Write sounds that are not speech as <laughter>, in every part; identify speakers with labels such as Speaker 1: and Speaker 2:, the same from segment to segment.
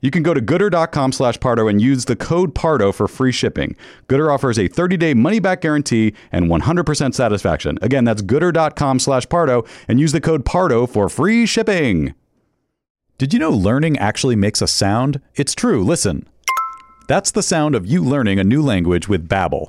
Speaker 1: You can go to gooder.com slash Pardo and use the code Pardo for free shipping. Gooder offers a 30-day money-back guarantee and 100% satisfaction. Again, that's gooder.com slash Pardo and use the code Pardo for free shipping. Did you know learning actually makes a sound? It's true. Listen. That's the sound of you learning a new language with Babbel.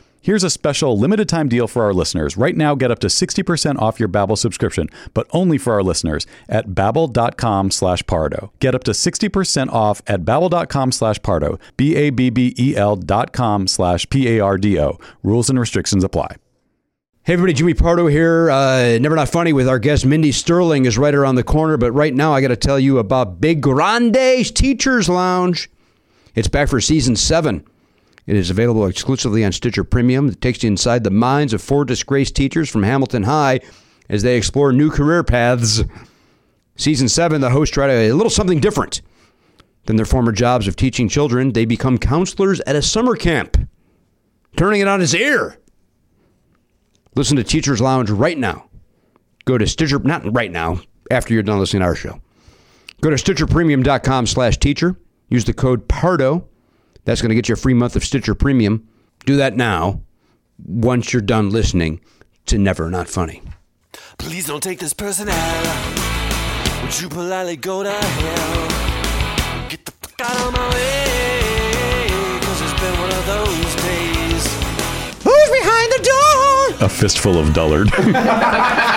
Speaker 1: Here's a special limited time deal for our listeners. Right now, get up to 60% off your Babbel subscription, but only for our listeners at babbel.com slash pardo. Get up to 60% off at babbel.com slash pardo, B-A-B-B-E-L E dot com slash P-A-R-D-O. Rules and restrictions apply.
Speaker 2: Hey everybody, Jimmy Pardo here. Uh, Never Not Funny with our guest Mindy Sterling is right around the corner, but right now I got to tell you about Big Grande's Teachers Lounge. It's back for season seven. It is available exclusively on Stitcher Premium. It takes you inside the minds of four disgraced teachers from Hamilton High as they explore new career paths. Season seven, the hosts try to, a little something different than their former jobs of teaching children. They become counselors at a summer camp, turning it on its ear. Listen to Teachers Lounge right now. Go to Stitcher, not right now, after you're done listening to our show. Go to stitcherpremium.com slash teacher. Use the code PARDO that's going to get you a free month of Stitcher Premium. Do that now once you're done listening to Never Not Funny.
Speaker 3: Please don't take this person out. Would you politely go to hell? Get the fuck out of my way. Cause it's been one of those days.
Speaker 4: Who's behind the door?
Speaker 1: A fistful of dullard.
Speaker 5: <laughs>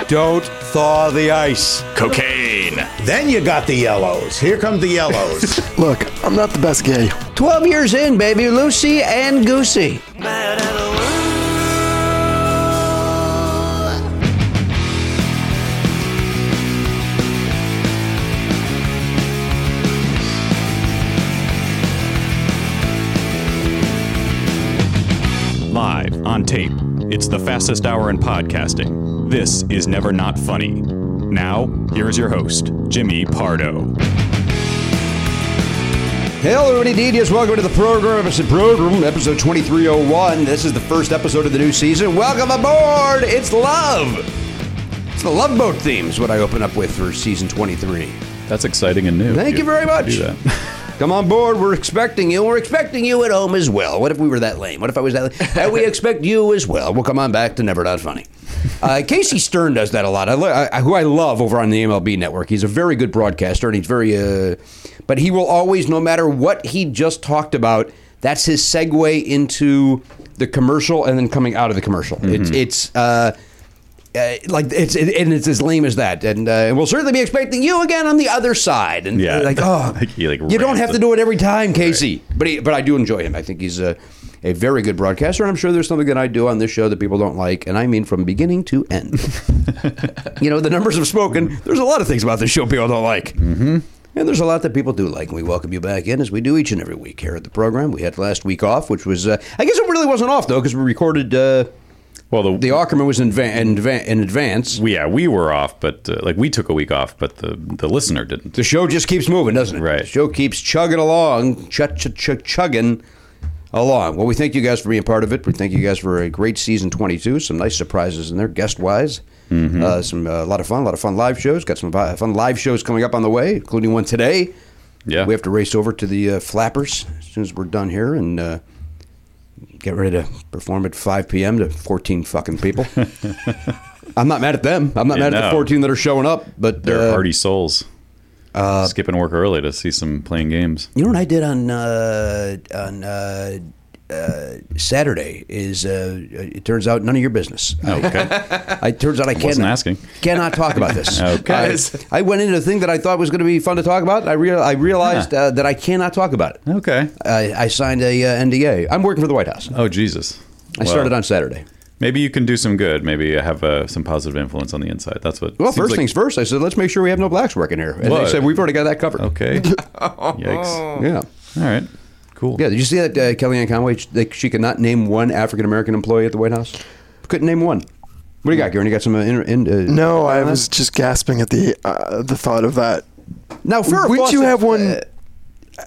Speaker 5: Don't thaw the ice.
Speaker 1: Cocaine.
Speaker 5: Then you got the yellows. Here come
Speaker 1: <laughs>
Speaker 5: the yellows.
Speaker 6: Look, I'm not the best gay.
Speaker 2: 12 years in, baby. Lucy and Goosey.
Speaker 3: Mad at the world.
Speaker 1: Live on tape. It's the fastest hour in podcasting. This is Never Not Funny. Now, here is your host, Jimmy Pardo.
Speaker 2: Hello, everybody. DDS, welcome to the program. It's the program, episode 2301. This is the first episode of the new season. Welcome aboard. It's love. It's the love boat theme is what I open up with for season 23.
Speaker 1: That's exciting and new.
Speaker 2: Thank you very much. <laughs>
Speaker 1: Do that.
Speaker 2: Come on board. We're expecting you. We're expecting you at home as well. What if we were that lame? What if I was that lame? And we expect you as well. Well, come on back to Never Not Funny. Uh, Casey Stern does that a lot. I, lo- I, who I love over on the MLB Network. He's a very good broadcaster, and he's very. Uh, but he will always, no matter what he just talked about, that's his segue into the commercial, and then coming out of the commercial.
Speaker 1: Mm-hmm.
Speaker 2: It's it's. Uh, uh, like it's it, and it's as lame as that, and uh, we'll certainly be expecting you again on the other side. And
Speaker 1: Yeah.
Speaker 2: like, oh,
Speaker 1: He, <laughs> like,
Speaker 2: you don't
Speaker 1: rants
Speaker 2: have to
Speaker 1: it.
Speaker 2: do it every time, Casey. But he, but I do enjoy him. I think he's a a very good broadcaster, and I'm sure there's something that I do on this show that people don't like, and I mean from beginning to
Speaker 1: <laughs>
Speaker 2: end. you know, the numbers have spoken. There's a lot of things about this show people don't like. Mm-hmm. And there's a lot that people do like, and we welcome you back in as we do each and every week here at the program. We had last week off, which was, uh, I guess it really wasn't off, though, because we recorded uh,
Speaker 1: Well, the,
Speaker 2: the Ackerman was in, va- in, va- in advance.
Speaker 1: we, yeah, we were off, but uh, like we took a week off, but the, the listener didn't.
Speaker 2: The show just keeps moving, doesn't it?
Speaker 1: Right.
Speaker 2: The show keeps chugging along, chug, chug, chug, chugging along. Well, we thank you guys for being part of it. We thank you guys for a great season 22. Some nice surprises in there, guest wise.
Speaker 1: Mm-hmm.
Speaker 2: Uh, some a lot of fun, a lot of fun live shows. Got some vi- fun live shows coming up on the way, including one today.
Speaker 1: Yeah.
Speaker 2: We have to race over to the uh, Flappers as soon as we're done here and uh, get ready to perform at 5 p.m. to 14 fucking
Speaker 1: <laughs>
Speaker 2: people. I'm not mad at them. I'm not
Speaker 1: Yeah,
Speaker 2: mad at the
Speaker 1: no.
Speaker 2: 14 that are showing up, but
Speaker 1: They're
Speaker 2: uh,
Speaker 1: hardy souls. Skipping work early to see some playing games.
Speaker 2: You know what I did on uh, on uh, uh, Saturday is uh, it turns out none of your business.
Speaker 1: Oh, okay.
Speaker 2: <laughs> I, it turns out I, cannot
Speaker 1: wasn't asking.
Speaker 2: cannot talk about this.
Speaker 1: <laughs> Okay.
Speaker 2: I, I went into a thing that I thought was going to be fun to talk about. I real I realized uh, that I cannot talk about it.
Speaker 1: okay.
Speaker 2: I, I signed a uh, NDA. I'm working for the White House.
Speaker 1: Oh, Jesus.
Speaker 2: I
Speaker 1: Wow.
Speaker 2: started on Saturday.
Speaker 1: Maybe you can do some good. Maybe have uh, some positive influence on the inside. That's what.
Speaker 2: Well,
Speaker 1: seems
Speaker 2: first
Speaker 1: like-
Speaker 2: things first. I said let's make sure we have no blacks working here, and
Speaker 1: What?
Speaker 2: they said we've already got that covered. <laughs>
Speaker 1: <laughs> Okay. Yikes.
Speaker 2: Yeah.
Speaker 1: All right. Cool.
Speaker 2: Yeah, did you see that uh, Kellyanne Conway? She, like, she could not name one African American employee at the White House. Couldn't name one. What do you got, Garen? You got some? Uh, in, in, uh,
Speaker 6: No, I
Speaker 2: on that?
Speaker 6: was just gasping at the uh, the thought of that.
Speaker 2: Now, Farrah
Speaker 6: Wouldn't you
Speaker 2: Fawcett,
Speaker 6: have one
Speaker 2: uh,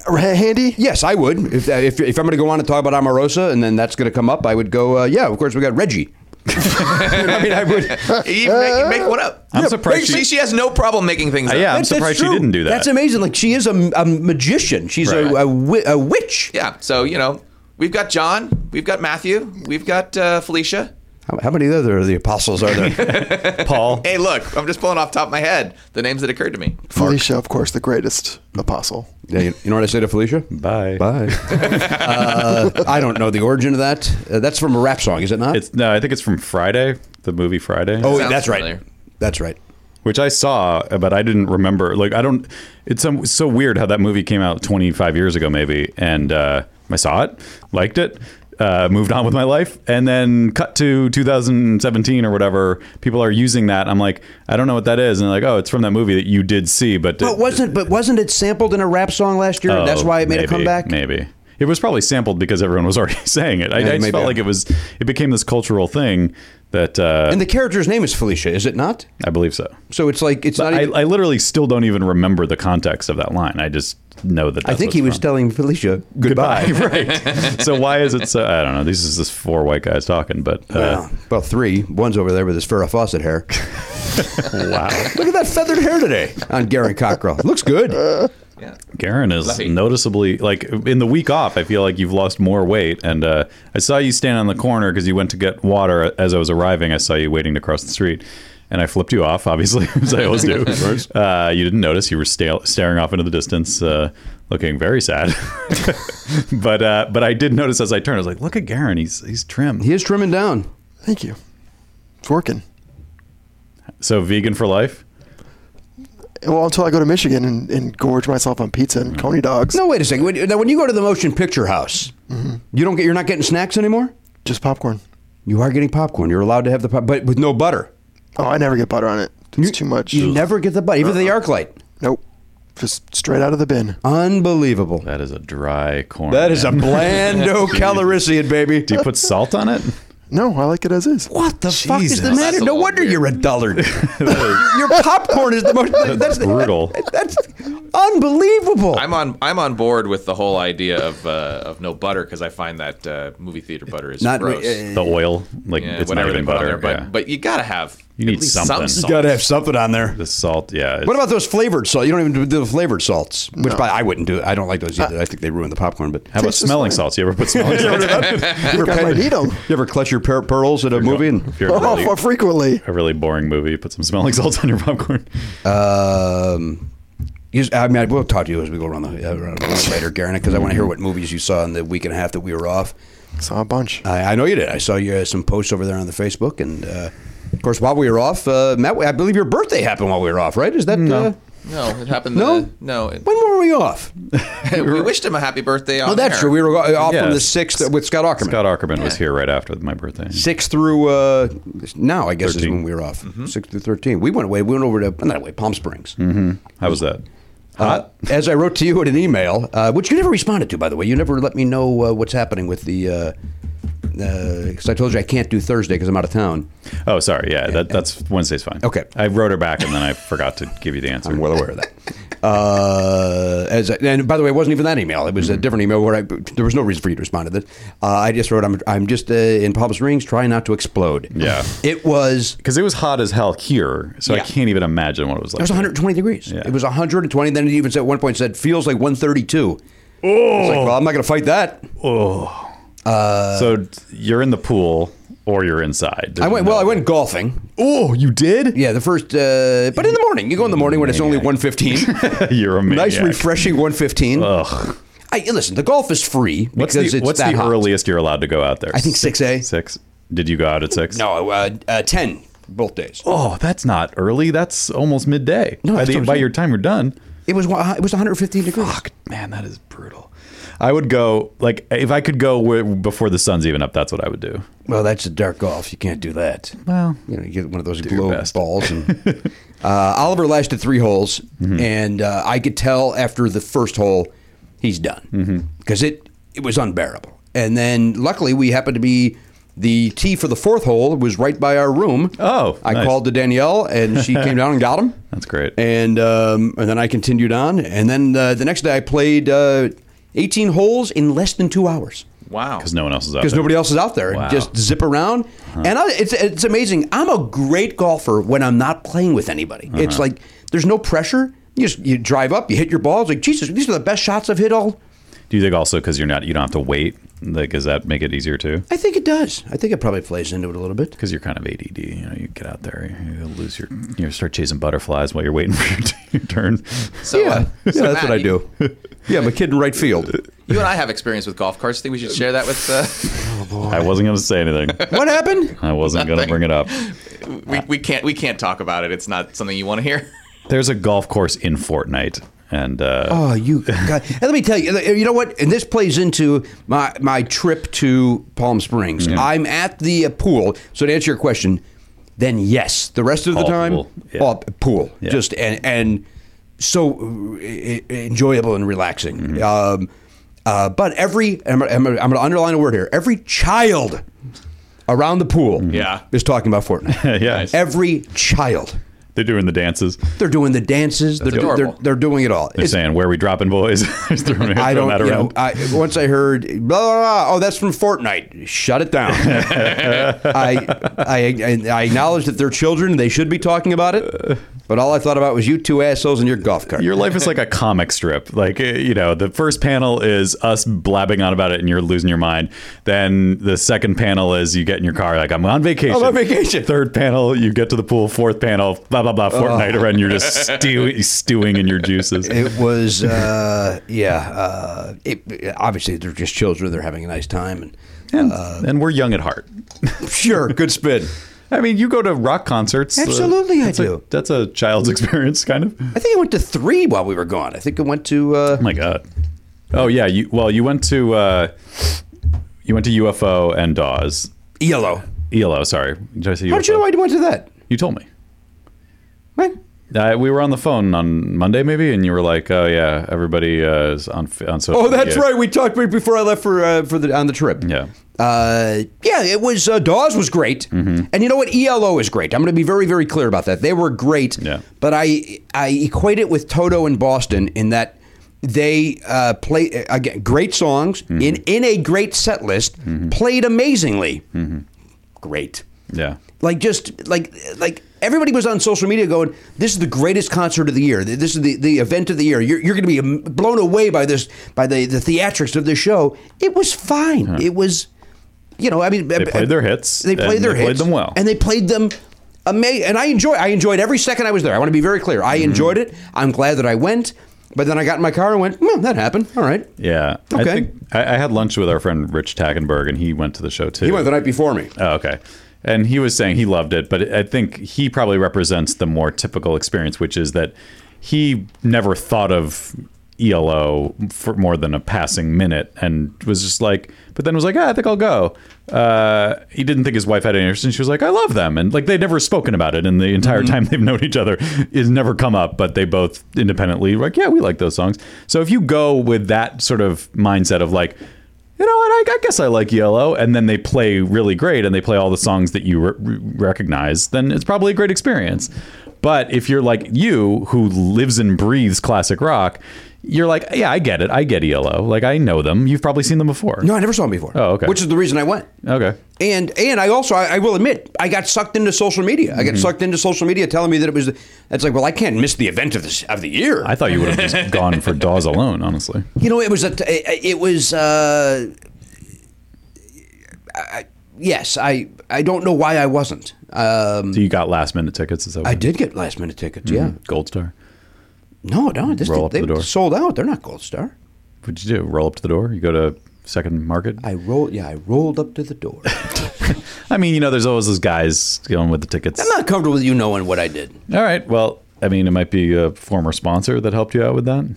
Speaker 6: r- handy?
Speaker 2: yes, I would. If, that if, if I'm going to go on and talk about Omarosa, and then that's going to come up, I would go. Uh, yeah, of course we got Reggie. <laughs> I mean, I
Speaker 1: <laughs>
Speaker 2: would.
Speaker 7: You make, you make one up.
Speaker 1: I'm surprised
Speaker 7: She,
Speaker 1: she-
Speaker 7: she has no problem making things
Speaker 1: Uh,
Speaker 7: up.
Speaker 1: yeah, I'm
Speaker 2: That-
Speaker 1: surprised
Speaker 2: that's
Speaker 1: she
Speaker 2: true.
Speaker 1: didn't do that.
Speaker 2: That's amazing. Like she is a, a magician. She's a,
Speaker 1: Right.
Speaker 2: a, wi- a witch.
Speaker 7: Yeah, So you know, we've got John, we've got Matthew, we've got uh, Felicia.
Speaker 2: How, how many other of the apostles are there?
Speaker 1: <laughs> Paul.
Speaker 7: Hey, look, I'm just pulling off top of my head the names that occurred to me.
Speaker 6: Felicia, of course, the greatest apostle.
Speaker 2: Yeah, you, you know what I say to Felicia?
Speaker 1: Bye.
Speaker 2: Bye. <laughs> uh, I don't know the origin of that. Uh, that's from a rap song, is it not?
Speaker 1: It's no. I think it's from Friday, the movie Friday.
Speaker 2: Oh,
Speaker 7: Sounds
Speaker 2: that's right.
Speaker 7: familiar.
Speaker 2: That's right.
Speaker 1: which I saw, but I didn't remember. Like I don't. It's some, so weird how that movie came out 25 years ago, maybe, and uh, I saw it, liked it. Uh, moved on with my life, and then cut to 2017 or whatever. People are using that. I'm like, I don't know what that is, and they're like, oh, it's from that movie that you did see, but
Speaker 2: But wasn't but wasn't it sampled in a rap song last year?
Speaker 1: Oh,
Speaker 2: that's why it made a
Speaker 1: maybe,
Speaker 2: comeback.
Speaker 1: Maybe it was probably sampled because everyone was <laughs> already saying it. I, I just
Speaker 2: maybe.
Speaker 1: felt like it was. It became this cultural thing that uh,
Speaker 2: And the character's name is Felicia, is it not?
Speaker 1: I believe so.
Speaker 2: So it's like it's not.
Speaker 1: I,
Speaker 2: even, I,
Speaker 1: I literally still don't even remember the context of that line. I just know that. That's
Speaker 2: think
Speaker 1: what
Speaker 2: he
Speaker 1: it's
Speaker 2: was
Speaker 1: from.
Speaker 2: telling Felicia goodbye.
Speaker 1: goodbye. <laughs> right. So why is it so? I don't know. This is just four white guys talking, but
Speaker 2: <laughs>
Speaker 1: uh,
Speaker 2: Well, well, three. One's over there with his Farrah Fawcett
Speaker 1: <laughs>
Speaker 2: hair.
Speaker 1: wow.
Speaker 2: Look at that feathered hair today on Garen Cockrell. Looks good.
Speaker 7: Yeah.
Speaker 1: Garen is
Speaker 7: Fluffy.
Speaker 1: noticeably like in the week off. I feel like you've lost more weight, and uh, I saw you stand on the corner because you went to get water as I was arriving. I saw you waiting to cross the street, and I flipped you off, obviously, <laughs> as I always
Speaker 7: <laughs>
Speaker 1: do. Uh, you didn't notice. You were stale, staring off into the distance, uh, looking very sad. <laughs> but uh, but I did notice as I turned. I was like, look at Garen. He's he's trim.
Speaker 2: He is trimming down.
Speaker 6: Thank you. It's working.
Speaker 1: So vegan for life?
Speaker 6: Well, until I go to Michigan and, and gorge myself on pizza and coney dogs.
Speaker 2: No, wait a second. When, now, when you go to the motion picture house,
Speaker 1: Mm-hmm.
Speaker 2: you don't get you're not getting snacks anymore.
Speaker 6: Just popcorn.
Speaker 2: You are getting popcorn. You're allowed to have the pop, but with no butter.
Speaker 6: Oh, I never get butter on it. It's too much.
Speaker 2: You never get the butter, even the arc light.
Speaker 6: Nope. Just straight out of the bin.
Speaker 2: Unbelievable.
Speaker 1: That is a dry corn.
Speaker 2: That is a
Speaker 1: man.
Speaker 2: blando calorician, baby.
Speaker 1: Do <laughs> you put salt on it?
Speaker 6: No, I like it as <laughs> is.
Speaker 2: What the fuck is the
Speaker 1: Jesus.
Speaker 2: matter?
Speaker 7: That's a
Speaker 2: No
Speaker 7: little
Speaker 2: wonder
Speaker 7: weird.
Speaker 2: you're a dullard. <laughs> Your popcorn is the most. That's, <laughs>
Speaker 1: brutal.
Speaker 2: That's unbelievable.
Speaker 7: I'm on. I'm on board with the whole idea of uh, of no butter because I find that uh, movie theater butter is
Speaker 2: Not-
Speaker 7: gross.
Speaker 2: uh,
Speaker 1: The oil, like
Speaker 7: yeah,
Speaker 1: it's not
Speaker 7: whatever they
Speaker 1: even
Speaker 7: put on
Speaker 1: butter.
Speaker 7: there, but
Speaker 1: yeah.
Speaker 7: but you gotta have
Speaker 1: You
Speaker 7: at
Speaker 1: need
Speaker 7: least
Speaker 1: something.
Speaker 7: some
Speaker 1: You
Speaker 7: salt.
Speaker 2: have something on there.
Speaker 1: the salt, yeah. it's-
Speaker 2: What about those flavored salt? You don't even do the flavored salts, which by, I wouldn't do. I don't like those either. I think they ruin the popcorn. But
Speaker 1: how about smelling salts? You ever
Speaker 2: <laughs>
Speaker 1: put smelling salts?
Speaker 2: you
Speaker 6: I might need <laughs> 'em.
Speaker 2: You ever clutch your per- pearls at a movie? And,
Speaker 1: If you're
Speaker 6: Oh,
Speaker 1: really-
Speaker 6: more frequently.
Speaker 1: a really boring movie, put some smelling <laughs> salts on your popcorn.
Speaker 2: um, you just- I mean, I- we'll talk to you as we go around the uh, around the later, Garrett, because I want to hear what movies you saw in the week and a half that we were off.
Speaker 6: Saw a bunch.
Speaker 2: I, I know you did. I saw your some posts over there on the Facebook, and uh, of course, while we were off, uh, Matt, I believe your birthday happened while we were off, right? Is that no? Uh,
Speaker 7: No, it happened.
Speaker 2: No?
Speaker 7: the- no. It,
Speaker 2: when were we off?
Speaker 7: <laughs> we wished him a happy birthday. On
Speaker 2: Oh, <laughs> that's
Speaker 7: air.
Speaker 2: true. We were off on
Speaker 1: Yeah.
Speaker 2: the sixth with Scott Ackerman.
Speaker 1: Scott Ackerman was here right after my birthday.
Speaker 2: six through uh, now, I guess is
Speaker 1: 13.
Speaker 2: when we were off. Six through thirteen. We went away. We went over to not away Palm Springs.
Speaker 1: How was that?
Speaker 2: Uh, as I wrote to you in an email, uh, which you never responded to, by the way, you never let me know uh, what's happening with the. uh, uh 'cause I told you I can't do Thursday because I'm out of town.
Speaker 1: Oh, sorry. Yeah, that, that's Wednesday's fine.
Speaker 2: Okay.
Speaker 1: I wrote her back and then I forgot to give you the answer.
Speaker 2: I'm well aware of that. <laughs> Uh, as I, and by the way, it wasn't even that email. It was a different email where I, there was no reason for you to respond to that. Uh, I just wrote, "I'm I'm just uh, in Palm Springs, trying not to explode."
Speaker 1: <laughs> Yeah.
Speaker 2: it was
Speaker 1: Because it was hot as hell here, so I can't even imagine what it was like.
Speaker 2: It was 120 degrees. It was 120. Then it even said at one point said feels like 132. Oh, it's like, well, I'm not going to fight that.
Speaker 1: so d- you're in the pool or you're inside.
Speaker 2: I went.
Speaker 1: No.
Speaker 2: Well, I went golfing.
Speaker 1: Oh, you <laughs> did?
Speaker 2: Yeah, the first. Uh, but in the morning, you go in the morning when it's only
Speaker 1: <laughs>
Speaker 2: 115.
Speaker 1: you're a maniac.
Speaker 2: <laughs> nice, refreshing 115.
Speaker 1: Ugh.
Speaker 2: I, listen, the golf is free
Speaker 1: What's
Speaker 2: because
Speaker 1: the,
Speaker 2: it's
Speaker 1: what's
Speaker 2: that
Speaker 1: the
Speaker 2: hot.
Speaker 1: earliest you're allowed to go out there?
Speaker 2: I think 6A.
Speaker 1: Six. Did you go out at six?
Speaker 2: No, uh, uh, 10 both days.
Speaker 1: Oh, that's not early. That's almost midday.
Speaker 2: No,
Speaker 1: by,
Speaker 2: that's
Speaker 1: the,
Speaker 2: what I'm
Speaker 1: by
Speaker 2: saying.
Speaker 1: your time you're done.
Speaker 2: It was wa- it was 115 degrees.
Speaker 1: Fuck, man, that is brutal. I would go like if I could go where, before the sun's even up. That's what I would do.
Speaker 2: Well, that's a dark golf. You can't do that.
Speaker 1: Well,
Speaker 2: you know, you get one of those
Speaker 1: your
Speaker 2: globe
Speaker 1: best.
Speaker 2: balls.
Speaker 1: <laughs>
Speaker 2: And, uh, Oliver lasted three holes,
Speaker 1: Mm-hmm.
Speaker 2: and uh, I could tell after the first hole, he's
Speaker 1: Mm-hmm.
Speaker 2: done because it it was unbearable. And then luckily, we happened to be the tee for the fourth hole was right by our room.
Speaker 1: Oh,
Speaker 2: I
Speaker 1: nice.
Speaker 2: called to Danielle, and
Speaker 1: <laughs>
Speaker 2: she came down and got him.
Speaker 1: That's great.
Speaker 2: And um, and then I continued on, and then uh, the next day I played uh, 18 holes in less than two hours
Speaker 1: <laughs>
Speaker 7: Wow.
Speaker 1: because no one else is out.
Speaker 2: because
Speaker 1: there.
Speaker 2: nobody else is out there.
Speaker 1: Wow.
Speaker 2: Just zip around, and I, it's it's amazing. I'm a great golfer when I'm not playing with anybody. It's like there's no pressure. You just you drive up, you hit your balls. Like Jesus, these are the best shots I've hit all.
Speaker 1: Do you think also because you're not you don't have to wait? Like, does that make it easier too?
Speaker 2: I think it does. I think it probably plays into it a little bit.
Speaker 1: Because you're kind of ADD. You know, you get out there, you lose your, you start chasing butterflies while you're waiting <laughs> for your, your turn.
Speaker 7: So, uh, so Matt, you-
Speaker 2: yeah, I'm a kid in right field.
Speaker 7: You and I have experience with golf carts. Think we should share that with. Uh,
Speaker 1: I wasn't going to say anything.
Speaker 2: What happened?
Speaker 1: I wasn't going to
Speaker 7: Nothing.
Speaker 2: <laughs>
Speaker 1: bring it up.
Speaker 7: we, we can't we can't talk about it. It's not something you want to hear. <laughs>
Speaker 1: There's a golf course in Fortnite, and uh,
Speaker 2: Oh, you.
Speaker 1: <laughs>
Speaker 2: God. And let me tell you. You know what? And this plays into my my trip to Palm Springs. I'm at the uh, pool. So to answer your question, then yes, the rest of the
Speaker 1: All
Speaker 2: time,
Speaker 1: pool. Yeah.
Speaker 2: all pool,
Speaker 1: Yeah.
Speaker 2: just and and so uh, e- enjoyable and relaxing.
Speaker 1: Mm-hmm.
Speaker 2: Um, uh, but every I'm, I'm, I'm going to underline a word here. Every child around the pool,
Speaker 1: Mm-hmm.
Speaker 7: Yeah.
Speaker 2: is talking about
Speaker 1: <laughs>
Speaker 2: Fortnite.
Speaker 1: Yeah.
Speaker 7: Nice.
Speaker 2: every child.
Speaker 1: they're doing the dances.
Speaker 2: They're doing the dances. They're, do- they're
Speaker 7: adorable.
Speaker 2: they're doing it all.
Speaker 1: They're saying, "Where are we dropping, boys?" <laughs> They're throwing-
Speaker 2: I
Speaker 1: throwing
Speaker 2: don't.
Speaker 1: that
Speaker 2: You know,
Speaker 1: around.
Speaker 2: I, once I heard blah, blah blah. Oh, that's from Fortnite. Shut it <laughs> down. I, I I acknowledge that they're children. They should be talking about it. But all I thought about was you two assholes and your golf cart.
Speaker 1: Your life is like a comic strip. Like, uh, you know, the first panel is us blabbing on about it and you're losing your mind. Then the second panel is you get in your car, like, I'm on vacation.
Speaker 2: I'm on vacation.
Speaker 1: Third panel, you get to the pool. Fourth panel, blah, blah, blah, Fortnite, and you're just stew- stewing in your juices.
Speaker 2: it was uh, yeah. Uh, it, obviously, they're just children. They're having a nice time and
Speaker 1: And, and we're young at heart.
Speaker 2: sure, uh, good spin.
Speaker 1: I mean, you go to rock concerts. uh,
Speaker 2: Absolutely I
Speaker 1: that's a-
Speaker 2: do.
Speaker 1: that's a child's <laughs> experience, kind of.
Speaker 2: I think I went to three while we were gone. I think I went to. Uh,
Speaker 1: Oh my god. Oh yeah. You well, you went to uh, you went to UFO and Dawes.
Speaker 2: ELO.
Speaker 1: ELO. Sorry, did I say UFO?
Speaker 2: How did you know I went to that?
Speaker 1: You told me.
Speaker 2: What?
Speaker 1: Uh, we were on the phone on Monday, maybe, and you were like, "Oh yeah, everybody uh, is on f- on social."
Speaker 2: Oh, that's
Speaker 1: media."
Speaker 2: right. We talked right before I left for uh, for the on the trip.
Speaker 1: Yeah.
Speaker 2: Uh, yeah, it was uh, Dawes was great, and you know what? ELO is great. I'm going to be very, very clear about that. They were great,
Speaker 1: Yeah.
Speaker 2: but I I equate it with Toto in Boston in that they uh, play again great songs in in a great set list, played amazingly, great.
Speaker 1: Yeah.
Speaker 2: Like just like like everybody was on social media going, "This is the greatest concert of the year. This is the, the event of the year. You're, you're going to be am- blown away by this by the the theatrics of the show." It was fine. It was, you know, I mean, they
Speaker 1: played their hits,
Speaker 2: They played
Speaker 1: and
Speaker 2: their
Speaker 1: they played
Speaker 2: hits.
Speaker 1: them well.
Speaker 2: and they played them. Amazing, and I enjoy. I enjoyed every second I was there. I want to be very clear.
Speaker 1: Mm-hmm.
Speaker 2: I enjoyed it. I'm glad that I went, but then I got in my car and went. Hmm, that happened. All right.
Speaker 1: Yeah. I,
Speaker 2: Okay.
Speaker 1: think, I, I had lunch with our friend Rich Tackenberg, and he went to the show too.
Speaker 2: He went the night before me.
Speaker 1: Oh, okay. And he was saying he loved it, but I think he probably represents the more typical experience, which is that he never thought of ELO for more than a passing minute and was just like, but then was like, ah, I think I'll go. Uh, he didn't think his wife had any interest, and she was like, I love them. And like, they'd never spoken about it, and the entire time they've known each other is never come up, but they both independently were like, yeah, we like those songs. So if you go with that sort of mindset of like, you know what? I, I guess I like Yellow. And then they play really great and they play all the songs that you re- re- recognize, then it's probably a great experience. But if you're like you, who lives and breathes classic rock, you're like, yeah, I get it. I get Yellow. Like, I know them. You've probably seen them before.
Speaker 2: No, I never saw him before.
Speaker 1: Oh, okay.
Speaker 2: Which is the reason I went.
Speaker 1: Okay.
Speaker 2: And and I also I, I will admit I got sucked into social media. I got sucked into social media telling me that it was. It's like well I can't miss the event of this of the year.
Speaker 1: I thought you would
Speaker 2: <laughs>
Speaker 1: have just gone for Dawes alone, honestly.
Speaker 2: you know it was a t- it was. Uh, I, yes, I I don't know why I wasn't. Um,
Speaker 1: So you got last minute tickets. Is that what
Speaker 2: I did get last minute tickets. Yeah.
Speaker 1: Gold Star.
Speaker 2: No, no, this
Speaker 1: Roll up
Speaker 2: they
Speaker 1: the door.
Speaker 2: sold out. They're not Gold Star.
Speaker 1: What'd you do? Roll up to the door? You go to Second Market?
Speaker 2: I rolled. Yeah, I rolled up to the <laughs> door.
Speaker 1: I mean, you know, there's always those guys going with the tickets.
Speaker 2: I'm not comfortable with you knowing what I did.
Speaker 1: All right. Well, I mean, it might be a former sponsor that helped you out with that.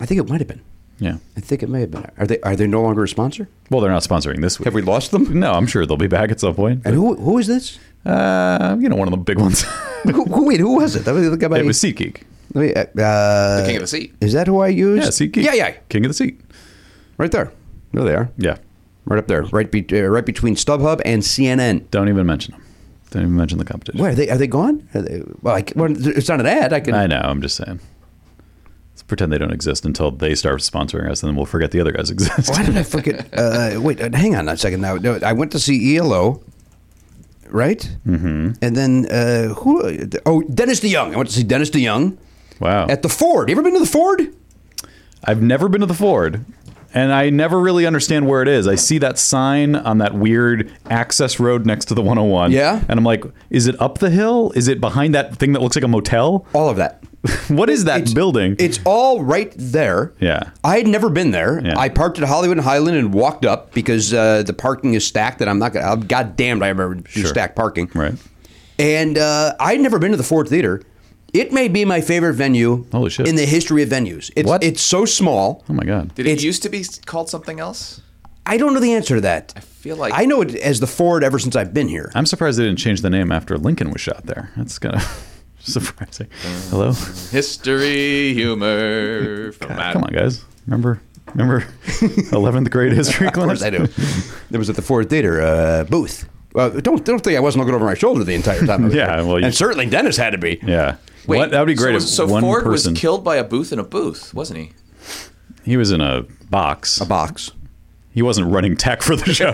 Speaker 2: I think it might have been.
Speaker 1: Yeah.
Speaker 2: I think it may have been. Are they are they no longer a sponsor?
Speaker 1: Well, they're not sponsoring this week.
Speaker 2: Have we lost them?
Speaker 1: <laughs> No, I'm sure they'll be back at some point.
Speaker 2: And who who is this?
Speaker 1: Uh, you know, one of the big ones. <laughs>
Speaker 2: who, who, wait, who was it? That was the guy. by-
Speaker 1: it was SeatGeek.
Speaker 2: Wait, uh, uh,
Speaker 7: King of the Sea.
Speaker 2: Is that who I used?
Speaker 1: Yeah, SeatGeek.
Speaker 2: Yeah, yeah,
Speaker 1: King of the Seat.
Speaker 2: right there. There they are.
Speaker 1: Yeah.
Speaker 2: Right up there, right be, uh, right between StubHub and CNN.
Speaker 1: Don't even mention them. Don't even mention the competition.
Speaker 2: Where are they? Are they gone? Are they, well, I, can- well, it's not an ad. I can.
Speaker 1: I know. I'm just saying. Let's pretend they don't exist until they start sponsoring us, and then we'll forget the other guys <laughs>
Speaker 2: <laughs>
Speaker 1: exist.
Speaker 2: Why did I forget? Uh, wait, uh, hang on a second. Now No, I went to see ELO, right? Mm-hmm. And then uh, who? Oh, Dennis DeYoung. I went to see Dennis DeYoung
Speaker 1: Wow.
Speaker 2: at the Ford. You ever been to the Ford?
Speaker 1: I've never been to the Ford, and I never really understand where it is. I see that sign on that weird access road next to the 101.
Speaker 2: Yeah.
Speaker 1: And I'm like, is it up the hill? Is it behind that thing that looks like a motel?
Speaker 2: All of that. <laughs>
Speaker 1: What is that building?
Speaker 2: It's all right there.
Speaker 1: Yeah.
Speaker 2: I had never been there.
Speaker 1: Yeah.
Speaker 2: I parked at Hollywood and Highland and walked up because uh, the parking is stacked. That I'm not gonna. I'm, God damned, I remember do stacked parking.
Speaker 1: right.
Speaker 2: And uh, I had never been to the Ford Theater. It may be my favorite venue.
Speaker 1: Holy shit.
Speaker 2: In the history of venues, it's
Speaker 1: What?
Speaker 2: it's so small.
Speaker 1: Oh my god.
Speaker 7: Did it
Speaker 2: It's-
Speaker 7: used to be called something else?
Speaker 2: I don't know the answer to that. I
Speaker 7: feel like-
Speaker 2: I know it as the Ford ever since I've been here.
Speaker 1: I'm surprised they didn't change the name after Lincoln was shot there. That's kind of <laughs> surprising. Hello.
Speaker 7: History, <laughs> humor, from Adam.
Speaker 1: Come on, guys. Remember, remember, eleventh grade history
Speaker 2: Of
Speaker 1: class.
Speaker 2: course I do.
Speaker 1: <laughs>
Speaker 2: There was at the Ford Theater uh, booth. Well, don't don't think I wasn't looking over my shoulder the entire time. I was
Speaker 1: <laughs> Yeah,
Speaker 2: there.
Speaker 1: well, you-
Speaker 2: and certainly Dennis had to be.
Speaker 1: Yeah.
Speaker 7: Wait,
Speaker 1: what? That would be
Speaker 7: So,
Speaker 1: great.
Speaker 7: was- so
Speaker 1: if one
Speaker 7: Ford
Speaker 1: person,
Speaker 7: was killed by a booth in a booth, wasn't he?
Speaker 1: He was in a box.
Speaker 2: A box.
Speaker 1: he wasn't running tech for the
Speaker 2: <laughs>
Speaker 1: show.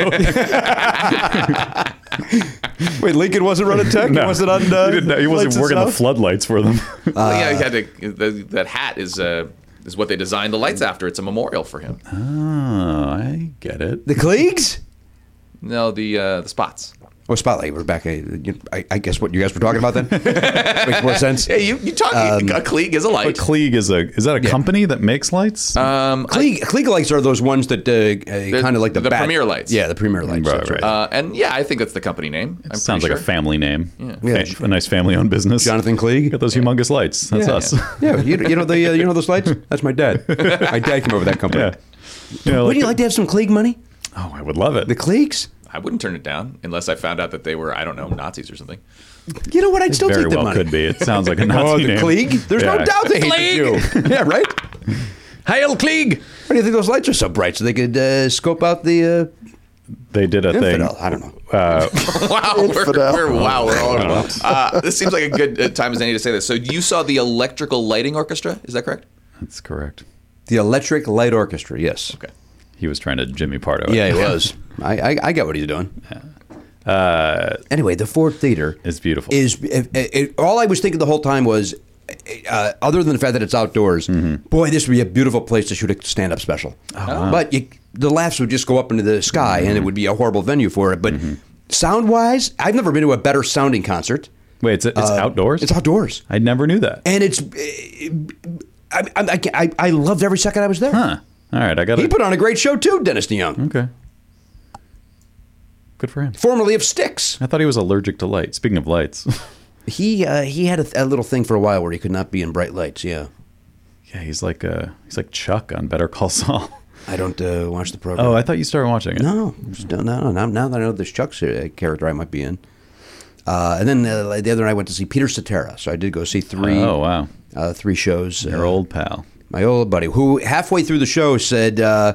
Speaker 2: Wait, Lincoln wasn't uh, running tech.
Speaker 1: <laughs> <laughs> No. he, didn't know- he wasn't working the floodlights for
Speaker 2: <laughs>
Speaker 1: them.
Speaker 7: Well, yeah, he had to, the, that hat is uh, is what they designed the lights after. It's a memorial for him.
Speaker 2: Ah,
Speaker 1: oh, I get it.
Speaker 2: The Cleagues?
Speaker 7: No, the uh, the spots.
Speaker 2: Oh, Spotlight. We're back. I, I, I guess what you guys were talking
Speaker 1: <laughs>
Speaker 2: about then makes more sense.
Speaker 7: Hey, you, you talk. a Klieg is Um, a
Speaker 1: But
Speaker 7: light.
Speaker 1: Oh, Klieg is a is that a company that makes lights?
Speaker 2: Uh,
Speaker 7: Um, I-
Speaker 2: Klieg, Klieg lights are those ones that uh, uh, kind of like the,
Speaker 7: the
Speaker 2: bat-
Speaker 7: Premier lights.
Speaker 2: Yeah, the premier lights.
Speaker 1: Right,
Speaker 2: that's
Speaker 1: right.
Speaker 7: uh, and yeah, I think that's the company name. I'm
Speaker 1: Sounds like
Speaker 7: pretty
Speaker 1: a
Speaker 7: sure.
Speaker 1: family name.
Speaker 2: Yeah,
Speaker 1: Fa- a nice family-owned business.
Speaker 2: Jonathan Klieg?
Speaker 1: Got those humongous lights. That's
Speaker 2: Yeah.
Speaker 1: us. <laughs>
Speaker 2: <laughs> yeah, you, you know the uh, you know those lights. That's my dad. My dad came over that company.
Speaker 1: yeah. Yeah,
Speaker 2: Wouldn't you like to have some Klieg money?
Speaker 1: Oh, I would love it.
Speaker 2: The Kliegs?
Speaker 7: I wouldn't turn it down unless I found out that they were, I don't know, Nazis or something.
Speaker 2: You know what? I'd still
Speaker 1: Very
Speaker 2: take the
Speaker 1: well
Speaker 2: money.
Speaker 1: could be. It sounds
Speaker 2: <laughs>
Speaker 1: like a Nazi
Speaker 2: Oh, the
Speaker 1: name.
Speaker 2: Klieg? There's
Speaker 1: Yeah.
Speaker 2: no doubt they hated you. <laughs> Yeah, right.
Speaker 7: Hail Klieg!
Speaker 2: Why do you think those lights are so bright? So they could uh, scope out the uh,
Speaker 1: They did a thing.
Speaker 2: infidel. I don't know.
Speaker 7: <laughs> Wow, we're,
Speaker 6: Infidel.
Speaker 7: we're- wow, we're all <laughs> uh, This seems like a good uh, time as any to say this. So you saw the Electrical Lighting Orchestra, is that correct?
Speaker 1: That's correct.
Speaker 2: The Electric Light Orchestra. Yes.
Speaker 7: Okay.
Speaker 1: He was trying to Jimmy Pardo. it.
Speaker 2: Yeah,
Speaker 1: <laughs>
Speaker 2: it was. I, I I get what he's doing. Uh, anyway, the Ford Theater
Speaker 1: It's beautiful.
Speaker 2: Is it, it, all I was thinking the whole time was, uh, other than the fact that it's outdoors, boy, this would be a beautiful place to shoot a stand-up special. Uh, But you, the laughs would just go up into the sky, and it would be a horrible venue for it. But sound-wise, I've never been to a better sounding concert.
Speaker 1: Wait, it's, it's outdoors.
Speaker 2: uh, It's outdoors,
Speaker 1: I never knew that.
Speaker 2: and it's. eh, I, I, I, I loved every second I was there.
Speaker 1: Huh. All right, I got
Speaker 2: He
Speaker 1: it.
Speaker 2: put on a great show too, Dennis DeYoung,
Speaker 1: okay. Good for him.
Speaker 2: formerly of Styx.
Speaker 1: I thought he was allergic to light. Speaking of lights, <laughs>
Speaker 2: He uh, he had a, a little thing for a while where he could not be in bright lights. Yeah,
Speaker 1: yeah, he's like uh, he's like Chuck on Better
Speaker 2: <laughs>
Speaker 1: Call Saul.
Speaker 2: I don't uh, watch the program.
Speaker 1: Oh, I thought you started watching it.
Speaker 2: no, just don't- no, no. Now that I know this Chuck's uh, character, I might be in. Uh, and then uh, the other night I went to see Peter Cetera, so I did go see three.
Speaker 1: Oh wow,
Speaker 2: uh, three shows.
Speaker 1: your
Speaker 2: Uh,
Speaker 1: old pal.
Speaker 2: my old buddy, who halfway through the show said, uh,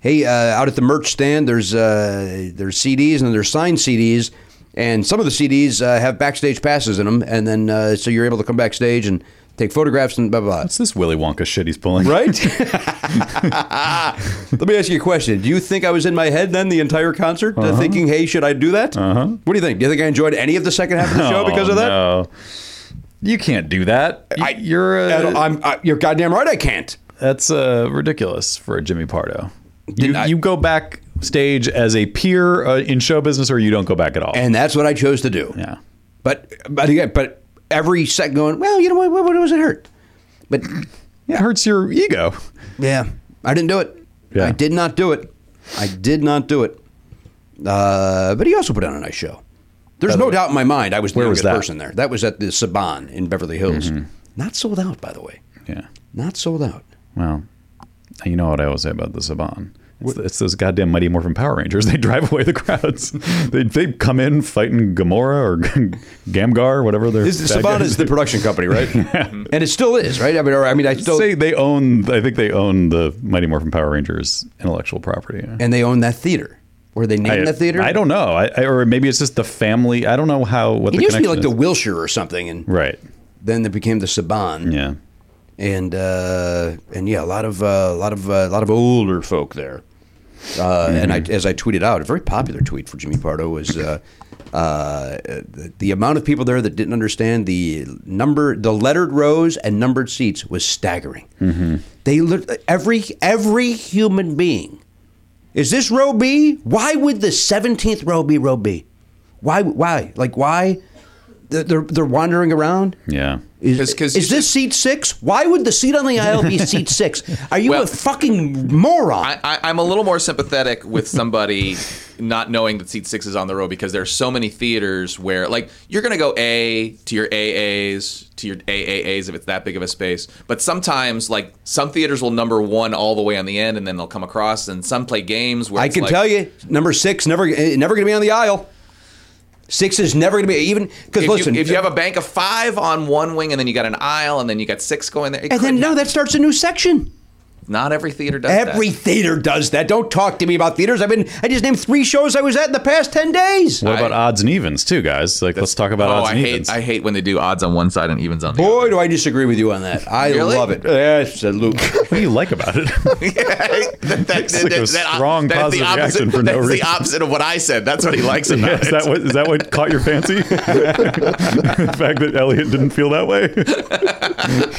Speaker 2: "Hey, uh, out at the merch stand, there's uh, there's CDs and there's signed CDs, and some of the CDs uh, have backstage passes in them, and then uh, so you're able to come backstage and take photographs and blah blah." blah.
Speaker 1: What's this Willy Wonka shit he's pulling? <laughs>
Speaker 2: Right? Let me ask you a question. Do you think I was in my head then the entire concert uh,
Speaker 1: Uh-huh.
Speaker 2: thinking, hey, should I do that? Uh-huh. What do you think? Do you think I enjoyed any of the second half of the show
Speaker 1: <laughs> Oh,
Speaker 2: because of that?
Speaker 1: No. You can't do that. You,
Speaker 2: I-
Speaker 1: you're
Speaker 2: I don't-
Speaker 1: a,
Speaker 2: I'm, I, you're goddamn right I can't.
Speaker 1: that's uh, ridiculous for a Jimmy Pardo. You,
Speaker 2: Didn't I-
Speaker 1: you go back stage as a peer uh, in show business, or you don't go back at all.
Speaker 2: And that's what I chose to do.
Speaker 1: yeah,
Speaker 2: But but again, but every set going, well, you know what, what, what does it hurt? But
Speaker 1: it hurts your ego. <laughs>
Speaker 2: yeah, I didn't do it.
Speaker 1: Yeah.
Speaker 2: I did not do it. I did not do it. Uh, but he also put on a nice show. There's no doubt in my mind I was the
Speaker 1: Where was
Speaker 2: youngest
Speaker 1: that? Mm-hmm.
Speaker 2: person there. That was at the Saban in Beverly Hills. Not sold out, by the way.
Speaker 1: Yeah.
Speaker 2: Not sold out.
Speaker 1: Well, you know what I always say about the Saban. It's, it's those goddamn Mighty Morphin Power Rangers. <laughs> They drive away the crowds. <laughs> they they come in fighting Gamora or <laughs> Gamgar, whatever they're.
Speaker 2: Is, Saban is the production company, right?
Speaker 1: <laughs>
Speaker 2: And it still is, right? I mean, or, I mean, I still
Speaker 1: Say they own. I think they own the Mighty Morphin Power Rangers intellectual property.
Speaker 2: and they own that theater. Were they named
Speaker 1: I,
Speaker 2: that theater?
Speaker 1: I don't know. I, I, or maybe it's just the family. I don't know how what
Speaker 2: It
Speaker 1: the
Speaker 2: used to be like
Speaker 1: connection
Speaker 2: the
Speaker 1: is.
Speaker 2: Wilshire or something, and
Speaker 1: right.
Speaker 2: then it became the Saban.
Speaker 1: Yeah.
Speaker 2: and uh, and yeah, a lot of uh, a lot of uh, a lot of older folk there. Uh, And I, as I tweeted out, a very popular tweet for Jimmy Pardo was uh, uh, the, the amount of people there that didn't understand the number, the lettered rows and numbered seats was staggering. They lit- every every human being is this row B? Why would the seventeenth row be row B? Why why like why? They're they're, they're wandering around.
Speaker 1: Yeah.
Speaker 2: Is,
Speaker 7: 'Cause- 'cause
Speaker 2: is
Speaker 7: you
Speaker 2: this seat six? Why would the seat on the aisle
Speaker 7: <laughs>
Speaker 2: be seat six? Are you
Speaker 7: Well-
Speaker 2: a fucking moron?
Speaker 7: I, I, I'm a little more sympathetic with somebody <laughs> not knowing that seat six is on the row because there are so many theaters where, like, you're going to go A to your AAs to your AAAs if it's that big of a space. But sometimes, like, some theaters will number one all the way on the end and then they'll come across, and some play games where
Speaker 2: I
Speaker 7: it's
Speaker 2: can
Speaker 7: like-
Speaker 2: tell you, number six never eh, never going to be on the aisle. Six is never going to be even because
Speaker 7: If,
Speaker 2: listen, uh,
Speaker 7: you, if you have a bank of five on one wing and then you got an aisle and then you got six going there, it
Speaker 2: and then
Speaker 7: could-
Speaker 2: no, that starts a new section.
Speaker 7: not every theater does that.
Speaker 2: Every theater does that. Don't talk to me about theaters. I've been I just named three shows I was at in the past ten days.
Speaker 1: What about odds and evens too, guys? Like, let's talk about
Speaker 7: Oh,
Speaker 1: odds
Speaker 7: I
Speaker 1: and
Speaker 7: hate
Speaker 1: evens.
Speaker 7: I hate when they do odds on one side and evens on the <laughs>
Speaker 2: Boy, do I disagree with you on that. I
Speaker 7: Really?
Speaker 2: love it. Absolutely.
Speaker 1: what do you like about
Speaker 2: <laughs>
Speaker 1: it?
Speaker 7: that, that, that,
Speaker 1: It's like a strong
Speaker 7: that's the
Speaker 1: positive
Speaker 7: opposite-
Speaker 1: reaction for no
Speaker 7: that's
Speaker 1: reason.
Speaker 7: the opposite of what I said. That's what he
Speaker 1: <laughs>
Speaker 7: likes about
Speaker 1: Yeah, is
Speaker 7: it.
Speaker 1: that what is that what caught
Speaker 8: <laughs>
Speaker 1: your fancy? the fact that Elliot didn't feel that way. <laughs>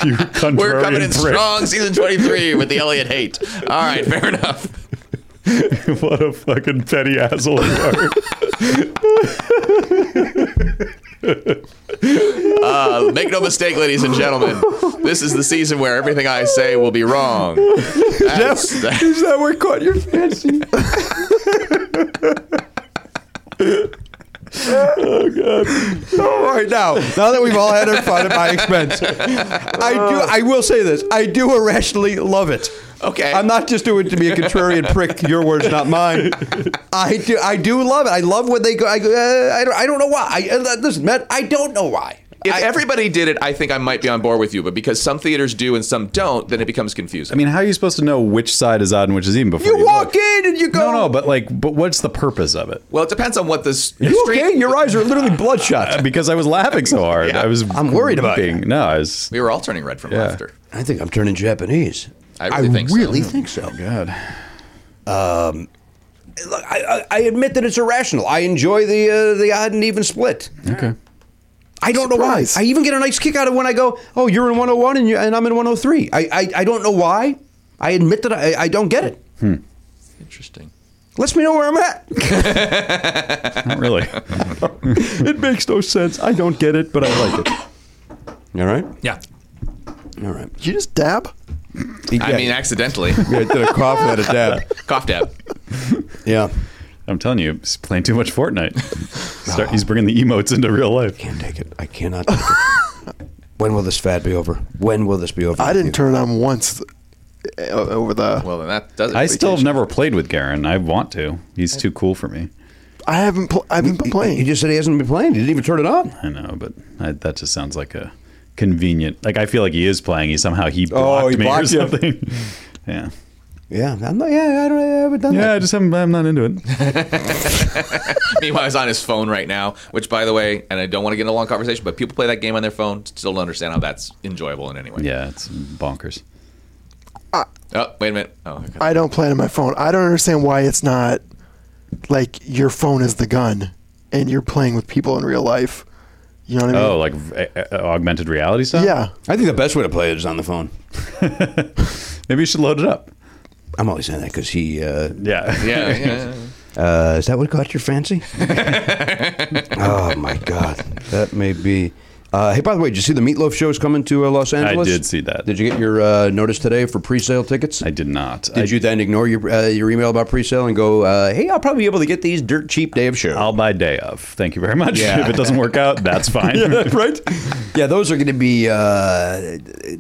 Speaker 1: you contrarian
Speaker 7: We're coming in
Speaker 1: prick.
Speaker 7: strong season 23 with the Elliot hate. All right, fair enough.
Speaker 1: <laughs> what a fucking petty asshole you
Speaker 8: <laughs>
Speaker 1: are.
Speaker 7: Uh, make no mistake, ladies and gentlemen, this is the season where everything I say will be wrong. That's-
Speaker 2: Is that what caught your <laughs> fancy?
Speaker 8: All right, now, now that we've all had our fun at my expense, I do. I will say this: I do irrationally love it.
Speaker 7: Okay.
Speaker 8: I'm not just doing it to be a contrarian prick. Your words, not mine. I do. I do love it. I love when they go. I, go, uh, I, don't, I don't know why. I, uh, listen, Matt. I don't know why.
Speaker 7: if everybody did it, I think I might be on board with you. But because some theaters do and some don't, then it becomes confusing.
Speaker 1: I mean, how are you supposed to know which side is odd and which is even before you,
Speaker 8: You walk
Speaker 1: look?
Speaker 8: in and you go.
Speaker 1: No, no, but like, but what's the purpose of it?
Speaker 7: well, it depends on what this
Speaker 8: You
Speaker 7: street.
Speaker 8: okay? Your eyes are literally
Speaker 1: Uh,
Speaker 8: bloodshot.
Speaker 1: <laughs> because I was laughing so hard. I was.
Speaker 2: I'm worried about
Speaker 1: weeping. No, I was.
Speaker 7: We were all turning red from laughter.
Speaker 2: I think I'm turning Japanese.
Speaker 7: I really think so.
Speaker 2: really think so.
Speaker 1: God.
Speaker 2: Look, I, I, I admit that it's irrational. I enjoy the uh, the odd and even split.
Speaker 1: Okay.
Speaker 2: I don't
Speaker 6: Surprise.
Speaker 2: know why. I even get a nice kick out of when I go, oh, you're in 101 and, you, and I'm in 103. I, I, I don't know why. I admit that I, I don't get it.
Speaker 7: Interesting.
Speaker 2: Lets me know where I'm at.
Speaker 1: Not really. it makes no sense. I don't get it, but I like it.
Speaker 2: All right.
Speaker 7: Yeah.
Speaker 2: All right.
Speaker 6: Did you just dab?
Speaker 7: I
Speaker 1: <laughs>
Speaker 7: mean, accidentally.
Speaker 5: Yeah,
Speaker 9: <laughs>
Speaker 5: did a cough and a dab.
Speaker 7: Cough dab.
Speaker 2: Yeah.
Speaker 1: I'm telling you, he's playing too
Speaker 8: <laughs>
Speaker 1: much Fortnite. Start, He's bringing the emotes into real life.
Speaker 2: Can't take it. I cannot take it. <laughs> when will this fad be over? When will this be over?
Speaker 6: I didn't turn it on once uh, over the.
Speaker 7: Well, then that does it.
Speaker 1: I still have <laughs> never played with Garen. I want to. He's too cool for me.
Speaker 6: I haven't. Pl- I haven't been
Speaker 2: He
Speaker 6: playing.
Speaker 2: just said he hasn't been playing. He didn't even turn it on.
Speaker 1: I know, but I, that just sounds like a convenient. Like I feel like he is playing. He somehow he blocked
Speaker 8: Oh, he
Speaker 1: me
Speaker 8: blocked you.
Speaker 1: or something.
Speaker 8: <laughs>
Speaker 1: yeah.
Speaker 2: Yeah. I'm not, yeah. I, don't, I haven't done
Speaker 1: Yeah,
Speaker 2: that.
Speaker 1: I just haven't, I'm not into it.
Speaker 7: Meanwhile, he's on his phone right now, which, by the way, and I don't want to get in a long conversation, but people play that game on their phone, still don't understand how that's enjoyable in any way.
Speaker 1: Yeah, it's bonkers.
Speaker 7: Oh, wait a minute. Oh, okay.
Speaker 6: I don't play it on my phone. I don't understand why it's not like your phone is the gun and you're playing with people in real life. You know what I mean?
Speaker 1: Oh, like v- a- a- augmented reality stuff?
Speaker 6: yeah.
Speaker 2: I think the best way to play it is on the phone.
Speaker 1: Maybe you should load it up.
Speaker 2: I'm only saying that because he. Uh,
Speaker 1: Yeah. <laughs>
Speaker 7: yeah, yeah, yeah.
Speaker 2: uh, is that what caught your <laughs> fancy? oh my God, that may be. Uh, hey, by the way, did you see the Meatloaf show is coming to uh, Los Angeles?
Speaker 1: did see that.
Speaker 2: Did you get your uh, notice today for pre-sale tickets?
Speaker 1: I did not.
Speaker 2: Did you then ignore your uh, your email about pre-sale and go, uh, "Hey, I'll probably be able to get these dirt cheap day of show."
Speaker 1: I'll buy day of. Thank you very much.
Speaker 2: Yeah.
Speaker 1: If it doesn't work
Speaker 2: <laughs>
Speaker 1: out, that's <laughs> fine.
Speaker 2: right? yeah, those are going to be. Uh,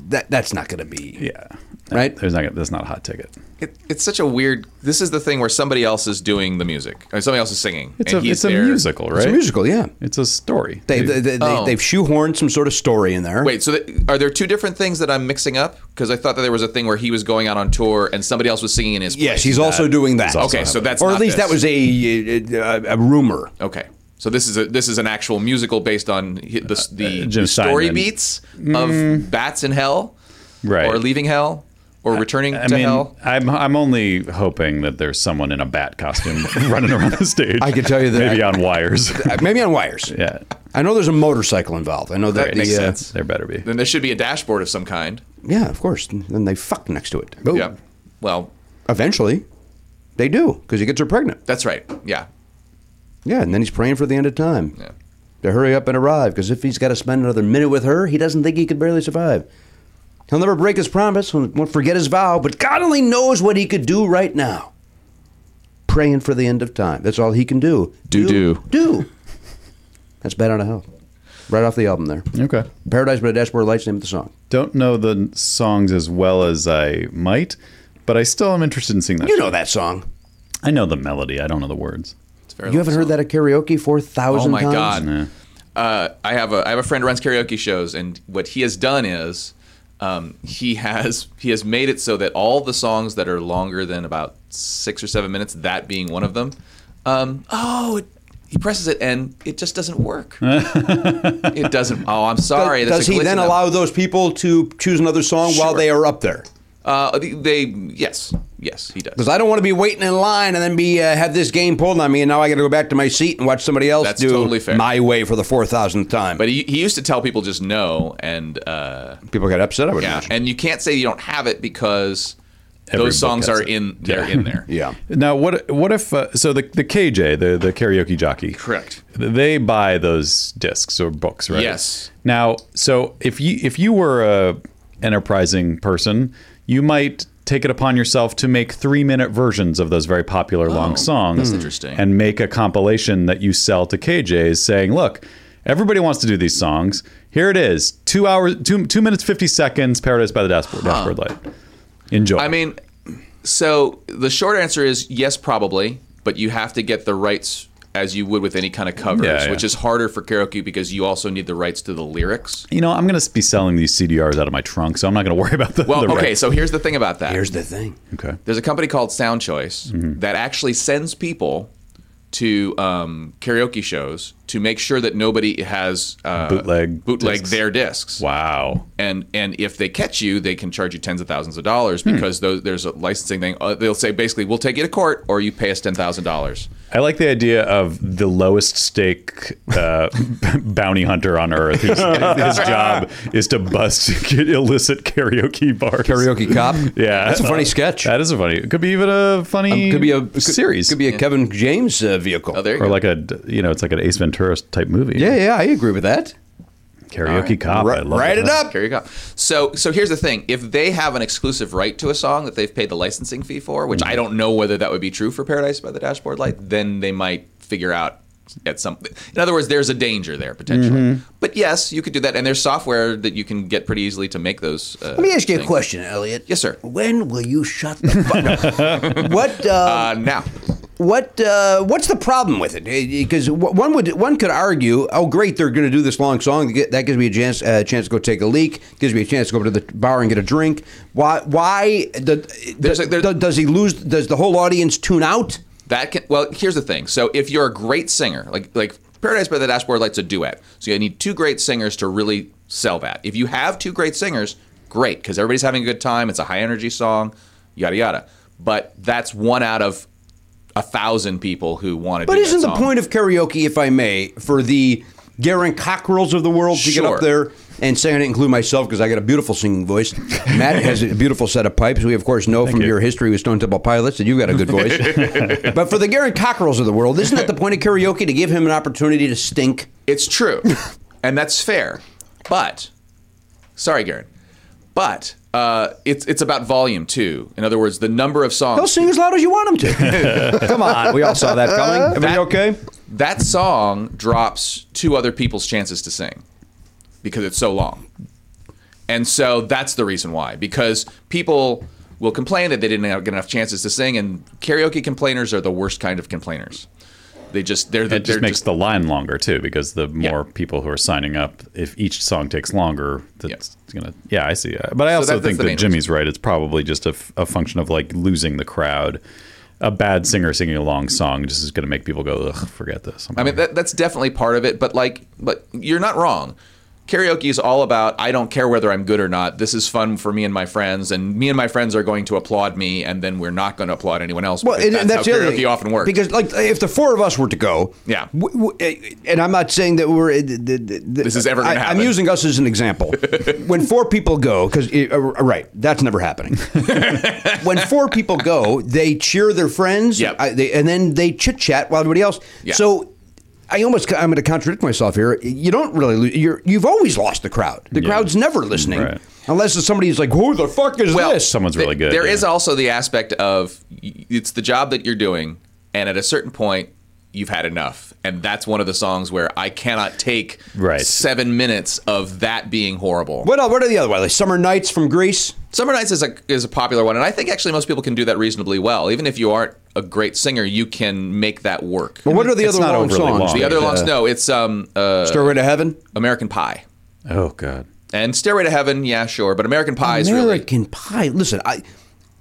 Speaker 2: that that's not going to be.
Speaker 1: Yeah.
Speaker 2: Right?
Speaker 1: There's not. That's not a hot ticket.
Speaker 7: It, it's such a weird. This is the thing where somebody else is doing the music, or somebody else is singing,
Speaker 1: It's
Speaker 7: and
Speaker 1: a.
Speaker 7: he's
Speaker 1: It's a
Speaker 7: there.
Speaker 1: musical, right?
Speaker 2: It's a musical, yeah.
Speaker 1: It's a story.
Speaker 2: They, they, they,
Speaker 7: Oh.
Speaker 2: they, have shoehorned some sort of story in there.
Speaker 7: Wait, so th- are there two different things that I'm mixing up? Because I thought that there was a thing where he was going out on tour and somebody else was singing in his.
Speaker 2: Yes,
Speaker 7: place.
Speaker 2: he's also doing that.
Speaker 7: also Okay, so happening. that's
Speaker 2: or at
Speaker 7: not
Speaker 2: least
Speaker 7: this.
Speaker 2: that was a a, a rumor.
Speaker 7: Okay. So this is a this is an actual musical based on hi- the s- the,
Speaker 1: Uh, Jim
Speaker 7: the story
Speaker 1: Steinman.
Speaker 7: beats
Speaker 2: Mm.
Speaker 7: of bats in hell,
Speaker 1: Right.
Speaker 7: Or leaving hell, or returning
Speaker 1: I
Speaker 7: to
Speaker 1: mean,
Speaker 7: hell.
Speaker 1: I'm I'm only hoping that there's someone in a bat costume <laughs> running around the stage.
Speaker 2: I can tell you that-
Speaker 1: maybe on
Speaker 2: <laughs>
Speaker 1: wires.
Speaker 2: Uh, Maybe on wires.
Speaker 1: <laughs> yeah,
Speaker 2: I know there's a motorcycle involved. I know that
Speaker 7: Right,
Speaker 2: the
Speaker 7: makes
Speaker 2: uh,
Speaker 7: sense.
Speaker 1: there better be.
Speaker 7: Then there should be a dashboard of some kind.
Speaker 2: yeah, of course. Then they fuck next to it.
Speaker 7: Yeah. Well,
Speaker 2: Eventually, they do because he gets her pregnant.
Speaker 7: that's right. Yeah.
Speaker 2: Yeah, and then he's praying for the end of time.
Speaker 7: Yeah.
Speaker 2: To hurry up and arrive, because if he's got to spend another minute with her, he doesn't think he could barely survive. He'll never break his promise, won't won't forget his vow, but God only knows what he could do right now. Praying for the end of time. That's all he can do.
Speaker 7: Do, do.
Speaker 2: Do. That's Bad on a Hell. Right off the album there.
Speaker 1: Okay.
Speaker 2: Paradise by the Dashboard Lights, name of the song.
Speaker 1: Don't know the songs as well as I might, but I still am interested in seeing that.
Speaker 2: You know that song.
Speaker 1: I know the melody. I don't know the words.
Speaker 7: It's a very
Speaker 2: You
Speaker 7: long
Speaker 2: haven't heard
Speaker 7: song.
Speaker 2: that at karaoke 4,000
Speaker 7: Oh my
Speaker 2: times?
Speaker 7: god!
Speaker 1: Yeah.
Speaker 7: Uh, I have a I have a friend who runs karaoke shows, and what he has done is um, he has he has made it so that all the songs that are longer than about six or seven minutes, that being one of them, um, oh, it, he presses it and it just
Speaker 1: <laughs>
Speaker 7: doesn't work. it doesn't. Oh, I'm sorry.
Speaker 2: Does,
Speaker 7: that's a
Speaker 2: he
Speaker 7: glitch in
Speaker 2: then
Speaker 7: the-
Speaker 2: allow those people to choose another song while
Speaker 7: Sure.
Speaker 2: they are up there?
Speaker 7: Uh, they yes yes he does.
Speaker 2: Because I don't want to be waiting in line and then be uh, have this game pulled on me, and now I got to go back to my seat and watch somebody else
Speaker 7: That's
Speaker 2: do
Speaker 7: totally fair.
Speaker 2: my way for the four thousandth time.
Speaker 7: But he, he used to tell people just no and. Uh,
Speaker 2: people got upset. I would
Speaker 7: Yeah,
Speaker 2: imagine.
Speaker 7: and you can't say you don't have it because
Speaker 1: every book
Speaker 7: Those songs
Speaker 1: has
Speaker 7: are
Speaker 1: it.
Speaker 7: in. They're
Speaker 1: <laughs>
Speaker 7: in there.
Speaker 2: Yeah.
Speaker 1: Now, what what if uh, so the the KJ the the karaoke jockey
Speaker 7: Correct.
Speaker 1: They buy those discs or books, right?
Speaker 7: Yes.
Speaker 1: Now, so if you if you were a enterprising person, you might take it upon yourself to make three minute versions of those very popular long songs. That's
Speaker 7: Oh, interesting.
Speaker 1: And make a compilation that you sell to KJs, saying, "Look, everybody wants to do these songs. Here it is: two hours, two two minutes fifty seconds. Paradise by the Dashboard, dashboard Light. Enjoy."
Speaker 7: I mean, so the short answer is yes, probably, but you have to get the rights as you would with any kind of covers,
Speaker 1: Yeah, yeah.
Speaker 7: which is harder for karaoke because you also need the rights to the lyrics.
Speaker 1: you know, I'm going to be selling these CDRs out of my trunk, so I'm not going to worry <laughs> about the.
Speaker 7: Well,
Speaker 1: the
Speaker 7: okay,
Speaker 1: rights.
Speaker 7: so here's the thing about that.
Speaker 2: Here's the thing.
Speaker 1: okay.
Speaker 7: There's a company called Sound Choice
Speaker 1: Mm-hmm.
Speaker 7: that actually sends people to um, karaoke shows to make sure that nobody has uh,
Speaker 1: Bootleg
Speaker 7: bootleg
Speaker 1: discs.
Speaker 7: their discs.
Speaker 1: Wow.
Speaker 7: and and if they catch you, they can charge you tens of thousands of dollars
Speaker 2: Hmm.
Speaker 7: because those, there's a licensing thing. Uh, they'll say basically, we'll take you to court, or you pay us ten thousand dollars.
Speaker 1: I like the idea of the lowest stake uh, <laughs> bounty hunter on earth.
Speaker 7: <laughs>
Speaker 1: His, his job is to bust <laughs> illicit karaoke bars.
Speaker 2: Karaoke cop.
Speaker 1: <laughs> Yeah,
Speaker 2: That's a funny sketch. Um,
Speaker 1: That is a funny. It could be even a funny.
Speaker 2: could be a
Speaker 1: series.
Speaker 2: Could be a Kevin James uh, vehicle.
Speaker 7: Oh, there you
Speaker 1: or
Speaker 7: go.
Speaker 1: like a you know, it's like an Ace Ventura type movie.
Speaker 2: yeah, yeah, I agree with that.
Speaker 1: Karaoke cop. I
Speaker 2: Write-
Speaker 1: love
Speaker 2: write
Speaker 1: that.
Speaker 2: it up.
Speaker 7: Here you go. So so here's the thing: if they have an exclusive right to a song that they've paid the licensing fee for,
Speaker 2: Hmm.
Speaker 7: which I don't know whether that would be true for Paradise by the Dashboard Light, then they might figure out at some. In other words, there's a danger there potentially.
Speaker 2: Mm-hmm.
Speaker 7: But yes, you could do that, and there's software that you can get pretty easily to make those. Uh,
Speaker 2: Let me ask you a
Speaker 7: things.
Speaker 2: question, Elliot.
Speaker 7: Yes, sir.
Speaker 2: When will you shut
Speaker 1: <laughs>
Speaker 2: the fuck up? <laughs> what? Uh,
Speaker 7: Uh, now,
Speaker 2: what? Uh, what's the problem with it? Because one would one could argue, oh, great, they're going to do this long song. That gives me a chance uh, chance to go take a leak. Gives me a chance to go to the bar and get a drink. Why? Why the,
Speaker 7: There's a- there-
Speaker 2: does he lose? Does the whole audience tune out?
Speaker 7: That can well. Here's the thing. So if you're a great singer, like like Paradise by the Dashboard Light's a duet, so you need two great singers to really sell that. If you have two great singers, great, because everybody's having a good time. It's a high energy song, yada yada. But that's one out of a thousand people who want to.
Speaker 2: But
Speaker 7: do
Speaker 2: isn't
Speaker 7: that
Speaker 2: the point of karaoke, if I may, for the Garen Cockrells of the world to get
Speaker 7: Sure.
Speaker 2: up there and sing? I didn't include myself because I got a beautiful singing voice. Matt has a beautiful set of pipes. We, of course, know from your history with Stone Temple Pilots that you've got a good
Speaker 7: <laughs>
Speaker 2: voice. but for the Garen Cockrells of the world, isn't that the point of karaoke to give him an opportunity to stink?
Speaker 7: It's
Speaker 2: <laughs>
Speaker 7: true, and that's fair. But sorry, Garen. But uh, it's it's about volume too. In other words, the number of songs.
Speaker 2: He'll sing as loud as you want him to.
Speaker 7: <laughs>
Speaker 2: Come on, we all saw that coming. Everybody
Speaker 7: That-
Speaker 2: okay?
Speaker 7: that song drops two other people's chances to sing because it's so long. And so that's the reason why, because people will complain that they didn't get enough chances to sing, and karaoke complainers are the worst kind of complainers. They just they're the,
Speaker 1: It just
Speaker 7: they're
Speaker 1: makes
Speaker 7: just,
Speaker 1: the line longer too, because the more people who are signing up, if each song takes longer, that's gonna. Yeah, I see. Uh, But I also
Speaker 7: that- that's
Speaker 1: think
Speaker 7: the
Speaker 1: that
Speaker 7: main
Speaker 1: Jimmy's right. It's probably just a, f- a function of like losing the crowd. A bad singer singing a long song just is gonna make people go, Ugh, forget this. I'm
Speaker 7: I mean, that, that's definitely part of it. But like, but you're not wrong. Karaoke is all about I don't care whether I'm good or not. This is fun for me and my friends, and me and my friends are going to applaud me, and then we're not going to applaud anyone else.
Speaker 2: Well,
Speaker 7: because
Speaker 2: and, and that's
Speaker 7: how
Speaker 2: the other
Speaker 7: karaoke
Speaker 2: thing.
Speaker 7: often works.
Speaker 2: Because, like, if the four of us were to go,
Speaker 7: Yeah.
Speaker 2: w- w- eh, and I'm not saying that we're. eh, th- th- th-
Speaker 7: This is ever gonna
Speaker 2: I-
Speaker 7: happen.
Speaker 2: I'm using us as an
Speaker 7: <laughs>
Speaker 2: example. when four people go, because uh, right, that's never
Speaker 7: <laughs>
Speaker 2: happening. when four people go, they cheer their friends,
Speaker 7: Yep.
Speaker 2: I, they, and then they chit chat while everybody else.
Speaker 7: Yeah.
Speaker 2: So. I almost I'm going to contradict myself here. You don't really lose. You're, you've always lost the crowd. The crowd's never listening,
Speaker 1: Right.
Speaker 2: unless it's somebody who's like, "Who the fuck is this?"
Speaker 1: someone's really good,
Speaker 7: There
Speaker 1: yeah.
Speaker 7: is also the aspect of y- it's the job that you're doing, and at a certain point, you've had enough. And that's one of the songs where I cannot take
Speaker 1: Right.
Speaker 7: seven minutes of that being horrible.
Speaker 2: What, what are the other ones? Like Summer Nights from Greece.
Speaker 7: Summer Nights is a is a popular one, and I think actually most people can do that reasonably well. Even if you aren't a great singer, you can make that work.
Speaker 2: But what are the
Speaker 1: It's
Speaker 2: other
Speaker 1: not
Speaker 2: long
Speaker 1: overly
Speaker 2: songs?
Speaker 1: long.
Speaker 7: The
Speaker 1: Yeah.
Speaker 7: other longs, no, it's um uh,
Speaker 2: Stairway to Heaven.
Speaker 7: American Pie
Speaker 1: oh god.
Speaker 7: and Stairway to Heaven. Yeah, sure, but American Pie is really
Speaker 2: American Pie. Listen, I,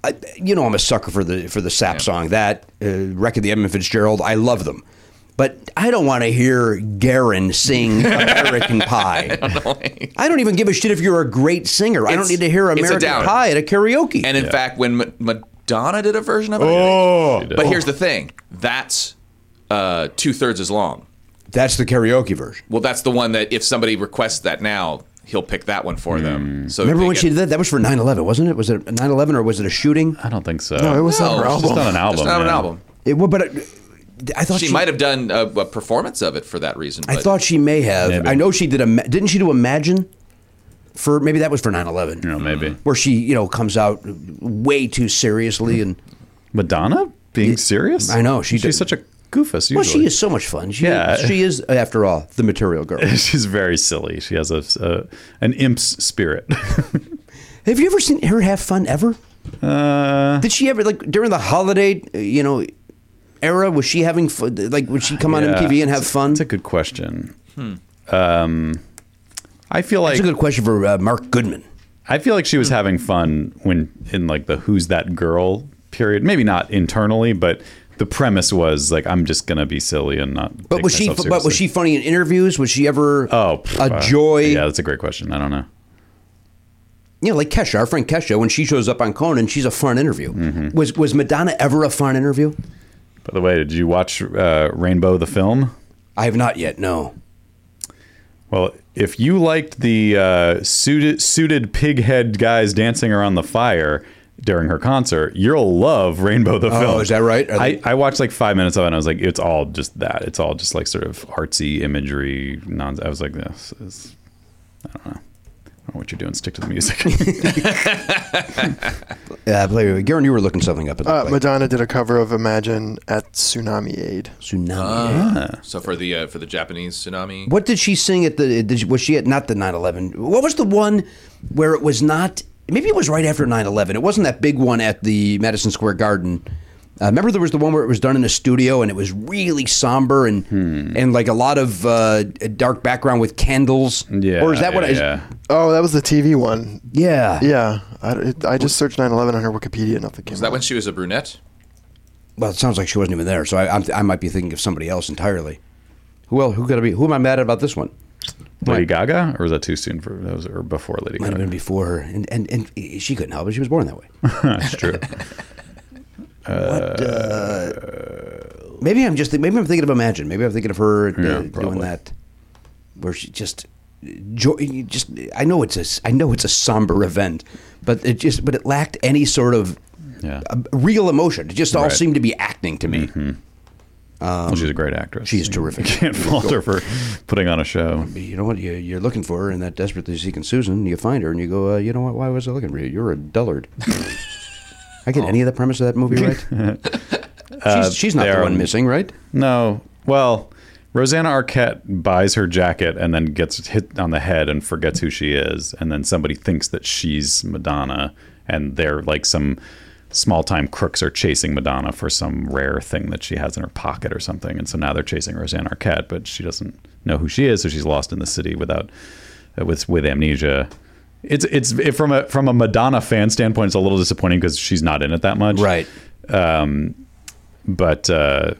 Speaker 2: I, you know, I'm a sucker for the for the sap song. That uh, record, the Edmund Fitzgerald. I love them, but I don't want to hear Garen
Speaker 7: <laughs>
Speaker 2: sing American Pie. I don't even give a shit if you're a great singer. I don't
Speaker 7: It's-
Speaker 2: need to hear
Speaker 7: it's a
Speaker 2: American
Speaker 7: downer.
Speaker 2: Pie at a karaoke.
Speaker 7: And in fact, when Ma- Madonna did a version
Speaker 2: Oh.
Speaker 7: of it, but here's the thing: that's uh, two thirds as long.
Speaker 2: that's the karaoke version.
Speaker 7: Well, that's the one that if somebody requests that now, he'll pick that one for them. So
Speaker 2: Hmm. Remember
Speaker 7: they
Speaker 2: when
Speaker 7: get-
Speaker 2: she did that? That was for 9/11, wasn't it? Was it 9/11 or was it a shooting?
Speaker 1: I don't think so.
Speaker 6: No, it was
Speaker 7: No,
Speaker 6: on her
Speaker 7: it's
Speaker 6: album.
Speaker 1: just on an album.
Speaker 7: Just not an
Speaker 1: yeah.
Speaker 7: album.
Speaker 2: It, well, but it, I thought
Speaker 7: She,
Speaker 2: she,
Speaker 7: might have done a, a performance of it for that reason.
Speaker 2: I
Speaker 7: but-
Speaker 2: thought she may have.
Speaker 1: Maybe.
Speaker 2: I know she did. A, didn't she do Imagine? For maybe that was for 9/11.
Speaker 1: You know, maybe
Speaker 2: where she you know comes out way too seriously and
Speaker 7: Mm-hmm.
Speaker 1: Madonna being serious.
Speaker 2: I know, she
Speaker 1: she's
Speaker 2: did-
Speaker 1: such a goofus. Usually.
Speaker 2: well she is so much fun she,
Speaker 1: Yeah.
Speaker 2: she is after all the material girl
Speaker 1: <laughs> She's very silly. She has a, a an imp's spirit. <laughs>
Speaker 2: have you ever seen her have fun ever
Speaker 1: uh,
Speaker 2: did she ever like during the holiday uh, you know era was she having fun like would she come on
Speaker 1: yeah.
Speaker 2: mtv and have
Speaker 1: It's a-
Speaker 2: fun
Speaker 1: It's a good question. Um, I feel like
Speaker 2: That's a good Hmm. question for uh, mark goodman
Speaker 1: I feel like she was having fun when in like the who's that girl period. Maybe not internally, but the premise was like I'm just gonna be silly and not.
Speaker 2: but
Speaker 1: take
Speaker 2: was she
Speaker 1: myself
Speaker 2: but was she
Speaker 1: seriously.
Speaker 2: funny in interviews was she ever
Speaker 1: Oh, pff,
Speaker 2: a
Speaker 1: uh,
Speaker 2: joy
Speaker 1: Yeah, that's a great question. I don't know.
Speaker 2: you know like kesha our friend kesha when she shows up on conan she's a fun interview was was madonna ever a fun interview
Speaker 1: By the way, did you watch uh, Rainbow the film?
Speaker 2: i have not yet no
Speaker 1: Well, if you liked the uh, suited suited pig head guys dancing around the fire during her concert, you'll love Rainbow the film.
Speaker 2: Oh, is that right? Are they-
Speaker 1: I, I watched like five minutes of it, and I was like, it's all just that. It's all just like sort of artsy imagery. Non. I was like, this is. I don't know. I don't know what you're doing. Stick to
Speaker 2: <laughs>
Speaker 1: the music.
Speaker 2: Yeah, uh, Garen, you were looking something up. At
Speaker 6: Uh, Madonna did a cover of Imagine at Tsunami Aid.
Speaker 2: tsunami.
Speaker 7: so for the uh, for the Japanese tsunami.
Speaker 2: Ah. What did she sing at the? Did she, was she at not the 9/11? What was the one where it was not? Maybe it was right after 9/11. It wasn't that big one at the Madison Square Garden. Uh, remember, there was the one where it was done in a studio and it was really somber and and like a lot of uh, dark background with candles.
Speaker 1: yeah.
Speaker 2: Or is that
Speaker 1: yeah,
Speaker 2: what? I,
Speaker 1: Yeah.
Speaker 6: Oh, that was the TV one.
Speaker 2: yeah.
Speaker 6: Yeah, I, it- I just searched 9/11 on her Wikipedia. Nothing came.
Speaker 7: Is that
Speaker 6: up.
Speaker 7: when she was a brunette?
Speaker 2: Well, it sounds like she wasn't even there, so I, I'm, I might be thinking of somebody else entirely. Who else? Who got to be? Who am I mad about this one?
Speaker 1: Lady Gaga, or was that too soon for those? Or before Lady
Speaker 2: Might have
Speaker 1: Gaga?
Speaker 2: been before her, and and, and she couldn't help it. She was born that way.
Speaker 1: <laughs> That's true.
Speaker 2: <laughs> What, uh, maybe I'm just maybe I'm thinking of Imagine. Maybe I'm thinking of her uh, doing
Speaker 1: probably.
Speaker 2: that, where she just joy. you Just I know it's a s- I know it's a somber event, but it just but it lacked any sort of
Speaker 1: Yeah.
Speaker 2: uh, real emotion. It just all
Speaker 1: Right. Mm-hmm.
Speaker 2: seemed to be acting to me.
Speaker 1: well, she's a great actress.
Speaker 2: she's
Speaker 1: <laughs> You
Speaker 2: terrific.
Speaker 1: Can't fault her for putting on a show.
Speaker 2: You know what? You, you're looking for her, and that desperately seeking Susan, you find her, and you go, uh, you know what? Why was I looking for you? You're a dullard. I
Speaker 1: Oh.
Speaker 2: get any of the premise of that movie right.
Speaker 1: <laughs>
Speaker 2: she's, she's not
Speaker 1: Uh, there
Speaker 2: the
Speaker 1: are-
Speaker 2: one missing, right?
Speaker 1: No. Well, Rosanna Arquette buys her jacket and then gets hit on the head and forgets who she is. And then somebody thinks that she's Madonna. And they're like some small time crooks are chasing Madonna for some rare thing that she has in her pocket or something. And so now they're chasing Rosanna Arquette, but she doesn't know who she is. So she's lost in the city without, uh, with, with amnesia. It's it's it, from a from a Madonna fan standpoint, it's a little disappointing because she's not in it that much, But uh,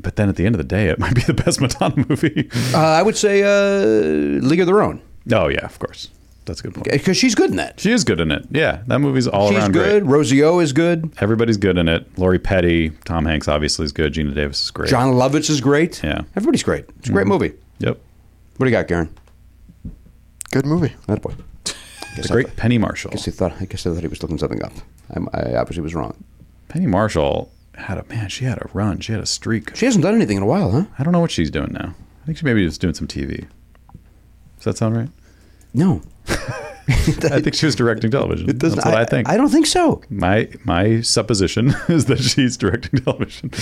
Speaker 1: but then at the end of the day, it <laughs> might be the best Madonna
Speaker 2: <laughs>
Speaker 1: movie.
Speaker 2: Uh, I would say uh, League of Their Own
Speaker 1: oh yeah, of course. That's a good point.
Speaker 2: because she's good in that.
Speaker 1: She is good in it. Yeah, that movie's all
Speaker 2: She's
Speaker 1: around
Speaker 2: good.
Speaker 1: great.
Speaker 2: Rosie O is good.
Speaker 1: Everybody's good in it. Lori Petty, Tom Hanks obviously is good. Gina Davis is great.
Speaker 2: John Lovitz is great.
Speaker 1: Yeah. Mm-hmm.
Speaker 2: everybody's great. It's a great movie.
Speaker 1: Yep.
Speaker 2: What do you got, Garen?
Speaker 6: Good movie.
Speaker 2: That boy.
Speaker 1: The great Penny Marshall.
Speaker 2: I guess I thought. I guess I thought he was looking something up. I'm, I obviously was wrong.
Speaker 1: Penny Marshall had a man. She had a run. She had a streak.
Speaker 2: She hasn't done anything in a while, huh?
Speaker 1: I don't know what she's doing now. I think she maybe was doing some TV. Does that sound right?
Speaker 2: No,
Speaker 1: I think she was directing television.
Speaker 2: It doesn't-
Speaker 1: That's what I, think.
Speaker 2: I don't think so.
Speaker 1: my my supposition <laughs> is that she's directing
Speaker 2: <laughs>
Speaker 1: television.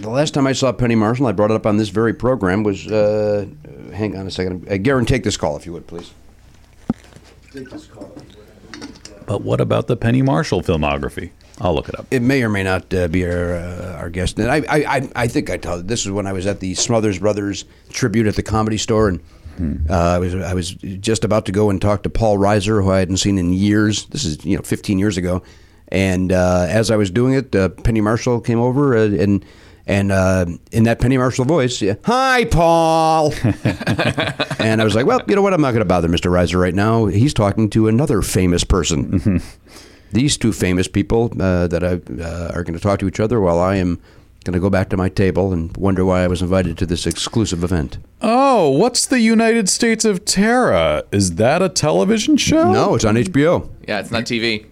Speaker 2: The last time I saw Penny Marshall, I brought it up on this very program. Was uh, uh, hang on a second, uh, Garen, take this call if you would, please.
Speaker 1: But what about the Penny Marshall filmography? I'll look it up.
Speaker 2: it may or may not uh, be our, uh, our guest. And I, I, I, I think I told this is when I was at the Smothers Brothers tribute at the Comedy Store, and uh, I was I was just about to go and talk to Paul Reiser, who I hadn't seen in years. This is you know 15 years ago, and uh, as I was doing it, uh, Penny Marshall came over uh, and. And uh, in that Penny Marshall voice, yeah, hi, Paul. <laughs> and I was like, well, you know what? I'm not going to bother Mr. Reiser right now. He's talking to another famous person these two famous people uh, that I uh, are going to talk to each other while I am Going to go back to my table and wonder why I was invited to this exclusive event.
Speaker 1: Oh, what's the United States of Terra? Is that a television show?
Speaker 2: No, it's on HBO.
Speaker 7: Yeah, it's not TV.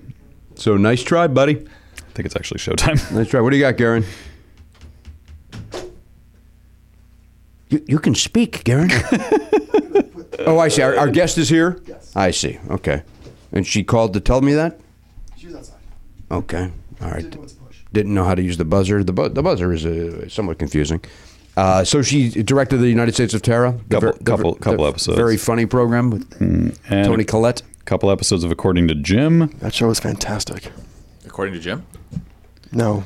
Speaker 2: So nice try, buddy.
Speaker 1: I think it's actually
Speaker 3: <laughs>
Speaker 1: Showtime.
Speaker 2: Nice try. What do you got, Garen? You, you can speak, Garen. <laughs> oh, I see. Our, our guest is here? Yes. I see. Okay. And she called to tell me that?
Speaker 6: She was outside.
Speaker 2: Okay. All right.
Speaker 6: know what to push.
Speaker 2: Didn't know how to use the buzzer. The, bu- the buzzer is uh, somewhat confusing. Uh, so she directed the United States of Terra. the
Speaker 1: Couple-
Speaker 2: ver-
Speaker 1: couple-
Speaker 2: ver-
Speaker 1: couple episodes.
Speaker 2: Very funny program with
Speaker 1: And
Speaker 2: Tony Collette.
Speaker 1: a couple episodes of According to Jim.
Speaker 6: That show was fantastic.
Speaker 7: According to Jim,
Speaker 6: No,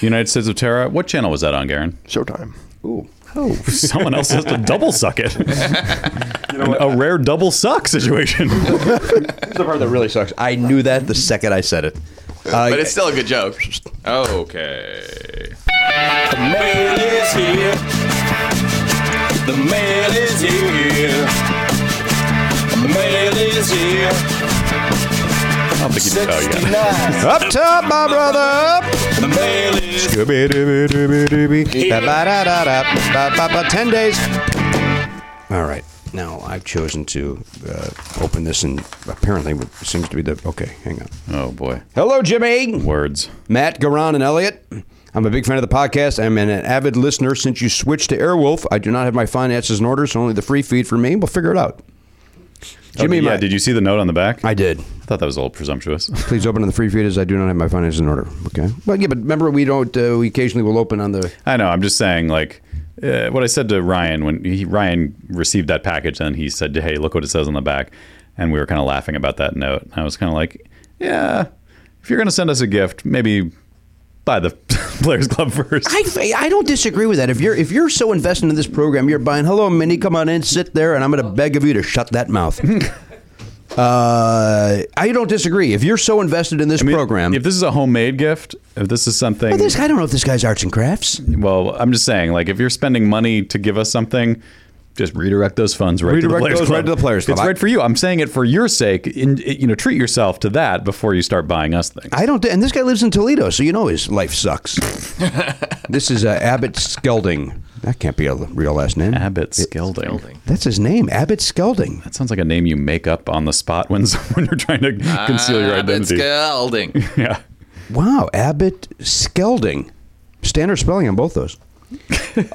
Speaker 1: United States of Terra. What channel was that on, Garen? <laughs>
Speaker 6: Showtime.
Speaker 2: Ooh.
Speaker 1: Oh, someone else has to double suck
Speaker 3: <laughs>
Speaker 1: it. a rare double suck
Speaker 3: <laughs>
Speaker 1: situation.
Speaker 2: Here's the part that really sucks. I knew that the second I said it. Uh,
Speaker 7: but it's still a
Speaker 2: <laughs>
Speaker 7: good joke. Okay.
Speaker 3: The man is here. The man is here. The man is here.
Speaker 1: I don't think you can tell yet.
Speaker 2: up top, my brother. Up.
Speaker 3: The man is
Speaker 2: Ba-ba-da-da-da, Ten days. All right. Now I've chosen to uh, open this, and apparently it seems to be the okay. Hang on.
Speaker 1: Oh boy,
Speaker 2: Hello, Jimmy.
Speaker 1: words.
Speaker 2: Matt, Garon, and Elliot. I'm a big fan of the podcast. I'm an avid listener since you switched to Airwolf. I do not have my finances in order, so only the free feed for me. We'll figure it out. Jimmy,
Speaker 1: Oh, yeah.
Speaker 2: my-
Speaker 1: Did you see the note on the back?
Speaker 2: I did.
Speaker 1: thought that was a little presumptuous. <laughs>
Speaker 2: Please open on the free feed as I do not have my finances in order. Okay. Well, yeah, but remember, we don't. Uh, we occasionally will open on the.
Speaker 1: I know. I'm just saying, like, uh, what I said to Ryan when he, Ryan received that package, and he said, "Hey, look what it says on the back," and we were kind of laughing about that note. And I was kind of like, "Yeah, if you're gonna send us a gift, maybe buy the <laughs> Players Club first.
Speaker 2: I, I don't disagree with that. If you're if you're so invested in this program, you're buying. Hello, Minnie, come on in, sit there, and I'm going to beg of you to shut that
Speaker 1: <laughs>
Speaker 2: mouth. uh, I don't disagree. If you're so invested in this
Speaker 1: I mean,
Speaker 2: program,
Speaker 1: If this is a homemade gift, if this is something,
Speaker 2: But this- I don't know if this guy's arts and crafts.
Speaker 1: well, I'm just saying, like, if you're spending money to give us something. Just redirect those funds right to the
Speaker 2: Redirect
Speaker 1: players
Speaker 2: those
Speaker 1: club.
Speaker 2: right to the Players Club.
Speaker 1: It's right for you. I'm saying it for your sake. In, you know, treat yourself to that before you start buying us things.
Speaker 2: I don't. And this guy lives in Toledo, so you know his life
Speaker 1: <laughs>
Speaker 2: sucks. this is uh, Abbott Skelding. That can't be a real last name.
Speaker 1: Abbott Skelding.
Speaker 2: That's his name, Abbott Skelding.
Speaker 1: That sounds like a name you make up on the spot when <laughs> when you're trying to conceal your
Speaker 7: Abbott
Speaker 1: identity.
Speaker 7: Skelding.
Speaker 1: <laughs> Yeah.
Speaker 2: Wow, Abbott Skelding. Standard spelling on both
Speaker 1: <laughs>
Speaker 2: those.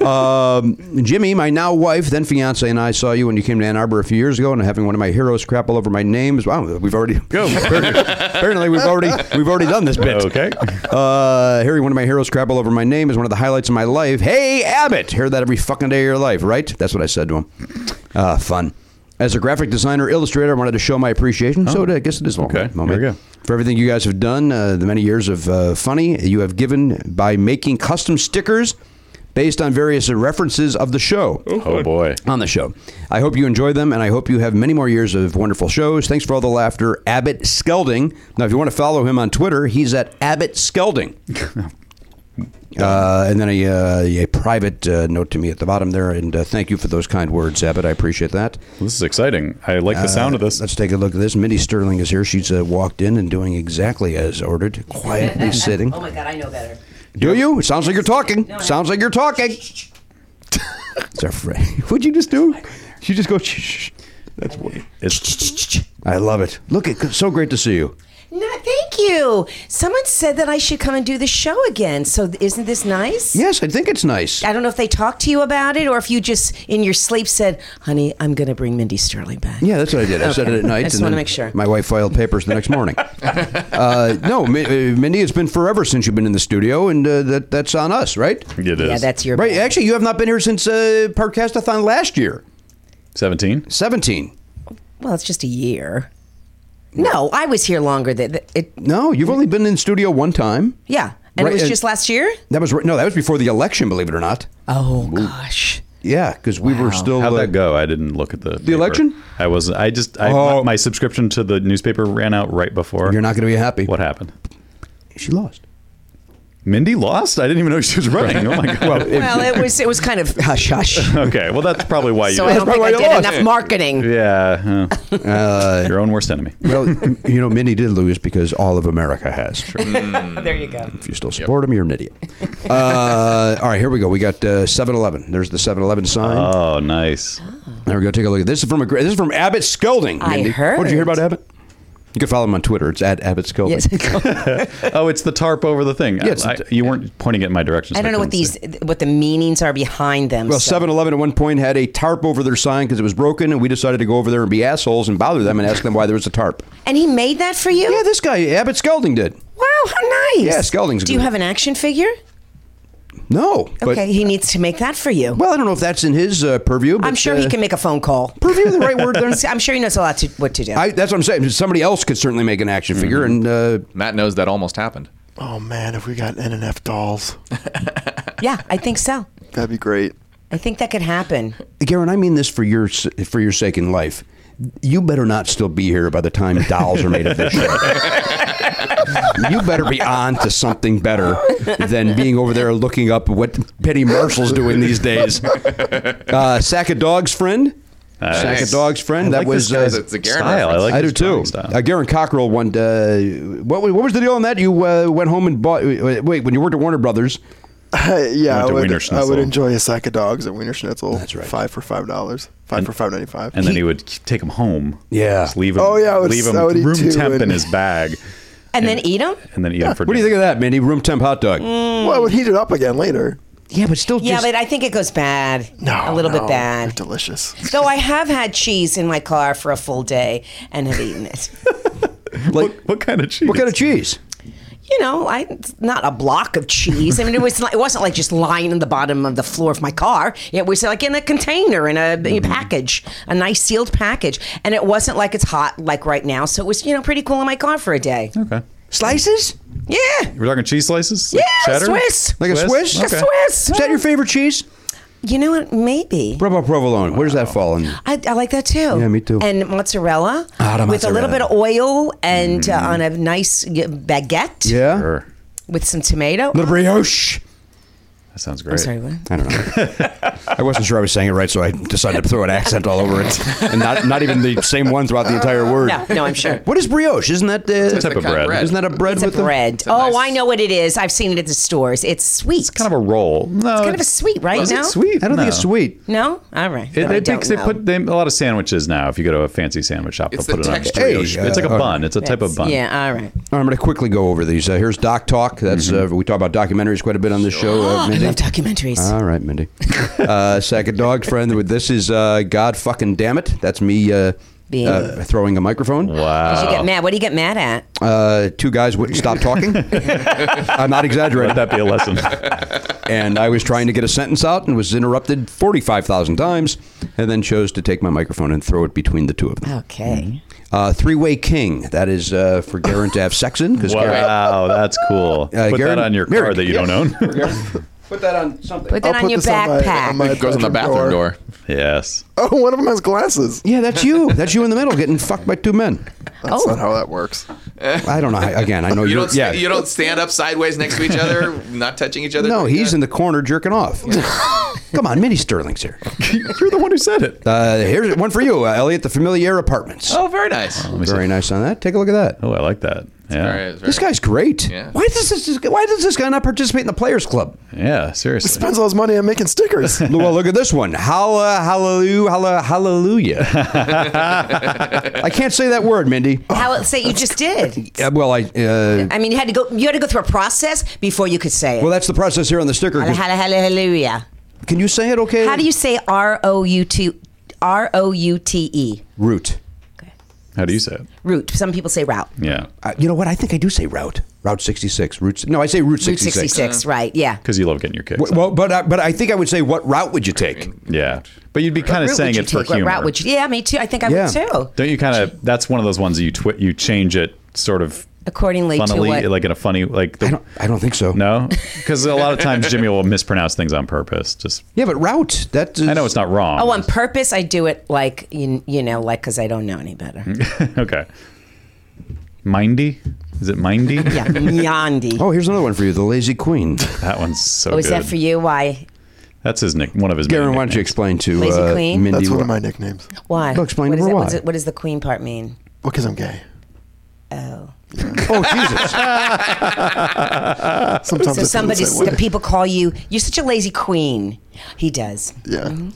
Speaker 2: um, Jimmy, my now wife, then fiance, and I saw you when you came to Ann Arbor a few years ago, and having one of my heroes crap all over my name is wow. We've already <laughs> apparently, apparently we've already we've already done this bit.
Speaker 1: Okay.
Speaker 2: Uh, hearing one of my heroes crap all over my name is one of the highlights of my life. Hey, Abbott! Hear that every fucking day of your life, right? That's what I said to him. Uh, fun. As a graphic designer illustrator, I wanted to show my appreciation, so it, I guess it is a moment.
Speaker 1: Oh. Okay, there
Speaker 2: moment.
Speaker 1: we go.
Speaker 2: For everything you guys have done, uh, the many years of uh, funny you have given by making custom stickers based on various references of the show
Speaker 1: Oh boy.
Speaker 2: on the show. I hope you enjoy them, and I hope you have many more years of wonderful shows. Thanks for all the laughter, Abbott Skelding. Now, if you want to follow him on Twitter, he's at Abbott Skelding. Uh, and then a, uh, a private uh, note to me at the bottom there, and uh, thank you for those kind words, Abbott. I appreciate that.
Speaker 1: This is exciting. I like
Speaker 2: Uh,
Speaker 1: the sound of this.
Speaker 2: Let's take a look at this. Mindy Sterling is here. She's uh, walked in and doing exactly as ordered,
Speaker 10: <laughs>
Speaker 2: quietly sitting.
Speaker 10: Oh my god, I know better.
Speaker 2: Do you? It sounds like you're talking.
Speaker 10: No, I-
Speaker 2: sounds like you're talking. it's <laughs> our friend. What'd you just do? She just goes. Shh, shh. That's what.
Speaker 1: It's,
Speaker 2: I love it. Look, it's so great to see you.
Speaker 10: No, thank you. Someone said that I should come and do the show again. So isn't this nice?
Speaker 2: Yes, I think it's nice.
Speaker 10: I don't know if they talked to you about it or if you just in your sleep said, "Honey, I'm going to bring Mindy Sterling back."
Speaker 2: Yeah, that's what I did. I said it at night.
Speaker 10: I just
Speaker 2: and
Speaker 10: wanna
Speaker 2: then
Speaker 10: make sure.
Speaker 2: My wife filed papers the next
Speaker 10: <laughs>
Speaker 2: morning. uh, no, Mi- uh, Mindy, it's been forever since you've been in the studio, and uh, that that's on us, right?
Speaker 1: it is.
Speaker 10: Yeah, that's your
Speaker 2: Right.
Speaker 10: bad.
Speaker 2: Actually, you have not been here since uh, Podcastathon last year,
Speaker 1: 17.
Speaker 2: seventeen.
Speaker 10: Well, it's just a year. No, I was here longer than th- it.
Speaker 2: No, you've only been in studio one time.
Speaker 10: Yeah, and
Speaker 2: Right,
Speaker 10: it was
Speaker 2: and-
Speaker 10: just last year.
Speaker 2: That was no, that was before the election, believe it or not.
Speaker 10: Oh gosh.
Speaker 2: Yeah, because we were still.
Speaker 1: How'd
Speaker 2: uh,
Speaker 1: that go? I didn't look at the the
Speaker 2: election?
Speaker 1: I was. I just. I,
Speaker 2: Oh.
Speaker 1: my subscription to the newspaper ran out right before.
Speaker 2: You're not going to be happy.
Speaker 1: What happened?
Speaker 2: She lost.
Speaker 1: Mindy lost? I didn't even know she was <laughs> running. Oh my god.
Speaker 10: Well, it was it was kind of hush <laughs> hush.
Speaker 1: okay. Well, that's probably why you.
Speaker 10: So I don't think I did enough marketing.
Speaker 1: yeah. huh. Your own worst enemy.
Speaker 2: Well, <laughs> you know, Mindy did lose because all of America has.
Speaker 1: <laughs>
Speaker 10: Oh, there you go.
Speaker 2: If you still support him, you're an idiot. Uh, all right, here we go. We got 7 Eleven. There's the 7 Eleven sign.
Speaker 1: Oh, nice.
Speaker 2: there we go. Take a look at this. Is from a, gra- this is from Abbott Scolding.
Speaker 10: I
Speaker 2: Mindy. What did you hear about Abbott? You can follow him on Twitter. It's at Abbott Scolding.
Speaker 10: Yes. <laughs>
Speaker 1: Oh, it's the tarp over the thing.
Speaker 2: Yeah, it's-
Speaker 1: I- you weren't pointing it in my direction. so
Speaker 10: I don't know what
Speaker 1: couldn't
Speaker 10: these
Speaker 1: see.
Speaker 10: what the meanings are behind them.
Speaker 2: Well,
Speaker 10: so-
Speaker 2: 7 Eleven at one point had a tarp over their sign because it was broken, and we decided to go over there and be assholes and bother them and ask them why there was a tarp.
Speaker 10: And he made that for you?
Speaker 2: Yeah, this guy, Abbott Scolding, did.
Speaker 10: wow, how nice.
Speaker 2: Yeah, Skelding's
Speaker 10: Do you
Speaker 2: good.
Speaker 10: have an action figure?
Speaker 2: No. But,
Speaker 10: okay, he needs to make that for you.
Speaker 2: Well, I don't know if that's in his uh, purview. But,
Speaker 10: I'm sure he
Speaker 2: uh,
Speaker 10: can make a
Speaker 2: <laughs>
Speaker 10: phone call.
Speaker 2: Purview the right word there.
Speaker 10: <laughs> I'm sure he knows a lot to what to do.
Speaker 2: I, that's what I'm saying. Somebody else could certainly make an action figure,
Speaker 10: Mm-hmm.
Speaker 2: and uh,
Speaker 7: Matt knows that almost happened.
Speaker 6: Oh man, if we got NNF dolls,
Speaker 10: yeah, I think so.
Speaker 6: that'd be great.
Speaker 10: I think that could happen.
Speaker 2: Garen, I mean this for your s- for your sake in life. You better not still be here by the time dolls are made official. you better be on to something better than being over there looking up what Penny Marshall's doing these days. Uh, Sack of Dog's friend. Sack of
Speaker 7: Nice.
Speaker 2: Dog's friend.
Speaker 1: Uh, I
Speaker 2: that
Speaker 1: like
Speaker 2: was.
Speaker 1: this guy's
Speaker 2: uh,
Speaker 7: It's a Garen
Speaker 1: style. I
Speaker 7: reference.
Speaker 1: like
Speaker 2: I do
Speaker 1: his
Speaker 2: too.
Speaker 1: drawing Style.
Speaker 2: Uh, Garen Cockrell. One. Uh, what, wa- what was the deal on that? You uh, went home and bought. Wait, wait, when you worked at Warner Brothers.
Speaker 6: Uh, yeah, I
Speaker 1: to Wiener
Speaker 6: would, I
Speaker 1: Schnitzel.
Speaker 6: would enjoy a sack of dogs at Wiener Schnitzel.
Speaker 2: That's right.
Speaker 6: Five for five dollars. Five for five ninety five.
Speaker 1: and then he, would take him home.
Speaker 2: Yeah.
Speaker 1: Just leave him.
Speaker 6: Oh, yeah, I would-
Speaker 1: leave him
Speaker 6: I would eat
Speaker 1: room
Speaker 6: two
Speaker 1: temp in
Speaker 6: and-
Speaker 1: his bag,
Speaker 10: And then eat him?
Speaker 1: and then eat him for.
Speaker 2: What do you think of that, Mindy? Room temp hot dog.
Speaker 6: Well, I would heat it up again later.
Speaker 2: Yeah, but still.
Speaker 10: Mm. Yeah,
Speaker 2: just,
Speaker 10: but I think it goes bad.
Speaker 6: No,
Speaker 10: a little
Speaker 6: no, They're
Speaker 10: bit bad.
Speaker 6: delicious.
Speaker 10: Though I have had cheese in my car for a full day and have
Speaker 2: <laughs>
Speaker 10: eaten it.
Speaker 2: like,
Speaker 1: What, what kind of cheese?
Speaker 2: what kind of cheese?
Speaker 10: you know, I not a block of cheese. I mean, it was it wasn't like just lying in the bottom of the floor of my car. It was like in a container in a,
Speaker 2: Mm-hmm.
Speaker 10: a package, a nice sealed package, and it wasn't like it's hot like right now. So it was you know pretty cool in my car for a day.
Speaker 1: Okay.
Speaker 2: Slices?
Speaker 10: Yeah,
Speaker 1: We're talking cheese slices.
Speaker 10: yeah,
Speaker 1: Like cheddar?
Speaker 10: Swiss,
Speaker 2: Like a Swiss?
Speaker 10: Just
Speaker 1: Okay.
Speaker 10: Swiss.
Speaker 2: Is that your favorite cheese?
Speaker 10: You know what? Maybe.
Speaker 2: What about provolone? Where does that fall in?
Speaker 10: I, I like that too. Yeah,
Speaker 2: me too.
Speaker 10: And mozzarella
Speaker 2: Ah, the
Speaker 10: with a
Speaker 2: mozzarella.
Speaker 10: little
Speaker 2: Mm-hmm.
Speaker 10: bit of oil and uh, on a nice uh, baguette
Speaker 2: Yeah.
Speaker 1: Sure.
Speaker 10: with some tomato.
Speaker 2: The brioche.
Speaker 1: That sounds great.
Speaker 10: I'm sorry, what?
Speaker 2: I don't know. <laughs> I wasn't sure I was saying it right, so I decided to throw an accent all over it, and not not even the same one throughout the entire word.
Speaker 10: No, no, I'm sure.
Speaker 2: What is brioche? Isn't that the
Speaker 1: type of
Speaker 7: kind
Speaker 1: bread.
Speaker 2: Isn't that a bread
Speaker 10: It's a
Speaker 2: with the-
Speaker 10: bread.
Speaker 7: a
Speaker 10: oh,
Speaker 7: nice-
Speaker 10: I know what it is. I've seen it at the stores. It's sweet. It's
Speaker 1: Kind of a roll. No, Oh, it's
Speaker 10: kind of a sweet, right?
Speaker 1: Is
Speaker 10: no?
Speaker 1: it sweet?
Speaker 2: I don't think it's
Speaker 1: No.
Speaker 2: sweet.
Speaker 10: No? All right.
Speaker 1: It,
Speaker 10: Then
Speaker 1: they,
Speaker 10: I don't
Speaker 1: mix- they
Speaker 10: know.
Speaker 1: put they, a lot of sandwiches now. If you go to a fancy sandwich shop,
Speaker 7: It's
Speaker 1: they'll
Speaker 7: the
Speaker 1: put it on.
Speaker 7: texture.
Speaker 1: Brioche.
Speaker 2: Hey,
Speaker 1: it's like a
Speaker 2: uh,
Speaker 1: bun. It's a type of bun.
Speaker 10: Yeah, all right.
Speaker 2: All right, I'm going to quickly go over these. Uh, here's Doc Talk. That's uh, we talk about documentaries quite a bit on this show.
Speaker 10: <gasps>
Speaker 2: Uh,
Speaker 10: I
Speaker 2: Mindy.
Speaker 10: love documentaries.
Speaker 2: All right, Mindy. <laughs> uh, second dog friend. with This is uh, God fucking damn it. That's me uh,
Speaker 10: Being-
Speaker 2: uh, throwing a microphone.
Speaker 10: Did you
Speaker 1: Wow.
Speaker 10: get mad? What do you get mad at?
Speaker 2: Uh, two guys wouldn't stop talking. I'm not
Speaker 1: Let
Speaker 2: exaggerating.
Speaker 1: that be a lesson.
Speaker 2: And I was trying to get a sentence out and was interrupted 45,000 times and then chose to take my microphone and throw it between the two of them.
Speaker 10: Okay.
Speaker 1: Mm-hmm.
Speaker 2: Uh, Three way king. That is uh, for Garen to have sex in. 'cause Garen-
Speaker 1: wow, that's cool.
Speaker 2: Uh,
Speaker 1: put
Speaker 2: Garen-
Speaker 1: that on your car
Speaker 2: Merrick,
Speaker 1: that you
Speaker 2: yes.
Speaker 1: don't own.
Speaker 2: Put that on something.
Speaker 10: Put that
Speaker 6: I'll
Speaker 10: on your
Speaker 6: this on my-
Speaker 10: backpack.
Speaker 6: on my
Speaker 7: It goes on the bathroom door.
Speaker 1: <laughs> yes.
Speaker 6: <laughs> Oh, one of them has glasses.
Speaker 2: Oh, yeah, that's you. That's you in the middle getting fucked by two men.
Speaker 6: That's
Speaker 10: Oh.
Speaker 6: not how that works.
Speaker 2: I don't know. I- Again, I know
Speaker 7: You
Speaker 2: you're.
Speaker 7: don't, sta-
Speaker 2: yeah.
Speaker 7: you don't stand up sideways next to each other, not touching each other.
Speaker 2: No, he's in the corner jerking off. <laughs> Come on, Minnie Sterling's here.
Speaker 1: <laughs> You're the one who said it.
Speaker 2: Uh, here's one for you, uh, Elliot, the Familiar Apartments.
Speaker 7: Oh, very nice.
Speaker 1: Let me see.
Speaker 2: Very nice on that. Take a look at that.
Speaker 1: Oh, I like that. Yeah.
Speaker 7: All right, it's very- <laughs>
Speaker 2: This guy's great.
Speaker 7: Yeah.
Speaker 2: Why does this Why does this guy not participate in the Players
Speaker 1: <laughs>
Speaker 2: Club?
Speaker 1: Yeah, seriously.
Speaker 6: Spends all his money on making stickers.
Speaker 2: well, look at this one. Halla, hallelujah, halla,
Speaker 1: <laughs>
Speaker 2: hallelujah. I can't say that word, Mindy.
Speaker 10: How say
Speaker 1: <laughs>
Speaker 10: you just did?
Speaker 2: Uh, well, I. Uh,
Speaker 10: I mean, you had to go. You had to go through a process before you could say it.
Speaker 2: well, that's the process here on the sticker. 'cause-
Speaker 10: Hallelujah, hallelujah.
Speaker 2: Can you say it? Okay.
Speaker 10: How do you say R O U T R O U T E?
Speaker 2: route?
Speaker 1: How do you say it?
Speaker 10: Route. Some people say route.
Speaker 1: Yeah.
Speaker 2: Uh, you know what? I think I do say route. Route sixty six. Route. No, I say route
Speaker 10: Route
Speaker 2: sixty
Speaker 10: sixty
Speaker 2: six.
Speaker 1: Uh-huh.
Speaker 10: six. Right. Yeah.
Speaker 1: Because you love getting your kicks.
Speaker 2: W- Well, but I, but I think I would say, what route would you take?
Speaker 1: yeah. But you'd be kind of
Speaker 10: Route
Speaker 1: saying
Speaker 10: would you
Speaker 1: it for
Speaker 10: take? What
Speaker 1: humor.
Speaker 10: route would you? Yeah, me too. I think I
Speaker 2: Yeah.
Speaker 10: would too.
Speaker 1: Don't you kind of? That's one of those ones that you twi- you change it sort of
Speaker 10: Accordingly to
Speaker 1: funnily,
Speaker 10: what?
Speaker 1: like in a funny like. The,
Speaker 2: I don't. I don't think so.
Speaker 1: no, <laughs> because a lot of times Jimmy will mispronounce things on purpose. Just
Speaker 2: Yeah, but route. That is,
Speaker 1: I know it's not wrong. <laughs>
Speaker 10: Oh, on purpose, I do it like you, you know, like because I don't know any better.
Speaker 1: okay. Mindy? Is it Mindy?
Speaker 10: Yeah, Yandi.
Speaker 2: Oh, here's another one for you. The Lazy
Speaker 1: <laughs>
Speaker 2: Queen.
Speaker 1: That one's so
Speaker 10: Oh, is
Speaker 1: good.
Speaker 10: that for you? Why?
Speaker 1: That's his nick. One of his.
Speaker 2: Garen,
Speaker 1: many
Speaker 2: why don't you
Speaker 1: nicknames.
Speaker 2: explain to
Speaker 10: Lazy
Speaker 2: uh,
Speaker 10: Queen?
Speaker 2: Mindy
Speaker 6: That's one of
Speaker 2: why-
Speaker 6: my nicknames.
Speaker 10: Why?
Speaker 2: Well, explain
Speaker 10: what
Speaker 2: to
Speaker 10: is
Speaker 2: her
Speaker 10: it- what's
Speaker 2: why.
Speaker 10: it- what does the queen part mean?
Speaker 6: Because I'm gay.
Speaker 10: Oh.
Speaker 2: Oh, Jesus.
Speaker 6: Sometimes I
Speaker 10: So
Speaker 6: feel
Speaker 10: somebody,
Speaker 6: the same
Speaker 10: the
Speaker 6: way.
Speaker 10: people call you, you're such a lazy queen. He does.
Speaker 6: Yeah.
Speaker 10: Mm-hmm.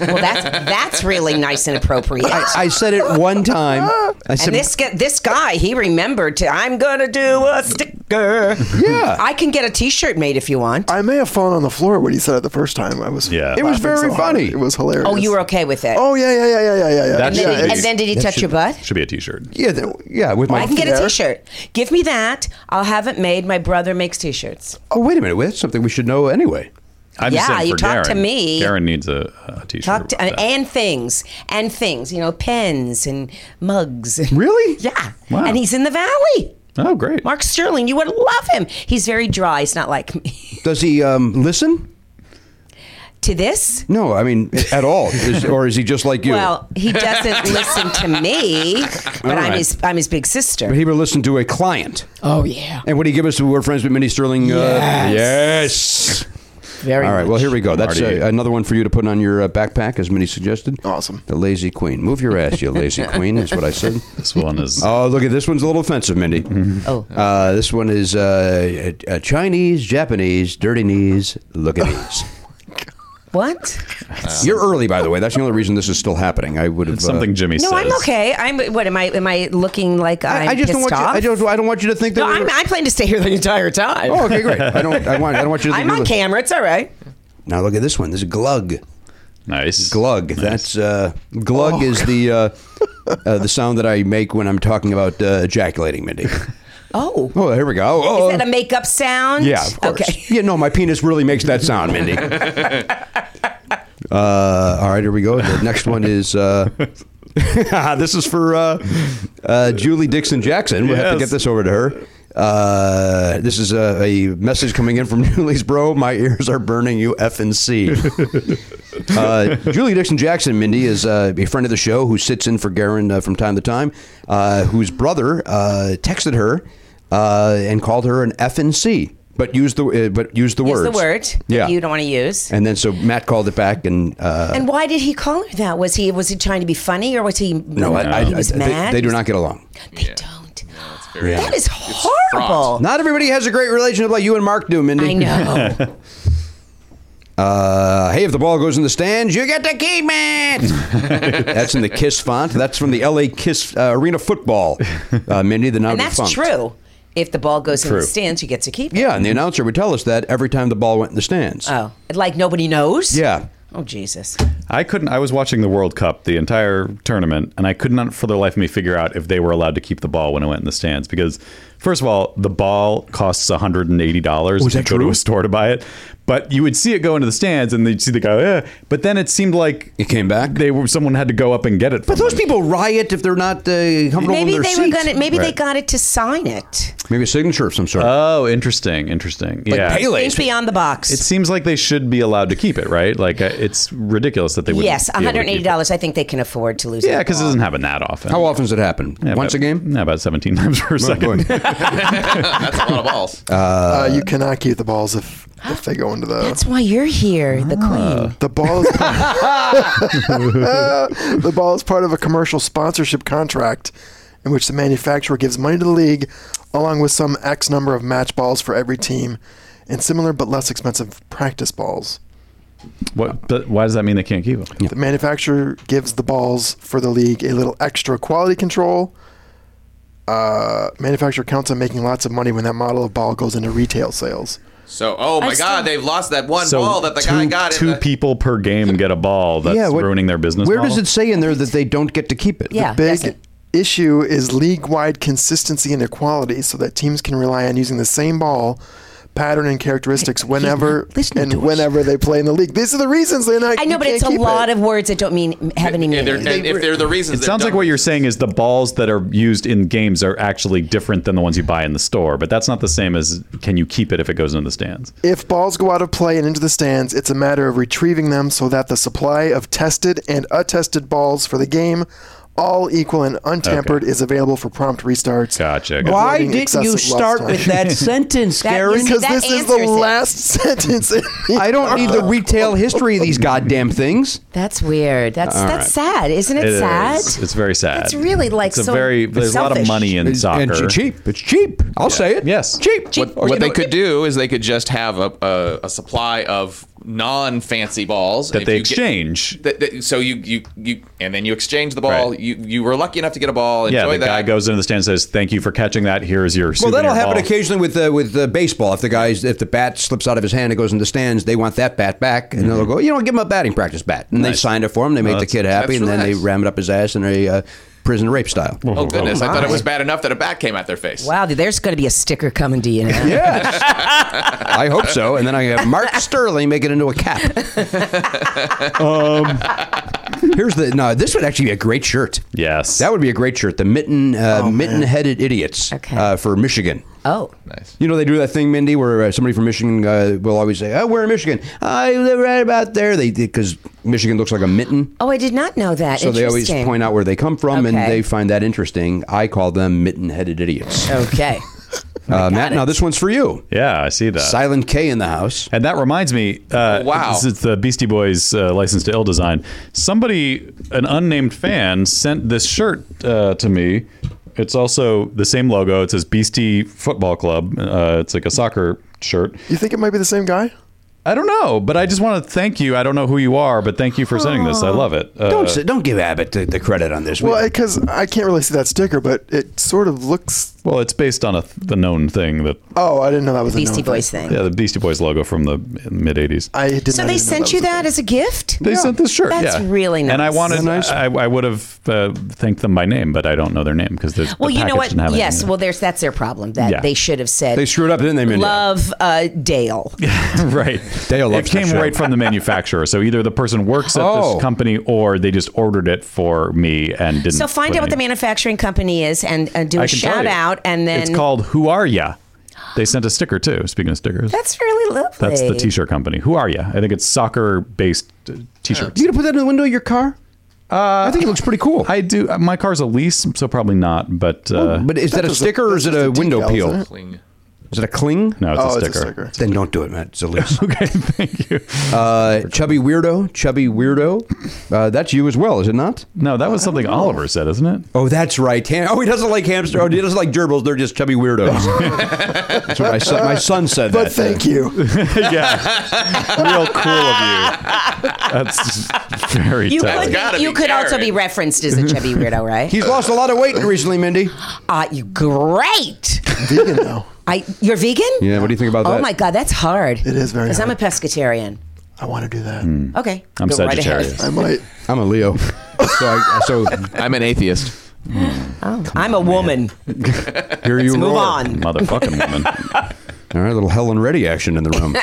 Speaker 10: Well, that's that's really nice and appropriate.
Speaker 2: I said it one time. I said,
Speaker 10: and this gu- this guy, he remembered to. I'm gonna do a sticker.
Speaker 2: Yeah.
Speaker 10: I can get a T-shirt made if you want.
Speaker 6: I may have fallen on the floor when he said it the first time. I was.
Speaker 1: Yeah.
Speaker 2: It was
Speaker 6: laughing
Speaker 2: very
Speaker 6: so hard.
Speaker 2: funny.
Speaker 6: It was hilarious.
Speaker 10: oh, you were okay with it.
Speaker 6: Oh yeah, yeah, yeah, yeah, yeah, yeah, yeah.
Speaker 1: That
Speaker 10: and,
Speaker 1: should
Speaker 10: then,
Speaker 1: be-
Speaker 10: and then did he
Speaker 2: That
Speaker 10: touch
Speaker 2: should-
Speaker 10: your butt?
Speaker 1: Should be a T-shirt.
Speaker 2: yeah, that, yeah, with my.
Speaker 10: I can get a
Speaker 6: there.
Speaker 10: T-shirt. Give me that. I'll have it made. My brother makes T-shirts.
Speaker 2: oh, wait a minute. That's something we should know anyway.
Speaker 1: I'm
Speaker 10: Yeah,
Speaker 1: just saying
Speaker 10: you
Speaker 1: for
Speaker 10: talk to
Speaker 1: Garen.
Speaker 10: me.
Speaker 1: Garen needs a, a T-shirt.
Speaker 10: Talk to,
Speaker 1: about
Speaker 10: and,
Speaker 1: that.
Speaker 10: and things and things. You know, pens and mugs. and-
Speaker 2: Really?
Speaker 10: Yeah.
Speaker 1: Wow.
Speaker 10: And he's in the valley.
Speaker 1: oh, great.
Speaker 10: Mark Sterling, you would love him. He's very dry. He's not like me. <laughs>
Speaker 2: Does he um, listen?
Speaker 10: to this.
Speaker 2: No, I mean, at all. Is, or is he just like you?
Speaker 10: Well, he
Speaker 2: <laughs>
Speaker 10: doesn't listen to me, but
Speaker 2: All
Speaker 10: I'm
Speaker 2: right.
Speaker 10: his I'm his big sister.
Speaker 2: but he would listen to a client.
Speaker 10: oh yeah,
Speaker 2: And would he give us? We're friends with Minnie Sterling.
Speaker 10: Yes.
Speaker 2: Uh, yes.
Speaker 10: very.
Speaker 2: All right. Well, here we go. That's
Speaker 1: Marty.
Speaker 2: uh, another one for you to put on your uh, backpack, as Minnie suggested.
Speaker 6: Awesome.
Speaker 2: The lazy queen. Move your ass, you
Speaker 10: <laughs>
Speaker 2: lazy queen. That's what I said.
Speaker 1: This
Speaker 2: <laughs>
Speaker 1: one is.
Speaker 2: Oh, look at this one's a little offensive, Mindy.
Speaker 10: Oh.
Speaker 2: Uh, this one is uh, a, a Chinese, Japanese, dirty knees. Look
Speaker 10: <laughs>
Speaker 2: at these.
Speaker 10: What?
Speaker 2: You're early, by the way. That's the only reason this is still happening. I would have uh,
Speaker 1: It's something Jimmy
Speaker 10: No,
Speaker 1: says.
Speaker 10: I'm okay. I'm. What am I? Am I looking like
Speaker 2: I,
Speaker 10: I'm
Speaker 2: I just
Speaker 10: pissed
Speaker 2: don't want
Speaker 10: off?
Speaker 2: you. I don't. I don't want you to think that.
Speaker 10: no,
Speaker 2: we're-
Speaker 10: I'm, I plan to stay here the entire time.
Speaker 2: oh, okay, great. I don't. I want. I don't want you to. Think
Speaker 10: <laughs> I'm
Speaker 2: we're
Speaker 10: on
Speaker 2: listening.
Speaker 10: camera. It's all right.
Speaker 2: Now look at this one. This is glug.
Speaker 1: Nice.
Speaker 2: Glug. That's uh, glug is the uh, uh, the sound that I make when I'm talking about uh, ejaculating,
Speaker 1: <laughs>
Speaker 2: Mindy.
Speaker 10: Oh,
Speaker 2: Oh, here we go. Oh,
Speaker 10: is that a makeup sound?
Speaker 2: yeah, of course.
Speaker 10: Okay.
Speaker 2: Yeah, no, my penis really makes that sound,
Speaker 10: <laughs>
Speaker 2: Mindy. uh, all right, here we go. The next one is. Uh, <laughs> this is for uh, uh, Julie Dixon Jackson. We'll have to get
Speaker 1: Yes.
Speaker 2: this over to her. Uh, this is a, a message coming in from <laughs> Julie's bro. My ears are burning. You F and
Speaker 1: <laughs>
Speaker 2: C. Uh, Julie Dixon Jackson, Mindy, is uh, a friend of the show who sits in for Garen uh, from time to time, uh, whose brother uh, texted her uh, and called her an FNC, but used the uh, but used the
Speaker 10: Use
Speaker 2: words.
Speaker 10: the word that
Speaker 2: Yeah. Uh,
Speaker 10: you don't want to use.
Speaker 2: And then so Matt called it back, and uh,
Speaker 10: and why did he call her that? Was he was he trying to be funny or was he?
Speaker 2: no, I, I,
Speaker 10: he was
Speaker 2: they-
Speaker 10: mad.
Speaker 2: They, do not get along.
Speaker 10: They
Speaker 7: Yeah.
Speaker 10: don't.
Speaker 7: very-
Speaker 10: That is
Speaker 7: fraught.
Speaker 10: horrible.
Speaker 2: Not everybody has a great relationship like you and Mark do, Mindy.
Speaker 10: I know.
Speaker 2: <laughs> Uh, hey, if the ball goes in the stands, you get to keep it. That's in the Kiss font. That's from the L.A. Kiss uh, Arena Football, uh, Mindy. The now
Speaker 10: and that's
Speaker 2: defunct.
Speaker 10: true. If the ball goes in the
Speaker 1: True.
Speaker 10: stands, you get to keep it.
Speaker 2: Yeah, and the announcer would tell us that every time the ball went in the stands.
Speaker 10: Oh, like nobody knows?
Speaker 2: Yeah.
Speaker 10: Oh, Jesus.
Speaker 1: I couldn't. I was watching the World Cup, the entire tournament, and I could not, for the life of me, figure out if they were allowed to keep the ball when it went in the stands. Because, first of all, the ball costs one hundred and eighty dollars if you go to a store to buy it. But you would see it go into the stands, and you'd see the guy. Eh. But then it seemed like
Speaker 2: It came back.
Speaker 1: they were someone had to go up and get it.
Speaker 2: but those people riot if they're not uh, comfortable
Speaker 10: Maybe
Speaker 2: in their
Speaker 10: they were
Speaker 2: seats.
Speaker 10: gonna. Maybe they
Speaker 1: Right.
Speaker 10: got it to sign it.
Speaker 2: Maybe a signature of some sort.
Speaker 1: Oh, interesting, interesting.
Speaker 2: like
Speaker 1: yeah.
Speaker 2: Pele's.
Speaker 10: Think beyond the box.
Speaker 1: It seems like they should be allowed to keep it, right? Like uh, it's ridiculous that they would.
Speaker 10: yes, one hundred and eighty dollars. I think they can afford to lose.
Speaker 1: Yeah,
Speaker 10: that
Speaker 1: because it
Speaker 10: ball.
Speaker 1: doesn't happen that often.
Speaker 2: How often does it happen?
Speaker 1: Yeah,
Speaker 2: Once
Speaker 1: about-
Speaker 2: a game?
Speaker 1: <laughs> Yeah, about seventeen times per second.
Speaker 2: Boy.
Speaker 7: <laughs>
Speaker 1: <laughs>
Speaker 7: That's a lot of balls.
Speaker 6: Uh, you cannot keep the balls if if they go into the.
Speaker 10: That's why you're here,
Speaker 2: Ah.
Speaker 10: the queen.
Speaker 6: the ball is <laughs> the ball is part of a commercial sponsorship contract in which the manufacturer gives money to the league along with some X number of match balls for every team and similar but less expensive practice balls.
Speaker 1: What? But why does that mean they can't keep them?
Speaker 6: The manufacturer gives the balls for the league a little extra quality control. Uh, manufacturer counts on making lots of money when that model of ball goes into retail sales.
Speaker 7: so, oh my
Speaker 10: I
Speaker 7: God,
Speaker 10: still-
Speaker 7: they've lost that one ball that the
Speaker 1: two,
Speaker 7: guy got. in
Speaker 1: two
Speaker 7: the-
Speaker 1: people per game get a ball. That's
Speaker 2: Yeah, what-
Speaker 1: ruining their business.
Speaker 2: Where
Speaker 1: model.
Speaker 2: does it say in there that they don't get to keep it?
Speaker 10: Yeah.
Speaker 6: big
Speaker 10: doesn't-
Speaker 6: issue is league-wide consistency and equality so that teams can rely on using the same ball pattern and characteristics whenever
Speaker 10: listening to
Speaker 6: and
Speaker 10: us.
Speaker 6: whenever they play in the league. These are the reasons they're not
Speaker 10: I know,
Speaker 6: you
Speaker 10: but it's a
Speaker 6: can't keep
Speaker 10: lot
Speaker 6: it.
Speaker 10: of words that don't mean have any
Speaker 7: and, they're- and
Speaker 10: meaning.
Speaker 7: if they're the reasons,
Speaker 1: It sounds like what you're saying is the balls that are used in games are actually different than the ones you buy in the store, but that's not the same as can you keep it if it goes into the stands?
Speaker 6: If balls go out of play and into the stands, it's a matter of retrieving them so that the supply of tested and attested balls for the game all equal and untampered,
Speaker 1: Okay.
Speaker 6: is available for prompt restarts.
Speaker 1: Gotcha, gotcha.
Speaker 11: Why
Speaker 6: avoiding
Speaker 11: didn't you
Speaker 6: excessive lost
Speaker 11: start
Speaker 6: time.
Speaker 11: with
Speaker 1: <laughs>
Speaker 11: that sentence,
Speaker 10: That
Speaker 11: Karen?
Speaker 10: is-
Speaker 6: Because
Speaker 10: That
Speaker 6: this is the
Speaker 10: answers it.
Speaker 6: last <laughs> sentence. In the
Speaker 2: I don't need the retail history of these goddamn things.
Speaker 10: That's weird. That's that's sad, isn't it?
Speaker 1: It is.
Speaker 10: sad.
Speaker 1: It's very sad.
Speaker 10: It's really, like,
Speaker 1: it's a
Speaker 10: so
Speaker 1: very. There's a lot of
Speaker 10: selfish.
Speaker 1: money in
Speaker 8: It's-
Speaker 1: soccer.
Speaker 8: And it's cheap. It's cheap. I'll say it.
Speaker 1: Yes.
Speaker 8: Cheap.
Speaker 7: What, what they could do is they could just have a, a, a supply of non-fancy balls
Speaker 1: That
Speaker 7: If
Speaker 1: they
Speaker 7: you get-
Speaker 1: exchange.
Speaker 7: that, that- so you, you you and then you exchange the ball.
Speaker 1: Right.
Speaker 7: You you were lucky enough to get a ball. Enjoy
Speaker 1: yeah, the
Speaker 7: that.
Speaker 1: guy goes into the stand and says, "Thank you for catching that. Here's your."
Speaker 2: Well, that'll
Speaker 1: souvenir
Speaker 2: happen
Speaker 1: ball."
Speaker 2: occasionally with uh, with uh, baseball. If the guys, if the bat slips out of his hand and goes into stands, they want that bat back, and they'll go, you know, give him a batting practice bat, and they signed it for him. They make the
Speaker 1: that's-
Speaker 2: kid happy,
Speaker 7: that's
Speaker 2: and then they
Speaker 7: nice.
Speaker 2: ram it up his ass in a uh, prison rape style.
Speaker 7: <laughs> Oh goodness! I thought it
Speaker 10: my.
Speaker 7: was bad enough that a bat came out their face.
Speaker 10: Wow, dude, there's going to be a sticker coming
Speaker 1: <laughs>
Speaker 10: to you now.
Speaker 2: Yes, I hope so. And then I have Mark Sterling make it into a cap. Um, Here's the no. This would actually be a great shirt.
Speaker 1: Yes.
Speaker 2: That would be a great shirt. The mitten uh, mitten-headed idiots
Speaker 10: Okay.
Speaker 2: uh, for Michigan.
Speaker 10: Oh,
Speaker 2: You know they do that thing, Mindy, where uh, somebody from Michigan uh, will always say, "Oh, we're in Michigan. I live right about there." They because Michigan looks like a mitten,
Speaker 10: oh, I did not know that.
Speaker 2: so they always
Speaker 10: Interesting.
Speaker 2: point out where they come from,
Speaker 10: Okay.
Speaker 2: and they find that interesting. I call them mitten-headed idiots.
Speaker 1: <laughs>
Speaker 10: Okay.
Speaker 2: Uh, Matt, now this one's for you.
Speaker 1: Yeah, I see that.
Speaker 2: Silent K in the house.
Speaker 1: And that reminds me, uh,
Speaker 7: Oh, wow.
Speaker 1: this is the Beastie Boys uh, license to ill design. Somebody, an unnamed fan, sent this shirt uh, to me. It's also the same logo. It says Beastie Football Club. Uh, it's like a soccer shirt.
Speaker 6: you think it might be the same guy?
Speaker 1: I don't know, but I just want to thank you. I don't know who you are, but thank you for sending this. I love it. Uh,
Speaker 2: Don't s- don't give Abbott the, the credit on this. We-
Speaker 6: Well, because I can't really see that sticker, but it sort of looks.
Speaker 1: well, it's based on a th- the known thing that
Speaker 6: Oh, I didn't know that was a
Speaker 10: Beastie
Speaker 6: known thing.
Speaker 10: Boys thing.
Speaker 1: yeah, the Beastie Boys logo from the mid '80s.
Speaker 6: I did
Speaker 10: So
Speaker 6: not
Speaker 10: they
Speaker 6: even know
Speaker 10: sent
Speaker 6: was
Speaker 10: you
Speaker 6: a
Speaker 10: that
Speaker 6: thing.
Speaker 10: as a gift?
Speaker 1: They sent this shirt.
Speaker 10: That's
Speaker 1: yeah.
Speaker 10: really
Speaker 1: And I
Speaker 10: nice.
Speaker 1: wanted,
Speaker 6: Nice.
Speaker 1: I, I would have uh, thanked them by name, but I don't know their name because the
Speaker 10: Well,
Speaker 1: the
Speaker 10: you know
Speaker 1: package
Speaker 10: what?
Speaker 1: didn't have
Speaker 10: Yes.
Speaker 1: anything.
Speaker 10: Well, there's that's their problem. That
Speaker 1: Yeah.
Speaker 10: they should have said
Speaker 2: they screwed up, didn't they, Mindy?
Speaker 10: love uh,
Speaker 1: <laughs>
Speaker 10: Dale.
Speaker 1: <laughs> right.
Speaker 2: Dale
Speaker 1: it
Speaker 2: loves
Speaker 1: came
Speaker 2: that show.
Speaker 1: right from the manufacturer. So either the person works at
Speaker 2: Oh.
Speaker 1: this company or they just ordered it for me and didn't.
Speaker 10: So find
Speaker 1: put
Speaker 10: out what the
Speaker 1: any-
Speaker 10: manufacturing company is and uh, do
Speaker 1: I
Speaker 10: a
Speaker 1: can tell
Speaker 10: shout
Speaker 1: you.
Speaker 10: out and then
Speaker 1: It's called Who Are Ya? They sent a sticker too. Speaking of stickers,
Speaker 10: That's really lovely.
Speaker 1: that's the t-shirt company. Who Are Ya? I think it's soccer-based uh, t-shirts.
Speaker 2: You gonna put that in the window of your car? Uh, I think it looks pretty cool.
Speaker 1: I do. uh, My car's a lease, so probably not. But uh,
Speaker 2: but is that, a
Speaker 6: was a-
Speaker 2: sticker or is it
Speaker 6: that's
Speaker 2: a
Speaker 6: just a
Speaker 2: window
Speaker 6: decal,
Speaker 2: peel?
Speaker 6: isn't
Speaker 2: Is
Speaker 6: it?
Speaker 7: Cling.
Speaker 2: it a cling?
Speaker 1: no,
Speaker 6: Oh, it's a sticker.
Speaker 2: Then don't do it, Matt. It's a lease. <laughs>
Speaker 1: Okay, thank you.
Speaker 2: Uh, chubby weirdo, chubby weirdo. Uh, that's you as well, is it not?
Speaker 1: No, that was something Oliver said, isn't it? <laughs>
Speaker 2: Oh, that's right. Ham- oh, he doesn't like hamster. Oh, he doesn't like gerbils. They're just chubby weirdos. <laughs> that's what my son, my son said.
Speaker 6: But
Speaker 2: that. <laughs>
Speaker 6: thank you.
Speaker 1: yeah, real cool of you. That's very
Speaker 10: You
Speaker 1: telling.
Speaker 10: could,
Speaker 7: gotta
Speaker 10: you
Speaker 7: be
Speaker 10: could also
Speaker 7: Karen.
Speaker 10: be referenced as a chubby weirdo,
Speaker 1: <laughs>
Speaker 10: right?
Speaker 2: He's lost a lot of weight recently, Mindy.
Speaker 10: uh, you great.
Speaker 6: Vegan though.
Speaker 10: I you're vegan?
Speaker 2: Yeah, what do you think about
Speaker 10: Oh
Speaker 2: that?
Speaker 10: my god, that's hard. It
Speaker 6: is very
Speaker 10: Because I'm a
Speaker 6: hard.
Speaker 10: pescatarian.
Speaker 6: I want to do that.
Speaker 2: Hmm.
Speaker 10: Okay.
Speaker 1: I'm
Speaker 10: go right ahead. <laughs>
Speaker 1: Sagittarius.
Speaker 6: I might.
Speaker 2: I'm a Leo. So, I, so
Speaker 7: I'm an atheist.
Speaker 10: I'm a woman.
Speaker 2: here you
Speaker 10: Move
Speaker 2: roar.
Speaker 10: on.
Speaker 1: Motherfucking woman.
Speaker 2: All right, a little Helen Reddy action in the
Speaker 10: <laughs>
Speaker 2: room.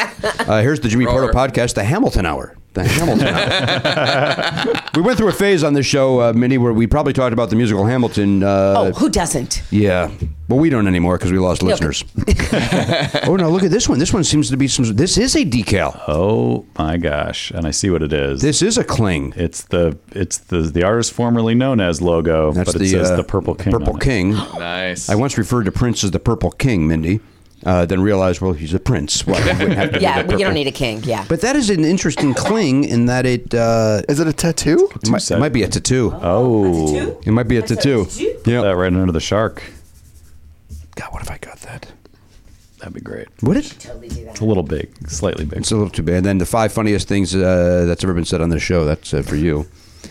Speaker 2: Uh, here's the Jimmy Porter
Speaker 7: Roar.
Speaker 2: podcast, the Hamilton Hour. The Hamilton Hour.
Speaker 10: <laughs>
Speaker 2: we went through a phase on this show, uh, Mindy, where we probably talked about the musical Hamilton. Uh,
Speaker 10: Oh, who doesn't?
Speaker 2: Yeah. Well, we don't anymore because we lost
Speaker 1: <laughs>
Speaker 2: listeners. oh no! Look at this one. This one seems to be some. This is a decal.
Speaker 1: Oh my gosh! And I see what it is.
Speaker 2: This is a cling.
Speaker 1: it's the it's the the artist formerly known as logo,
Speaker 2: That's
Speaker 1: but it
Speaker 2: the,
Speaker 1: says
Speaker 2: uh,
Speaker 1: the Purple King.
Speaker 2: Purple
Speaker 1: on it. <gasps>
Speaker 2: King.
Speaker 7: Nice.
Speaker 2: I once referred to Prince as the Purple King, Mindy. Uh, then realized, well, he's a prince. Why he wouldn't
Speaker 1: <laughs>
Speaker 2: have to be
Speaker 10: Yeah,
Speaker 2: the
Speaker 10: well, you
Speaker 2: purple-
Speaker 10: don't need a king. Yeah.
Speaker 2: But that is an interesting cling in that it uh,
Speaker 6: Is it a tattoo?
Speaker 2: it might, it might be a tattoo.
Speaker 1: Oh,
Speaker 2: It might be a tattoo.
Speaker 1: yeah, that right under the shark.
Speaker 2: God, what if I got that?
Speaker 1: That'd be great.
Speaker 2: Would it?
Speaker 1: It's a little big, slightly big.
Speaker 2: It's a little too bad. And then the five funniest things uh, that's ever been said on this show. That's uh, for
Speaker 1: <laughs>
Speaker 2: you.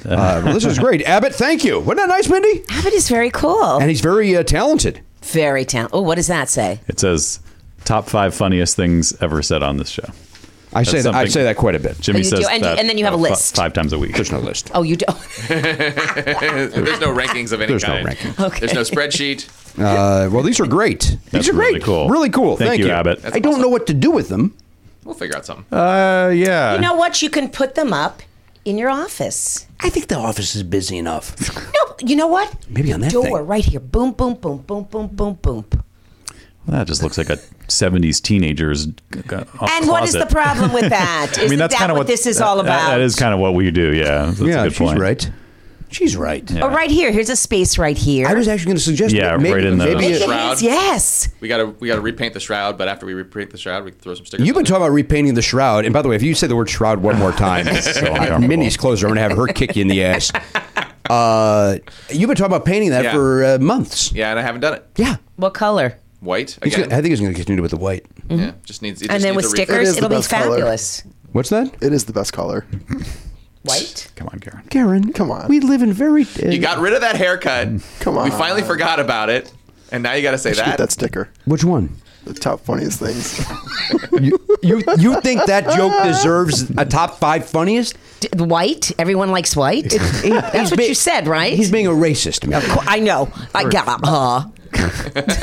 Speaker 2: Uh, well, this is great, Abbott. Thank you. Wasn't that nice, Mindy?
Speaker 10: Abbott is very cool.
Speaker 2: And he's very uh, talented.
Speaker 10: Very talented. Oh, what does that say?
Speaker 1: It says top five funniest things ever said on this show.
Speaker 2: I say that, I
Speaker 1: something-
Speaker 2: say that quite a bit.
Speaker 1: Jimmy
Speaker 10: And you
Speaker 1: says
Speaker 10: do- and you-
Speaker 1: that,
Speaker 10: and then you have a
Speaker 1: uh, fi-
Speaker 10: list.
Speaker 1: five times a week.
Speaker 2: There's no list.
Speaker 10: Oh, you do. <laughs>
Speaker 7: There's no rankings of any
Speaker 2: There's no
Speaker 7: kind.
Speaker 2: ranking.
Speaker 10: Okay.
Speaker 7: There's no spreadsheet.
Speaker 2: Uh, well, these are great.
Speaker 1: That's
Speaker 2: these are great.
Speaker 1: really cool.
Speaker 2: Really cool.
Speaker 1: Thank
Speaker 2: Thank,
Speaker 1: you, Abbott. That's
Speaker 2: I don't know what to do with them.
Speaker 7: We'll figure out something.
Speaker 1: Uh, yeah.
Speaker 10: You know what? You can put them up in your office.
Speaker 2: I think the office is busy enough.
Speaker 10: No, you know what?
Speaker 2: Maybe on that
Speaker 10: door
Speaker 2: thing.
Speaker 10: right here. Boom, boom, boom, boom, boom, boom, boom.
Speaker 1: That just looks like a 70s teenager's. g- g-
Speaker 10: And what is the
Speaker 1: closet.
Speaker 10: problem with that? Isn't that
Speaker 1: kinda
Speaker 10: what, this is all
Speaker 1: that-
Speaker 10: about?
Speaker 1: that is kind of what we do. Yeah, that's
Speaker 2: yeah,
Speaker 1: a good
Speaker 2: she's
Speaker 1: point.
Speaker 2: right. She's right.
Speaker 10: Oh, right here. Here's a space right here.
Speaker 2: I was actually going to suggest
Speaker 1: Yeah,
Speaker 2: that maybe,
Speaker 1: right in the-
Speaker 2: maybe
Speaker 10: It
Speaker 2: it-
Speaker 7: Shroud.
Speaker 10: is, yes.
Speaker 7: We gotta we gotta repaint the shroud, but after we repaint the shroud, we throw some stickers.
Speaker 2: You've
Speaker 7: on
Speaker 2: been talking about repainting the shroud, and by the way, if you say the word shroud one more
Speaker 1: <laughs>
Speaker 2: time,
Speaker 1: uncomfortable.
Speaker 2: Minnie's closer. I'm going to have her kick you in the
Speaker 1: <laughs>
Speaker 2: ass. Uh, you've been talking about painting that
Speaker 7: Yeah.
Speaker 2: for uh, months.
Speaker 7: it. Yeah, and I haven't done it.
Speaker 2: Yeah,
Speaker 10: What color?
Speaker 7: White
Speaker 2: He's
Speaker 7: again.
Speaker 2: gonna- I think he's going to continue with the white.
Speaker 7: Yeah, just needs. It just
Speaker 10: and then with
Speaker 7: needs a refresh.
Speaker 6: It
Speaker 10: stickers,
Speaker 6: is the
Speaker 10: it'll be
Speaker 6: best color.
Speaker 10: fabulous.
Speaker 2: What's that?
Speaker 6: It is the best color.
Speaker 10: White.
Speaker 1: Come on, Karen.
Speaker 2: Karen,
Speaker 6: Come on.
Speaker 2: We live in very. Uh,
Speaker 7: You got rid of that haircut.
Speaker 6: Come
Speaker 7: We
Speaker 6: on.
Speaker 7: finally forgot about it, and now you got to say
Speaker 6: Should
Speaker 7: that.
Speaker 6: get that sticker.
Speaker 2: which one?
Speaker 6: The top
Speaker 2: <laughs>
Speaker 6: funniest things.
Speaker 2: You, you you think that joke deserves a top five funniest?
Speaker 10: D- white. Everyone likes white.
Speaker 2: He- he's
Speaker 10: <laughs> That's what
Speaker 2: being-
Speaker 10: you said, right?
Speaker 2: He's being a racist. Man.
Speaker 10: Qu-
Speaker 2: <laughs>
Speaker 10: I know. I got uh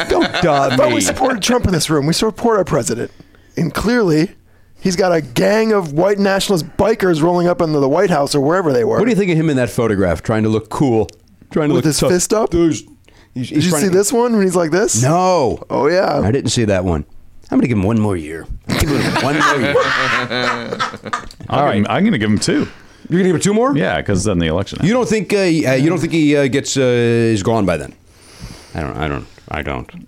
Speaker 2: Don't
Speaker 6: <laughs>
Speaker 2: dub
Speaker 6: But we
Speaker 2: me.
Speaker 6: supported Trump in this room. We support our president. And clearly, he's got a gang of white nationalist bikers rolling up into the White House or wherever they were.
Speaker 2: What do you think of him in that photograph, trying to look cool, trying to look
Speaker 6: With his
Speaker 2: tough?
Speaker 6: fist up?
Speaker 2: There's- he's-
Speaker 6: Did
Speaker 2: he's
Speaker 6: you
Speaker 2: trying
Speaker 6: see
Speaker 2: to-
Speaker 6: this one when he's like this?
Speaker 2: No.
Speaker 6: Oh, yeah.
Speaker 2: I didn't see that one. I'm gonna give him one more year. Give him one more
Speaker 6: <laughs>
Speaker 2: year.
Speaker 1: All right, I'm going to give him two.
Speaker 2: You're gonna give him two more?
Speaker 1: Yeah, because then the election.
Speaker 2: You don't think uh, he- uh, you don't think he uh, gets uh, is gone by then? I don't. I don't. I don't.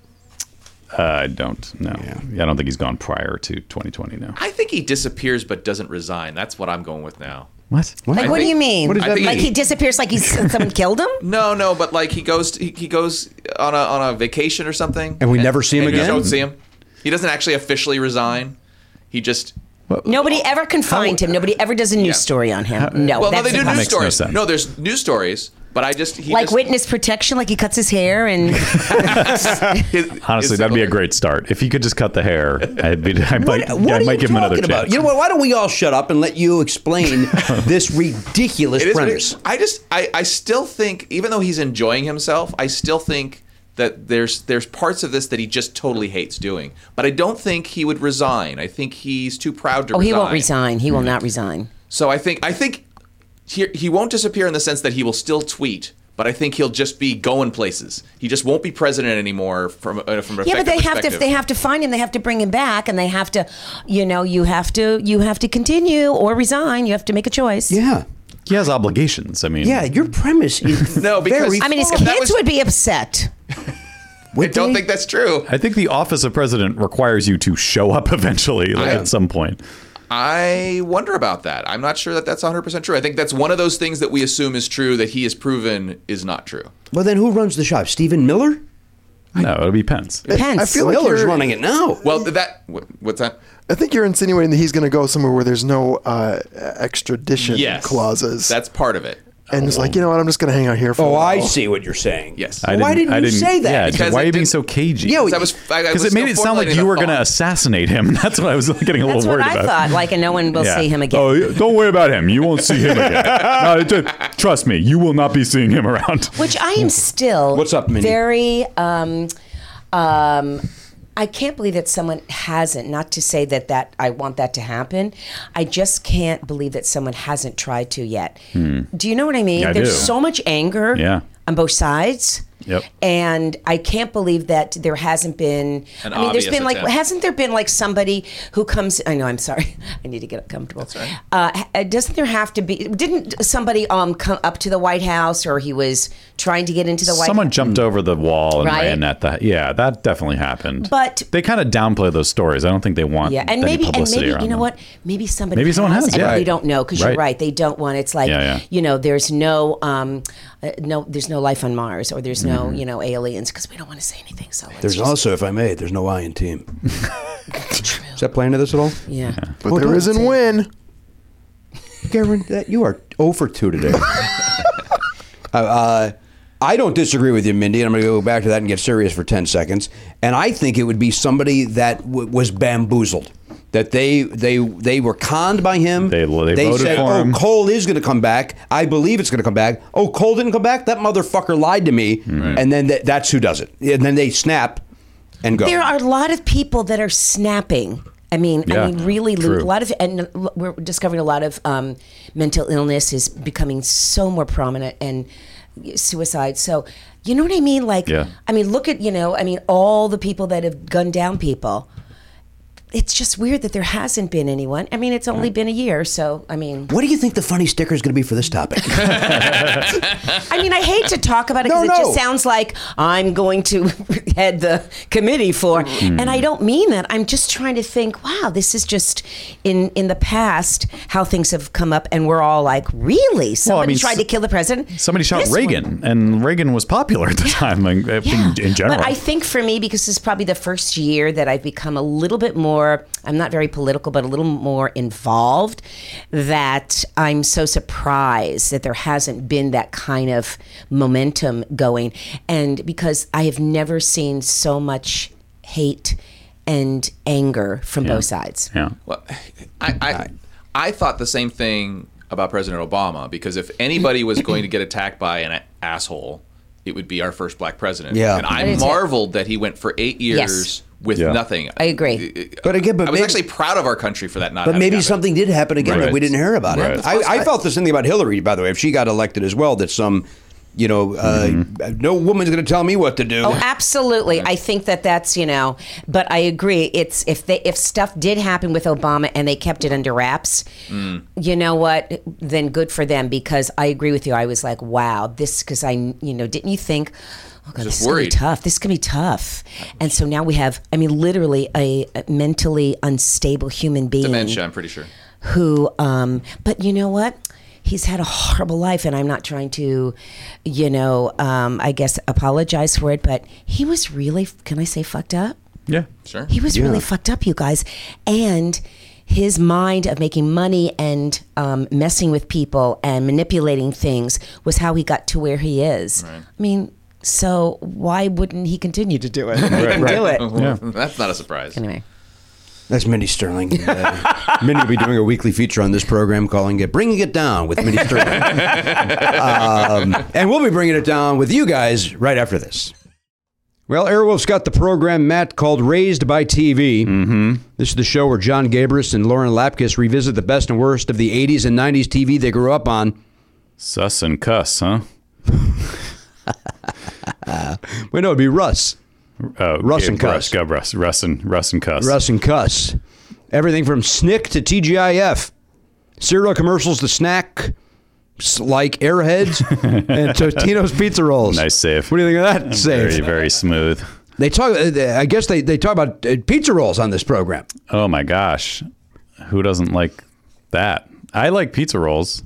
Speaker 1: Uh, I don't know.
Speaker 2: Yeah.
Speaker 1: I don't think he's gone prior to 2020. No.
Speaker 7: I think he disappears but doesn't resign. That's what I'm going with now.
Speaker 1: What?
Speaker 10: Like,
Speaker 7: I
Speaker 10: what do
Speaker 7: think-
Speaker 10: you mean?
Speaker 7: what does that
Speaker 10: like
Speaker 7: mean?
Speaker 10: he disappears, like he's <laughs> someone killed him.
Speaker 7: No, no, but like he goes, he, he goes on a on a vacation or something,
Speaker 2: And we never see him
Speaker 7: and
Speaker 2: again?
Speaker 7: You don't see him. He doesn't actually officially resign. He just.
Speaker 10: Nobody ever confined him. Nobody ever does a news
Speaker 7: Yeah. Uh,
Speaker 10: story on him. no,
Speaker 7: Well, no,
Speaker 10: that's
Speaker 7: they do
Speaker 10: impossible.
Speaker 1: makes
Speaker 7: news
Speaker 1: no
Speaker 7: stories.
Speaker 1: sense.
Speaker 7: No, there's news stories, but I just he
Speaker 10: like
Speaker 7: just,
Speaker 10: witness protection. Like he cuts his
Speaker 7: <laughs>
Speaker 10: hair and
Speaker 7: his-
Speaker 1: Honestly,
Speaker 7: his
Speaker 1: that'd be a
Speaker 7: singletary.
Speaker 1: great start. If he could just cut the hair, <laughs> I'd be, I might,
Speaker 2: What
Speaker 1: yeah, I
Speaker 2: are
Speaker 1: might
Speaker 2: you
Speaker 1: give him another
Speaker 2: talking about?
Speaker 1: chance.
Speaker 2: You know what? Why don't we all shut up and let you explain
Speaker 1: <laughs>
Speaker 2: this ridiculous
Speaker 7: It is. what it
Speaker 2: premise?
Speaker 7: is. I just, I, I still think, even though he's enjoying himself, I still think that there's there's parts of this that he just totally hates doing. But I don't think he would resign. I think he's too proud to.
Speaker 10: oh,
Speaker 7: resign.
Speaker 10: he won't resign. He will not resign.
Speaker 7: So I think, I think he he won't disappear in the sense that he will still tweet. But I think he'll just be going places. He just won't be president anymore from uh, from a
Speaker 10: Yeah, but they have to.
Speaker 7: perspective.
Speaker 10: They have to find him. They have to bring him back, and they have to. You know, you have to. You have to continue or resign. You have to make a choice.
Speaker 2: Yeah.
Speaker 1: He has obligations. I mean,
Speaker 2: Yeah. Your premise is
Speaker 7: <laughs> No, because-
Speaker 2: very
Speaker 10: I mean, his
Speaker 7: Well, that
Speaker 10: kids
Speaker 7: was-
Speaker 10: would be upset.
Speaker 7: I don't think that's true.
Speaker 1: I think the office of president requires you to show up <laughs> eventually like, at some point.
Speaker 7: I wonder about that. I'm not sure that that's 100% true. I think that's one of those things that we assume is true that he has proven is not true.
Speaker 2: Well, then who runs the shop? Stephen Miller?
Speaker 1: No, it'll be Pence.
Speaker 10: Pence.
Speaker 6: I feel like
Speaker 2: Miller's
Speaker 6: you're-
Speaker 2: running it now.
Speaker 7: Well, that wha- what's that?
Speaker 6: I think you're insinuating that he's going to go somewhere where there's no uh, extradition
Speaker 7: Yes.
Speaker 6: clauses.
Speaker 7: That's part of it.
Speaker 6: and it's like, you know what? I'm just going to hang out here for a
Speaker 2: Oh,
Speaker 6: while.
Speaker 2: I see what you're saying.
Speaker 7: Yes.
Speaker 1: I
Speaker 2: Why didn't
Speaker 1: I
Speaker 2: you say that? <laughs>
Speaker 1: Yeah,
Speaker 7: Because
Speaker 1: why
Speaker 7: I
Speaker 1: are you being
Speaker 7: didn't-
Speaker 1: so cagey?
Speaker 2: Yeah,
Speaker 7: 'Cause I was I- I
Speaker 1: because
Speaker 7: was
Speaker 1: it
Speaker 7: still
Speaker 1: made it sound like
Speaker 7: formulating
Speaker 1: you
Speaker 7: the
Speaker 1: were going to
Speaker 7: thought.
Speaker 1: assassinate him. <laughs> That's what I was getting a little
Speaker 10: That's what
Speaker 1: worried
Speaker 10: I
Speaker 1: about.
Speaker 10: thought. Like, and no one will see him again.
Speaker 1: Oh, yeah, don't worry about him. You won't see him
Speaker 10: <laughs>
Speaker 1: again. No, it- trust me, you will not be seeing him around.
Speaker 10: Which I am still.
Speaker 2: What's up, Minnie?
Speaker 10: Very. Um, um, I can't believe that someone hasn't. Not to say that that I want that to happen. I just can't believe that someone hasn't tried to yet. Do you know what I mean?
Speaker 1: Hmm. Yeah, I
Speaker 10: There's
Speaker 1: do.
Speaker 10: so much anger.
Speaker 1: Yeah.
Speaker 10: On both sides.
Speaker 1: Yep.
Speaker 10: And I can't believe that there hasn't been.
Speaker 7: An
Speaker 10: I mean, there's
Speaker 7: obvious
Speaker 10: been like
Speaker 7: attempt.
Speaker 10: hasn't there been like somebody who comes? I know. I'm sorry. <laughs> I need to get comfortable. Uh, ha- doesn't there have to be? Didn't somebody um come up to the White House, or he was trying to get into the White?
Speaker 1: Someone jumped over the wall and
Speaker 10: Right?
Speaker 1: ran at the. Yeah, that definitely happened.
Speaker 10: But-
Speaker 1: they kind of downplay those stories. I don't think they want
Speaker 10: Yeah, and
Speaker 1: any
Speaker 10: maybe and
Speaker 1: publicity
Speaker 10: maybe you
Speaker 1: around
Speaker 10: know
Speaker 1: them.
Speaker 10: what? Maybe somebody
Speaker 1: Maybe someone has,
Speaker 10: and
Speaker 1: yeah.
Speaker 10: we don't know because
Speaker 1: Right.
Speaker 10: you're right. They don't want it's like
Speaker 1: Yeah, yeah.
Speaker 10: you know there's no um uh, no there's no life on Mars or there's
Speaker 1: Mm-hmm.
Speaker 10: no you know aliens because we don't want to say anything. So let's
Speaker 2: There's
Speaker 10: just,
Speaker 2: also, if I may, there's no I in team.
Speaker 1: <laughs>
Speaker 2: Is that playing to this at all?
Speaker 10: yeah.
Speaker 6: But there isn't win.
Speaker 2: Garen, that you are 0 for 2 today. <laughs> Uh, uh, I don't disagree with you, Mindy, and I'm going to go back to that and get serious for 10 seconds. And I think it would be somebody that w- was bamboozled. That they they they were conned by him.
Speaker 1: They- they voted
Speaker 2: said,
Speaker 1: for
Speaker 2: "Oh,
Speaker 1: him."
Speaker 2: Cole is going to come back. I believe it's going to come back. Oh, Cole didn't come back. That motherfucker lied to me." And then th- that's who does it. And then they snap and go.
Speaker 10: There are a lot of people that are snapping. I mean,
Speaker 1: Yeah,
Speaker 10: I mean, really, Lou,
Speaker 1: true.
Speaker 10: a lot of, and l- we're discovering a lot of um, mental illness is becoming so more prominent and suicide. So, you know what I mean? Like,
Speaker 1: Yeah.
Speaker 10: I mean, look at you know, I mean, all the people that have gunned down people. it's just weird that there hasn't been anyone. I mean, it's only been a year, so I mean,
Speaker 12: What do you think the funny sticker is going to be for this
Speaker 7: <laughs>
Speaker 12: topic?
Speaker 10: I mean, I hate to talk about it because
Speaker 12: No,
Speaker 10: it
Speaker 12: no.
Speaker 10: just sounds like I'm going to <laughs> head the committee for, and I don't mean that. I'm just trying to think. Wow, this is just in in the past how things have come up, and we're all like, really, somebody
Speaker 1: mean,
Speaker 10: tried
Speaker 1: s-
Speaker 10: to kill the president.
Speaker 1: Somebody shot
Speaker 10: This one-
Speaker 1: Reagan, and Reagan was popular at the time like, in-
Speaker 10: Yeah.
Speaker 1: in general.
Speaker 10: But I think for me, because this is probably the first year that I've become a little bit more, I'm not very political, but a little more involved, that I'm so surprised that there hasn't been that kind of momentum going. And because I have never seen so much hate and anger from both sides.
Speaker 1: yeah.
Speaker 7: Well, I, I, I thought the same thing about President Obama because if anybody was going to get attacked by an asshole, it would be our first black president.
Speaker 12: Yeah.
Speaker 7: and
Speaker 10: do
Speaker 7: I
Speaker 10: too.
Speaker 7: marveled that he went for eight years
Speaker 10: Yes.
Speaker 7: with
Speaker 1: Yeah.
Speaker 7: nothing.
Speaker 10: I agree.
Speaker 12: But again, but
Speaker 7: I was
Speaker 12: maybe-
Speaker 7: actually proud of our country for that not.
Speaker 12: But
Speaker 7: having
Speaker 12: maybe
Speaker 7: happened.
Speaker 12: something did happen again that
Speaker 1: Right.
Speaker 12: we didn't hear about
Speaker 1: Right.
Speaker 12: it. I, I felt the same thing about Hillary, by the way. If she got elected as well, that some, you know, uh, no woman's going to tell me what to do.
Speaker 10: Oh, absolutely. I think that that's you know, but I agree. It's if they if stuff did happen with Obama and they kept it under wraps,
Speaker 7: Mm.
Speaker 10: you know what? Then good for them because I agree with you. I was like, wow, this because I you know didn't you think? Oh God, this is gonna be
Speaker 7: worried.
Speaker 10: tough. This can be tough, and so now we have. I mean, literally a a mentally unstable human being
Speaker 7: dementia. I'm pretty sure.
Speaker 10: who um but you know what he's had a horrible life and i'm not trying to you know um i guess apologize for it but he was really can i say fucked up
Speaker 1: Yeah.
Speaker 7: Sure.
Speaker 10: he was really fucked up you guys and his mind of making money and um, messing with people and manipulating things was how he got to where he is i mean so why wouldn't he continue
Speaker 2: <laughs>
Speaker 10: to do it He can
Speaker 7: <laughs>
Speaker 10: do it
Speaker 7: That's not a surprise.
Speaker 10: anyway
Speaker 12: That's Mindy Sterling. Uh, Mindy will be doing a weekly feature on this program calling it Bringing It Down with Mindy Sterling. um, and we'll be bringing it down with you guys right after this.
Speaker 2: Well, Airwolf's got the program, Matt, called Raised by TV. Mm-hmm. This is the show where John Gabris and Lauren Lapkus revisit the best and worst of the 80s and 90s TV they grew up on.
Speaker 1: Suss and cuss, huh?
Speaker 2: Wait, no, it'd be Russ.
Speaker 1: Oh,
Speaker 2: Russ
Speaker 1: Gabe
Speaker 2: and cuss.
Speaker 1: Russ, Gub Russ, Russ and Russ and cuss.
Speaker 2: Russ and Cuss. Everything from Snick to TGIF. Cereal commercials to snack like
Speaker 1: <laughs>
Speaker 2: Airheads and Totino's pizza rolls.
Speaker 1: Nice save.
Speaker 2: What do you think of that save? <laughs>
Speaker 1: Very, very smooth.
Speaker 2: They talk. uh, I guess they, they talk about uh, pizza rolls on this program.
Speaker 1: Oh my gosh, who doesn't like that? I like pizza rolls.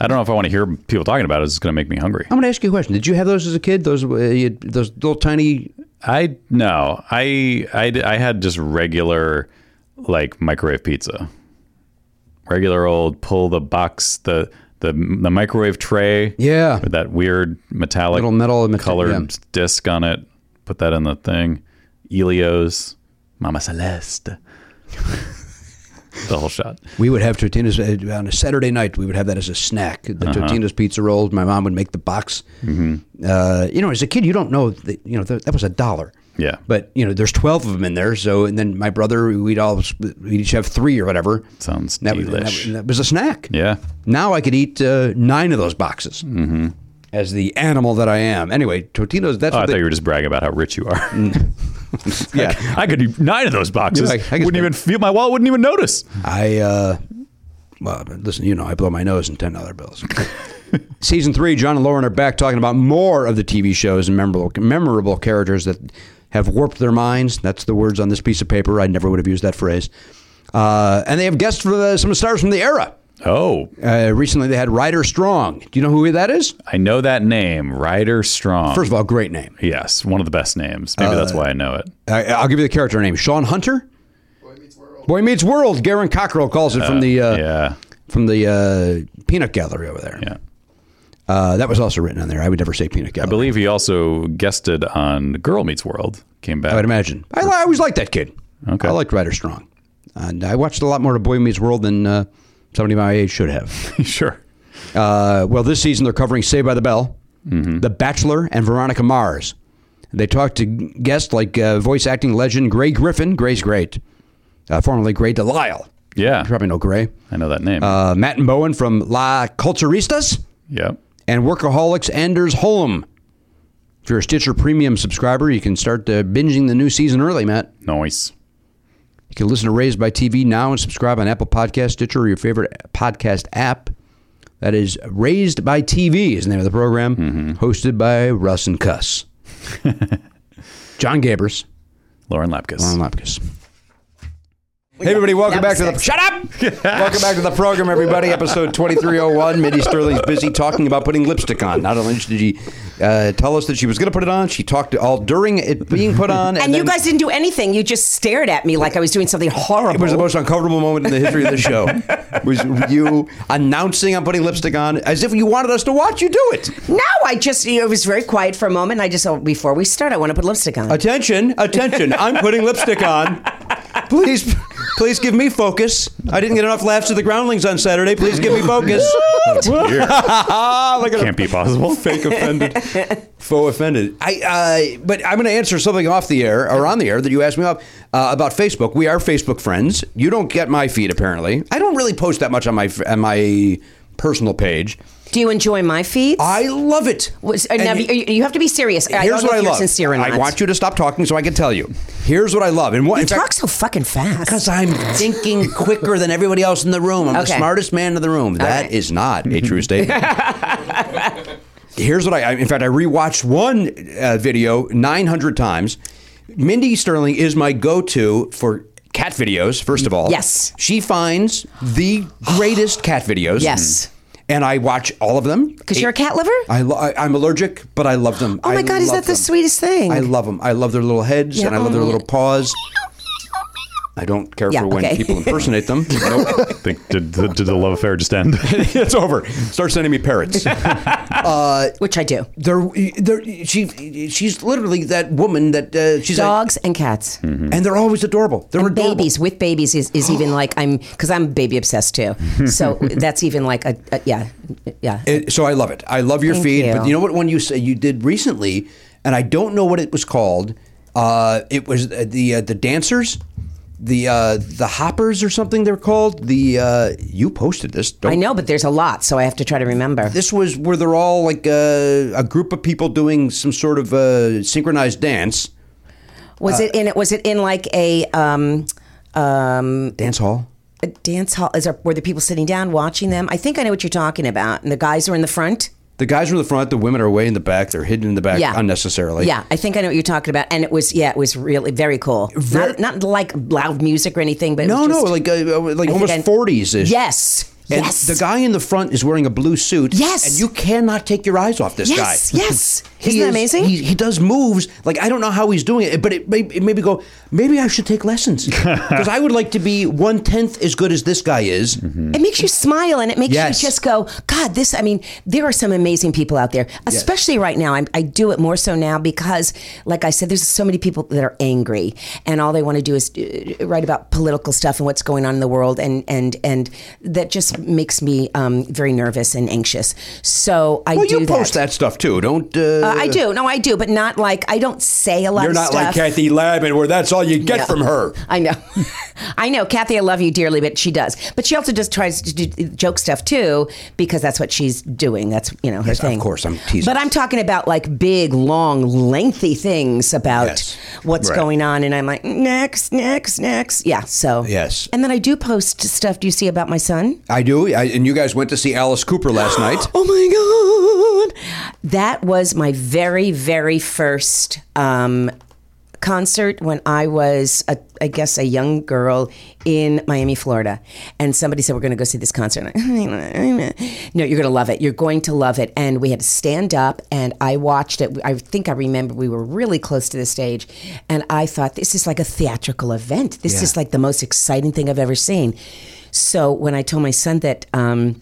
Speaker 1: I don't know if I want to hear people talking about it. It's going to make me hungry.
Speaker 2: I'm going to ask you a question. Did you have those as a kid? Those uh, you, those little tiny.
Speaker 1: I no, I, I d- I had just regular like microwave pizza, regular old pull the box the the the microwave tray.
Speaker 2: Yeah.
Speaker 1: with that weird metallic
Speaker 2: Little metal meta-
Speaker 1: colored
Speaker 2: yeah.
Speaker 1: disc on it. Put that in the thing. Elio's, Mama Celeste, the whole shot.
Speaker 2: We would have Totino's uh, on a Saturday night. We would have that as a snack. The
Speaker 1: Uh-huh.
Speaker 2: Totino's pizza rolls. My mom would make the box.
Speaker 1: Mm-hmm.
Speaker 2: Uh, you know, as a kid, you don't know. That, you know that, that was a dollar.
Speaker 1: Yeah.
Speaker 2: But you know, there's twelve of them in there. So, and then my brother, we'd all we'd each have three or whatever.
Speaker 1: Sounds
Speaker 2: And that, was- and that,
Speaker 1: delish.
Speaker 2: and that was a snack.
Speaker 1: Yeah. Oh,
Speaker 2: Now I could eat uh, nine of those boxes. Mm-hmm. As the animal that I am. Anyway, Totino's. That's
Speaker 1: Oh, I
Speaker 2: what
Speaker 1: thought
Speaker 2: they,
Speaker 1: you were just bragging about how rich you are.
Speaker 2: <laughs> yeah.
Speaker 1: <laughs> I could eat nine of those boxes.
Speaker 2: Yeah, I- I can spend-
Speaker 1: wouldn't even feel my wallet. Wouldn't even notice.
Speaker 2: I, uh, well, but listen, you know, I blow my nose in $10 bills. <laughs> Season three, John and Lauren are back talking about more of the TV shows and memorable, memorable characters that have warped their minds. That's the words on this piece of paper. I never would have used that phrase. Uh, and they have guests for the, some stars from the era.
Speaker 1: Oh,
Speaker 2: Uh, recently, they had Ryder Strong. Do you know who that is?
Speaker 1: I know that name, Ryder Strong.
Speaker 2: First Uh, of all, great name.
Speaker 1: yes, one of the best names. Maybe that's why I know it.
Speaker 2: I, I'll give you the character name: Sean Hunter. Boy Meets World. Garen Cockrell calls it from the uh,
Speaker 1: yeah,
Speaker 2: from the uh, Peanut Gallery over there.
Speaker 1: yeah.
Speaker 2: Uh, that was also written on there. I would never say peanut gallery.
Speaker 1: I believe he also guested on Girl Meets World. Came back.
Speaker 2: I would imagine. I, li- I always liked that kid.
Speaker 1: Okay.
Speaker 2: I liked Ryder Strong, and I watched a lot more of Boy Meets World than uh, somebody my age should
Speaker 1: <laughs>
Speaker 2: have.
Speaker 1: sure.
Speaker 2: Uh, well, this season they're covering Saved by the Bell,
Speaker 1: Mm-hmm.
Speaker 2: The Bachelor, and Veronica Mars. They talked to guests like uh, voice acting legend Gray Griffin. Gray's great, uh, formerly Gray Delisle.
Speaker 1: Yeah,
Speaker 2: You probably know Gray.
Speaker 1: I know that name.
Speaker 2: Uh, Matt and Bowen from La Culturistas.
Speaker 1: yep.
Speaker 2: and Workaholics Anders Holm. If you're a Stitcher Premium subscriber, you can start uh, binging the new season early, Matt.
Speaker 1: Nice.
Speaker 2: You can listen to Raised by TV now and subscribe on Apple Podcast, Stitcher, or your favorite podcast app. That is Raised by TV is the name of the program, hosted by Russ and Cuss. John Gabers,
Speaker 1: Lauren Lapkus.
Speaker 2: Ron Lapkus. Hey everybody, welcome
Speaker 10: That
Speaker 2: back
Speaker 10: was
Speaker 2: to the
Speaker 10: sexy.
Speaker 2: Shut up! <laughs> welcome back to the program, everybody. Episode 2301. Mindy Sterling's busy talking about putting lipstick on. Not only did she uh, tell us that she was going to put it on, she talked all during it being put on.
Speaker 10: And, you
Speaker 2: then-
Speaker 10: guys didn't do anything. You just stared at me like I was doing something horrible.
Speaker 2: It was the most uncomfortable moment in the history of the
Speaker 10: <laughs>
Speaker 2: show. was you announcing I'm putting lipstick on as if you wanted us to watch you do it.
Speaker 10: no, I just you know, it was very quiet for a moment. I just oh, before we start, I want to put lipstick on.
Speaker 2: Attention, attention, I'm putting lipstick on. Please please give me focus. I didn't get enough laughs at the groundlings on Saturday. Please give me focus. <laughs> Look at
Speaker 1: Can't be
Speaker 2: <laughs>
Speaker 1: possible.
Speaker 2: fake offended, faux offended. I, uh, but I'm going to answer something off the air or on the air that you asked me off uh, about Facebook. We are Facebook friends. You don't get my feed apparently. I don't really post that much on my on my personal page.
Speaker 10: do you enjoy my feeds?
Speaker 2: I love it.
Speaker 10: Was- uh, now,
Speaker 2: And-
Speaker 10: you, you have to be serious. I
Speaker 2: Here's
Speaker 10: don't know
Speaker 2: what I
Speaker 10: if you're
Speaker 2: love.
Speaker 10: Sincere or not.
Speaker 2: I want you to stop talking so I can tell you. Here's what I love. And what
Speaker 10: You
Speaker 2: in fact-
Speaker 10: talk so fucking fast.
Speaker 2: because I'm thinking quicker than everybody else in the room. I'm the
Speaker 10: Okay.
Speaker 2: smartest man in the room. That is
Speaker 10: right.
Speaker 2: not a
Speaker 10: <laughs>
Speaker 2: true statement. Here's what I, I in fact I rewatched one uh, video 900 times. Mindy Sterling is my go-to for cat videos. First of all,
Speaker 10: Yes.
Speaker 2: she finds the greatest cat videos.
Speaker 10: Yes.
Speaker 2: and I watch all of them
Speaker 10: Because you're a cat lover?
Speaker 2: I lo- I, I'm allergic, but I love them.
Speaker 10: Oh my
Speaker 2: I
Speaker 10: God, is
Speaker 2: love
Speaker 10: that the
Speaker 2: them.
Speaker 10: sweetest thing?
Speaker 2: I love them. I love their little heads
Speaker 10: Yeah,
Speaker 2: and I love their
Speaker 10: oh.
Speaker 2: little paws. I don't care
Speaker 10: Yeah,
Speaker 2: for when
Speaker 10: okay. <laughs>
Speaker 2: people impersonate them.
Speaker 1: I think did, the- did the love affair just end?
Speaker 2: <laughs> it's over. Start sending me parrots.
Speaker 10: Which I do.
Speaker 2: <laughs> they're, they're, she, she's literally that woman that uh, she's like-
Speaker 10: Dogs and cats.
Speaker 2: Mm-hmm. and they're always adorable. They're
Speaker 10: And
Speaker 2: adorable.
Speaker 10: babies with babies is, is even like I'm because I'm baby obsessed
Speaker 2: <laughs>
Speaker 10: too. So that's even like a, a yeah yeah.
Speaker 2: It- so I love it. I love your
Speaker 10: Thank
Speaker 2: feed. But
Speaker 10: you.
Speaker 2: you know what one you say you did recently, and I don't know what it was called. Uh, it was uh, the uh, the dancers, the uh, the hoppers or something they're called. The uh, you posted this. Don't,
Speaker 10: I know, but there's a lot, so I have to try to remember.
Speaker 2: This was where they're all like uh, a group of people doing some sort of uh, synchronized dance.
Speaker 10: Was
Speaker 2: uh,
Speaker 10: it in? Was it in like a um, um,
Speaker 2: Dance hall.
Speaker 10: a dance hall? Is there, were the people sitting down watching them? I think I know what you're talking about. And the guys are in the front.
Speaker 2: The guys are in the front. The women are way in the back. They're hidden in the back
Speaker 10: Yeah,
Speaker 2: unnecessarily.
Speaker 10: Yeah, I think I know what you're talking about. And it was yeah, it was really very cool.
Speaker 2: Ver-
Speaker 10: not, not like loud music or anything, but it
Speaker 2: No,
Speaker 10: was
Speaker 2: no,
Speaker 10: just-
Speaker 2: like uh, uh, like
Speaker 10: I think I-
Speaker 2: almost forties ish.
Speaker 10: yes,
Speaker 2: And
Speaker 10: yes.
Speaker 2: the guy in the front is wearing a blue suit.
Speaker 10: Yes.
Speaker 2: And you cannot take your eyes off this
Speaker 10: Yes,
Speaker 2: guy.
Speaker 10: yes.
Speaker 2: He
Speaker 10: Isn't that
Speaker 2: is-
Speaker 10: amazing?
Speaker 2: He, he does moves. Like, I don't know how he's doing it, but it made, it made me go, maybe I should take
Speaker 10: <laughs>
Speaker 2: lessons. Because I would like to be one tenth as good as this guy is.
Speaker 10: It makes you smile and it makes
Speaker 2: Yes.
Speaker 10: you just go, God, this, I mean, there are some amazing people out there, especially right now. I, I do it more so now because, like I said, there's so many people that are angry and all they want to do is uh, write about political stuff and what's going on in the world. And, and, and that just makes me um, very nervous and anxious. So I
Speaker 2: Well,
Speaker 10: do
Speaker 2: you post that, stuff too. Don't. Uh,
Speaker 10: Uh, I do. No, I do, but not like, I don't say a lot
Speaker 2: You're
Speaker 10: of
Speaker 2: not
Speaker 10: stuff.
Speaker 2: like Kathy Lavin, where that's all you get
Speaker 10: No.
Speaker 2: from her.
Speaker 10: I know. <laughs> I know. Kathy, I love you dearly, but she does. But she also just tries to do joke stuff too, because that's what she's doing. That's, you know, her
Speaker 2: Yes, of
Speaker 10: thing.
Speaker 2: course, I'm teasing.
Speaker 10: But I'm talking about like big, long, lengthy things about
Speaker 2: Yes.
Speaker 10: what's
Speaker 2: Right.
Speaker 10: going on. And I'm like, next, next, next. Yeah. So,
Speaker 2: Yes.
Speaker 10: And then I do post stuff. Do you see about my son?
Speaker 2: I do. I, and you guys went to see Alice Cooper
Speaker 10: <gasps>
Speaker 2: last night.
Speaker 10: Oh my God. That was my very, very first um, concert when I was, a, I guess, a young girl in Miami, Florida. And somebody said, We're going to go see this concert. And I, <laughs> no, you're going to love it. You're going to love it. And we had to stand up and I watched it. I think I remember we were really close to the stage. And I thought, This is like a theatrical event. This is like the most exciting thing I've ever seen. So when I told my son that, um,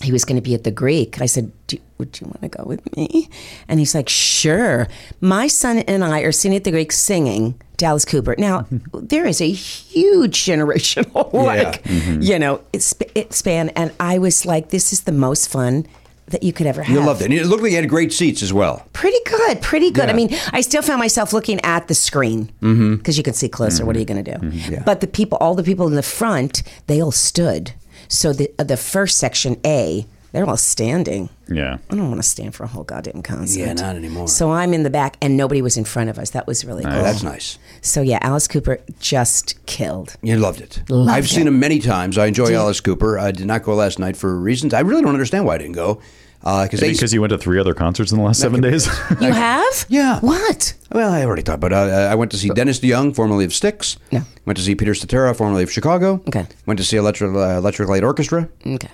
Speaker 10: he was going to be at the Greek. I said, Do, Would you want to go with me? And he's like, Sure. My son and I are sitting at the Greek singing Dallas Cooper. Now,
Speaker 2: <laughs>
Speaker 10: there is a huge generational, like,
Speaker 2: Mm-hmm.
Speaker 10: you know, it sp- it span. And I was like, This is the most fun that you could ever have.
Speaker 2: You loved it. And it looked like you had great seats as well.
Speaker 10: Pretty good, pretty good.
Speaker 2: Yeah. Mm-hmm.
Speaker 10: I mean, I still found myself looking at the screen because you can see closer. What are you going to do? But the people, all the people in the front, they all stood. So the uh, the first section A They're all standing.
Speaker 1: Yeah.
Speaker 10: I don't want to stand for a whole goddamn concert.
Speaker 2: Yeah, not anymore.
Speaker 10: So I'm in the back, and nobody was in front of us. That was really cool.
Speaker 2: That's nice.
Speaker 10: So yeah, Alice Cooper just killed.
Speaker 2: You loved it.
Speaker 10: Loved
Speaker 2: I've
Speaker 10: it.
Speaker 2: seen him many times. I enjoy Alice Cooper. I did not go last night for reasons. I really don't understand why I didn't go. Uh, cause they,
Speaker 1: Because you went to three other concerts in the last seven days. <laughs>
Speaker 10: You have?
Speaker 2: Yeah.
Speaker 10: What?
Speaker 2: well, I already talked about. Uh, I went to see Dennis DeYoung, formerly of Styx.
Speaker 10: Yeah.
Speaker 2: Went to see Peter Cetera, formerly of Chicago.
Speaker 10: Okay.
Speaker 2: Went to see Electric, uh, Electric Light Orchestra.
Speaker 10: Okay.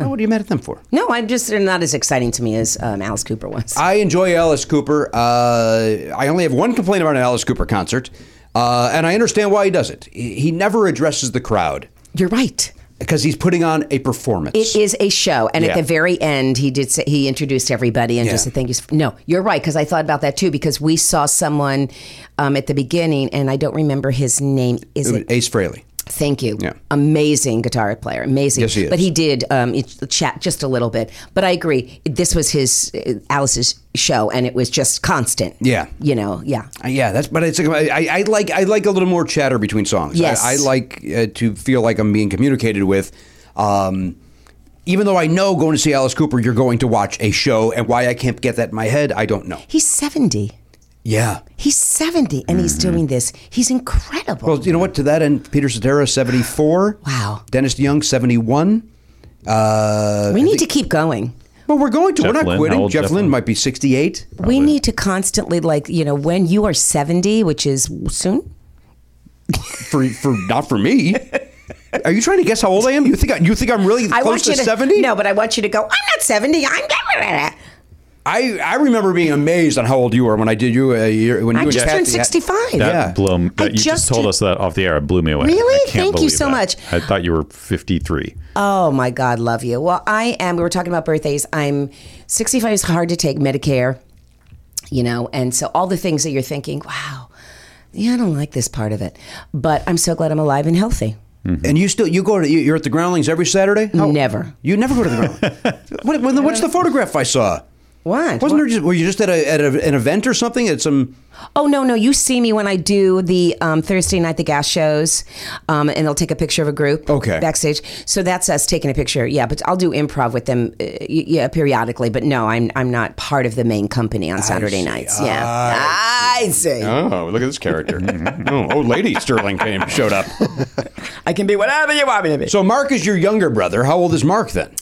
Speaker 2: Oh, what are you mad at them for?
Speaker 10: No, I'm just they're not as exciting to me as um, Alice Cooper was.
Speaker 2: I enjoy Alice Cooper. Uh, I only have one complaint about an Alice Cooper concert, uh, and I understand why he does it. He, he never addresses the crowd
Speaker 10: You're right.
Speaker 2: because he's putting on a performance.
Speaker 10: It is a show, and
Speaker 2: Yeah.
Speaker 10: at the very end, he did say, he introduced everybody and
Speaker 2: Yeah.
Speaker 10: just said thank you. No, you're right because I thought about that too because we saw someone um, at the beginning, and I don't remember his name. Is it?
Speaker 2: Ace Frehley.
Speaker 10: Thank you.
Speaker 2: Mm. Yeah.
Speaker 10: Amazing guitar player. Amazing.
Speaker 2: Yes, he is.
Speaker 10: But he did um, it- chat just a little bit. But I agree. This was his uh, Alice's show, and it was just constant.
Speaker 2: Yeah.
Speaker 10: You know. Yeah.
Speaker 2: Uh, Yeah, that's but it's I, I I like I like a little more chatter between songs.
Speaker 10: Yes.
Speaker 2: I, I like uh, to feel like I'm being communicated with. Um, even though I know going to see Alice Cooper, you're going to watch a show, and why I can't get that in my head, I don't know.
Speaker 10: He's seventy.
Speaker 2: Yeah.
Speaker 10: He's seventy, and he's doing this. He's incredible.
Speaker 2: Mm-hmm. Well, you know what? To that end, Peter Cetera, 74.
Speaker 10: Wow.
Speaker 2: Dennis DeYoung, 71. Uh,
Speaker 10: we need to keep going.
Speaker 2: well, we're going to.
Speaker 1: Jeff
Speaker 2: we're not
Speaker 1: Lynne, how
Speaker 2: quitting.
Speaker 1: old
Speaker 2: Jeff,
Speaker 1: Jeff
Speaker 2: Lynne
Speaker 1: Lynne?
Speaker 2: might be 68.
Speaker 10: We need to constantly, like, you know, when you are 70, which is soon,
Speaker 2: For, for Not for me. Are you trying to guess how old I am? You think, I, you think I'm really
Speaker 10: I
Speaker 2: close
Speaker 10: want
Speaker 2: to
Speaker 10: you to
Speaker 2: 70?
Speaker 10: No, but I want you to go, I'm not 70. I'm.
Speaker 2: I, I remember being amazed on how old you were when I did you a year. When
Speaker 10: I
Speaker 2: you and
Speaker 10: just
Speaker 2: Kathy
Speaker 10: turned
Speaker 2: had-
Speaker 10: 65.
Speaker 1: That
Speaker 2: Yeah.
Speaker 1: blew.
Speaker 10: I
Speaker 1: That you
Speaker 10: just
Speaker 1: just told
Speaker 10: did-
Speaker 1: us that off the air. It blew me away.
Speaker 10: Really?
Speaker 1: I can't
Speaker 10: Thank you
Speaker 1: believe
Speaker 10: so
Speaker 1: that.
Speaker 10: much.
Speaker 1: I thought you were 53.
Speaker 10: Oh my God, love you. Well, I am. We were talking about birthdays. I'm 65 is hard to take Medicare, you know, and so all the things that you're thinking, wow, yeah, I don't like this part of it, but I'm so glad I'm alive and healthy.
Speaker 2: Mm-hmm. And you still you go to you- you're at the Groundlings every Saturday. How-
Speaker 10: Never.
Speaker 2: You never go to the
Speaker 5: <laughs>
Speaker 2: Groundlings. what, what- what's the photograph I saw?
Speaker 10: What?
Speaker 2: Wasn't there just were you just at, a, at a, an event or something at some?
Speaker 10: Oh no, no! You see me when I do the um, Thursday night the gas shows, um, and they'll take a picture of a group.
Speaker 2: Okay.
Speaker 10: Backstage, so that's us taking a picture. Yeah, but I'll do improv with them, uh, y- yeah, periodically. But no, I'm I'm not part of the main company on Saturday nights. Yeah, I see.
Speaker 5: Oh, look at
Speaker 2: <laughs>
Speaker 5: this character. oh, old lady Sterling came, showed up.
Speaker 10: I can be whatever you want me to be.
Speaker 2: So Mark is your younger brother. How old is Mark then?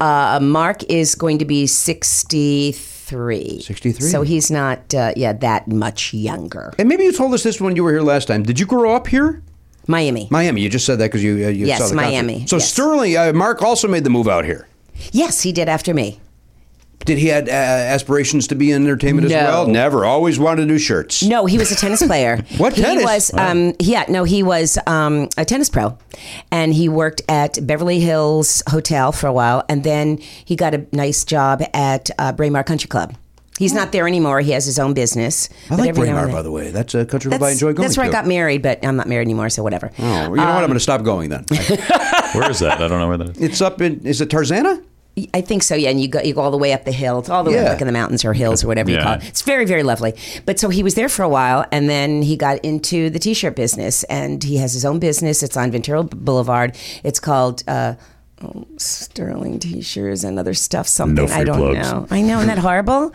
Speaker 10: Uh, Mark is going to be sixty three.
Speaker 2: 63.
Speaker 10: So he's not uh, yeah that much younger.
Speaker 2: And maybe you told us this when you were here last time. Did you grow up here,
Speaker 10: Miami.
Speaker 2: Miami? You just said that because you uh, you
Speaker 10: Yes,
Speaker 2: saw the concert.
Speaker 10: Miami,
Speaker 2: So
Speaker 10: yes.
Speaker 2: Sterling, uh, Mark also made the move out here.
Speaker 10: yes, he did after me.
Speaker 2: Did he had uh, aspirations to be in entertainment
Speaker 10: No.
Speaker 2: as well? Never. Always wanted to do shirts.
Speaker 10: No, he was a tennis player.
Speaker 2: <laughs> What
Speaker 10: he
Speaker 2: tennis?
Speaker 10: was? Um, yeah, no, he was um, a tennis pro, and he worked at Beverly Hills Hotel for a while, and then he got a nice job at uh, Braemar Country Club. He's not there anymore. He has his own business.
Speaker 2: I like Braemar, by the way. That's a country club I enjoy going
Speaker 10: that's where
Speaker 2: to.
Speaker 10: I got Um, married, but I'm not married anymore, so whatever.
Speaker 2: Oh, you know what? I'm going to stop going
Speaker 10: <laughs>
Speaker 2: then.
Speaker 1: Where is that? I don't know where that is.
Speaker 2: It's up in. Is it Tarzana?
Speaker 10: I think so, yeah. And you go, you go all the way up the hill. It's all the way
Speaker 2: Yeah.
Speaker 10: up like in the mountains or hills or whatever you
Speaker 1: Yeah.
Speaker 10: call it. It's very, very lovely. But so he was there for a while and then he got into the t shirt business and he has his own business. It's on Ventura Boulevard. It's called. Uh, oh, Sterling T-shirts and other stuff. Something
Speaker 1: free
Speaker 10: I don't
Speaker 1: plugs.
Speaker 10: know. I know, isn't that horrible?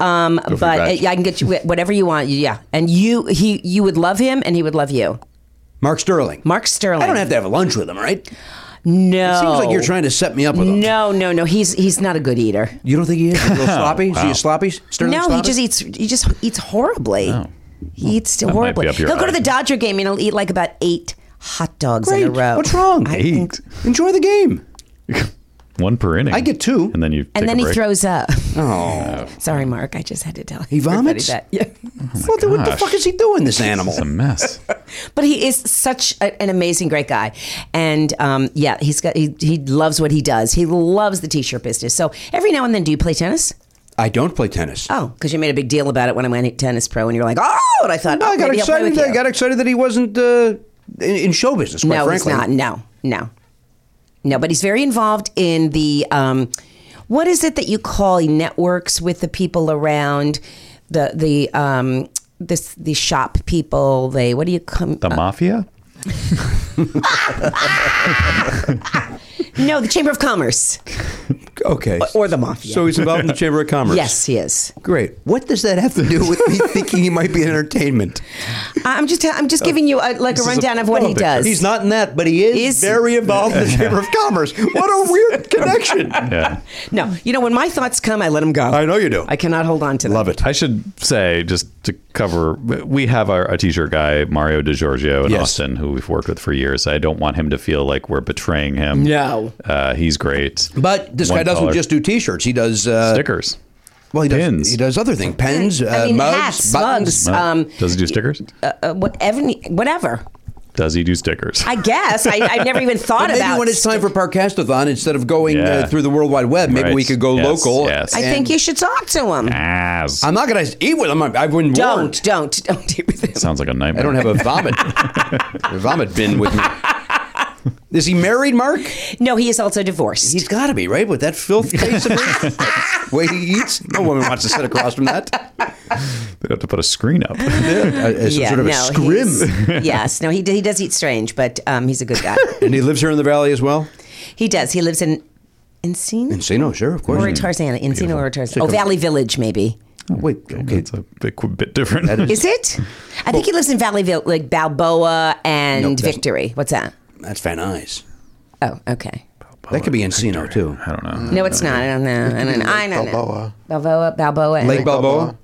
Speaker 10: Um, but uh,
Speaker 5: back.
Speaker 10: yeah, I can get you wh- whatever you want. Yeah, and you he you would love him, and he would love you.
Speaker 2: Mark Sterling.
Speaker 10: Mark Sterling.
Speaker 2: I don't have to have lunch with him, right?
Speaker 10: No,
Speaker 2: It seems like you're trying to set me up with him.
Speaker 10: No, no, no. He's he's not a good eater.
Speaker 2: You don't think he is? He's a <laughs> little sloppy? Is he a sloppy? Sterling
Speaker 10: No,
Speaker 2: sloppy?
Speaker 10: he just eats. He just eats horribly. He eats
Speaker 1: might
Speaker 10: horribly.
Speaker 1: be up your
Speaker 10: He'll go to
Speaker 1: alley.
Speaker 10: the Dodger game and he'll eat like about eiat hot dogs
Speaker 2: Great.
Speaker 10: in a row.
Speaker 2: What's wrong?
Speaker 10: I think-
Speaker 2: Enjoy the game.
Speaker 1: One per inning.
Speaker 2: I get two.
Speaker 1: And then you. Take
Speaker 10: and then
Speaker 1: a
Speaker 10: he
Speaker 1: break.
Speaker 10: throws up. Oh, <laughs> sorry, Mark. I just had to tell. He
Speaker 2: vomits?
Speaker 10: That. Yeah,
Speaker 2: well, then what the
Speaker 1: gosh.
Speaker 2: fuck is he doing, this animal?
Speaker 1: It's a mess.
Speaker 10: but he is such a, an amazing, great guy, and um, yeah, he's got he, he loves what he does. He loves the t-shirt business. So every now and then, do you play tennis?
Speaker 2: I don't play tennis.
Speaker 10: Oh, because you made a big deal about it when I went tennis pro, and you're like, oh, and I thought,
Speaker 2: No,
Speaker 10: oh,
Speaker 2: I got
Speaker 10: maybe I'll play
Speaker 2: excited.
Speaker 10: with
Speaker 2: I
Speaker 10: you.
Speaker 2: got excited that he wasn't uh, in, in show business, quite
Speaker 10: no,
Speaker 2: frankly.
Speaker 10: he's not. No, no, no. But he's very involved in the um, what is it that you call he networks with the people around the the um, this the shop people. They <laughs> what do you come?
Speaker 1: The mafia.
Speaker 10: uh, No, the Chamber of Commerce
Speaker 2: Okay.
Speaker 10: or the Mafia.
Speaker 2: So he's involved in the
Speaker 10: <laughs>
Speaker 2: Chamber of Commerce.
Speaker 10: yes, he is.
Speaker 2: Great. What does that have to do with
Speaker 10: <laughs>
Speaker 2: me thinking he might be in entertainment?
Speaker 10: I'm just I'm
Speaker 2: Uh,
Speaker 10: just giving you a, like a rundown of what he does.
Speaker 2: He's not in that, but he is,
Speaker 10: Is-
Speaker 2: very involved
Speaker 10: <laughs>
Speaker 2: in the Chamber of Commerce. What a weird connection.
Speaker 1: <laughs> Yeah.
Speaker 10: No, you know when my thoughts come, I let them go.
Speaker 2: I know you do.
Speaker 10: I cannot hold on to them.
Speaker 2: Love it.
Speaker 1: I should say just to cover, we have our a t-shirt guy Mario DiGiorgio in
Speaker 2: Yes.
Speaker 1: Austin, who we've worked with for years. I don't want him to feel like we're betraying him.
Speaker 2: No.
Speaker 1: uh, he's great.
Speaker 2: But this
Speaker 1: One
Speaker 2: guy doesn't
Speaker 1: color.
Speaker 2: just do T-shirts. He does uh,
Speaker 1: stickers.
Speaker 2: Well, he does.
Speaker 1: Pins.
Speaker 2: He does other things: pens, uh,
Speaker 10: I mean,
Speaker 2: mugs,
Speaker 10: hats,
Speaker 2: buttons.
Speaker 10: mugs, um,
Speaker 1: Uh, Does he do stickers?
Speaker 10: uh, whatever, whatever.
Speaker 1: Does he do stickers?
Speaker 10: I guess I, I never
Speaker 2: <laughs>
Speaker 10: even thought
Speaker 2: Maybe
Speaker 10: about.
Speaker 2: when it's time for Parcastathon, instead of going
Speaker 1: Yeah.
Speaker 2: uh, through the World Wide Web, maybe we
Speaker 1: Right.
Speaker 2: could go
Speaker 1: Yes,
Speaker 2: local.
Speaker 1: yes.
Speaker 10: I think you should talk to him.
Speaker 1: Ass.
Speaker 2: I'm not going to eat with him. I wouldn't. warrant.
Speaker 10: Don't, don't, don't do with him.
Speaker 1: Sounds like a nightmare.
Speaker 2: I don't have a vomit a vomit bin with
Speaker 10: <laughs>
Speaker 2: me. Is he married, Mark?
Speaker 10: No, he is also divorced.
Speaker 2: He's got to be right with that filth face of his.
Speaker 10: <laughs>
Speaker 2: way he eats. No woman wants to sit across from that.
Speaker 1: <laughs>
Speaker 2: Uh,
Speaker 1: They have to put a screen up. <laughs>
Speaker 2: As some sort of a <laughs>
Speaker 10: he's-
Speaker 2: scrim.
Speaker 10: yes, no, he d- he does eat strange, but um, he's a good guy.
Speaker 2: And he lives here in the valley as well.
Speaker 10: he does. He lives in Encino
Speaker 2: Encino, sure, of course. Oh,
Speaker 10: or Tarzana. Encino or Tarzana. Oh, Valley Village, maybe.
Speaker 2: Wait, okay.
Speaker 1: It's a bit, bit different.
Speaker 10: Is it? I think he lives in Valley Village, like Balboa and
Speaker 2: Nope, that's-
Speaker 10: Victory. What's that?
Speaker 2: That's Van Nuys.
Speaker 10: Oh, okay.
Speaker 2: That could be Encino too.
Speaker 1: <laughs> I don't know.
Speaker 10: No, it's not. I don't know. I don't know. I don't know.
Speaker 6: Balboa.
Speaker 10: Balboa. Balboa. and-
Speaker 2: Lake Balboa.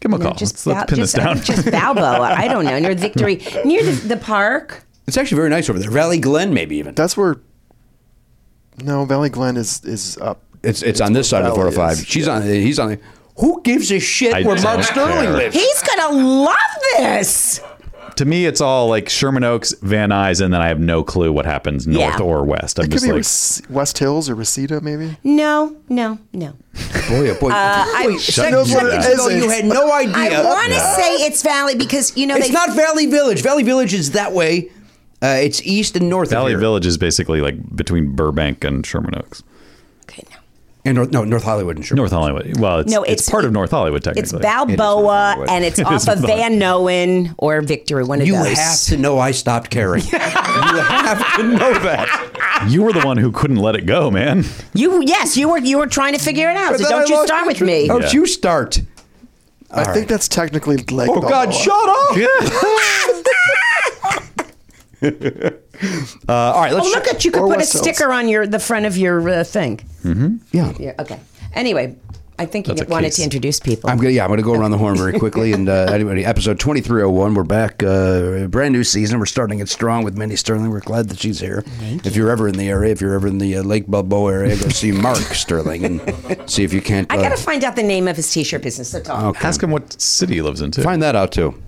Speaker 1: Give him a
Speaker 10: No,
Speaker 1: call. Let's, let's
Speaker 10: Bal-
Speaker 1: pin
Speaker 10: just,
Speaker 1: this down. <laughs>
Speaker 10: just Balboa. I don't know. Near Victory. Near the, the park.
Speaker 2: It's actually very nice over there. Valley Glen, maybe even.
Speaker 6: That's where. No, Valley Glen is is up.
Speaker 2: It's it's on this side of the
Speaker 6: Valley
Speaker 2: 405.
Speaker 6: is,
Speaker 2: She's on. He's on. Who gives a shit
Speaker 1: I
Speaker 2: where Mark
Speaker 1: don't
Speaker 2: Sterling
Speaker 1: care.
Speaker 2: lives?
Speaker 10: He's going to love this.
Speaker 1: to me, it's all like Sherman Oaks, Van Nuys, and then I have no clue what happens north
Speaker 10: Yeah.
Speaker 1: or west. I'm
Speaker 6: It could
Speaker 1: just
Speaker 6: be
Speaker 1: like,
Speaker 6: Res- West Hills or Reseda, maybe.
Speaker 10: No, no, no.
Speaker 2: Boy, oh boy.
Speaker 10: I,
Speaker 1: Shut up.
Speaker 2: Seconds ago, you had no idea.
Speaker 10: want to say it's Valley because, you know,
Speaker 2: It's
Speaker 10: they.
Speaker 2: not Valley Village. Valley Village is that way. Uh, it's east and north
Speaker 1: Valley
Speaker 2: of here.
Speaker 1: Village is basically like between Burbank and Sherman Oaks.
Speaker 10: okay, no.
Speaker 2: And north, no, North Hollywood and Sherman.
Speaker 1: North Hollywood. Well, it's,
Speaker 10: No,
Speaker 1: it's,
Speaker 10: it's-
Speaker 1: part of North Hollywood,
Speaker 10: It's
Speaker 1: technically.
Speaker 10: Balboa
Speaker 2: Hollywood.
Speaker 10: and it's
Speaker 1: <laughs> It is
Speaker 10: off of
Speaker 1: not.
Speaker 10: Van Noen or Victory, one of
Speaker 2: You
Speaker 10: those.
Speaker 2: have to know I stopped
Speaker 10: <laughs>
Speaker 2: caring. you have to know that.
Speaker 1: you were the one who couldn't let it go, man.
Speaker 10: You yes, you were you were trying to figure it out.
Speaker 2: But
Speaker 10: So
Speaker 2: then I
Speaker 10: don't you
Speaker 2: lost
Speaker 10: start with
Speaker 2: interest.
Speaker 10: me.
Speaker 2: Don't
Speaker 1: Yeah.
Speaker 2: you start.
Speaker 6: I think that's technically Lake
Speaker 2: Oh,
Speaker 6: Balboa.
Speaker 2: God, shut <laughs> up. uh, all right, let's
Speaker 10: Oh, look at you! Could
Speaker 6: Or
Speaker 10: put a
Speaker 6: West Hills.
Speaker 10: sticker on your the front of your uh, thing.
Speaker 2: Yeah.
Speaker 10: Yeah. Okay. Anyway, I think you
Speaker 1: That's a
Speaker 10: wanted
Speaker 1: case.
Speaker 10: to introduce people.
Speaker 2: I'm gonna yeah I'm gonna go around the horn very quickly and uh, anyway episode 2301 we're back uh, brand new season we're starting it strong with Mindy Sterling we're glad that she's here if you're ever in the area if you're ever in the uh, Lake Balboa area go see Mark Sterling and see if you can't
Speaker 10: I
Speaker 2: uh,
Speaker 10: gotta find out the name of his T-shirt business. So talk.
Speaker 1: Ask him what city he lives in, too.
Speaker 2: find that out too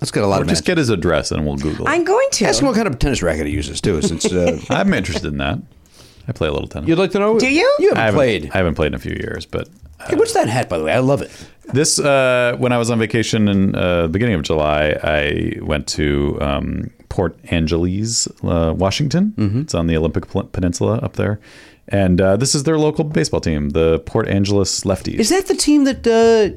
Speaker 2: let's get a lot
Speaker 1: Or
Speaker 2: of
Speaker 1: just
Speaker 2: match-
Speaker 1: get his address and we'll Google
Speaker 10: I'm
Speaker 1: it.
Speaker 10: going to.
Speaker 2: ask him what kind of tennis racket he uses too since uh,
Speaker 1: I'm interested in that. I play a little
Speaker 2: <laughs>
Speaker 1: tennis.
Speaker 2: you'd like to know
Speaker 10: Do you?
Speaker 2: you haven't,
Speaker 1: I haven't
Speaker 2: played
Speaker 1: I haven't played in a few years, but
Speaker 2: hey, what's that hat by the way I love it
Speaker 1: This uh, when I was on vacation in uh, the beginning of July, I went to um, Port Angeles, uh, Washington.
Speaker 2: Mm-hmm.
Speaker 1: It's on the Olympic Pl- Peninsula up there, and uh, this is their local baseball team, the Port Angeles Lefties.
Speaker 2: is that the team that uh,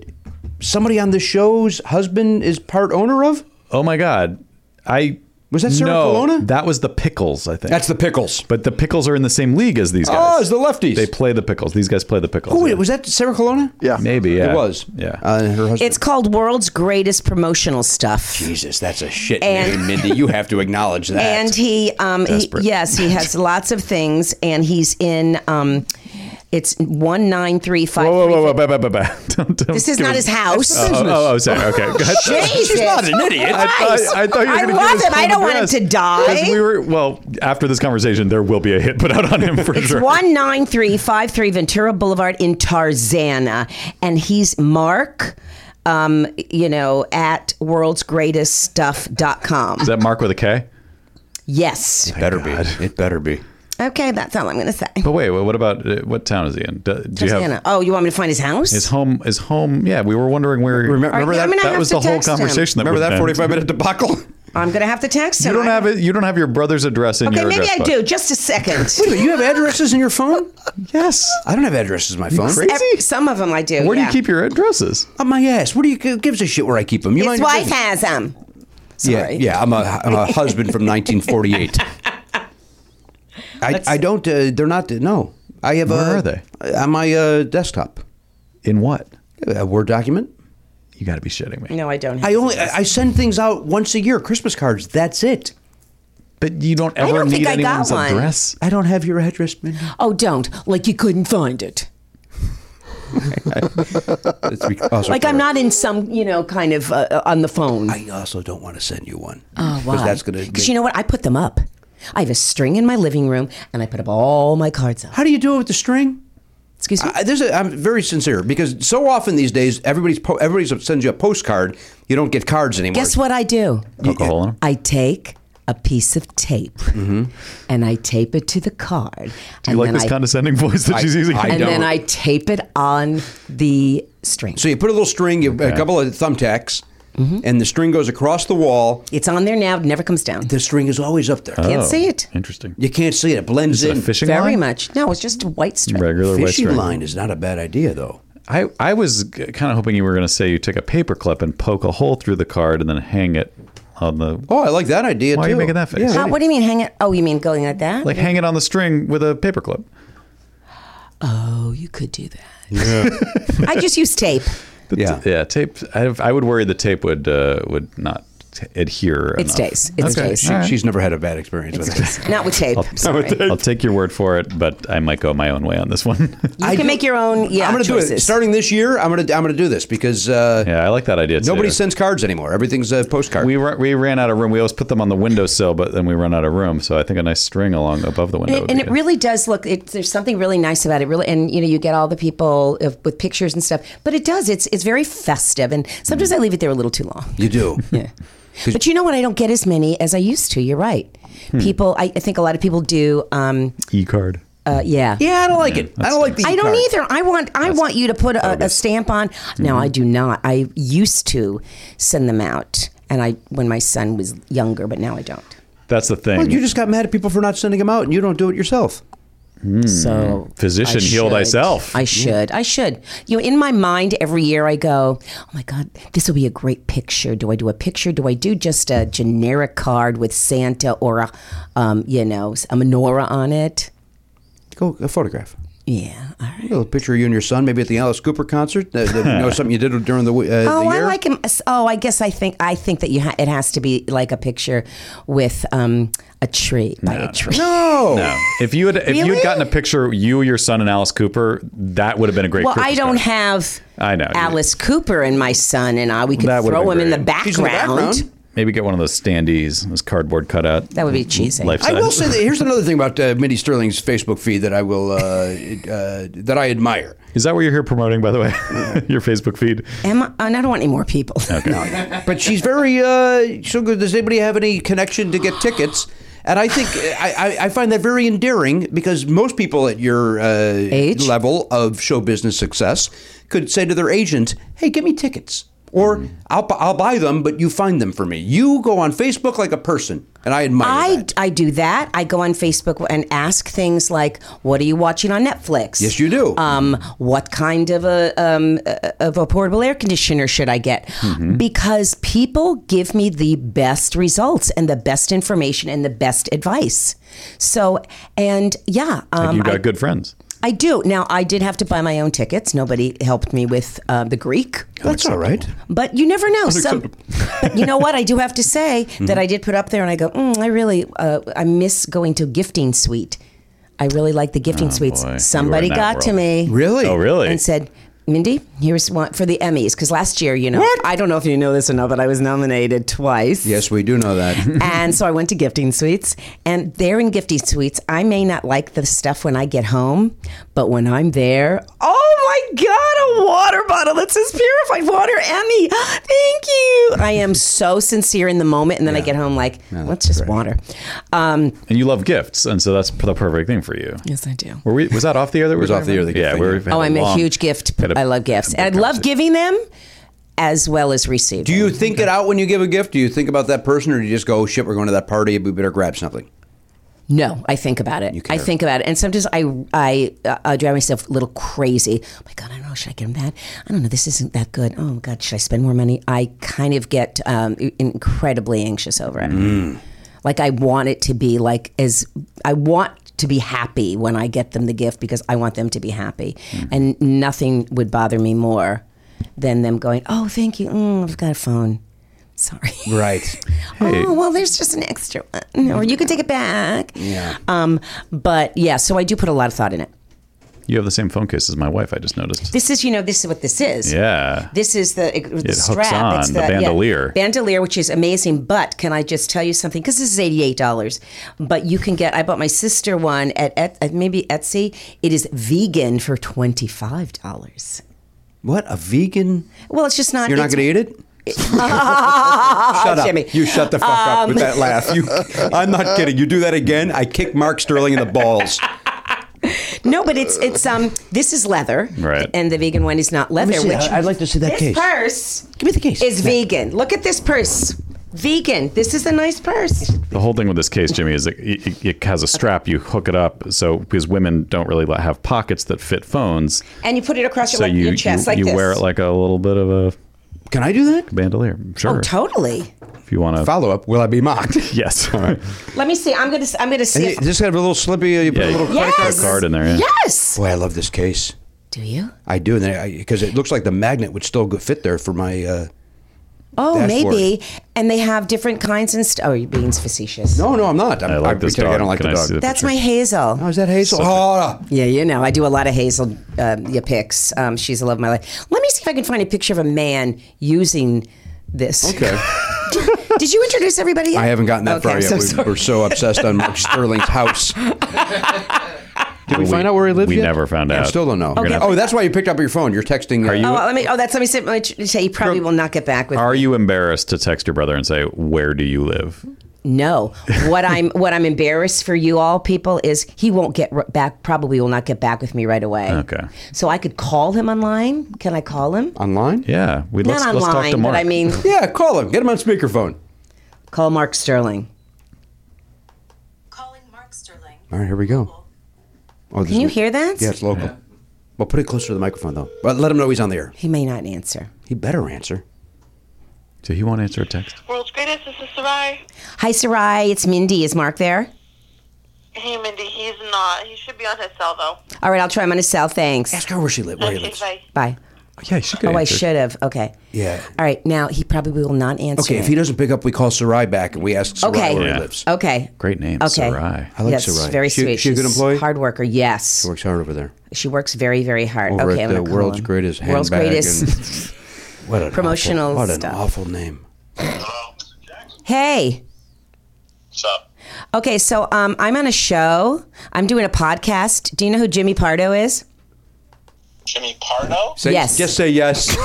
Speaker 2: somebody on the show's husband is part owner of
Speaker 1: oh my God, I
Speaker 2: Was that Sarah
Speaker 1: no,
Speaker 2: Colonna?
Speaker 1: That was the Pickles, I think.
Speaker 2: that's the pickles
Speaker 1: but the Pickles are in the same league as these guys.
Speaker 2: Oh, it's the Lefties.
Speaker 1: They play the Pickles. These guys play the Pickles.
Speaker 2: Oh,
Speaker 1: yeah.
Speaker 2: wait, was that Sarah Colonna?
Speaker 6: Yeah.
Speaker 1: Maybe yeah.
Speaker 2: It was.
Speaker 1: Yeah.
Speaker 2: Uh, her husband.
Speaker 10: It's called World's Greatest Promotional Stuff.
Speaker 2: Jesus, that's a shit
Speaker 10: And-
Speaker 2: name, Mindy. You have to acknowledge that.
Speaker 10: And he, um, he
Speaker 1: Desperate.
Speaker 10: yes, he
Speaker 1: <laughs>
Speaker 10: has lots of things, and he's in. Um, it's one nine three five.
Speaker 1: Whoa, whoa, whoa, whoa, <laughs> bye, bye, bye, bye. Don't, don't
Speaker 10: This is
Speaker 1: give
Speaker 10: not
Speaker 1: us-
Speaker 10: his house.
Speaker 1: Oh, oh, oh, oh, sorry.
Speaker 2: <laughs>
Speaker 1: Okay. Go ahead.
Speaker 10: Jesus.
Speaker 2: She's not an idiot.
Speaker 1: I
Speaker 10: Christ.
Speaker 1: thought, I thought you were
Speaker 10: I
Speaker 1: going to
Speaker 10: love
Speaker 1: give us
Speaker 10: him. I
Speaker 1: full
Speaker 10: don't want him
Speaker 1: address.
Speaker 10: to die.
Speaker 1: 'Cause We were well after this conversation. There will be a hit put out on him for <laughs>
Speaker 10: It's
Speaker 1: sure.
Speaker 10: 19353 Ventura Boulevard in Tarzana. And he's Mark, um, you know, at worldsgreateststuff.com.
Speaker 1: Is that Mark with a K?
Speaker 10: yes.
Speaker 2: better <laughs> be. It better be.
Speaker 10: Okay, that's all I'm going to say.
Speaker 1: But wait, what about uh, what town is he in? Do, do you
Speaker 10: Tarzana.
Speaker 1: have
Speaker 10: oh, you want me to find his house?
Speaker 1: his home? His home? Yeah, we were wondering where.
Speaker 2: Remember, remember
Speaker 10: yeah,
Speaker 2: that?
Speaker 10: I'm gonna
Speaker 1: that
Speaker 10: have
Speaker 1: was
Speaker 10: to
Speaker 1: the whole
Speaker 10: text him.
Speaker 1: conversation.
Speaker 2: remember
Speaker 1: that
Speaker 2: that
Speaker 1: we've been-
Speaker 2: forty-five minute <laughs> debacle?
Speaker 10: I'm going to have to text him.
Speaker 1: You don't
Speaker 10: I-
Speaker 1: have it. You don't have your brother's address in
Speaker 10: Okay,
Speaker 1: your
Speaker 10: maybe
Speaker 1: address
Speaker 10: I
Speaker 1: book.
Speaker 10: do. Just a second.
Speaker 2: you have addresses in your phone?
Speaker 1: Yes.
Speaker 2: I don't have addresses in my phone.
Speaker 1: crazy?
Speaker 10: <laughs> Ev- Some of them I do.
Speaker 1: Where do
Speaker 10: yeah.
Speaker 1: you keep your addresses?
Speaker 2: Up my ass. What do you who gives a shit where I keep them? You
Speaker 10: His
Speaker 2: mind-
Speaker 10: wife has them.
Speaker 2: Yeah,
Speaker 10: Sorry. <laughs>
Speaker 2: yeah. I'm a, I'm a husband from 1948. I, I don't. Uh, they're not. No, I have.
Speaker 1: Where
Speaker 2: uh,
Speaker 1: are they?
Speaker 2: On my uh, desktop,
Speaker 1: In what?
Speaker 2: a Word document.
Speaker 1: You got to be shitting me.
Speaker 10: No, I don't. Have
Speaker 2: I only. I I send things out once a year. Christmas cards. That's it.
Speaker 1: But you don't ever
Speaker 10: don't think
Speaker 1: need
Speaker 10: I got
Speaker 1: anyone's
Speaker 10: one.
Speaker 1: address.
Speaker 2: I don't have your address, Mindy.
Speaker 10: oh, don't like you couldn't find it.
Speaker 2: It's be- also
Speaker 10: Like I'm not in some you know kind of uh, on the phone.
Speaker 2: I also don't want to send you one.
Speaker 10: Oh, why?
Speaker 2: Because that's gonna.
Speaker 10: Because you know what? I put them up. I have a string in my living room, and I put up all my cards up.
Speaker 2: How do you do it with the string?
Speaker 10: Excuse me.
Speaker 2: I, there's a, I'm very sincere because so often these days everybody's po- everybody sends you a postcard. You don't get cards anymore.
Speaker 10: Guess what I do?
Speaker 1: Alcohol in 'em?
Speaker 10: I take a piece of tape and I tape it to the card.
Speaker 1: Do you like this condescending voice that she's using?
Speaker 2: I
Speaker 10: And
Speaker 2: don't.
Speaker 10: then I tape it on the string.
Speaker 2: So you put a little string, you, a couple of thumbtacks,
Speaker 10: Mm-hmm.
Speaker 2: and the string goes across the wall.
Speaker 10: it's on there now. It never comes down.
Speaker 2: The string is always up there.
Speaker 10: Can't see it.
Speaker 1: Interesting.
Speaker 2: You can't see it. It blends
Speaker 1: Is it
Speaker 2: in.
Speaker 1: a fishing
Speaker 10: Very
Speaker 1: line?
Speaker 10: much. No, it's just a white string.
Speaker 1: Regular white
Speaker 2: Fishing
Speaker 1: string.
Speaker 2: line is not a bad idea, though.
Speaker 1: I, I was kind of hoping you were going to say you take a paper clip and poke a hole through the card and then hang it on the
Speaker 2: Oh, I like that idea
Speaker 1: Why are
Speaker 2: too.
Speaker 1: you making that face?
Speaker 2: Yeah,
Speaker 10: How- what do you mean hang it? Oh, you mean going like that?
Speaker 1: like hang it on the string with a paper clip.
Speaker 10: oh, you could do that. <laughs> I just use tape.
Speaker 2: yeah.
Speaker 1: Yeah, tape. I, have, I would worry the tape would uh, would not t- adhere.
Speaker 10: It
Speaker 1: enough.
Speaker 10: stays. It stays.
Speaker 2: She, She's never had a bad experience with
Speaker 10: <laughs>
Speaker 2: it.
Speaker 10: Not with tape. Sorry.
Speaker 1: I'll take your word for it, but I might go my own way on this one. <laughs>
Speaker 10: You can make your own. Yeah,
Speaker 2: I'm gonna
Speaker 10: choices.
Speaker 2: do it starting this year. I'm gonna I'm gonna do this because uh,
Speaker 1: yeah, I like that idea. Too.
Speaker 2: nobody sends cards anymore. Everything's a postcard.
Speaker 1: We ran, we ran out of room. We always put them on the windowsill, but then we run out of room. So I think a nice string along above the window.
Speaker 10: And
Speaker 1: would
Speaker 10: it, and
Speaker 1: be
Speaker 10: it
Speaker 1: good.
Speaker 10: really does look. It, there's something really nice about it. Really, and you know, you get all the people of, with pictures and stuff. But it does. It's it's very festive. And sometimes I leave it there a little too long.
Speaker 2: you
Speaker 1: <laughs>
Speaker 2: do.
Speaker 10: Yeah. But you know what? I don't get as many as I used to. You're right. People, I, I think a lot of people do. Um,
Speaker 1: e card.
Speaker 10: uh, yeah.
Speaker 2: Yeah, I don't like it. I don't like the.
Speaker 10: I don't
Speaker 2: card.
Speaker 10: either. I want I want you to put a, a stamp on. No,
Speaker 2: Mm-hmm.
Speaker 10: I do not. I used to send them out, and I when my son was younger, but now I don't.
Speaker 1: That's the thing.
Speaker 2: Well, you just got mad at people for not sending them out, and you don't do it yourself. Hmm.
Speaker 10: So
Speaker 1: Physician,
Speaker 10: I
Speaker 1: heal
Speaker 10: should.
Speaker 1: thyself.
Speaker 10: I should. I should. You know, in my mind every year I go, oh my god, this will be a great picture. Do I do a picture? Do I do just a generic card with Santa or a, um, you know, a menorah on it?
Speaker 2: Go a photograph.
Speaker 10: Yeah. All right.
Speaker 2: A little picture of you and your son, maybe at the Alice Cooper concert. Uh, the- you know, something you did during the, w- uh,
Speaker 10: Oh,
Speaker 2: the
Speaker 10: I
Speaker 2: year.
Speaker 10: like him. Oh, I guess I think I think that you ha- it has to be like a picture with um, a tree by a tree.
Speaker 2: No.
Speaker 1: No. If you had if you
Speaker 10: Really?
Speaker 1: had gotten a picture, you, your son, and Alice Cooper, that would have been a great.
Speaker 10: Well, I
Speaker 1: Christmas
Speaker 10: don't
Speaker 1: card.
Speaker 10: have
Speaker 1: I know.
Speaker 10: Alice Cooper and my son and I. We could
Speaker 1: That would've
Speaker 10: throw him
Speaker 1: been
Speaker 10: in the
Speaker 1: great.
Speaker 10: background.
Speaker 2: He's in the background.
Speaker 1: Maybe get one of those standees, this cardboard cutout.
Speaker 10: That would be cheesy.
Speaker 1: Life
Speaker 2: I will
Speaker 1: <laughs>
Speaker 2: say that here's another thing about uh, Mindy Sterling's Facebook feed that I will uh, uh, that I admire.
Speaker 1: Is that what you're here promoting, by the way? <laughs> your Facebook feed.
Speaker 10: Am I, and I don't want any more people.
Speaker 2: But she's very uh, so good. Does anybody have any connection to get tickets? And I think I, I, I find that very endearing because most people at your uh,
Speaker 10: Age?
Speaker 2: level of show business success could say to their agent, "Hey, give me tickets." Or I'll, bu- I'll buy them, but you find them for me. You go on Facebook like a person, and I admire
Speaker 10: I,
Speaker 2: that.
Speaker 10: I do that. I go on Facebook and ask things like, "What are you watching on Netflix?"
Speaker 2: Yes, you do.
Speaker 10: Um, what kind of a um, uh, of a portable air conditioner should I get?
Speaker 2: Mm-hmm.
Speaker 10: Because people give me the best results and the best information and the best advice. So and yeah, um,
Speaker 1: you got
Speaker 10: I,
Speaker 1: good friends.
Speaker 10: I do. Now I did have to buy my own tickets. Nobody helped me with uh, the Greek.
Speaker 2: That's all right.
Speaker 10: But you never know. Some, but you know what? I do have
Speaker 1: <laughs>
Speaker 10: to say
Speaker 1: Mm-hmm.
Speaker 10: that I did put up there, and I go, mm, I really, uh, I miss going to gifting suite. I really like the gifting suites.
Speaker 1: Oh, boy. You
Speaker 10: Somebody
Speaker 1: were in
Speaker 10: got
Speaker 1: that
Speaker 10: to
Speaker 1: world.
Speaker 10: me,
Speaker 2: Really?
Speaker 1: Oh, really?
Speaker 10: and said. Mindy, here's one for the Emmys because last year, you know, I don't know if you know this or not, but I was nominated twice.
Speaker 2: Yes, we do know that.
Speaker 10: and so I went to gifting suites, and there in gifting suites, I may not like the stuff when I get home, but when I'm there, oh my god, a water bottle that says purified water, Emmy, <gasps> thank you. I am so sincere in the moment, and then I get home like, that's just water. Um,
Speaker 1: And you love gifts, and so that's the perfect thing for you.
Speaker 10: yes, I do.
Speaker 1: Were we, was that off the air? That it
Speaker 2: was off the air, the gift
Speaker 1: yeah,
Speaker 2: thing,
Speaker 1: we're,
Speaker 2: yeah.
Speaker 1: we've had
Speaker 10: Oh, I'm a
Speaker 1: long-
Speaker 10: huge gift.
Speaker 1: had a-
Speaker 10: I love gifts,
Speaker 1: had a
Speaker 10: and
Speaker 1: big
Speaker 10: I love giving them as well as receiving.
Speaker 2: do you think it out when you give a gift? Do you think about that person, or do you just go, oh, "Shit, we're going to that party. We better grab something"?
Speaker 10: No, I think about it. I
Speaker 2: care.
Speaker 10: think about it, and sometimes I I uh, I drive myself a little crazy. Oh my God, I don't know. Should I get him that? I don't know. This isn't that good. Oh my God, should I spend more money? I kind of get um,
Speaker 2: Mm.
Speaker 10: incredibly anxious over it. Like I want it to be like as I want to be happy when I get them the gift because I want them to be happy.
Speaker 2: Mm-hmm.
Speaker 10: And nothing would bother me more than them going, "Oh, thank you. Mm, I've got a phone. Sorry."
Speaker 2: Right.
Speaker 10: <laughs> Oh well, there's just an extra one, or you can take it back. Yeah. Um, but yeah, so I do put a lot of thought in it.
Speaker 1: You have the same phone case as my wife. I just noticed.
Speaker 10: This is, you know, this is what this is.
Speaker 1: Yeah.
Speaker 10: This is the, it, the
Speaker 1: hooks
Speaker 10: strap.
Speaker 1: on,
Speaker 10: it's
Speaker 1: the bandolier.
Speaker 10: yeah, bandolier, which is amazing. But can I just tell you something? Because this is eighty-eight dollars, but you can get. I bought my sister one at, Et- at maybe Etsy. It is vegan for twenty-five dollars.
Speaker 2: What a vegan!
Speaker 10: Well, it's just not.
Speaker 2: You're not
Speaker 10: it's-
Speaker 2: going to eat
Speaker 10: <laughs>
Speaker 2: it?
Speaker 10: shut
Speaker 2: Jimmy, You shut the fuck up with
Speaker 10: Um,
Speaker 2: that laugh. You, I'm not kidding. You do that again, I kick Mark Sterling in the balls.
Speaker 10: No, but it's it's um. This is leather,
Speaker 1: Right.
Speaker 10: And the vegan one is not leather.
Speaker 2: see
Speaker 10: which
Speaker 2: that. I'd like to see that
Speaker 10: this
Speaker 2: case.
Speaker 10: purse
Speaker 2: Give me the case.
Speaker 10: is vegan. Look at this purse, vegan. This is a nice purse.
Speaker 1: The whole thing with this case, Jimmy, is it, it, it has a strap. You hook it up. So because women don't really let- have pockets that fit phones,
Speaker 10: And you put it across your,
Speaker 1: so
Speaker 10: lap-
Speaker 1: you
Speaker 10: your chest
Speaker 1: you,
Speaker 10: like
Speaker 1: you
Speaker 10: this.
Speaker 1: wear it like a little bit of a
Speaker 2: Can I do that?
Speaker 1: bandolier. Sure,
Speaker 10: Oh, totally.
Speaker 1: if you want to.
Speaker 2: Follow up. Will I be mocked? <laughs>
Speaker 1: Yes.
Speaker 10: Let me see. I'm gonna. I'm gonna see. if-
Speaker 2: Just have a little slippy. uh, You put
Speaker 1: Yeah,
Speaker 2: a
Speaker 1: you
Speaker 2: little
Speaker 1: put
Speaker 2: credit card.
Speaker 10: Yes.
Speaker 1: card in there. Yeah.
Speaker 10: yes.
Speaker 2: Boy, I love this case.
Speaker 10: Do you?
Speaker 2: I do, and because it looks like the magnet would still go- fit there for my. Uh,
Speaker 10: Oh,
Speaker 2: Dashboard.
Speaker 10: maybe. And they have different kinds and stuff. Oh, you're being facetious.
Speaker 2: no, no, I'm not. I'm,
Speaker 1: I like this
Speaker 2: pretending
Speaker 1: dog.
Speaker 2: I don't like
Speaker 1: Can
Speaker 2: the
Speaker 1: I
Speaker 2: dog.
Speaker 1: see the
Speaker 10: That's
Speaker 1: picture?
Speaker 10: my Hazel.
Speaker 2: Oh, is that Hazel? Oh,
Speaker 10: Yeah, you know, I do a lot of Hazel um, yeah, pics. Um, she's the love of my life. Let me see if I can find a picture of a man using this. <laughs>
Speaker 2: okay.
Speaker 10: Did you introduce everybody yet?
Speaker 2: I haven't gotten that
Speaker 10: Okay,
Speaker 2: far
Speaker 10: I'm
Speaker 2: yet.
Speaker 10: so
Speaker 2: We-
Speaker 10: sorry.
Speaker 2: We're so obsessed on Mark Sterling's house. Did we,
Speaker 1: We-
Speaker 2: find out where he lived
Speaker 1: we
Speaker 2: yet?
Speaker 1: never found
Speaker 2: Yeah, I
Speaker 1: out.
Speaker 2: still don't know.
Speaker 1: You're gonna-
Speaker 2: Oh, that's why you picked up your phone. You're texting. uh, Are
Speaker 10: Oh, well, let me. Oh, that's let me say. Let me say. You probably will not get back with.
Speaker 1: Are you embarrassed to text your brother and say, "Where do you live?"
Speaker 10: No, what I'm <laughs> what I'm embarrassed for you all people is he won't get r- back. Probably will not get back with me right away.
Speaker 1: Okay.
Speaker 10: So I could call him online. Can I call him?
Speaker 2: online?
Speaker 1: Yeah, we let's,
Speaker 10: not
Speaker 1: let's
Speaker 10: online,
Speaker 1: talk to Mark.
Speaker 10: but I mean, <laughs>
Speaker 2: Yeah, call him. Get him on speakerphone.
Speaker 10: call Mark Sterling.
Speaker 11: Calling Mark Sterling.
Speaker 2: All right, here we go. Oh,
Speaker 10: Can you hear that?
Speaker 2: Yeah, it's local. Well, put it closer to the microphone though. But let him know he's on the air.
Speaker 10: He may not answer.
Speaker 2: He better answer.
Speaker 1: do you want to answer a text?
Speaker 11: World's greatest, this is Sarai.
Speaker 10: Hi, Sarai. It's Mindy. Is Mark there?
Speaker 11: Hey, Mindy, he's not. He should be on his cell, though.
Speaker 10: All right, I'll try him on his cell. Thanks.
Speaker 2: Ask her where she lives. Where he
Speaker 11: Okay,
Speaker 2: lives.
Speaker 11: bye.
Speaker 10: Bye.
Speaker 1: Yeah, she could.
Speaker 10: Oh, I
Speaker 1: answer.
Speaker 10: should have. Okay.
Speaker 2: Yeah.
Speaker 10: All right. Now he probably will not answer.
Speaker 2: Okay,
Speaker 10: it.
Speaker 2: if he doesn't pick up, we call Sarai back and we ask Sarai
Speaker 10: Okay.
Speaker 2: where
Speaker 1: Yeah.
Speaker 2: he lives.
Speaker 10: Okay.
Speaker 1: Great name,
Speaker 10: Okay.
Speaker 1: Sarai.
Speaker 2: I like
Speaker 10: yes,
Speaker 2: Sarai.
Speaker 10: very
Speaker 2: She-
Speaker 10: sweet.
Speaker 2: she a good employee?
Speaker 10: Hard worker. Yes.
Speaker 2: Works hard over there.
Speaker 10: She works very, very hard.
Speaker 2: Over
Speaker 10: okay,
Speaker 2: at
Speaker 10: I'm
Speaker 2: the
Speaker 10: gonna call
Speaker 2: world's
Speaker 10: him.
Speaker 2: greatest
Speaker 10: World's
Speaker 2: handbag
Speaker 10: greatest.
Speaker 2: What an
Speaker 10: Promotional
Speaker 2: awful, what an
Speaker 10: stuff.
Speaker 2: awful name.
Speaker 10: <laughs> hey.
Speaker 13: What's up?
Speaker 10: Okay, so um, I'm on a show. I'm doing a podcast. Do you know who Jimmy Pardo is?
Speaker 13: Jimmy Pardo?
Speaker 2: Say,
Speaker 10: Yes.
Speaker 2: Just say yes.
Speaker 10: <laughs>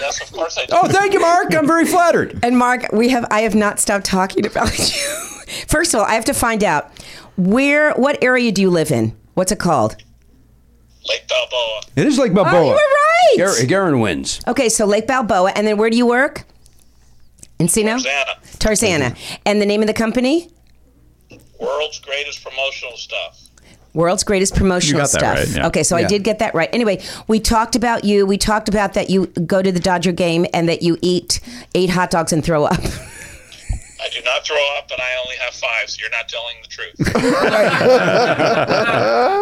Speaker 13: yes, of course I do.
Speaker 2: oh, thank you, Mark. I'm very flattered.
Speaker 10: And Mark, we have I have not stopped talking about <laughs> you. First of all, I have to find out where what area do you live in? What's it called?
Speaker 13: Lake Balboa.
Speaker 2: It is like Balboa.
Speaker 10: Oh, you were right.
Speaker 2: Gar- Garen wins.
Speaker 10: Okay, so Lake Balboa, and then where do you work? Encino?
Speaker 13: Susanna.
Speaker 10: Tarzana. And the name of the company?
Speaker 13: World's greatest promotional stuff.
Speaker 10: World's greatest promotional
Speaker 1: You got that
Speaker 10: stuff.
Speaker 1: right, yeah.
Speaker 10: Okay, so I
Speaker 2: Yeah.
Speaker 10: did get that right. Anyway, we talked about you. We talked about that you go to the Dodger game and that you eat eight hot dogs and throw up. <laughs>
Speaker 13: I do not throw up, and I only have five, so you're not telling the
Speaker 2: <laughs>
Speaker 13: truth.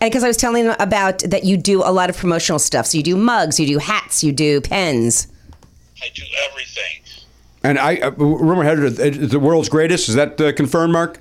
Speaker 10: And because I was telling them about that you do a lot of promotional stuff. So you do mugs, you do hats, you do pens.
Speaker 13: I do everything.
Speaker 2: And I uh, rumor had it it's the world's greatest. Is that uh, confirmed, Mark?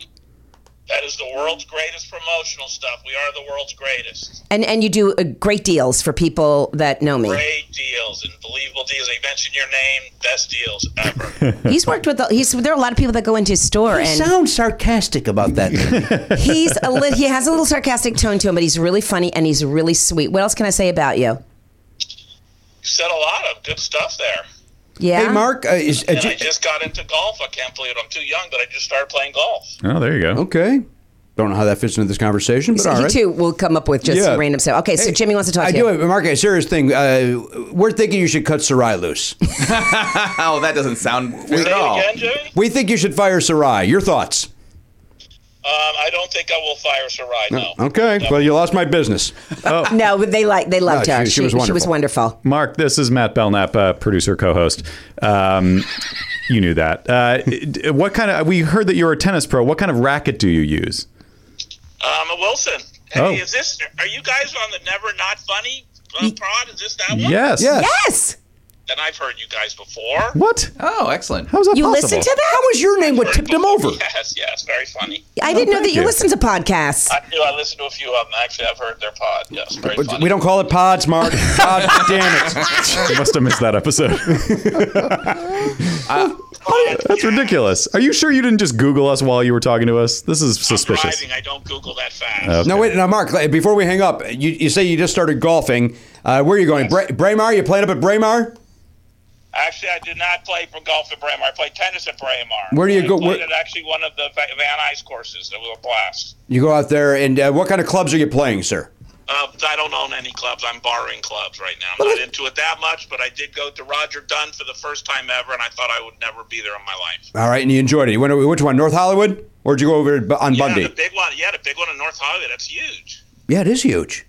Speaker 13: That is the world's greatest promotional stuff. We are the world's greatest.
Speaker 10: And and you do uh, great deals for people that know me.
Speaker 13: Great deals and believable deals. They mentioned your name. Best deals
Speaker 2: <laughs>
Speaker 13: ever.
Speaker 10: He's worked with, he's there are a lot of people that go into his store and
Speaker 2: sarcastic about <laughs> that.
Speaker 10: he's a li- he has a
Speaker 2: <laughs>
Speaker 10: little sarcastic tone to him, but he's really funny and he's really sweet. What else can I say about you?
Speaker 13: you said a lot of good stuff there.
Speaker 10: Yeah.
Speaker 2: hey, Mark. Uh, is, uh,
Speaker 13: And I
Speaker 2: j-
Speaker 13: just got into golf. I can't believe it. I'm too young, but I just started playing golf.
Speaker 1: Oh, there you go.
Speaker 2: okay. Don't know how that fits into this conversation, but all
Speaker 10: he
Speaker 2: right.
Speaker 10: too will come up with just
Speaker 2: Yeah.
Speaker 10: random stuff. Okay, so
Speaker 2: Hey,
Speaker 10: Jimmy wants to talk
Speaker 2: I
Speaker 10: to
Speaker 2: do
Speaker 10: you.
Speaker 2: have, Mark, a serious thing. Uh, we're thinking you should cut Sarai loose.
Speaker 7: Oh, that doesn't sound
Speaker 13: Say
Speaker 7: good at
Speaker 13: it
Speaker 7: all.
Speaker 13: again, Jimmy.
Speaker 2: we think you should fire Sarai. Your thoughts?
Speaker 13: Um, I don't think I will fire Sarai. No.
Speaker 2: Okay. Well, you lost my business.
Speaker 10: No, but they like they loved
Speaker 2: No,
Speaker 10: her.
Speaker 2: she- she was
Speaker 10: wonderful.
Speaker 1: Mark, this is Matt Belknap, uh, producer, co-host. Um, <laughs> you knew that. Uh, d- what kind of? We heard that you're a tennis pro. What kind of racket do you use?
Speaker 13: Um, Wilson, hey,
Speaker 1: Oh.
Speaker 13: is this? Are you guys on the Never Not Funny uh, prod? Is this that one?
Speaker 1: Yes. Yes.
Speaker 10: Yes.
Speaker 13: Then I've heard you guys before.
Speaker 1: What?
Speaker 7: Oh, excellent.
Speaker 1: How's that
Speaker 10: You
Speaker 1: possible?
Speaker 10: listen to that?
Speaker 2: How was your name? What tipped him over?
Speaker 13: Yes, yes, very funny.
Speaker 10: I didn't know that
Speaker 1: thank
Speaker 10: you,
Speaker 1: you.
Speaker 10: listened to podcasts.
Speaker 13: I do. I listen to a few of them. Actually, I've heard their pod. Yes, very
Speaker 2: But
Speaker 13: funny.
Speaker 2: We don't call it pods, Mark.
Speaker 10: <laughs>
Speaker 2: God damn it!
Speaker 1: I must have missed that episode. <laughs> That's ridiculous. Are you sure you didn't just Google us while you were talking to us? This is
Speaker 13: I'm
Speaker 1: suspicious.
Speaker 13: driving. I don't Google that fast.
Speaker 2: No, wait. Now, Mark, like, before we hang up, you, you say you just started golfing. Uh, where are you going? Bra- Braemar? You playing up at Braemar?
Speaker 13: Actually, I did not play for golf at Braemar. I played tennis at Braemar.
Speaker 2: Where do you
Speaker 13: I
Speaker 2: go-
Speaker 13: Played
Speaker 2: where-
Speaker 13: at actually one of the Va- Van Nuys courses. It was a blast.
Speaker 2: You go out there, and uh, what kind of clubs are you playing, sir?
Speaker 13: Uh, I don't own any clubs. I'm borrowing clubs right now. I'm not into it that much, but I did go to Roger Dunn for the first time ever, and I thought I would never be there in my life.
Speaker 2: All right, and you enjoyed it. You went to, which one? North Hollywood, or did you go over to Bu- on
Speaker 13: Yeah,
Speaker 2: Bundy?
Speaker 13: the big one. Yeah, the big one in North Hollywood. That's huge.
Speaker 2: Yeah, it is huge.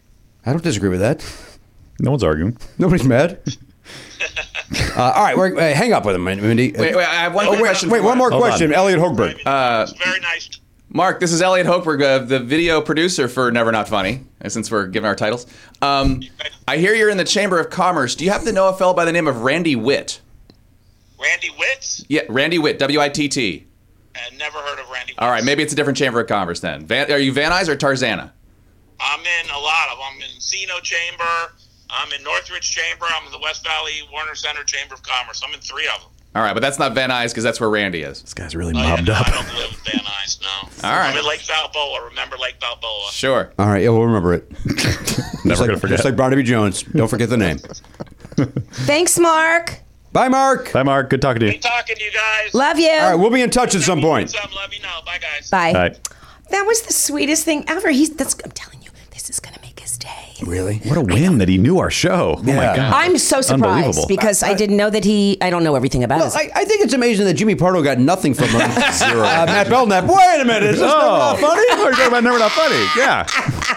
Speaker 2: I don't disagree with that.
Speaker 1: No one's arguing.
Speaker 2: Nobody's mad. uh, all right, we're, uh, hang up with him, Mindy.
Speaker 7: Wait, wait, I have one
Speaker 2: Oh,
Speaker 7: quick
Speaker 2: wait,
Speaker 7: question
Speaker 2: wait,
Speaker 7: for
Speaker 2: one more
Speaker 7: Mark.
Speaker 1: Hold
Speaker 2: question,
Speaker 1: on.
Speaker 2: Elliot Hochberg.
Speaker 7: Uh,
Speaker 13: it's very nice.
Speaker 7: Mark, this is Elliot Hochberg, uh, the video producer for Never Not Funny, uh, since we're giving our titles. Um, I hear you're in the Chamber of Commerce. Do you happen to know a fellow by the name of Randy Witt?
Speaker 13: Randy Witz?
Speaker 7: Yeah, Randy Witt, W I T T.
Speaker 13: I never heard of Randy Witz.
Speaker 7: All right, maybe it's a different Chamber of Commerce then. Van, are you Van Nuys or Tarzana?
Speaker 13: I'm in a lot of I'm in Encino Chamber. I'm in Northridge Chamber. I'm in the West Valley Warner Center Chamber of Commerce. I'm in three of them.
Speaker 7: All right, but that's not Van Nuys because that's where Randy is.
Speaker 1: This guy's really
Speaker 13: Oh, yeah,
Speaker 1: mobbed
Speaker 13: no,
Speaker 1: up.
Speaker 13: I don't live in Van Nuys, no.
Speaker 7: All right.
Speaker 13: I'm in Lake Balboa. Remember Lake Balboa.
Speaker 7: Sure.
Speaker 2: All right, yeah, we'll remember it.
Speaker 1: Never
Speaker 2: like,
Speaker 1: gonna forget.
Speaker 2: Just like Barnaby Jones. Don't forget the name.
Speaker 10: Thanks, Mark.
Speaker 2: Bye, Mark.
Speaker 1: Bye, Mark. Good talking to you.
Speaker 13: Be talking to you guys.
Speaker 10: Love you.
Speaker 2: All right, we'll be in touch at some point.
Speaker 13: Some love you know. Bye guys.
Speaker 10: Bye.
Speaker 1: All right.
Speaker 10: That was the sweetest thing ever. He's that's I'm telling you, this is gonna make his day.
Speaker 2: Really?
Speaker 1: What a win that he knew our show. Oh my
Speaker 2: Yeah.
Speaker 1: god.
Speaker 10: I'm so
Speaker 1: Unbelievable.
Speaker 10: surprised because I, didn't know that he. I don't know everything about
Speaker 2: Well,
Speaker 10: his
Speaker 2: I, I think it's amazing that Jimmy Pardo got nothing from <laughs> him. Zero. Uh, Matt Belknap. Wait a minute. Is this
Speaker 1: Oh,
Speaker 2: not funny?
Speaker 1: We're talking about Never Not Funny. Yeah.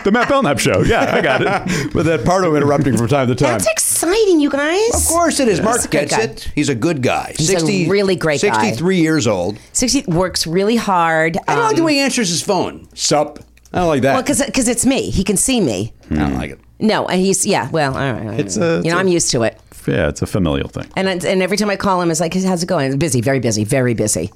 Speaker 1: The Matt Belknap show. Yeah, I got it.
Speaker 2: With that Pardo interrupting from time to time.
Speaker 10: That's exciting, you guys.
Speaker 2: Of course it is. Mark
Speaker 10: a good
Speaker 2: gets
Speaker 10: guy.
Speaker 2: it. He's a good guy.
Speaker 10: He's a really great guy.
Speaker 2: 63 years old.
Speaker 10: Sixty works really hard.
Speaker 2: I don't like
Speaker 10: um,
Speaker 2: the way he answers his phone. Sup. I don't like that.
Speaker 10: well, because it's me. He can see me.
Speaker 2: I don't like it.
Speaker 10: No, and he's yeah. Well, all right, all right.
Speaker 1: It's a-
Speaker 10: you know
Speaker 1: it's a-
Speaker 10: I'm used to it.
Speaker 1: Yeah, it's a familial thing.
Speaker 10: And it's- and every time I call him, it's like, how's it going? busy, very busy, very busy.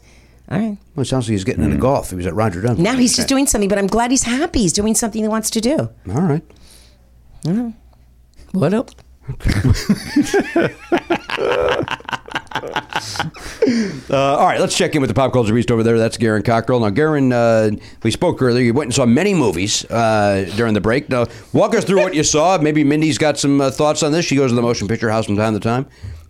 Speaker 10: All right.
Speaker 2: Well, it sounds like he's getting into golf. He was at Roger Dunn.
Speaker 10: Now he's just doing something, but I'm glad he's happy. He's doing something he wants to do.
Speaker 2: All right.
Speaker 10: What up?
Speaker 2: <laughs> Uh, all right, let's check in with the pop culture beast over there. That's Garen Cockrell. Now, Garen, uh, we spoke earlier. You went and saw many movies uh, during the break. Now, walk us through what you saw. Maybe Mindy's got some uh, thoughts on this. She goes to the motion picture house from time to time.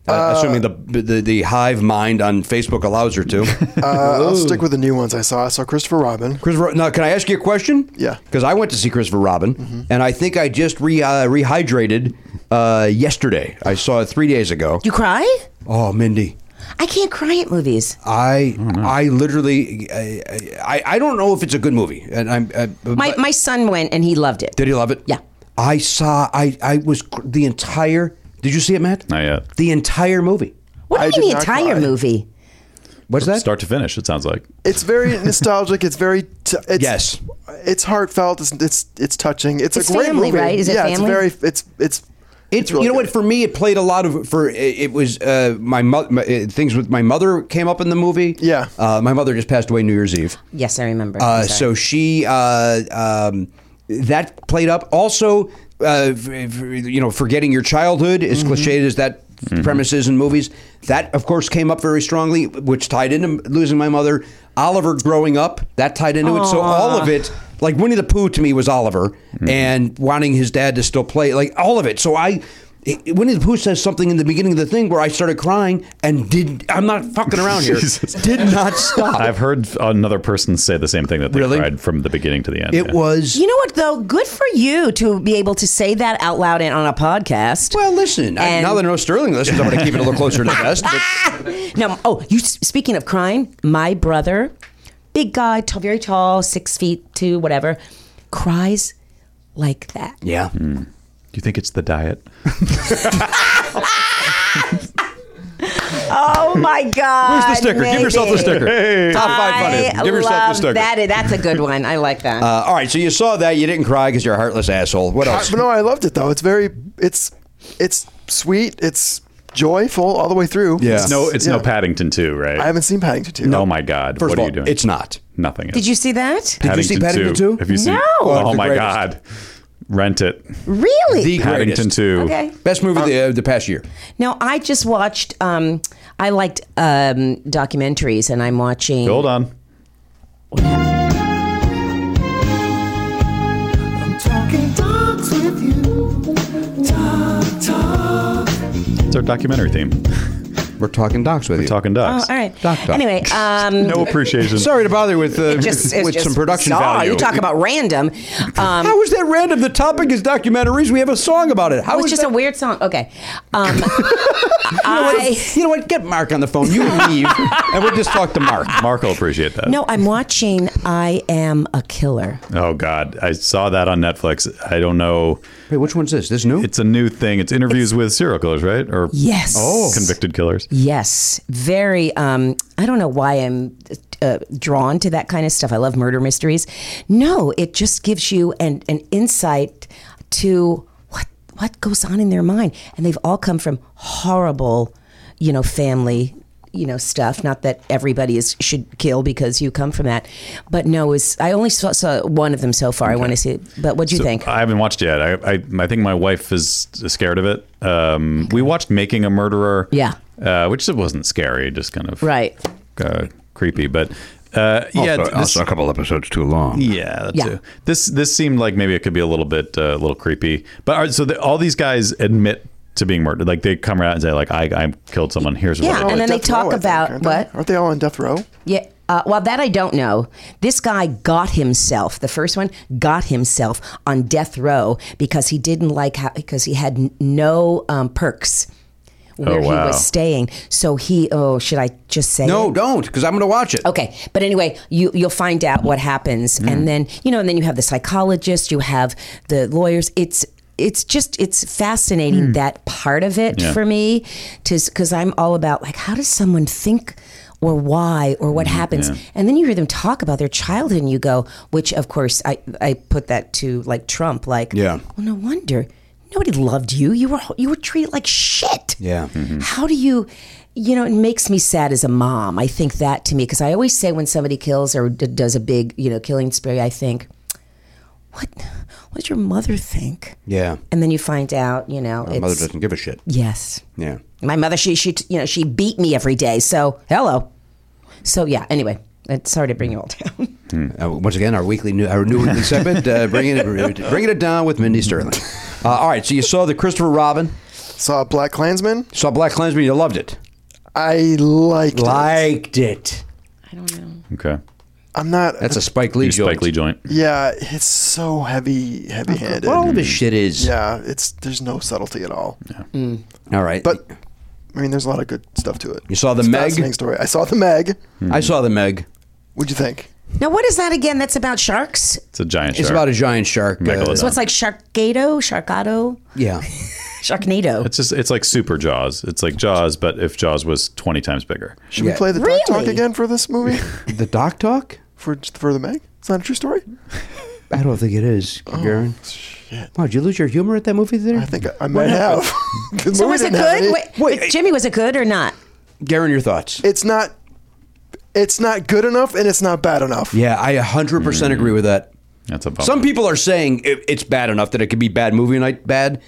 Speaker 2: Uh, assuming the, the the hive mind on Facebook allows her <laughs> to.
Speaker 6: Uh, I'll stick with the new ones I saw. I saw Christopher Robin.
Speaker 2: Christopher, now can I ask you a question?
Speaker 6: Yeah.
Speaker 2: Because I went to see Christopher Robin, and I think I just re, uh, rehydrated uh, yesterday. I saw it three days ago.
Speaker 10: You cry?
Speaker 2: oh, Mindy.
Speaker 10: I can't cry at movies.
Speaker 2: I I literally I, I I don't know if it's a good movie, and I'm I,
Speaker 10: My
Speaker 2: but-
Speaker 10: my son went and he loved it.
Speaker 2: did he love it?
Speaker 10: Yeah.
Speaker 2: I saw I I was cr- the entire. Did you see it, Matt?
Speaker 1: Not yet.
Speaker 2: The entire movie.
Speaker 10: What do
Speaker 6: I
Speaker 10: you
Speaker 6: did
Speaker 10: mean the
Speaker 6: not
Speaker 10: entire
Speaker 6: cry.
Speaker 10: movie?
Speaker 2: What's that?
Speaker 1: Start to finish, it sounds like.
Speaker 6: It's very nostalgic. It's very t- it's,
Speaker 2: Yes.
Speaker 6: It's heartfelt. It's it's, it's touching. It's,
Speaker 10: It's
Speaker 6: a great
Speaker 10: family,
Speaker 6: movie.
Speaker 10: right? Is it
Speaker 6: yeah,
Speaker 10: family?
Speaker 6: it's very it's it's
Speaker 2: It's,
Speaker 6: really
Speaker 2: you know what
Speaker 6: good.
Speaker 2: for me it played a lot of for it, it was uh, my, mo- my uh, things with my mother came up in the movie.
Speaker 6: Yeah.
Speaker 2: uh, my mother just passed away New Year's Eve.
Speaker 10: Yes, I remember.
Speaker 2: Uh,
Speaker 10: I'm sorry.
Speaker 2: so she uh, um, that played up. Also, uh, f- f- you know, forgetting your childhood,
Speaker 1: Mm-hmm.
Speaker 2: as cliched as that premise is in movies, that of course came up very strongly, which tied into losing my mother. Oliver growing up, that tied into it. So all of it, like Winnie the Pooh to me was Oliver,
Speaker 1: Mm-hmm.
Speaker 2: and wanting his dad to still play, like all of it. So I. it- Winnie the Pooh says something in the beginning of the thing where I started crying and did I'm not fucking around here.
Speaker 1: <laughs> Jesus.
Speaker 2: Did not stop.
Speaker 1: I've heard another person say the same thing that they
Speaker 2: Really?
Speaker 1: cried from the beginning to the end.
Speaker 2: it
Speaker 1: yeah.
Speaker 2: was
Speaker 10: You know what though? Good for you to be able to say that out loud and on a podcast.
Speaker 2: Well, listen. I,
Speaker 10: And-
Speaker 2: now that I know Sterling listens, I'm going to keep it a little closer
Speaker 10: <laughs>
Speaker 2: to the vest. But
Speaker 10: No. Oh, you. Speaking of crying, my brother, big guy, tall, very tall, six feet two, whatever, cries like that.
Speaker 2: yeah, Uh,
Speaker 1: Do you think it's the diet?
Speaker 10: Oh my God!
Speaker 1: Where's the sticker? Give yourself the
Speaker 10: Navy.
Speaker 1: sticker. Hey. Top five
Speaker 10: I
Speaker 1: funniest. Give yourself the
Speaker 10: love
Speaker 1: sticker.
Speaker 10: That. That's a good one. I like that.
Speaker 2: Uh, all right, so you saw that. You didn't cry because you're a heartless asshole. What
Speaker 6: I,
Speaker 2: else?
Speaker 6: but no, I loved it though. It's very, it's, it's sweet. It's joyful all the way through.
Speaker 1: Yeah. It's no, it's no
Speaker 6: yeah.
Speaker 1: Paddington 2, right?
Speaker 6: I haven't seen Paddington two.
Speaker 1: Oh my God.
Speaker 2: First
Speaker 1: what
Speaker 2: of
Speaker 1: are
Speaker 2: all,
Speaker 1: you doing?
Speaker 2: it's not.
Speaker 1: nothing.
Speaker 10: Did you see that?
Speaker 2: Did you see Paddington 2?
Speaker 1: Have you seen?
Speaker 10: No.
Speaker 1: Oh,
Speaker 2: the
Speaker 1: my
Speaker 2: greatest.
Speaker 1: God. Rent it.
Speaker 10: Really?
Speaker 2: The
Speaker 1: Paddington
Speaker 2: greatest.
Speaker 1: 2.
Speaker 10: okay.
Speaker 2: Best movie of the, of the past year.
Speaker 10: Now I just watched. Um, I liked um, documentaries, and I'm watching.
Speaker 1: Hold on. It's our documentary theme.
Speaker 2: We're talking docs with you.
Speaker 1: Talking
Speaker 10: Oh,
Speaker 1: ducks.
Speaker 10: all right.
Speaker 2: Doc, doc.
Speaker 10: Anyway, um,
Speaker 1: No appreciation.
Speaker 2: Sorry to bother with uh, <laughs>
Speaker 10: just, it's
Speaker 2: with
Speaker 10: just
Speaker 2: some production
Speaker 10: bizarre.
Speaker 2: value.
Speaker 10: You talk about random. Um,
Speaker 2: How is that random? The topic is documentaries. We have a song about it. How
Speaker 10: It's
Speaker 2: is
Speaker 10: just
Speaker 2: that?
Speaker 10: a weird song. Okay.
Speaker 2: <laughs>
Speaker 10: Um, I
Speaker 2: you know what? Get Mark on the phone.
Speaker 10: <laughs>
Speaker 2: You leave, and we'll just talk to Mark.
Speaker 1: Mark will appreciate that.
Speaker 10: no, I'm watching. I am a killer.
Speaker 1: Oh God, I saw that on Netflix. I don't know.
Speaker 2: Wait, which one's this? This new?
Speaker 1: It's a new thing. It's interviews with serial killers, right? Or
Speaker 10: Yes. Oh.
Speaker 1: convicted killers.
Speaker 10: Yes, very. Um, I don't know why I'm uh, drawn to that kind of stuff. I love murder mysteries. No, it just gives you an, an insight to what what goes on in their mind, and they've all come from horrible, you know, family. You know stuff. Not that everybody is should kill because you come from that, but no. Is I only saw, saw one of them so far. I want to see. it. But what do you
Speaker 1: So,
Speaker 10: think?
Speaker 1: I haven't watched yet. I, I I think my wife is scared of it. Um, we watched Making a Murderer.
Speaker 10: Yeah.
Speaker 1: Uh, which wasn't scary, just kind of
Speaker 10: right.
Speaker 1: uh, creepy, but. Uh, yeah,
Speaker 9: also,
Speaker 1: this-
Speaker 9: also a couple episodes too long.
Speaker 1: Yeah, that
Speaker 10: Yeah.
Speaker 1: too. This this seemed like maybe it could be a little bit uh, a little creepy. But all right, so the, all these guys admit to being murdered. Like they come around and say like I I killed someone. Here's what. I
Speaker 10: Yeah,
Speaker 1: did.
Speaker 10: and then they
Speaker 6: Death Row, I
Speaker 10: talk
Speaker 6: think,
Speaker 10: about
Speaker 6: aren't they?
Speaker 10: what.
Speaker 6: Aren't they all on death row?
Speaker 10: Yeah. Uh, well, that I don't know. This guy got himself. The first one got himself on death row because he didn't like how because he had n- no um, perks where he
Speaker 1: wow.
Speaker 10: was staying. So he. Oh, should I just say?
Speaker 2: no,
Speaker 10: it?
Speaker 2: don't, because I'm going to watch it.
Speaker 10: Okay, but anyway, you you'll find out what happens, and then you know, and then you have the psychologist, you have the lawyers. It's it's just it's fascinating that part of it for me, to because I'm all about like how does someone think. Or why, or what happens, and then you hear them talk about their childhood, and you go, which of course I, I put that to like Trump, like,
Speaker 2: Yeah.
Speaker 10: well, no wonder nobody loved you. You were you were treated like shit
Speaker 2: Yeah. Mm-hmm.
Speaker 10: how do you you know it makes me sad as a mom i think that to me because i always say when somebody kills or d- does a big you know killing spree i think what what did your mother think
Speaker 2: Yeah.
Speaker 10: and then you find out you know
Speaker 2: My mother
Speaker 10: it's
Speaker 2: doesn't give a shit.
Speaker 10: yes
Speaker 2: Yeah.
Speaker 10: my mother she she you know she beat me every day so hello so yeah anyway uh, sorry to bring you all down
Speaker 2: Uh, once again, our weekly new, our new weekly segment, uh, bringing it bringing it down with Mindy Sterling. Uh, all right, so you saw the Christopher Robin,
Speaker 6: Saw Black Klansman.
Speaker 2: saw Black Klansman, you loved it,
Speaker 6: I liked it.
Speaker 2: liked it.
Speaker 10: i don't know
Speaker 1: Okay.
Speaker 6: I'm not.
Speaker 2: That's a Spike Lee
Speaker 1: Your
Speaker 2: joint.
Speaker 1: Spike Lee joint.
Speaker 6: yeah, it's so heavy, heavy-handed.
Speaker 2: Well, all of his
Speaker 1: Mm-hmm.
Speaker 2: shit is.
Speaker 6: Yeah, it's there's no subtlety at all.
Speaker 2: All right,
Speaker 6: But I mean, there's a lot of good stuff to it.
Speaker 2: You saw The
Speaker 6: It's a
Speaker 2: Meg? Hmm.
Speaker 6: Fascinating story. I saw the Meg.
Speaker 2: I saw the Meg.
Speaker 6: What'd you think?
Speaker 10: now what is that again that's about sharks
Speaker 1: It's a giant.
Speaker 2: It's
Speaker 1: shark.
Speaker 2: about a giant shark. uh,
Speaker 1: Megalodon.
Speaker 10: so it's like sharkado sharkado
Speaker 2: <laughs> yeah,
Speaker 10: sharknado
Speaker 1: It's just it's like super Jaws. It's like Jaws, but if Jaws was twenty times bigger.
Speaker 6: Should
Speaker 2: Yeah.
Speaker 6: we play the Doc talk
Speaker 10: Really?
Speaker 6: again for
Speaker 2: <laughs>
Speaker 6: this movie?
Speaker 2: the doc talk.
Speaker 6: for for the Meg? It's not a true story.
Speaker 2: I don't think it is, Garen. Wow, did you lose your humor at that movie theater?
Speaker 6: Oh, I think I, I might have. <laughs> The
Speaker 10: so
Speaker 6: movie
Speaker 10: was it
Speaker 6: didn't have
Speaker 10: good
Speaker 6: any-
Speaker 10: wait, wait jimmy was it good or not
Speaker 2: Garen, your thoughts?
Speaker 6: It's not. It's not good enough, and it's not bad enough.
Speaker 2: Yeah, I 100%
Speaker 1: Mm.
Speaker 2: agree with that.
Speaker 1: That's a bummer.
Speaker 2: Some people are saying it, it's bad enough that it could be bad movie night bad,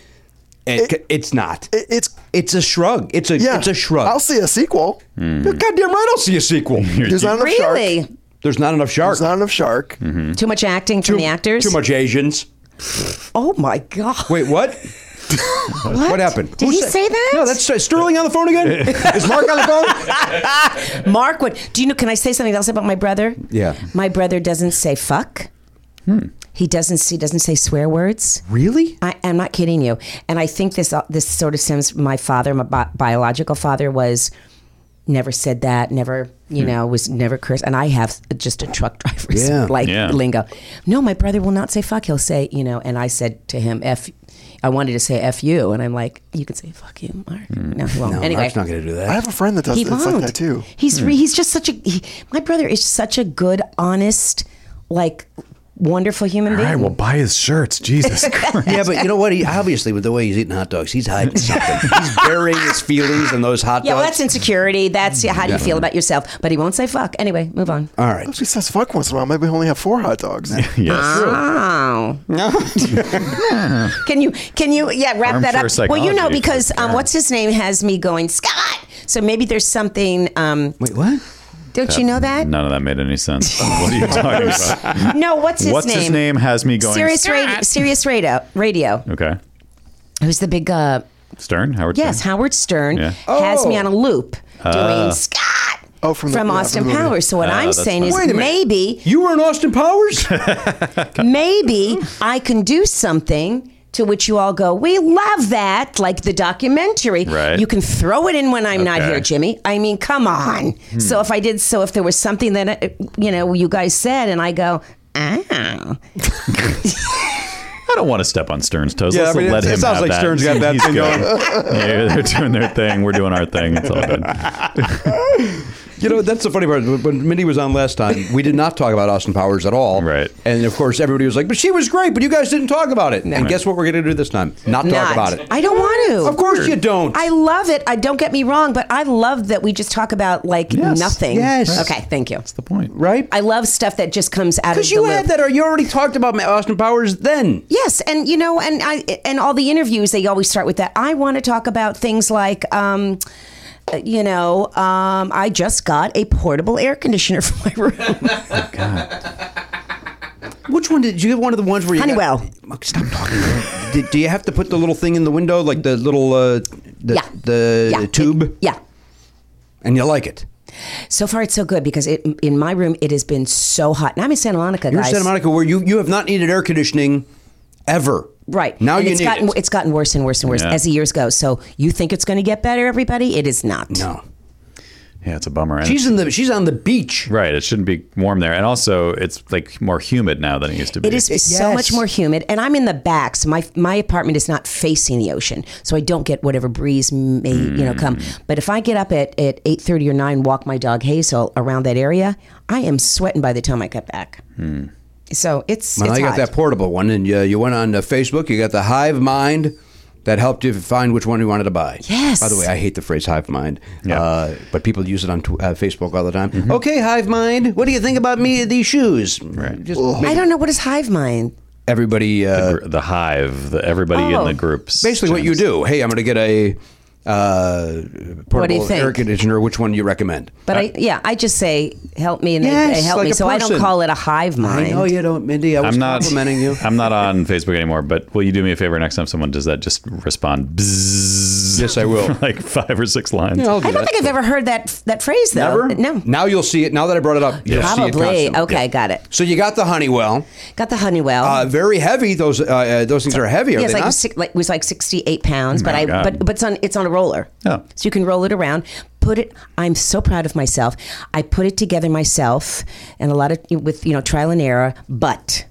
Speaker 2: and it, c- it's not.
Speaker 6: It- it's
Speaker 2: it's a shrug. It's a
Speaker 6: yeah.
Speaker 2: it's a shrug. Mm-hmm.
Speaker 6: I'll see a sequel.
Speaker 2: Goddamn right, I'll see a sequel.
Speaker 6: There's not enough shark.
Speaker 10: really
Speaker 2: There's not enough sharks.
Speaker 6: There's not enough shark.
Speaker 2: Mm-hmm.
Speaker 10: Too much acting from the actors.
Speaker 2: Too much Asians.
Speaker 10: Oh my god!
Speaker 2: Wait, what? what? happened?
Speaker 10: Did
Speaker 2: Who
Speaker 10: he
Speaker 2: said-
Speaker 10: say that?
Speaker 2: No, that's is Sterling on the phone again. is Mark on the phone?
Speaker 10: Mark. What? Do you know? Can I say something else about my brother?
Speaker 2: Yeah.
Speaker 10: My brother doesn't say fuck. He doesn't. He doesn't say swear words.
Speaker 2: Really?
Speaker 10: I, I'm not kidding you. And I think this uh, this sort of stems from my father, my bi- biological father, was never said that, never you know was never cursed. And I have just a truck <laughs> driver's
Speaker 2: Yeah.
Speaker 10: like
Speaker 1: Yeah.
Speaker 10: lingo. No, my brother will not say fuck. He'll say you know. And I said to him, "F." I wanted to say "f you," and I'm like, "You can say fuck you, Mark." No, he won't.
Speaker 2: No,
Speaker 10: anyway,
Speaker 2: Mark's not going to do that.
Speaker 6: I have a friend that does
Speaker 10: he
Speaker 6: it. It's
Speaker 10: won't.
Speaker 6: like that too.
Speaker 10: He's re- he's just such a. He, my brother is such a good, honest, like wonderful human being.
Speaker 1: I will buy his shirts.
Speaker 10: <laughs>
Speaker 1: Jesus Christ.
Speaker 2: yeah, but you know what? He obviously with the way he's eating hot dogs, he's hiding something. he's burying his feelings in those hot
Speaker 10: yeah, well,
Speaker 2: dogs.
Speaker 10: that's insecurity. That's yeah, how do you feel
Speaker 2: Definitely.
Speaker 10: about yourself? But he won't say fuck. Anyway, move on.
Speaker 2: All right.
Speaker 6: She says fuck once in a while. Maybe we only have four hot dogs.
Speaker 1: yes.
Speaker 10: Wow.
Speaker 1: <laughs>
Speaker 10: can you can you yeah wrap
Speaker 1: Armchair
Speaker 10: that up? Well, you know
Speaker 1: psychology.
Speaker 10: because um, what's his name has me going Scott. So maybe there's something. Um,
Speaker 2: Wait, what?
Speaker 10: don't you know that?
Speaker 1: None of that made any sense. <laughs> what are you talking about?
Speaker 10: No, what's his
Speaker 1: What's
Speaker 10: name?
Speaker 1: his name has me going.
Speaker 10: Serious radio. Serious radio. Radio.
Speaker 1: Okay.
Speaker 10: Who's the big? Uh,
Speaker 1: Stern? Howard
Speaker 10: yes,
Speaker 1: Stern?
Speaker 10: Howard Stern
Speaker 1: Yeah.
Speaker 10: has me on a loop doing
Speaker 1: Ah.
Speaker 10: Scott
Speaker 6: Oh, from,
Speaker 10: from,
Speaker 6: the, yeah,
Speaker 10: Austin
Speaker 6: the movie.
Speaker 10: Powers. So what
Speaker 1: Ah,
Speaker 10: I'm
Speaker 1: that's
Speaker 10: saying
Speaker 1: funny.
Speaker 10: is maybe
Speaker 8: You were in Austin Powers?
Speaker 10: maybe I can do something to which you all go, we love that, like the documentary.
Speaker 1: Right.
Speaker 10: You can throw it in when I'm not
Speaker 1: Okay.
Speaker 10: here, Jimmy. I mean, come on. So if I did, so if there was something that uh, you know you guys said, and I go, ah,
Speaker 1: I don't want to step on Stern's toes.
Speaker 8: Yeah,
Speaker 1: Let's
Speaker 8: I mean,
Speaker 1: let
Speaker 8: it-
Speaker 1: him
Speaker 8: it sounds
Speaker 1: have
Speaker 8: like
Speaker 1: that.
Speaker 8: Stern's got that
Speaker 1: He's
Speaker 8: thing
Speaker 1: good. <laughs> yeah, they're doing their thing. We're doing our thing. It's all good.
Speaker 2: You know, that's the funny part. When- When Minnie was on last time, we did not talk about Austin Powers at all.
Speaker 1: Right.
Speaker 2: And of course, everybody was like, but she was great, but you guys didn't talk about it. And
Speaker 1: Right.
Speaker 2: guess what we're going to do this time? Not,
Speaker 10: not.
Speaker 2: talk about it.
Speaker 10: I don't want to.
Speaker 2: of course you don't.
Speaker 10: I love it. I don't get me wrong, but I love that we just talk about like
Speaker 1: Yes.
Speaker 10: nothing.
Speaker 2: Yes.
Speaker 10: Okay. Thank you.
Speaker 1: That's the point.
Speaker 2: right?
Speaker 10: I love stuff that just comes out of
Speaker 2: Because
Speaker 10: the
Speaker 2: you
Speaker 10: loop.
Speaker 2: had that, or you already talked about Austin Powers then.
Speaker 10: Yes, and you know, and I and all the interviews they always start with that. I want to talk about things like. Um, uh, you know, um, I just got a portable air conditioner <laughs> for my room.
Speaker 2: Which one did did you get? One of the ones where you <laughs>
Speaker 10: Honeywell.
Speaker 2: Got, stop talking. do, do you have to put the little thing in the window, like the little uh, the,
Speaker 10: Yeah.
Speaker 2: the
Speaker 10: Yeah, it-
Speaker 2: tube,
Speaker 10: yeah.
Speaker 2: and you like it?
Speaker 10: So far, it's so good because it, in my room it has been so hot, and I'm in Santa Monica,
Speaker 2: You're in
Speaker 10: guys.
Speaker 2: Santa Monica, where you you have not needed air conditioning ever.
Speaker 10: Right
Speaker 2: now,
Speaker 10: and
Speaker 2: you
Speaker 10: it's
Speaker 2: need
Speaker 10: gotten
Speaker 2: it.
Speaker 10: it's gotten worse and worse and worse
Speaker 1: Yeah.
Speaker 10: as the years go. So you think it's going to get better, everybody? It is not.
Speaker 2: no.
Speaker 1: Yeah, it's a bummer. And
Speaker 2: She's in the she's on the beach.
Speaker 1: Right. It shouldn't be warm there. And also, it's like more humid now than it used to be.
Speaker 10: It is so
Speaker 2: Yes.
Speaker 10: much more humid, and I'm in the back, so my my apartment is not facing the ocean, so I don't get whatever breeze may you know come.
Speaker 2: Mm.
Speaker 10: But if I get up at at eight thirty or nine, walk my dog Hazel around that area, I am sweating by the time I get back. So it's
Speaker 2: Well, now
Speaker 10: it's
Speaker 2: you
Speaker 10: hot.
Speaker 2: Hmm. got that portable one, and you, you went on uh, Facebook. You got the Hive Mind that helped you find which one you wanted to buy.
Speaker 10: Yes.
Speaker 2: By the way, I hate the phrase Hive Mind, uh, but people use it on tw- uh, Facebook all the time.
Speaker 1: Mm-hmm.
Speaker 2: Okay, Hive Mind, what do you think about me these shoes? Right. Just
Speaker 10: I don't know what is hive mind.
Speaker 2: everybody. Uh,
Speaker 1: the hive, the, everybody
Speaker 10: Oh.
Speaker 1: in the groups.
Speaker 2: basically, what you do. Hey, I'm going to get a uh,
Speaker 10: What do you
Speaker 2: portable air
Speaker 10: think?
Speaker 2: conditioner. Which one do you recommend?
Speaker 10: But I yeah, I just say help me and they,
Speaker 2: Uh, Yes,
Speaker 10: they help
Speaker 2: like
Speaker 10: me.
Speaker 2: a
Speaker 10: So I don't
Speaker 2: person.
Speaker 10: call it a hive mind.
Speaker 2: I know you don't, Mindy. I was
Speaker 1: I'm not
Speaker 2: complimenting you.
Speaker 1: I'm not on Facebook anymore. But will you do me a favor next time someone does that? Just respond. Bzzz,
Speaker 2: Yes, I will.
Speaker 1: for <laughs> like five or six lines.
Speaker 2: Yeah, I'll do
Speaker 10: I don't
Speaker 2: that.
Speaker 10: think I've ever heard that that phrase though.
Speaker 2: Never?
Speaker 10: <laughs> No.
Speaker 2: Now you'll see it. Now that I brought it up, you'll see it
Speaker 10: Probably.
Speaker 2: constantly.
Speaker 10: Okay, got it.
Speaker 2: So you got the Honeywell.
Speaker 10: Got the Honeywell.
Speaker 2: Uh, very heavy. Those uh, uh, those things are heavy. Are
Speaker 10: Yeah, it's
Speaker 2: they
Speaker 10: like,
Speaker 2: not?
Speaker 10: six, like it was like sixty eight pounds, but
Speaker 1: my
Speaker 10: I
Speaker 1: God.
Speaker 10: but but it's on it's on a roller.
Speaker 1: Yeah.
Speaker 10: So you can roll it around. Put it. I'm so proud of myself. I put it together myself, and a lot of with you know trial and error. But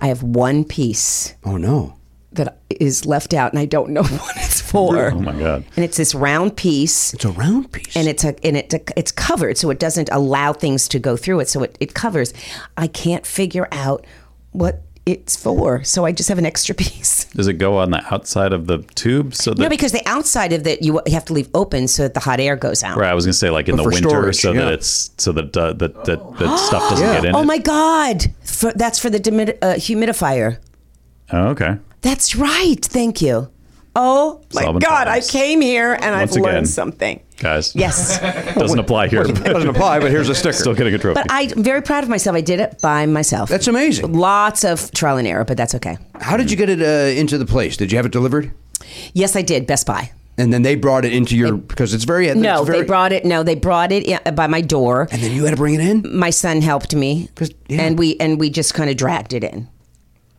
Speaker 10: I have one piece
Speaker 2: oh no!
Speaker 10: that is left out, and I don't know <laughs> what it's for.
Speaker 1: Oh my god.
Speaker 10: And it's this round piece,
Speaker 2: It's a round piece.
Speaker 10: and it's a and it it's covered, so it doesn't allow things to go through it. So it it covers. I can't figure out what it's for, so I just have an extra <laughs> piece.
Speaker 1: Does it go on the outside of the tube so that?
Speaker 10: No, because the outside of that you have to leave open so that the hot air goes out.
Speaker 1: Right, I was gonna say like in the
Speaker 2: for
Speaker 1: winter,
Speaker 2: storage,
Speaker 1: so
Speaker 2: yeah.
Speaker 1: that it's so that uh, that that,
Speaker 10: <gasps>
Speaker 1: that stuff doesn't get in.
Speaker 10: Oh
Speaker 1: it.
Speaker 10: my God! For, that's for the demi- uh, humidifier.
Speaker 1: Oh, okay.
Speaker 10: That's right. Thank you. Oh my
Speaker 1: Solving
Speaker 10: God!
Speaker 1: problems.
Speaker 10: I came here and
Speaker 1: Once again.
Speaker 10: I've learned something.
Speaker 1: Guys.
Speaker 10: Yes,
Speaker 1: <laughs> Doesn't apply here.
Speaker 2: it
Speaker 1: <laughs>
Speaker 2: doesn't apply, but here's a sticker.
Speaker 1: Still getting a trophy.
Speaker 10: but I'm very proud of myself. I did it by myself.
Speaker 2: That's amazing.
Speaker 10: Lots of trial and error, but that's okay.
Speaker 2: How did you get it uh, into the place? Did you have it delivered?
Speaker 10: Yes, I did. Best Buy.
Speaker 2: And then they brought it into your because it's very it's
Speaker 10: No,
Speaker 2: very-
Speaker 10: they brought it. No, they brought it in, by my door.
Speaker 2: And then you had to bring it in.
Speaker 10: My son helped me,
Speaker 2: 'Cause- yeah.
Speaker 10: and we and we just kind of dragged it in.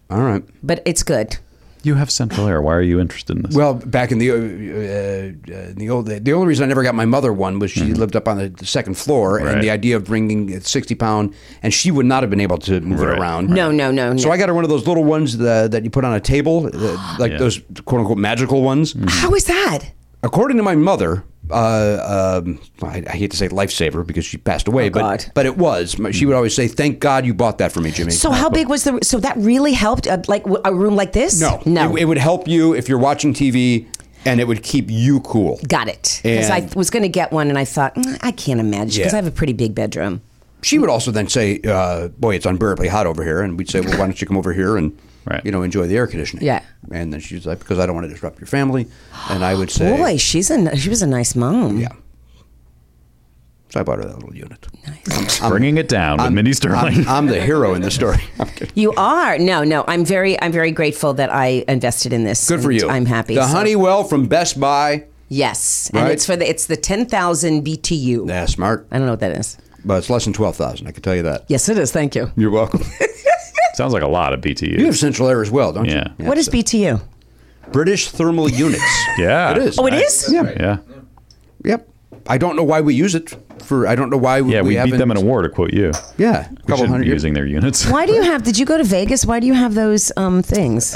Speaker 2: All right.
Speaker 10: But it's good.
Speaker 1: You have Central Air. Why are you interested in this?
Speaker 2: Well, back in the uh, uh, in the old the only reason I never got my mother one was she lived up on the, the second floor,
Speaker 1: Mm-hmm. Right.
Speaker 2: and the idea of bringing a sixty pound, and she would not have been able to move
Speaker 1: Right.
Speaker 2: it around.
Speaker 10: No, no, no, no.
Speaker 2: So I got her one of those little ones that, that you put on a table,
Speaker 10: <gasps>
Speaker 2: uh, like
Speaker 1: Yeah.
Speaker 2: those quote unquote magical ones.
Speaker 10: How is that?
Speaker 2: According to my mother, uh, um, I, I hate to say lifesaver because she passed away, but
Speaker 10: Oh, God.
Speaker 2: but it was. My- She would always say, "Thank God you bought that for me, Jimmy."
Speaker 10: So how big was the? So that really helped. Uh, like w- a room like this?
Speaker 2: No,
Speaker 10: no.
Speaker 2: It, it would help you if you're watching TV, and it would keep you cool.
Speaker 10: Got it. Because I
Speaker 2: And-
Speaker 10: was going to get one, and I thought "Mm, I can't imagine because
Speaker 2: Yeah.
Speaker 10: I have a pretty big bedroom.
Speaker 2: She would also then say, uh, "Boy, it's unbearably hot over here," and we'd say, "Well, why don't you come over here and you know enjoy the air conditioning?"
Speaker 10: Yeah.
Speaker 2: And then she's like, "Because I don't want to disrupt your family," and I would say,
Speaker 10: Boy, she's a n- she was a nice mom. Yeah.
Speaker 2: "So I bought her that little unit."
Speaker 1: Bringing it down with Mindy Sterling.
Speaker 2: I'm, <laughs> I'm the hero in this story. I'm kidding.
Speaker 10: You are no, no. I'm very, I'm very grateful that I invested in this.
Speaker 2: Good for
Speaker 10: and
Speaker 2: you.
Speaker 10: I'm happy.
Speaker 2: The
Speaker 10: so-
Speaker 2: Honeywell from Best Buy.
Speaker 10: Yes, and
Speaker 2: Right?
Speaker 10: it's for the it's the ten thousand BTU.
Speaker 2: Yeah, smart.
Speaker 10: I don't know what that is.
Speaker 2: But it's less than twelve thousand. I can tell you that.
Speaker 10: Yes, it is. Thank you.
Speaker 2: You're <laughs> welcome.
Speaker 1: <laughs> Sounds like a lot of BTU.
Speaker 2: you have Central Air as well, don't
Speaker 1: Yeah.
Speaker 2: you?
Speaker 10: what is BTU?
Speaker 2: British thermal <laughs> units.
Speaker 1: Yeah.
Speaker 2: It is.
Speaker 10: Oh, it is.
Speaker 2: Yeah.
Speaker 1: Yeah.
Speaker 2: Yep. I don't know why we use it for. I don't know why we,
Speaker 1: Yeah, we, beat
Speaker 2: haven't-
Speaker 1: them in a war, to quote you.
Speaker 2: Yeah, a
Speaker 1: We
Speaker 2: couple
Speaker 1: shouldn't
Speaker 2: hundred
Speaker 1: be
Speaker 2: years.
Speaker 1: using their units.
Speaker 10: Why do you have? Did you go to Vegas? Why do you have those um, things?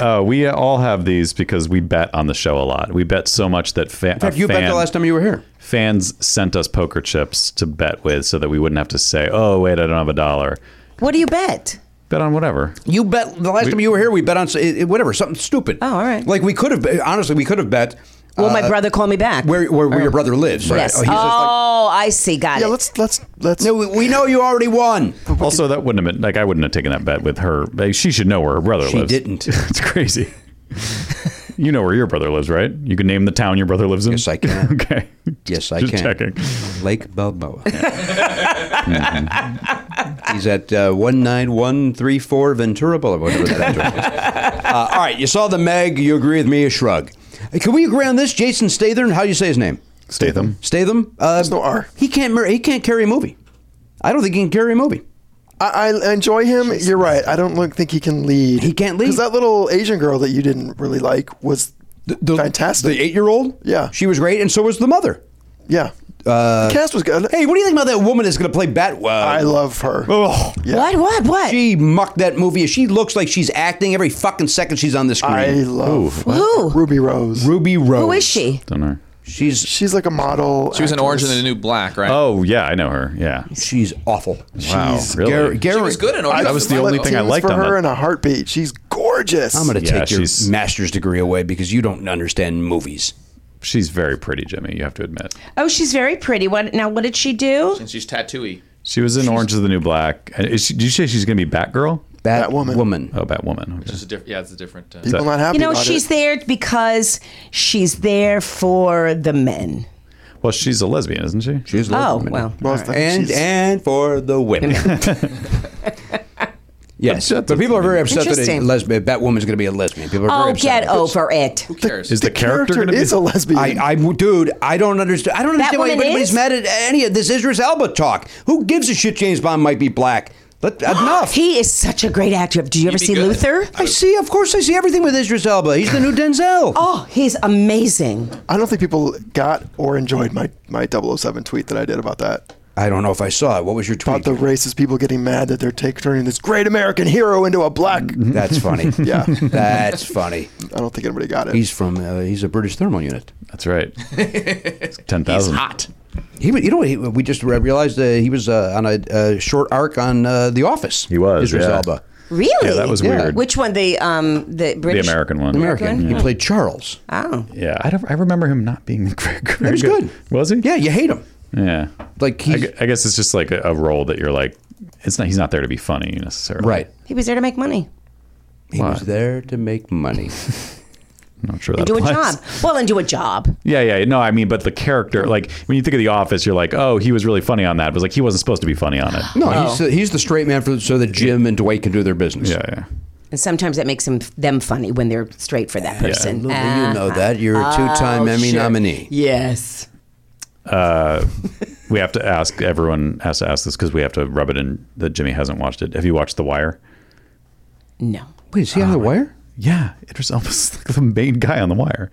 Speaker 1: <laughs> Uh, we all have these because we bet on the show a lot. We bet so much that fa-
Speaker 2: In fact, you bet the last time you were here.
Speaker 1: fans sent us poker chips to bet with so that we wouldn't have to say, oh, wait, I don't have a dollar.
Speaker 10: What do you bet?
Speaker 1: Bet
Speaker 2: <laughs>
Speaker 1: on whatever.
Speaker 2: You bet the last time you were here. We bet on s- it- it- whatever something stupid.
Speaker 10: Oh, all right.
Speaker 2: Like we could have honestly, we could have bet.
Speaker 10: Will
Speaker 2: uh,
Speaker 10: my brother call me back?
Speaker 2: where where, where
Speaker 10: Or-
Speaker 2: your brother lives. right?
Speaker 10: Yes.
Speaker 2: Oh,
Speaker 10: Oh,
Speaker 2: he's just like,
Speaker 10: I see. Got
Speaker 6: Yeah,
Speaker 10: it.
Speaker 6: let's let's let's.
Speaker 2: no, we- we know you already won.
Speaker 1: Also, that wouldn't have been like I wouldn't have taken that bet with her. Like, She should know where her brother
Speaker 2: She
Speaker 1: lives.
Speaker 2: didn't.
Speaker 1: <laughs>
Speaker 2: <laughs>
Speaker 1: it's crazy. you know where your brother lives, right? You can name the town your brother lives in.
Speaker 2: Yes, I can.
Speaker 1: <laughs> okay.
Speaker 2: Yes, I
Speaker 1: Just
Speaker 2: can.
Speaker 1: checking.
Speaker 2: Lake <laughs> Balboa. Mhm. He's at uh, one nine one three four Ventura Boulevard. Whatever that <laughs> address is. uh, all right, you saw the Meg. You agree with me? A shrug. Hey, Can we agree on this, Jason Statham? How do you say his name?
Speaker 1: Statham.
Speaker 2: Statham. Uh, There's
Speaker 6: no R.
Speaker 2: He can't. mar- He can't carry a movie. I don't think he can carry a movie.
Speaker 6: I, I enjoy him. You're right. I don't look, think he can lead.
Speaker 2: He can't lead.
Speaker 6: Because that little Asian girl that you didn't really like was fantastic.
Speaker 2: The eight-year-old.
Speaker 6: Yeah.
Speaker 2: she was great, and so was the mother.
Speaker 6: yeah. Uh, the cast was good.
Speaker 2: Hey, what do you think about that woman that's going to play Bat? uh,
Speaker 6: I love her.
Speaker 2: Oh,
Speaker 10: What? What? What?
Speaker 2: she mucked that movie. She looks like she's acting every fucking second she's on the screen.
Speaker 6: I love
Speaker 10: Who?
Speaker 6: Ruby Rose.
Speaker 2: Ruby Rose.
Speaker 10: Who is she?
Speaker 1: Don't know.
Speaker 2: She's
Speaker 6: She's like a model.
Speaker 7: She was an orange and the new black, right?
Speaker 1: Oh yeah, I know her. Yeah.
Speaker 2: she's awful.
Speaker 1: Wow. really?
Speaker 2: Gar- Gar-
Speaker 7: she was good in orange.
Speaker 1: That
Speaker 7: and
Speaker 1: was the
Speaker 7: Black.
Speaker 1: only thing I
Speaker 6: Teens
Speaker 1: liked
Speaker 6: for
Speaker 1: on
Speaker 6: her
Speaker 1: that.
Speaker 6: in a heartbeat. She's gorgeous.
Speaker 2: I'm going to
Speaker 1: Yeah,
Speaker 2: take your
Speaker 1: she's-
Speaker 2: master's degree away because you don't understand movies.
Speaker 1: She's very pretty, Jimmy. You have to admit.
Speaker 10: Oh, she's very pretty. What? Now, what did she do?
Speaker 7: And she's tattooey.
Speaker 1: She was in Orange is the New Black. And Is she, did you say she's going to be Batgirl?
Speaker 2: Bat
Speaker 6: Batwoman.
Speaker 2: woman.
Speaker 1: Oh, Batwoman. Okay.
Speaker 7: It's a diff- yeah, it's a different. Uh,
Speaker 6: People not happy.
Speaker 10: You know,
Speaker 6: about
Speaker 10: she's
Speaker 6: it.
Speaker 10: there because she's there for the men.
Speaker 1: Well, she's a lesbian, isn't she?
Speaker 2: She's
Speaker 10: Oh,
Speaker 2: lovely.
Speaker 10: well.
Speaker 6: Well,
Speaker 10: all right.
Speaker 2: And
Speaker 6: she's-
Speaker 2: and for the
Speaker 10: <laughs>
Speaker 2: women. yes,
Speaker 1: That's-
Speaker 2: but people are very upset that a
Speaker 10: Interesting.
Speaker 2: lesbian Batwoman's going to be a lesbian. People are very
Speaker 10: Oh,
Speaker 2: upset.
Speaker 10: get over it.
Speaker 7: who cares?
Speaker 1: Is the, character, going to be
Speaker 6: is a lesbian.
Speaker 2: I, I, dude, I don't understand. I don't understand why
Speaker 10: woman
Speaker 2: anybody's
Speaker 10: is?
Speaker 2: mad at any of this Idris Elba talk. Who gives a shit? James Bond might be black.
Speaker 10: <gasps>
Speaker 2: Let, enough.
Speaker 10: He is such a great actor. Did you ever
Speaker 7: be
Speaker 10: see
Speaker 7: good.
Speaker 10: Luther?
Speaker 2: I see. Of course, I see everything with Idris Elba. He's
Speaker 10: <sighs>
Speaker 2: the new Denzel.
Speaker 10: Oh, he's amazing.
Speaker 6: I don't think people got or enjoyed my, my 007 tweet that I did about that.
Speaker 2: I don't know if I saw it. What was your
Speaker 6: About
Speaker 2: tweet?
Speaker 6: the racist people getting mad that they're take, turning this great American hero into a black.
Speaker 2: <laughs> That's
Speaker 10: <laughs>
Speaker 2: funny.
Speaker 6: <laughs> Yeah.
Speaker 2: That's funny.
Speaker 6: I don't think anybody got it.
Speaker 2: He's from. Uh, he's a British thermal unit.
Speaker 1: That's <laughs> right. Ten thousand. hot.
Speaker 2: He, was- you know, what he, we just re- realized uh, he was uh, on a uh, short arc on uh, The Office.
Speaker 1: He was,
Speaker 2: Idris
Speaker 1: yeah.
Speaker 2: Elba,
Speaker 10: Really?
Speaker 1: Yeah, that was
Speaker 2: Yeah.
Speaker 1: weird.
Speaker 10: Which one? The um
Speaker 1: the
Speaker 10: the British
Speaker 1: American one.
Speaker 2: American. He played Charles.
Speaker 10: Oh.
Speaker 1: Yeah, I, don't, I remember him not being <laughs> very, very
Speaker 2: That was good.
Speaker 1: Was he?
Speaker 2: Yeah, you hate him.
Speaker 1: Yeah.
Speaker 2: Like
Speaker 1: I,
Speaker 2: he's
Speaker 1: gu- I guess it's just like a, a role that you're like, it's not. He's not there to be funny necessarily.
Speaker 2: right.
Speaker 10: He was there to make money
Speaker 2: He was there to make <laughs> money.
Speaker 1: I'm not sure that
Speaker 10: and do a
Speaker 1: applies.
Speaker 10: job. Well, and do a job.
Speaker 1: Yeah, yeah. No, I mean, but the character, like when you think of The Office, you're like, oh, he was really funny on that. It was like he wasn't supposed to be funny on it.
Speaker 2: No, he's the, he's the straight man for so that Jim and Dwight can do their business.
Speaker 1: Yeah, yeah.
Speaker 10: And sometimes that makes them them funny when they're straight for that person. Uh, oh,
Speaker 2: Absolutely, you know that you're a two-time Emmy nominee.
Speaker 10: Yes.
Speaker 1: We have to ask everyone has to ask this because we have to rub it in that Jimmy hasn't watched it. Have you watched The Wire?
Speaker 10: No.
Speaker 2: Ah, Wait, is he on the wire?
Speaker 1: Yeah, Idris Elba's <laughs> like the main guy on The Wire.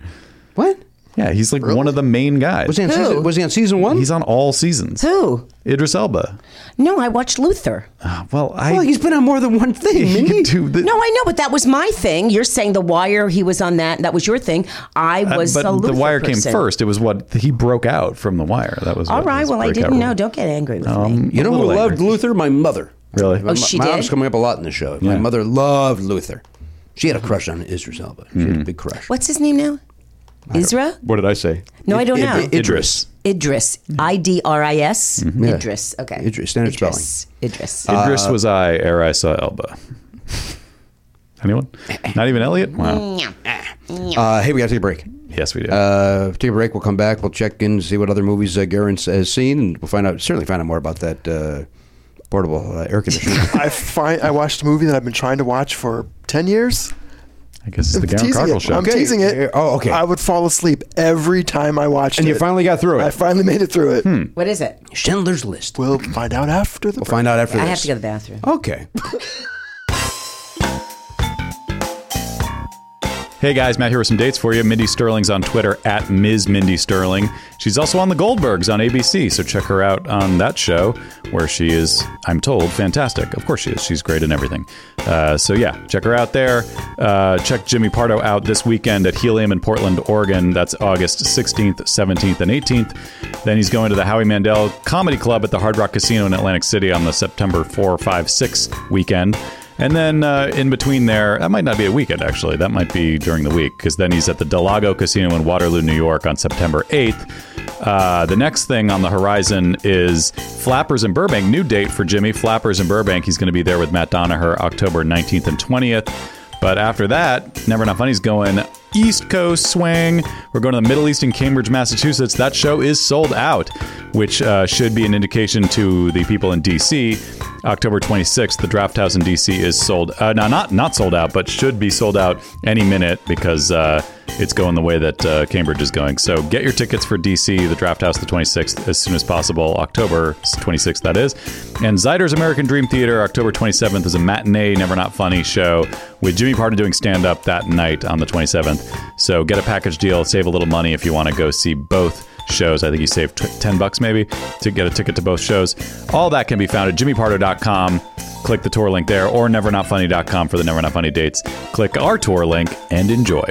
Speaker 2: What?
Speaker 1: Yeah, he's like one of the main guys.
Speaker 2: Was he on Who? season- was he on season one?
Speaker 1: He's on all seasons.
Speaker 10: Who?
Speaker 1: Idris Elba.
Speaker 10: No, I watched Luther.
Speaker 1: Well, I.
Speaker 2: well, Oh, he's been on more than one thing. Mindy. <laughs>
Speaker 10: no, I know, but that was my thing. You're saying The Wire, he was on that, and that was your thing. I
Speaker 1: Uh,
Speaker 10: was
Speaker 1: but
Speaker 10: a Luther
Speaker 1: the wire
Speaker 10: person.
Speaker 1: came first. It was what he broke out from the wire. That was
Speaker 10: All
Speaker 1: what
Speaker 10: right,
Speaker 1: his
Speaker 10: well, I
Speaker 1: breakout
Speaker 10: didn't
Speaker 1: role.
Speaker 10: know. Don't get angry with me.
Speaker 1: Um,
Speaker 14: You know
Speaker 1: a
Speaker 14: who
Speaker 1: little
Speaker 14: loved
Speaker 1: angry.
Speaker 14: Luther? My mother.
Speaker 1: Really?
Speaker 14: My,
Speaker 10: Oh, she
Speaker 14: my
Speaker 10: did?
Speaker 14: mom's coming up a lot in the show. My
Speaker 1: Yeah.
Speaker 14: mother loved Luther. She had a crush on Idris Elba. She
Speaker 2: Hmm.
Speaker 14: had a big crush.
Speaker 10: What's his name now? Isra?
Speaker 1: What did I say?
Speaker 10: No, I don't know.
Speaker 14: Idris.
Speaker 10: Idris. I D R I S.
Speaker 14: Yeah.
Speaker 10: Idris. Okay.
Speaker 14: Idris. Standard
Speaker 10: Idris. Idris.
Speaker 1: Idris was I, ere I saw Elba. <laughs> Anyone? Not even Elliot? Wow.
Speaker 14: spelling. Uh, hey, we got to take a break.
Speaker 1: Yes, we did.
Speaker 14: Uh, take a break. We'll come back. We'll check in, see what other movies uh, Garen's has seen, and we'll find out. Certainly find out more about that uh, portable uh, air conditioner.
Speaker 10: <laughs>
Speaker 6: I find I watched a movie that I've been trying to watch for ten years.
Speaker 1: I guess it's the Garen
Speaker 6: teasing
Speaker 1: Cardinal
Speaker 6: it.
Speaker 1: show.
Speaker 6: I'm teasing it.
Speaker 14: Oh, okay.
Speaker 6: I would fall asleep every time I watched
Speaker 14: And
Speaker 6: it.
Speaker 14: you finally got through
Speaker 6: I
Speaker 14: it.
Speaker 6: finally made it through it.
Speaker 10: What is it?
Speaker 14: Schindler's List.
Speaker 6: We'll find out after the
Speaker 14: We'll find out after
Speaker 10: I
Speaker 14: this.
Speaker 10: have to go to the bathroom.
Speaker 14: Okay.
Speaker 1: Hey guys, Matt here with some dates for you. Mindy Sterling's on Twitter at Ms. Mindy Sterling. She's also on The Goldbergs on ABC, so check her out on that show where she is, I'm told, fantastic. Of course she is. She's great in everything. Uh, so yeah, check her out there. Uh, check Jimmy Pardo out this weekend at Helium in Portland, Oregon. That's August 16th, 17th, and 18th. Then he's going to the Howie Mandel Comedy Club at the Hard Rock Casino in Atlantic City on the September 4, 5, 6 weekend. And then uh, in between there, that might not be a weekend actually. That might be during the week because then he's at the Delago Casino in Waterloo, New York on September 8th. Uh, the next thing on the horizon is Flappers in Burbank. New date for Jimmy Flappers in Burbank. He's going to be there with Matt Donaher October 19th and 20th. But after that, Never Not Funny's going East Coast swing. We're going to the Middle East in Cambridge, Massachusetts. That show is sold out, which uh, should be an indication to the people in DC October 26th, the Draft House in DC is sold. Uh, no, not not sold out, but should be sold out any minute because uh, it's going the way that uh, Cambridge is going. So get your tickets for DC, the Draft House, the 26th, as soon as possible. October 26th, that is. And Zyder's American Dream Theater, October 27th, is a matinee, never not funny show with Jimmy Pardo doing stand up that night on the 27th. So get a package deal, save a little money if you want to go see both shows. I think you save t- 10 bucks maybe to get a ticket to both shows. All that can be found at jimmypardo.com. Click the tour link there or nevernotfunny.com for the Never Not Funny dates. Click our tour link and enjoy.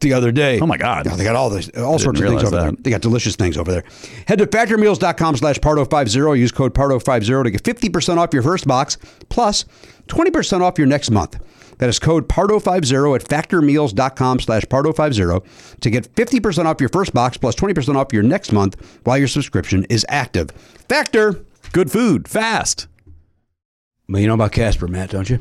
Speaker 2: the other day.
Speaker 1: Mm. Oh my God.
Speaker 2: Yeah, they got all this, all sorts of things
Speaker 1: realize
Speaker 2: over there.
Speaker 1: that.
Speaker 2: They got delicious things over there. Head to factormeals.com slash pardo50. Use code pardo50 to get 50% off your first box plus 20% off your next month. That is code pardo50 at factormeals.com slash pardo50 to get 50% off your first box plus 20% off your next month while your subscription is active. Factor.
Speaker 1: Good food, fast.
Speaker 2: Well, you know about Casper, Matt, don't you?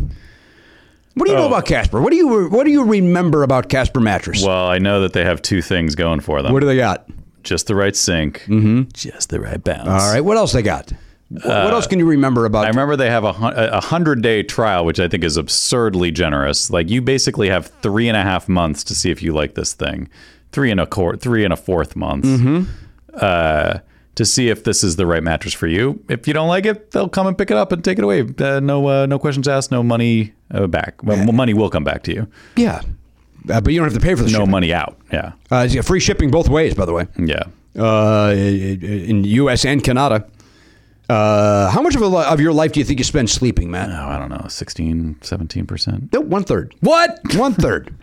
Speaker 2: What do
Speaker 1: Oh.
Speaker 2: you know about Casper? What do you what do you remember about Casper mattress?
Speaker 1: Well, I know that they have two things going for them:
Speaker 2: What do they got?
Speaker 1: just the right sink, mm-hmm. just the right bounce.
Speaker 2: All right, what else they got? Wh- what else can you remember about
Speaker 1: I remember they have a, hun- a hundred day trial, which I think is absurdly generous. Like you basically have three and a half months to see if you like this thing, three and a quar three and a fourth month,
Speaker 2: Mm-hmm.
Speaker 1: uh, to see if this is the right mattress for you. If you don't like it, they'll come and pick it up and take it away. Uh, no, uh, no questions asked, no money uh, back. Well, money will come back to you.
Speaker 2: Yeah, uh, but you don't have to pay for the
Speaker 1: No
Speaker 2: shipping.
Speaker 1: money out. Yeah,
Speaker 2: Uh, it's got free shipping both ways, by the way,
Speaker 1: yeah.
Speaker 2: uh, in U.S. and Canada. Uh, how much of, a, li- of your life do you think you spend sleeping, Matt?
Speaker 1: Oh, I don't know, 16, 17 percent.
Speaker 2: No, one third. What? One third.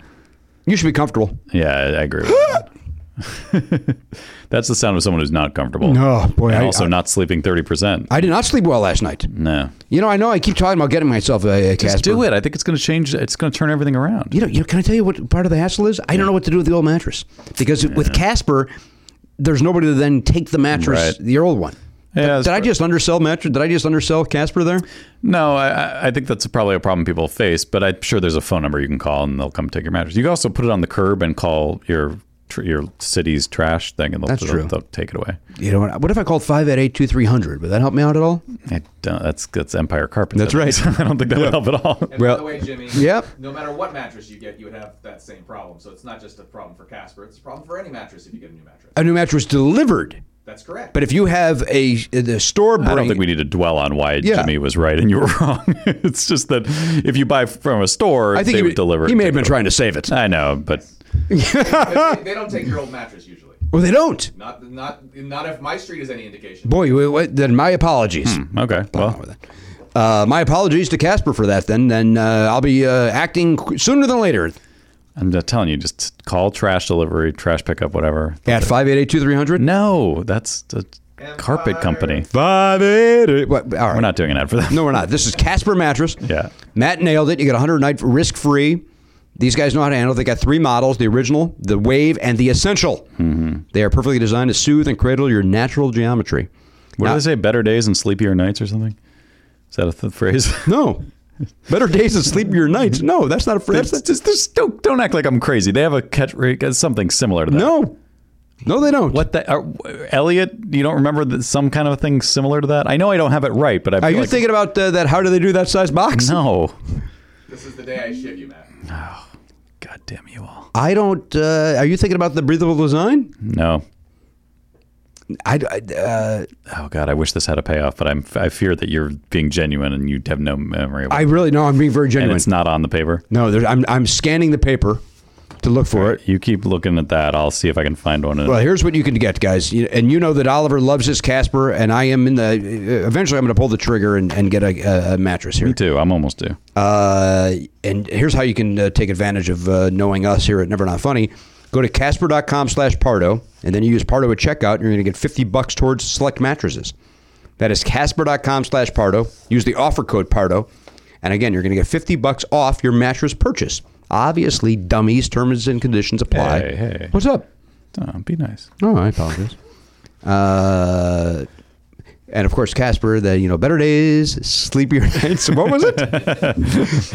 Speaker 2: You should be comfortable.
Speaker 1: Yeah, I I agree with that. <laughs> That's the sound of someone who's not comfortable.
Speaker 2: Oh, boy,
Speaker 1: And
Speaker 2: I-
Speaker 1: also
Speaker 2: I-
Speaker 1: not sleeping 30%.
Speaker 2: I did not sleep well last night.
Speaker 1: no.
Speaker 2: You know, I know I keep talking about getting myself a, a
Speaker 1: Just
Speaker 2: Casper.
Speaker 1: do it. I think it's going to change. It's going to turn everything around.
Speaker 2: You know, you know, can I tell you what part of the hassle is? I don't know what to do with the old mattress because with Casper, there's nobody to then take the mattress,
Speaker 1: Right.
Speaker 2: the old one.
Speaker 1: Yeah,
Speaker 2: did
Speaker 1: that's
Speaker 2: I
Speaker 1: right.
Speaker 2: just undersell mattress? Did I just undersell Casper there?
Speaker 1: No, I- I, I think that's probably a problem people face, but I'm sure there's a phone number you can call and they'll come take your mattress. You can also put it on the curb and call your tr- your city's trash thing and they'll,
Speaker 2: That's
Speaker 1: they'll,
Speaker 2: true.
Speaker 1: they'll take it away.
Speaker 2: You know what? What if I called 588-2300? Would that help me out at all?
Speaker 1: I don't, that's that's Empire Carpet.
Speaker 2: That's right.
Speaker 1: <laughs> I don't think that would help at all.
Speaker 2: Well,
Speaker 7: By the way, Jimmy.
Speaker 2: yep.
Speaker 7: No matter what mattress you get, you would have that same problem. So it's not just a problem for Casper. It's a problem for any mattress if you get a new mattress.
Speaker 2: A new mattress delivered.
Speaker 7: That's correct.
Speaker 2: But if you have a the store bring,
Speaker 1: I don't think we need to dwell on why
Speaker 2: Yeah.
Speaker 1: Jimmy was right and you were <laughs> wrong. it's just that if you buy from a store,
Speaker 2: I think
Speaker 1: they
Speaker 2: he,
Speaker 1: would deliver.
Speaker 2: he
Speaker 1: it
Speaker 2: may
Speaker 1: to
Speaker 2: have been
Speaker 1: you.
Speaker 2: trying to save it. Ah!
Speaker 1: I know, but
Speaker 7: But they, they don't take your old mattress usually.
Speaker 2: Well, they don't.
Speaker 7: Not not not if my street is any indication.
Speaker 2: Boy, wait, wait, then my apologies.
Speaker 1: okay. Well,
Speaker 2: Uh, my apologies to Casper for that. Then, then uh, I'll be uh, acting qu- sooner than later
Speaker 1: I'm just telling you, just call trash delivery, trash pickup, whatever.
Speaker 2: at 588-2300.
Speaker 1: No, that's the carpet company.
Speaker 2: Five eight eight. What, all right.
Speaker 1: We're not doing an ad for them.
Speaker 2: No, we're not. This is Casper Mattress.
Speaker 1: Yeah.
Speaker 2: Matt nailed it. You get 100 night risk free. These guys know how to handle. it. They got three models: the original, the Wave, and the Essential.
Speaker 1: Mm-hmm.
Speaker 2: They are perfectly designed to soothe and cradle your natural geometry.
Speaker 1: <laughs> What
Speaker 2: Now-
Speaker 1: do they say? Better days and sleepier nights or something? Is that a th- phrase?
Speaker 2: No, better days and sleepier nights. No, that's not a
Speaker 1: That's-
Speaker 2: phrase. That's,
Speaker 1: that's- that's- don't, don't act like I'm crazy. They have a catch, something similar to that.
Speaker 2: no, no, they don't.
Speaker 1: What the are, Elliot? You don't remember that some kind of thing similar to that? I know I don't have it right, but I.
Speaker 2: Are
Speaker 1: feel
Speaker 2: you
Speaker 1: like-
Speaker 2: thinking about uh, that? How do they do that size box?
Speaker 1: No.
Speaker 7: This is the day I shit you, Matt.
Speaker 1: God damn you all.
Speaker 2: I don't. Uh, are you thinking about the breathable design?
Speaker 1: No.
Speaker 2: I. I uh,
Speaker 1: Oh God, I wish this had a payoff, but I'm I fear that you're being genuine and you have no memory of it.
Speaker 2: I really know. I'm being very
Speaker 1: and
Speaker 2: genuine.
Speaker 1: it's not on the paper.
Speaker 2: No, there, I'm I'm scanning the paper. to look for it.
Speaker 1: You keep looking at that. I'll see if I can find one. in-
Speaker 2: Well, here's what you can get, guys. You- And you know that Oliver loves his Casper, and I am in the. Eventually, I'm going to pull the trigger and, and get a, a mattress here.
Speaker 1: Me too. I'm almost due.
Speaker 2: Uh, and here's how you can uh, take advantage of uh, knowing us here at Never Not Funny. Go to casper.com slash Pardo, and then you use Pardo at checkout, and you're going to get 50 bucks towards select mattresses. That is casper.com slash Pardo. Use the offer code Pardo. And again, you're going to get 50 bucks off your mattress purchase. Obviously, dummies, terms and conditions apply.
Speaker 1: Hey, hey.
Speaker 2: What's up?
Speaker 1: Oh, be nice.
Speaker 2: Oh, I apologize. <laughs> uh, and of course, Casper, the you know better days, sleepier <laughs> nights. What was it?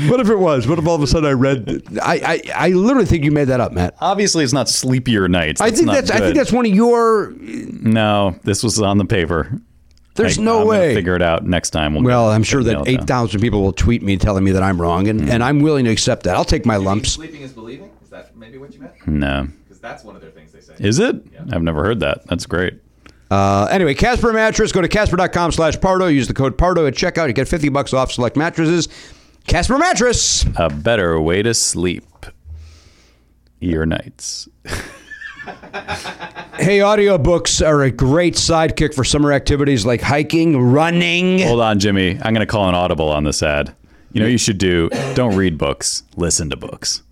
Speaker 2: what if it was? What if all of a sudden I read? I I, I literally think you made that up, Matt.
Speaker 1: Obviously, it's not sleepier nights.
Speaker 2: I think
Speaker 1: not
Speaker 2: that's I think
Speaker 1: good.
Speaker 2: that's one of your.
Speaker 1: No, this was on the paper.
Speaker 2: There's
Speaker 1: I-
Speaker 2: no
Speaker 1: I'm gonna
Speaker 2: way.
Speaker 1: Figure it out next time. We'll,
Speaker 2: Well,
Speaker 1: get-
Speaker 2: I'm sure
Speaker 1: get
Speaker 2: that
Speaker 1: nailed down. Mm.
Speaker 2: eight thousand people will tweet me telling me that I'm wrong, and, and I'm willing to accept that. I'll take my lumps.
Speaker 7: Sleeping is believing. Is that maybe what you meant?
Speaker 1: No.
Speaker 7: Because that's one of their things they say.
Speaker 1: Is it? I've never heard that. That's great.
Speaker 2: Uh, anyway, Casper mattress. Go to casper.com slash Pardo. Use the code Pardo at checkout. You get fifty bucks off select mattresses. Casper mattress.
Speaker 1: A better way to sleep. Ear nights.
Speaker 2: Hey, audiobooks are a great sidekick for summer activities like hiking, running.
Speaker 1: Hold on, Jimmy. I'm going to call an audible on this ad. You know what you should do? Don't read books. Listen to books.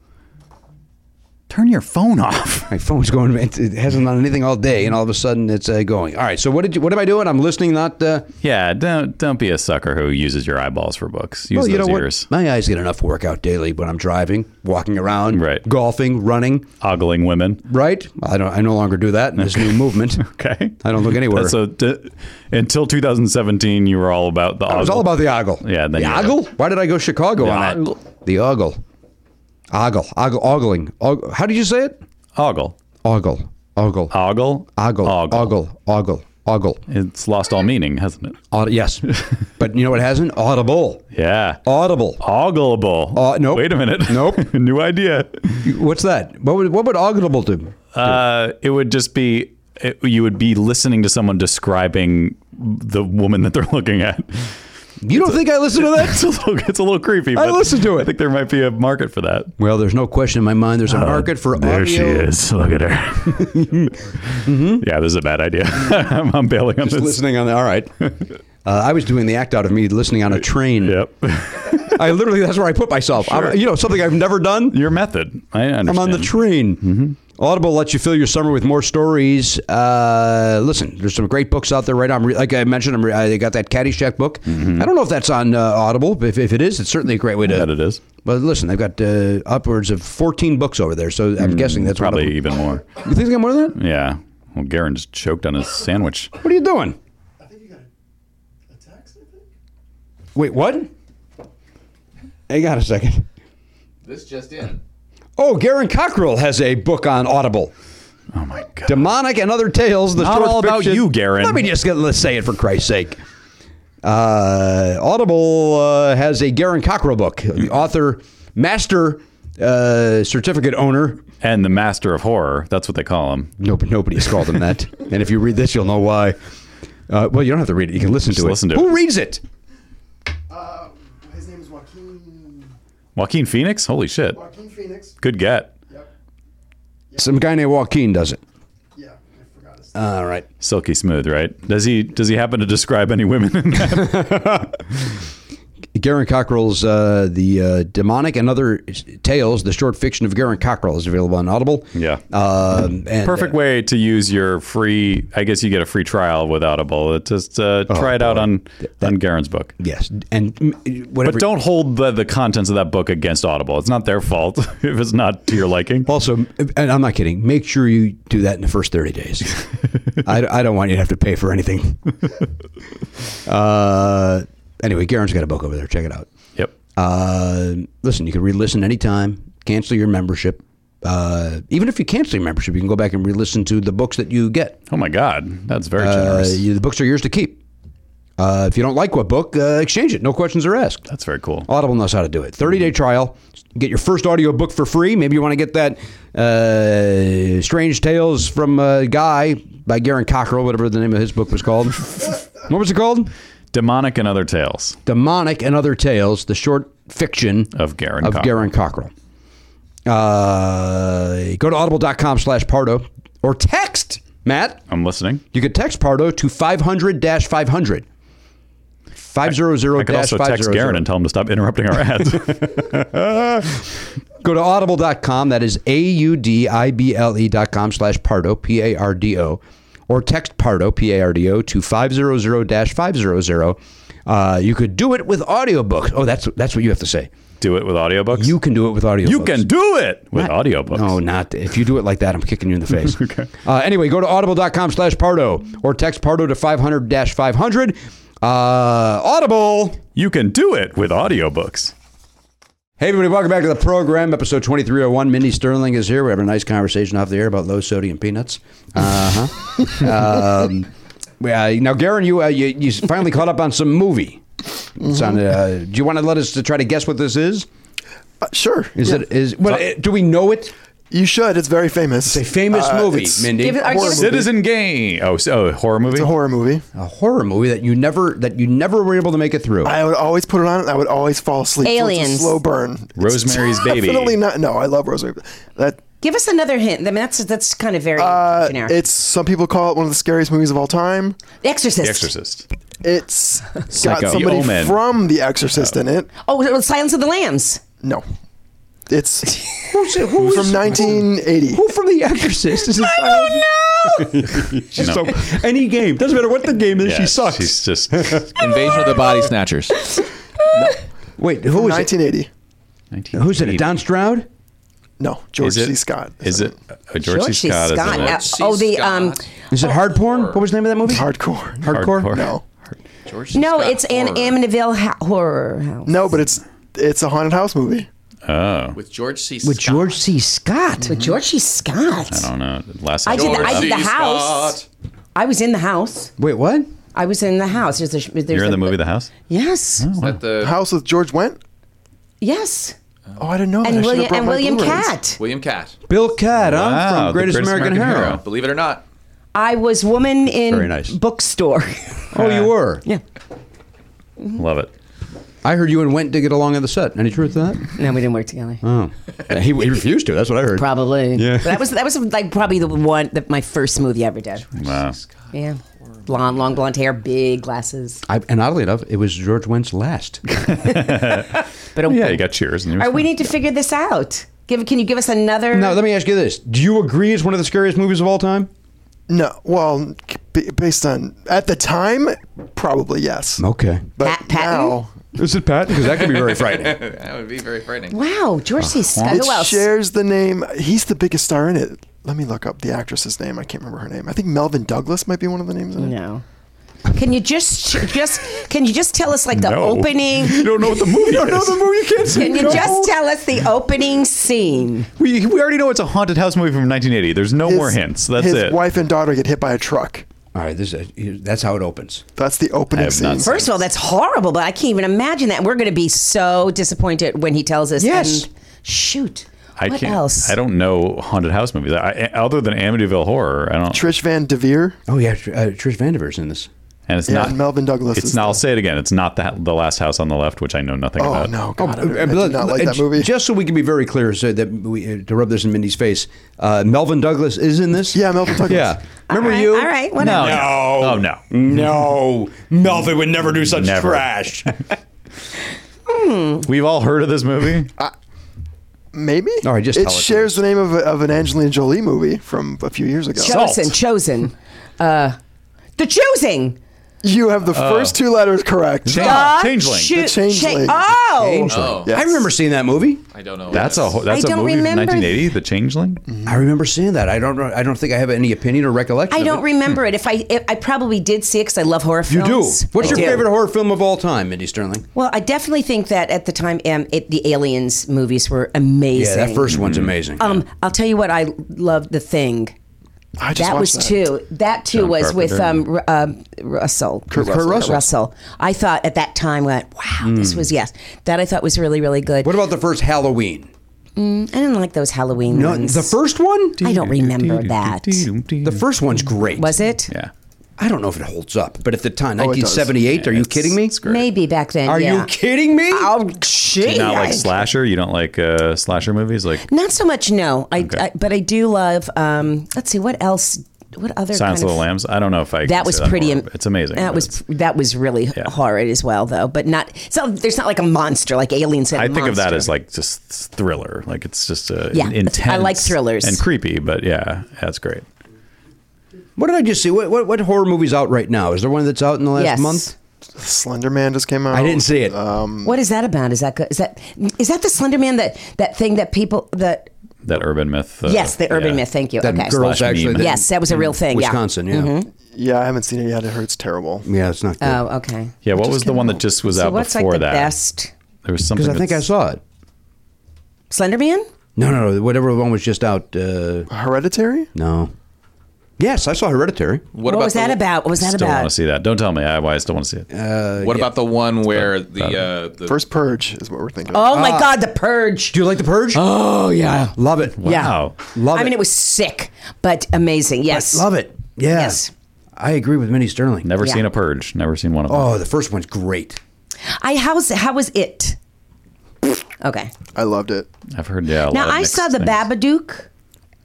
Speaker 1: Turn your phone off. <laughs>
Speaker 2: My phone's going. It it hasn't done anything all day, and all of a sudden it's uh, going. All right. So what did you? What am I doing? I'm listening. Not. Uh,
Speaker 1: Yeah, don't don't be a sucker who uses your eyeballs for books. Use
Speaker 2: well, you know
Speaker 1: those
Speaker 2: what?
Speaker 1: ears.
Speaker 2: My eyes get enough workout daily when I'm driving, walking around,
Speaker 1: Right.
Speaker 2: golfing, running.
Speaker 1: Ogling women.
Speaker 2: Right. I don't. I no longer do that in this new movement.
Speaker 1: <laughs> Okay.
Speaker 2: I don't look anywhere.
Speaker 1: So d- until 2017, you were all about the.
Speaker 2: I was all about the ogle.
Speaker 1: Yeah,
Speaker 2: The
Speaker 1: then you-
Speaker 2: ogle. Why did I go Chicago
Speaker 1: The
Speaker 2: on that?
Speaker 1: ogle.
Speaker 2: The ogle. Ogle. Ogle. Ogling. Og- How did you say it?
Speaker 1: ogle.
Speaker 2: Ogle. Ogle.
Speaker 1: Ogle.
Speaker 2: Ogle.
Speaker 1: Ogle.
Speaker 2: Ogle. Ogle. Ogle.
Speaker 1: It's lost all meaning, hasn't it?
Speaker 2: Aud-
Speaker 1: <laughs>
Speaker 2: yes. but you know what hasn't? Audible.
Speaker 1: Yeah.
Speaker 2: Audible.
Speaker 1: Ogleable.
Speaker 2: Uh, nope.
Speaker 1: Wait a minute.
Speaker 2: Nope.
Speaker 1: <laughs> New
Speaker 2: <laughs>
Speaker 1: idea.
Speaker 2: You- What's that? What would, what would Audible do?
Speaker 1: Uh, it would just be it, you would be listening to someone describing the woman that they're <laughs> looking at.
Speaker 2: You don't think I listen to that?
Speaker 1: <laughs> It's a little, it's a little creepy.
Speaker 2: I
Speaker 1: But
Speaker 2: listen to it.
Speaker 1: I think there might be a market for that.
Speaker 2: Well, there's no question in my mind. There's a market for
Speaker 1: Uh, There
Speaker 2: audio. Mm-hmm.
Speaker 1: she is. Look at her. Yeah, this is a bad idea. <laughs> I'm, I'm bailing on
Speaker 2: Just <laughs>
Speaker 1: this.
Speaker 2: listening on the. All
Speaker 1: <laughs>
Speaker 2: right. Uh, I was doing the act out of me listening on a train.
Speaker 1: Yep. <laughs>
Speaker 2: I literally, that's where I put myself. I'm- you know, something I've never done.
Speaker 1: Your method. I understand.
Speaker 2: I'm on the train.
Speaker 1: Mm-hmm.
Speaker 2: Audible lets you fill your summer with more stories. Uh, listen, there's some great books out there right now. I'm re- like I mentioned, I'm re- I got that Caddyshack book.
Speaker 1: Mm-hmm.
Speaker 2: I don't know if that's on uh, Audible, but if, if it is, it's certainly a great way to.
Speaker 1: That it is.
Speaker 2: But listen, they've got uh, upwards of 14 books over there, so I'm guessing that's one of
Speaker 1: Mm, Probably
Speaker 2: them.
Speaker 1: even more.
Speaker 2: You think they got more than that?
Speaker 1: Yeah. Well, Garen just choked on his sandwich.
Speaker 2: What are you doing? Wait, what? Hang on a second.
Speaker 7: This just in.
Speaker 2: Oh, Garen Cockrell has a book on Audible.
Speaker 1: Oh my god.
Speaker 2: Demonic and Other Tales. The
Speaker 1: Not
Speaker 2: short
Speaker 1: all about
Speaker 2: fiction-
Speaker 1: you, Garen.
Speaker 2: Let me just get, let's say it for Christ's sake. Uh, Audible uh, has a Garen Cockrell book. The author, master, uh, certificate owner.
Speaker 1: and the master of horror. That's what they call him.
Speaker 2: No, nobody's called him
Speaker 1: <laughs>
Speaker 2: that. And if you read this, you'll know why. Uh, well, you don't have to read it. You can listen
Speaker 1: Just
Speaker 2: to it.
Speaker 1: listen to
Speaker 2: Who
Speaker 1: it.
Speaker 2: reads it?
Speaker 6: Uh, his name is Joaquin.
Speaker 1: Joaquin Phoenix. Holy shit.
Speaker 6: Joaquin Phoenix.
Speaker 1: Good get.
Speaker 6: Yep.
Speaker 2: Some guy named Joaquin does it.
Speaker 6: Yeah, I forgot his
Speaker 2: All right.
Speaker 1: Silky smooth, right? Does he does he happen to describe any women
Speaker 2: <laughs>
Speaker 1: in that?
Speaker 2: Garen Cockrell's uh, The uh, Demonic and Other Tales, the short fiction of Garen Cockrell, is available on Audible.
Speaker 1: Yeah.
Speaker 2: Um, and,
Speaker 1: Perfect way to use your free I guess you get a free trial with Audible. It just uh,
Speaker 2: Oh,
Speaker 1: try it out on on Garen's book.
Speaker 2: Yes. And mm, whatever.
Speaker 1: But don't hold the, the contents of that book against Audible. It's not their fault <laughs> if it's not to your liking.
Speaker 2: Also, and I'm not kidding. Make sure you do that in the first 30
Speaker 1: <laughs>
Speaker 2: days. I, I don't want you to have to pay for anything. uh, anyway, Garen's got a book over there. Check it out.
Speaker 1: Yep.
Speaker 2: Uh, listen, you can re-listen anytime. Cancel your membership. Uh, even if you cancel your membership, you can go back and re-listen to the books that you get.
Speaker 1: Oh my god. That's very
Speaker 2: Uh,
Speaker 1: generous.
Speaker 2: you- the books are yours to keep. Uh, if you don't like what book, uh, exchange it. No questions are asked.
Speaker 1: That's very cool.
Speaker 2: Audible knows how to do it. 30 day trial. Get your first audio book for free. Maybe you want to get that uh, Strange Tales from a Guy by Garen Cockrell, whatever the name of his book was
Speaker 1: <laughs>
Speaker 2: called. what was it called?
Speaker 1: Demonic and other tales.
Speaker 2: Demonic and Other Tales, the short fiction
Speaker 1: Of Garen
Speaker 2: of
Speaker 1: Cockrell.
Speaker 2: Garen Cockrell. Uh, go to audible.com slash Pardo or text, Matt.
Speaker 1: I'm listening.
Speaker 2: You could text Pardo to 500 500. 500
Speaker 1: I could also text Garen and tell him to stop interrupting our ads.
Speaker 2: <laughs> Go to audible.com. That is A U D I B L E.com slash Pardo, P A R D O, or text Pardo, P A R D O, to 500 500. Uh, you could do it with audiobooks. Oh, that's that's what you have to say.
Speaker 1: do it with audiobooks.
Speaker 2: You can do it with audiobooks.
Speaker 1: You can do it with audiobooks.
Speaker 2: No, not if you do it like that, I'm kicking you in the
Speaker 1: <laughs>
Speaker 2: face. okay. Uh, anyway, go to audible.com slash Pardo or text Pardo to 500 500. Uh, audible.
Speaker 1: You can do it with audiobooks.
Speaker 2: Hey, everybody, welcome back to the program. Episode 2301. Mindy Sterling is here. We're having a nice conversation off the air about low sodium peanuts. Uh huh. um, we- uh, now, Garen, you, uh, you you finally caught up on some movie. It's on, uh, do you want to let us to try to guess what this is?
Speaker 6: Uh, sure.
Speaker 2: Is
Speaker 6: yeah.
Speaker 2: it is well, uh, do we know it?
Speaker 6: You should. It's very famous. Uh, It's
Speaker 2: a famous movie, Mindy. Give it-
Speaker 6: horror movie.
Speaker 1: Citizen Game. Oh, so, oh, horror movie.
Speaker 6: It's a horror movie.
Speaker 2: A horror movie that you never that you never were able to make it through.
Speaker 6: I would always put it on. and I would always fall asleep. So
Speaker 10: Aliens.
Speaker 6: it's a slow burn. It's
Speaker 1: Rosemary's Baby.
Speaker 6: Definitely not. No, I love Rosemary. That uh,
Speaker 10: Give us another hint. I mean, that's that's kind of very
Speaker 7: Uh,
Speaker 10: generic.
Speaker 6: it's some people call it one of the scariest movies of all time.
Speaker 10: the Exorcist.
Speaker 1: The Exorcist.
Speaker 6: <laughs> It's got
Speaker 1: Psycho. The
Speaker 6: somebody
Speaker 1: Omen.
Speaker 6: from The Exorcist in it.
Speaker 10: Oh, it was Silence of the Lambs.
Speaker 6: No,
Speaker 1: <laughs>
Speaker 6: it's
Speaker 2: Who's, who's
Speaker 6: from 1980.
Speaker 2: Who from The Exorcist is I
Speaker 1: No. <laughs>
Speaker 2: any game doesn't matter what the game is.
Speaker 1: Yeah,
Speaker 2: she sucks.
Speaker 1: She's just. Who's
Speaker 7: Invasion of the Body Snatchers.
Speaker 2: Wait, who is it?
Speaker 6: 1980.
Speaker 2: Who's in it? Don Stroud?
Speaker 6: No, George C. Scott.
Speaker 1: Is it uh, George, C.
Speaker 10: George
Speaker 1: Scott? is in it.
Speaker 10: yeah.
Speaker 7: George C.
Speaker 10: Oh, the um.
Speaker 7: Scott.
Speaker 2: Is it hard porn? What was the name of that movie?
Speaker 6: hardcore?
Speaker 2: Hardcore.
Speaker 1: Hardcore.
Speaker 6: No,
Speaker 7: George C.
Speaker 10: No,
Speaker 7: Scott
Speaker 10: it's an
Speaker 7: horror
Speaker 10: Amityville ho- horror house.
Speaker 6: no, but it's it's a haunted house movie.
Speaker 1: Oh,
Speaker 7: with George C.
Speaker 2: With
Speaker 7: Scott.
Speaker 2: George C. Scott.
Speaker 10: With George C. Scott.
Speaker 1: I don't know. Last
Speaker 10: I did
Speaker 1: episode.
Speaker 10: the, I did the
Speaker 7: George C.
Speaker 10: house.
Speaker 7: Scott.
Speaker 10: I was in the house.
Speaker 2: Wait, what?
Speaker 10: I was in the house. There's a, sh- there's
Speaker 1: You're in
Speaker 10: a-
Speaker 1: the movie Oh. The House.
Speaker 10: Yes.
Speaker 7: Is that the
Speaker 6: House with George Went.
Speaker 10: Yes.
Speaker 6: Oh, I didn't know that. I should've
Speaker 10: And William
Speaker 6: brought
Speaker 10: and
Speaker 6: my
Speaker 10: William
Speaker 6: Blu-rays.
Speaker 10: Cat.
Speaker 7: William Cat.
Speaker 2: Bill Catt, huh?
Speaker 1: Wow,
Speaker 2: from
Speaker 1: the
Speaker 2: Greatest, American, Hero.
Speaker 7: Believe it or not.
Speaker 10: I was woman in
Speaker 2: Very nice.
Speaker 10: bookstore. <laughs>
Speaker 2: Oh, you were.
Speaker 10: yeah. Mm-hmm.
Speaker 1: Love it.
Speaker 2: I heard you and went to get along on the set. Any truth to that?
Speaker 10: No, we didn't work together.
Speaker 2: Oh, he, he refused to. That's what I heard.
Speaker 10: Probably. Yeah. that was that was like probably the one that my first movie I ever did.
Speaker 1: Wow.
Speaker 10: Yeah. Blonde, long blonde hair, big glasses.
Speaker 2: I, and oddly enough, it was George Wendt's <laughs> last.
Speaker 10: But
Speaker 1: Yeah, you got Cheers. And you were
Speaker 10: All right, we
Speaker 1: fine.
Speaker 10: need to figure this out. Give, can you give us another?
Speaker 2: now, let me ask you this: Do you agree it's one of the scariest movies of all time?
Speaker 6: No, well, b- based on at the time, probably yes.
Speaker 2: Okay.
Speaker 6: But
Speaker 10: Pat- Patton?
Speaker 6: now
Speaker 2: Is it Pat? Because that could be
Speaker 10: <laughs>
Speaker 2: very frightening.
Speaker 7: That would be very frightening.
Speaker 10: wow, George C. Scott.
Speaker 6: it
Speaker 10: Who else?
Speaker 6: shares the name. He's the biggest star in it. Let me look up the actress's name. I can't remember her name. I think Melvin Douglas might be one of the names in it.
Speaker 10: No. Can you just just can you just tell us like the
Speaker 1: No.
Speaker 10: opening?
Speaker 1: You don't know what the movie is.
Speaker 10: Can you just tell us the opening scene?
Speaker 1: We, we already know it's a haunted house movie from 1980. There's no more
Speaker 6: His-
Speaker 1: hints. That's
Speaker 6: his
Speaker 1: it.
Speaker 6: wife and daughter get hit by a truck.
Speaker 2: All right, this is, that's how it opens.
Speaker 6: That's the opening
Speaker 1: have not
Speaker 6: scene.
Speaker 10: First of all, that's horrible, but I can't even imagine that. We're going to be so disappointed when he tells us.
Speaker 2: Yes.
Speaker 10: and- shoot.
Speaker 1: I
Speaker 10: what
Speaker 1: can't.
Speaker 10: else?
Speaker 1: I don't know haunted house movies. I, I- other than Amityville Horror, I don't.
Speaker 6: Trish Van Devere.
Speaker 2: Oh yeah, Tr- uh, Trish Vanderveer's in this.
Speaker 1: and it's
Speaker 6: Yeah,
Speaker 1: not
Speaker 6: and Melvin Douglas.
Speaker 1: It's
Speaker 6: is
Speaker 1: not. I'll
Speaker 6: the-
Speaker 1: say it again. It's not the the last house on the left, which I know nothing
Speaker 6: Oh
Speaker 1: about.
Speaker 6: no, God, I,
Speaker 2: Uh,
Speaker 6: I did
Speaker 2: let-
Speaker 6: not like
Speaker 2: uh,
Speaker 6: that movie.
Speaker 2: Just so we can be very clear, so that we, uh, to rub this in Mindy's face, uh, Melvin Douglas is in this.
Speaker 6: yeah, Melvin Douglas.
Speaker 2: yeah. Remember
Speaker 10: all right,
Speaker 2: you?
Speaker 10: All right, whatever.
Speaker 1: No, no. Oh no.
Speaker 5: No, Melvin would never do such
Speaker 1: Never.
Speaker 9: <laughs>
Speaker 5: trash.
Speaker 1: <laughs> We've all heard of this
Speaker 6: <laughs>
Speaker 1: movie.
Speaker 6: Maybe.
Speaker 2: All right, just
Speaker 6: it
Speaker 2: tell us.
Speaker 6: shares the name of, a, of an Angelina Jolie movie from a few years ago.
Speaker 10: Chosen, chosen. Uh, the choosing.
Speaker 6: You have the
Speaker 1: Uh,
Speaker 6: first two letters correct.
Speaker 1: Change-
Speaker 10: The
Speaker 1: Changeling.
Speaker 10: choo-
Speaker 6: The Changeling.
Speaker 10: cha- oh,
Speaker 2: Angel.
Speaker 7: Oh.
Speaker 6: Yes.
Speaker 2: I remember seeing that movie.
Speaker 7: I don't know. what
Speaker 1: That's
Speaker 7: it
Speaker 1: a
Speaker 7: is.
Speaker 1: ho- that's a
Speaker 10: don't
Speaker 1: movie
Speaker 10: remember-
Speaker 1: from 1980, The Changeling.
Speaker 2: I remember seeing that. I don't. know- I don't think I have any opinion or recollection.
Speaker 10: I
Speaker 2: of
Speaker 10: don't
Speaker 2: it.
Speaker 10: remember it. If I, if, I probably did see it because I love horror
Speaker 2: You
Speaker 10: films.
Speaker 2: do.
Speaker 10: I
Speaker 2: What's your
Speaker 10: do.
Speaker 2: favorite horror film of all time, Mindy Sterling?
Speaker 10: Well, I definitely think that at the time, um, it, the Aliens movies were amazing.
Speaker 2: Yeah, that first one's amazing.
Speaker 10: Um, I'll tell you what I loved. The Thing.
Speaker 6: I just
Speaker 10: That was
Speaker 6: watched
Speaker 10: two. That too
Speaker 1: John
Speaker 10: was with um,
Speaker 1: Carpenter.
Speaker 10: Ru- um, Russell. Kurt
Speaker 2: Russell. Russell.
Speaker 10: I thought at that time, went, wow, this was yes. That I thought was really really good.
Speaker 2: What about the first Halloween?
Speaker 10: I didn't like those Halloween
Speaker 2: No,
Speaker 10: ones.
Speaker 2: the first one.
Speaker 10: I don't remember that.
Speaker 2: The first one's great.
Speaker 10: Was it?
Speaker 1: Yeah.
Speaker 2: I don't know if it holds up, but at the time,
Speaker 8: Oh, it does.
Speaker 2: 1978, are you kidding me?
Speaker 15: Maybe back then.
Speaker 2: Are you
Speaker 15: yeah.
Speaker 2: kidding me?
Speaker 10: Oh shit!
Speaker 1: Do you not like
Speaker 10: I-
Speaker 1: slasher? You don't like uh, slasher movies? Like
Speaker 10: Not so much, no. I,
Speaker 1: Okay.
Speaker 10: I but I do love. Um, let's see, what else? What other?
Speaker 1: Silence
Speaker 10: kind
Speaker 1: of the
Speaker 10: of-
Speaker 1: Lambs? I don't know if I.
Speaker 10: That
Speaker 1: can
Speaker 10: was
Speaker 1: say
Speaker 10: pretty.
Speaker 1: more.
Speaker 10: am-
Speaker 1: It's amazing.
Speaker 10: That
Speaker 1: but
Speaker 10: was that was really horrid as well, though. But not so. There's not like a monster like aliens. Had a
Speaker 1: I think of that
Speaker 10: monster.
Speaker 1: as like just thriller. Like it's just uh,
Speaker 10: Yeah,
Speaker 1: intense.
Speaker 10: I like thrillers.
Speaker 1: and creepy, but yeah, that's great.
Speaker 2: What did I just see? What, what, what horror movie's out right now? Is there one that's out in the last
Speaker 10: Yes.
Speaker 2: month?
Speaker 6: Slender Man just came out.
Speaker 2: I didn't see it.
Speaker 1: Um,
Speaker 10: What is that about? Is that good? Is that is that the Slender Man that that thing that people that
Speaker 1: That urban myth. uh,
Speaker 10: yes the urban
Speaker 1: yeah.
Speaker 10: myth. Thank you.
Speaker 2: That
Speaker 10: okay.
Speaker 2: girl's
Speaker 1: Slash
Speaker 2: actually
Speaker 1: meme.
Speaker 10: yes, that was a real thing.
Speaker 2: Wisconsin, yeah.
Speaker 10: yeah. Mhm.
Speaker 6: Yeah, I haven't seen it yet. It hurts terrible.
Speaker 2: Yeah, it's not good.
Speaker 10: Oh, okay.
Speaker 1: Yeah, what was the one that just was
Speaker 10: so
Speaker 1: out
Speaker 10: what's
Speaker 1: before
Speaker 10: like the
Speaker 1: that?
Speaker 10: best
Speaker 1: There was something.
Speaker 2: Because I think I
Speaker 1: that's-
Speaker 2: saw it.
Speaker 10: Slender Man?
Speaker 2: No, no, no. Whatever one was just out. Uh,
Speaker 6: Hereditary?
Speaker 2: no. Yes, I saw Hereditary.
Speaker 10: What,
Speaker 7: about
Speaker 10: was
Speaker 7: the-
Speaker 10: that about? What was that
Speaker 1: Still want
Speaker 10: about?
Speaker 1: to see that? Don't tell me. I, why I still want to see it.
Speaker 2: Uh,
Speaker 7: What about the one where the, uh, the
Speaker 6: First Purge is what we're thinking.
Speaker 10: Oh
Speaker 2: Ah.
Speaker 10: my God, The Purge.
Speaker 2: Do you like The Purge? Oh, yeah. Love it.
Speaker 1: wow.
Speaker 2: Love
Speaker 10: I
Speaker 2: it.
Speaker 10: mean, it was sick, but amazing. Yes.
Speaker 2: Love it. Yeah.
Speaker 10: Yes.
Speaker 2: I agree with Minnie Sterling.
Speaker 1: Never
Speaker 10: Yeah.
Speaker 1: seen a purge. Never seen one of them.
Speaker 2: Oh, the first one's great.
Speaker 10: I how's how was it? Okay.
Speaker 2: Oh.
Speaker 6: I loved it.
Speaker 1: I've heard. Yeah. a lot
Speaker 10: Now
Speaker 1: of
Speaker 10: I
Speaker 1: mixed
Speaker 10: saw the
Speaker 1: things.
Speaker 10: Babadook,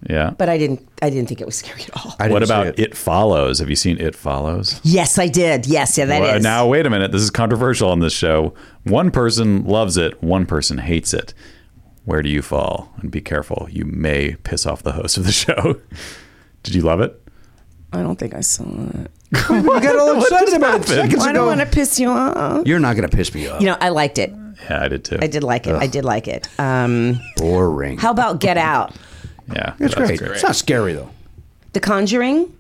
Speaker 1: Yeah.
Speaker 10: but I didn't. I didn't think it was scary
Speaker 1: <laughs>
Speaker 10: at all.
Speaker 2: I
Speaker 1: what
Speaker 2: didn't see
Speaker 1: about
Speaker 2: it.
Speaker 1: it. follows? Have you seen it follows?
Speaker 10: Yes, I did. Yes, yeah, that is.
Speaker 1: Well, Now wait a minute. This is controversial on this show. One person loves it. One person hates it. Where do you fall? And be careful. You may piss off the host of the <laughs> show. Did you love it?
Speaker 10: I don't think I saw it.
Speaker 2: You got all
Speaker 1: <laughs> What
Speaker 2: excited
Speaker 1: just
Speaker 2: about it
Speaker 1: happened?
Speaker 2: seconds
Speaker 10: I
Speaker 2: ago.
Speaker 10: don't want to piss you off.
Speaker 2: You're not going to piss me off.
Speaker 10: You know, I liked it.
Speaker 1: Yeah, I did too.
Speaker 10: I did like it. I did like it. Um,
Speaker 2: Boring.
Speaker 10: how about Get Out?
Speaker 1: Yeah,
Speaker 2: it's
Speaker 1: that's
Speaker 2: great. It's not scary, though.
Speaker 10: The Conjuring?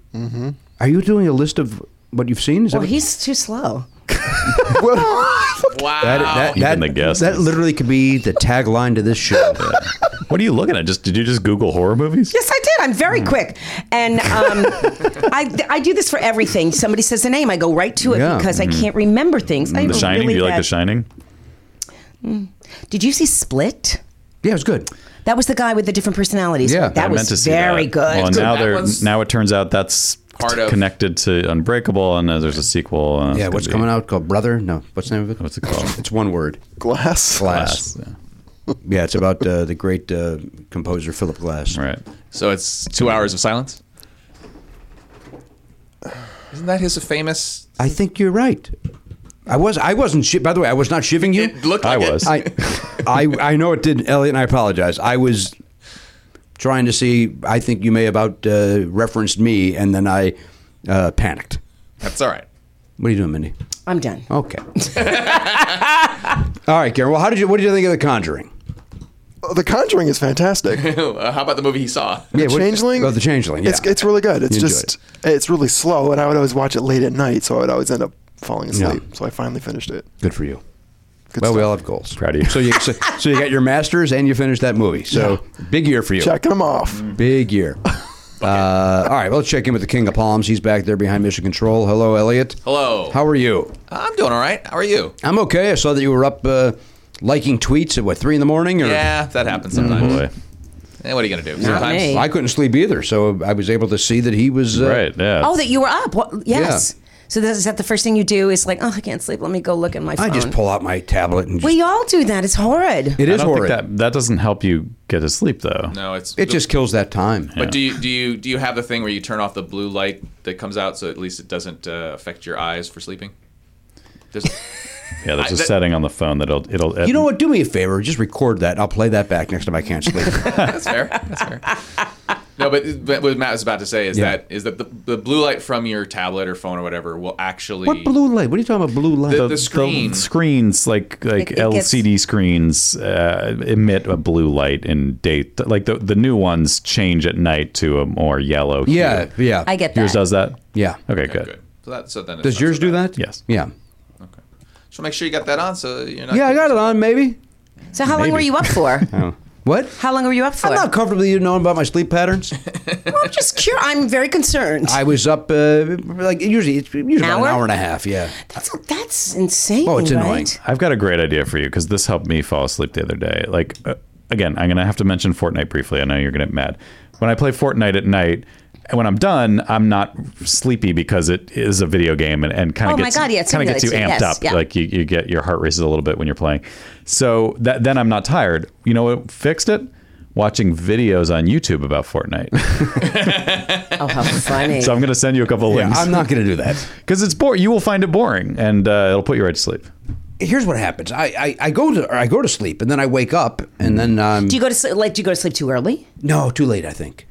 Speaker 2: Are you doing a list of what you've seen? Is that
Speaker 10: Well,
Speaker 2: what-
Speaker 10: he's too slow.
Speaker 7: wow
Speaker 2: that, that,
Speaker 1: Even
Speaker 2: that,
Speaker 1: the guest
Speaker 2: that
Speaker 1: is-
Speaker 2: literally could be the tagline to this
Speaker 1: <laughs>
Speaker 2: show.
Speaker 1: What are you looking at? Just did you just Google horror movies?
Speaker 10: Yes, I did. I'm
Speaker 1: Hmm.
Speaker 10: very quick, and
Speaker 1: <laughs>
Speaker 10: um, I I do this for everything. Somebody says a name, I go right to it
Speaker 2: Yeah.
Speaker 10: because I can't remember things. I
Speaker 1: Mm-hmm. The Shining.
Speaker 10: Really
Speaker 1: do you like
Speaker 10: bad-
Speaker 1: The Shining?
Speaker 10: Did you see Split?
Speaker 2: yeah, it was good.
Speaker 10: That was the guy with the different personalities.
Speaker 2: Yeah,
Speaker 10: that
Speaker 1: I
Speaker 10: was
Speaker 1: meant to see
Speaker 10: very
Speaker 1: that.
Speaker 10: good.
Speaker 1: Well, and now
Speaker 7: That
Speaker 1: they're
Speaker 7: one's
Speaker 1: now it turns out that's
Speaker 7: part of-
Speaker 1: connected to Unbreakable, and uh, there's a sequel. Uh,
Speaker 2: Yeah, what's coming out called Brother? No, what's the name of it?
Speaker 1: What's it called?
Speaker 2: It's one word.
Speaker 6: Glass.
Speaker 2: Glass.
Speaker 1: Glass,
Speaker 2: Yeah, it's about uh, the great uh, composer Philip Glass.
Speaker 1: Right.
Speaker 7: So it's two hours of silence. Isn't that his famous?
Speaker 2: I think you're right. I was I wasn't shi by the way, I was not shiving you.
Speaker 7: It looked
Speaker 1: I
Speaker 7: like it.
Speaker 1: was.
Speaker 2: I, I I know it did, Elliot, and I apologize. I was trying to see. I think you may about uh, referenced me, and then I uh, panicked.
Speaker 7: That's all right. <laughs>
Speaker 2: What are you doing, Mindy?
Speaker 10: I'm done.
Speaker 2: Okay. <laughs> All right, Karen. Well, how did you? What did you think of The Conjuring?
Speaker 6: Oh, the Conjuring is fantastic.
Speaker 7: Uh, How about the movie he saw?
Speaker 2: Yeah,
Speaker 6: the
Speaker 2: what-
Speaker 6: Changeling.
Speaker 2: Oh, The Changeling. Yeah.
Speaker 6: It's, it's really good. It's
Speaker 2: You enjoyed
Speaker 6: just it's really slow, and I would always watch it late at night, so I would always end up falling asleep.
Speaker 2: Yeah.
Speaker 6: So I finally finished it.
Speaker 2: Good for you.
Speaker 6: Good
Speaker 2: well, we
Speaker 6: stuff.
Speaker 2: all have goals.
Speaker 1: Proud of you.
Speaker 2: So you so, so you got your masters and you finished that movie. So big year for you.
Speaker 6: checking them
Speaker 10: Mm.
Speaker 6: off.
Speaker 2: Big
Speaker 6: <laughs>
Speaker 2: year. Uh, all right, well, let's check in with the King of Palms. He's back there behind Mission Control. Hello, Elliot.
Speaker 7: Hello.
Speaker 2: How are you?
Speaker 7: I'm doing all right. How are you?
Speaker 2: I'm okay. I saw that you were up uh, liking tweets at what three in the morning. Or,
Speaker 7: Yeah, that happens sometimes.
Speaker 1: Boy.
Speaker 2: Mm-hmm.
Speaker 7: Eh, what are you gonna do? Sometimes.
Speaker 10: me.
Speaker 2: I couldn't sleep either, so I was able to see that he was uh,
Speaker 1: Right. Yeah.
Speaker 10: Oh, that you were up. What, yes. So this, is that the first thing you do? Is like, oh, I can't sleep. Let me go look at my phone.
Speaker 2: I just pull out my tablet and just,
Speaker 10: We all do that. It's horrid.
Speaker 2: it
Speaker 1: I
Speaker 2: is
Speaker 1: don't
Speaker 2: horrid.
Speaker 1: Think that that doesn't help you get to sleep though.
Speaker 7: No, it's
Speaker 2: it just kills that time.
Speaker 7: But do you do you do you have the thing where you turn off the blue light that comes out so at least it doesn't uh, affect your eyes for sleeping? Does-
Speaker 2: <laughs>
Speaker 1: Yeah, there's a
Speaker 7: I- that-
Speaker 1: setting on the phone that'll it'll.
Speaker 2: You know what? Do me a favor. Just record that. I'll play that back next time I can't
Speaker 1: <laughs>
Speaker 2: sleep.
Speaker 7: that's fair. That's fair. No, but, but what Matt was about to say is
Speaker 2: Yeah.
Speaker 7: that is that the, the blue light from your tablet or phone or whatever will actually
Speaker 2: what blue light? What are you talking about? Blue light?
Speaker 7: The- the screen.
Speaker 1: screens like like
Speaker 10: It- it gets-
Speaker 1: LCD screens uh, emit a blue light in day. Like the the new ones change at night to a more yellow. hue.
Speaker 2: yeah, yeah.
Speaker 10: I get that.
Speaker 1: Yours does that.
Speaker 2: Yeah.
Speaker 1: Okay.
Speaker 7: Okay,
Speaker 1: Good.
Speaker 7: good. So that so then it's
Speaker 2: Does
Speaker 7: not
Speaker 2: yours
Speaker 7: so
Speaker 2: do
Speaker 7: bad.
Speaker 2: that?
Speaker 1: Yes.
Speaker 2: Yeah.
Speaker 7: So make sure you got that on so you're not.
Speaker 2: Yeah, I got it on. Maybe.
Speaker 10: So how long were you
Speaker 1: <laughs>
Speaker 10: up for?
Speaker 2: What?
Speaker 10: How long were you up for?
Speaker 2: I'm not comfortable you knowing about my sleep
Speaker 1: <laughs>
Speaker 2: patterns.
Speaker 10: I'm just curious. I'm very concerned.
Speaker 2: I was up uh, like usually it's usually about
Speaker 10: Hour?
Speaker 2: an hour and a half. Yeah.
Speaker 10: that's that's insane.
Speaker 2: Oh, it's annoying.
Speaker 10: right?
Speaker 1: I've got a great idea for you because this helped me fall asleep the other day. Like, uh, again, I'm going to have to mention Fortnite briefly. I know you're going to get mad. When I play Fortnite at night, And when I'm done, I'm not sleepy because it is a video game and, and kind
Speaker 15: Oh
Speaker 1: of
Speaker 15: my
Speaker 1: gets,
Speaker 15: God, yeah, it
Speaker 1: kind of gets you
Speaker 15: stimulates you,
Speaker 1: amped
Speaker 15: yes,
Speaker 1: up.
Speaker 15: yeah.
Speaker 1: Like you, you get your heart races a little bit when you're playing. So that, then I'm not tired. You know what fixed it? Watching videos on YouTube about Fortnite. <laughs>
Speaker 10: Oh, how funny.
Speaker 1: so I'm going to send you a couple of
Speaker 2: Yeah,
Speaker 1: links.
Speaker 2: I'm not going to do that
Speaker 1: because it's boring. You will find it boring, and uh, it'll put you right to sleep.
Speaker 2: Here's what happens. I, I, I go to or I go to sleep and then I wake up and then um,
Speaker 10: Mm. do you go to sleep? Like, do you go to sleep too early?
Speaker 2: no too late I think.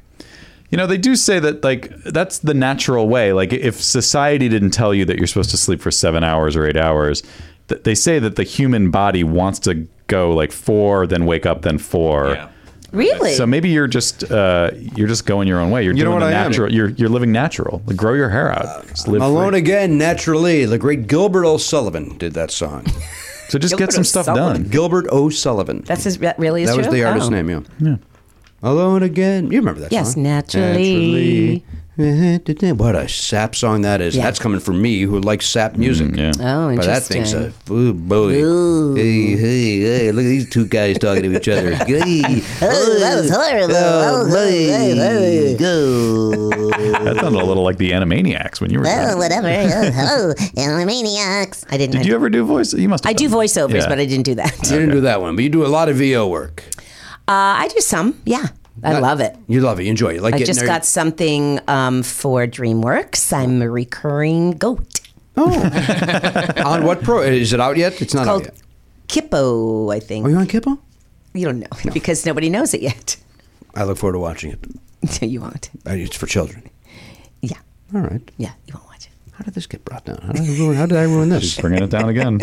Speaker 1: You know, they do say that like that's the natural way. Like if society didn't tell you that you're supposed to sleep for 7 hours or 8 hours, th- they say that the human body wants to go like 4 then wake up then 4.
Speaker 10: Really?
Speaker 1: So maybe you're just uh, you're just going your own way. You're
Speaker 2: You know
Speaker 1: doing
Speaker 2: what
Speaker 1: the
Speaker 2: I am?
Speaker 1: natural. You're you're living natural. Like, grow your hair out. Just live free.
Speaker 2: Alone again, naturally. The great Gilbert O'Sullivan did that
Speaker 10: <laughs>
Speaker 2: song.
Speaker 1: So just get Gilbert some stuff O'Sullivan. done.
Speaker 2: Gilbert O'Sullivan.
Speaker 10: That's his, that really is
Speaker 2: that
Speaker 10: true?
Speaker 2: was the artist's
Speaker 10: Oh.
Speaker 2: name. Yeah. Alone again. You remember that
Speaker 10: Yes,
Speaker 2: song?
Speaker 10: naturally.
Speaker 2: Naturally. What a sap song that is.
Speaker 10: Yeah.
Speaker 2: That's coming from me who likes sap music.
Speaker 10: Oh,
Speaker 2: But that thing's a
Speaker 10: interesting.
Speaker 2: ooh, boy.
Speaker 10: Ooh.
Speaker 2: Hey, hey, hey, look at these two guys talking to each
Speaker 10: <laughs>
Speaker 2: other. Hey,
Speaker 10: Oh, that was horrible.
Speaker 2: Oh, hey, go.
Speaker 1: That sounded a little like the Animaniacs when you were.
Speaker 10: <laughs>
Speaker 15: Oh,
Speaker 1: young.
Speaker 15: whatever. Oh, oh Animaniacs. I didn't.
Speaker 1: Did you ever do voice? You must. Have
Speaker 10: I do voiceovers,
Speaker 1: Yeah.
Speaker 10: but I didn't do that. <laughs>
Speaker 2: You didn't do that one, but you do a lot of VO work.
Speaker 10: Uh, I do some, yeah. I
Speaker 2: Not-
Speaker 10: love it.
Speaker 2: You love it. You enjoy it. You like
Speaker 10: I
Speaker 2: getting
Speaker 10: just
Speaker 2: there.
Speaker 10: got something um, for DreamWorks. I'm a recurring goat
Speaker 2: on what pro? Is it out yet? It's not out
Speaker 10: called
Speaker 2: yet.
Speaker 10: Kippo, I think.
Speaker 2: Are Oh, you on Kippo?
Speaker 10: You don't know <laughs> because nobody knows it yet. <laughs>
Speaker 2: I look forward to watching it.
Speaker 10: you won't.
Speaker 2: Uh, It's for children.
Speaker 10: Yeah.
Speaker 2: All right.
Speaker 10: Yeah, you won't watch it.
Speaker 2: How did this get brought down? How did I ruin, how did I ruin this?
Speaker 1: She's <laughs> bringing it
Speaker 2: <laughs>
Speaker 1: down again.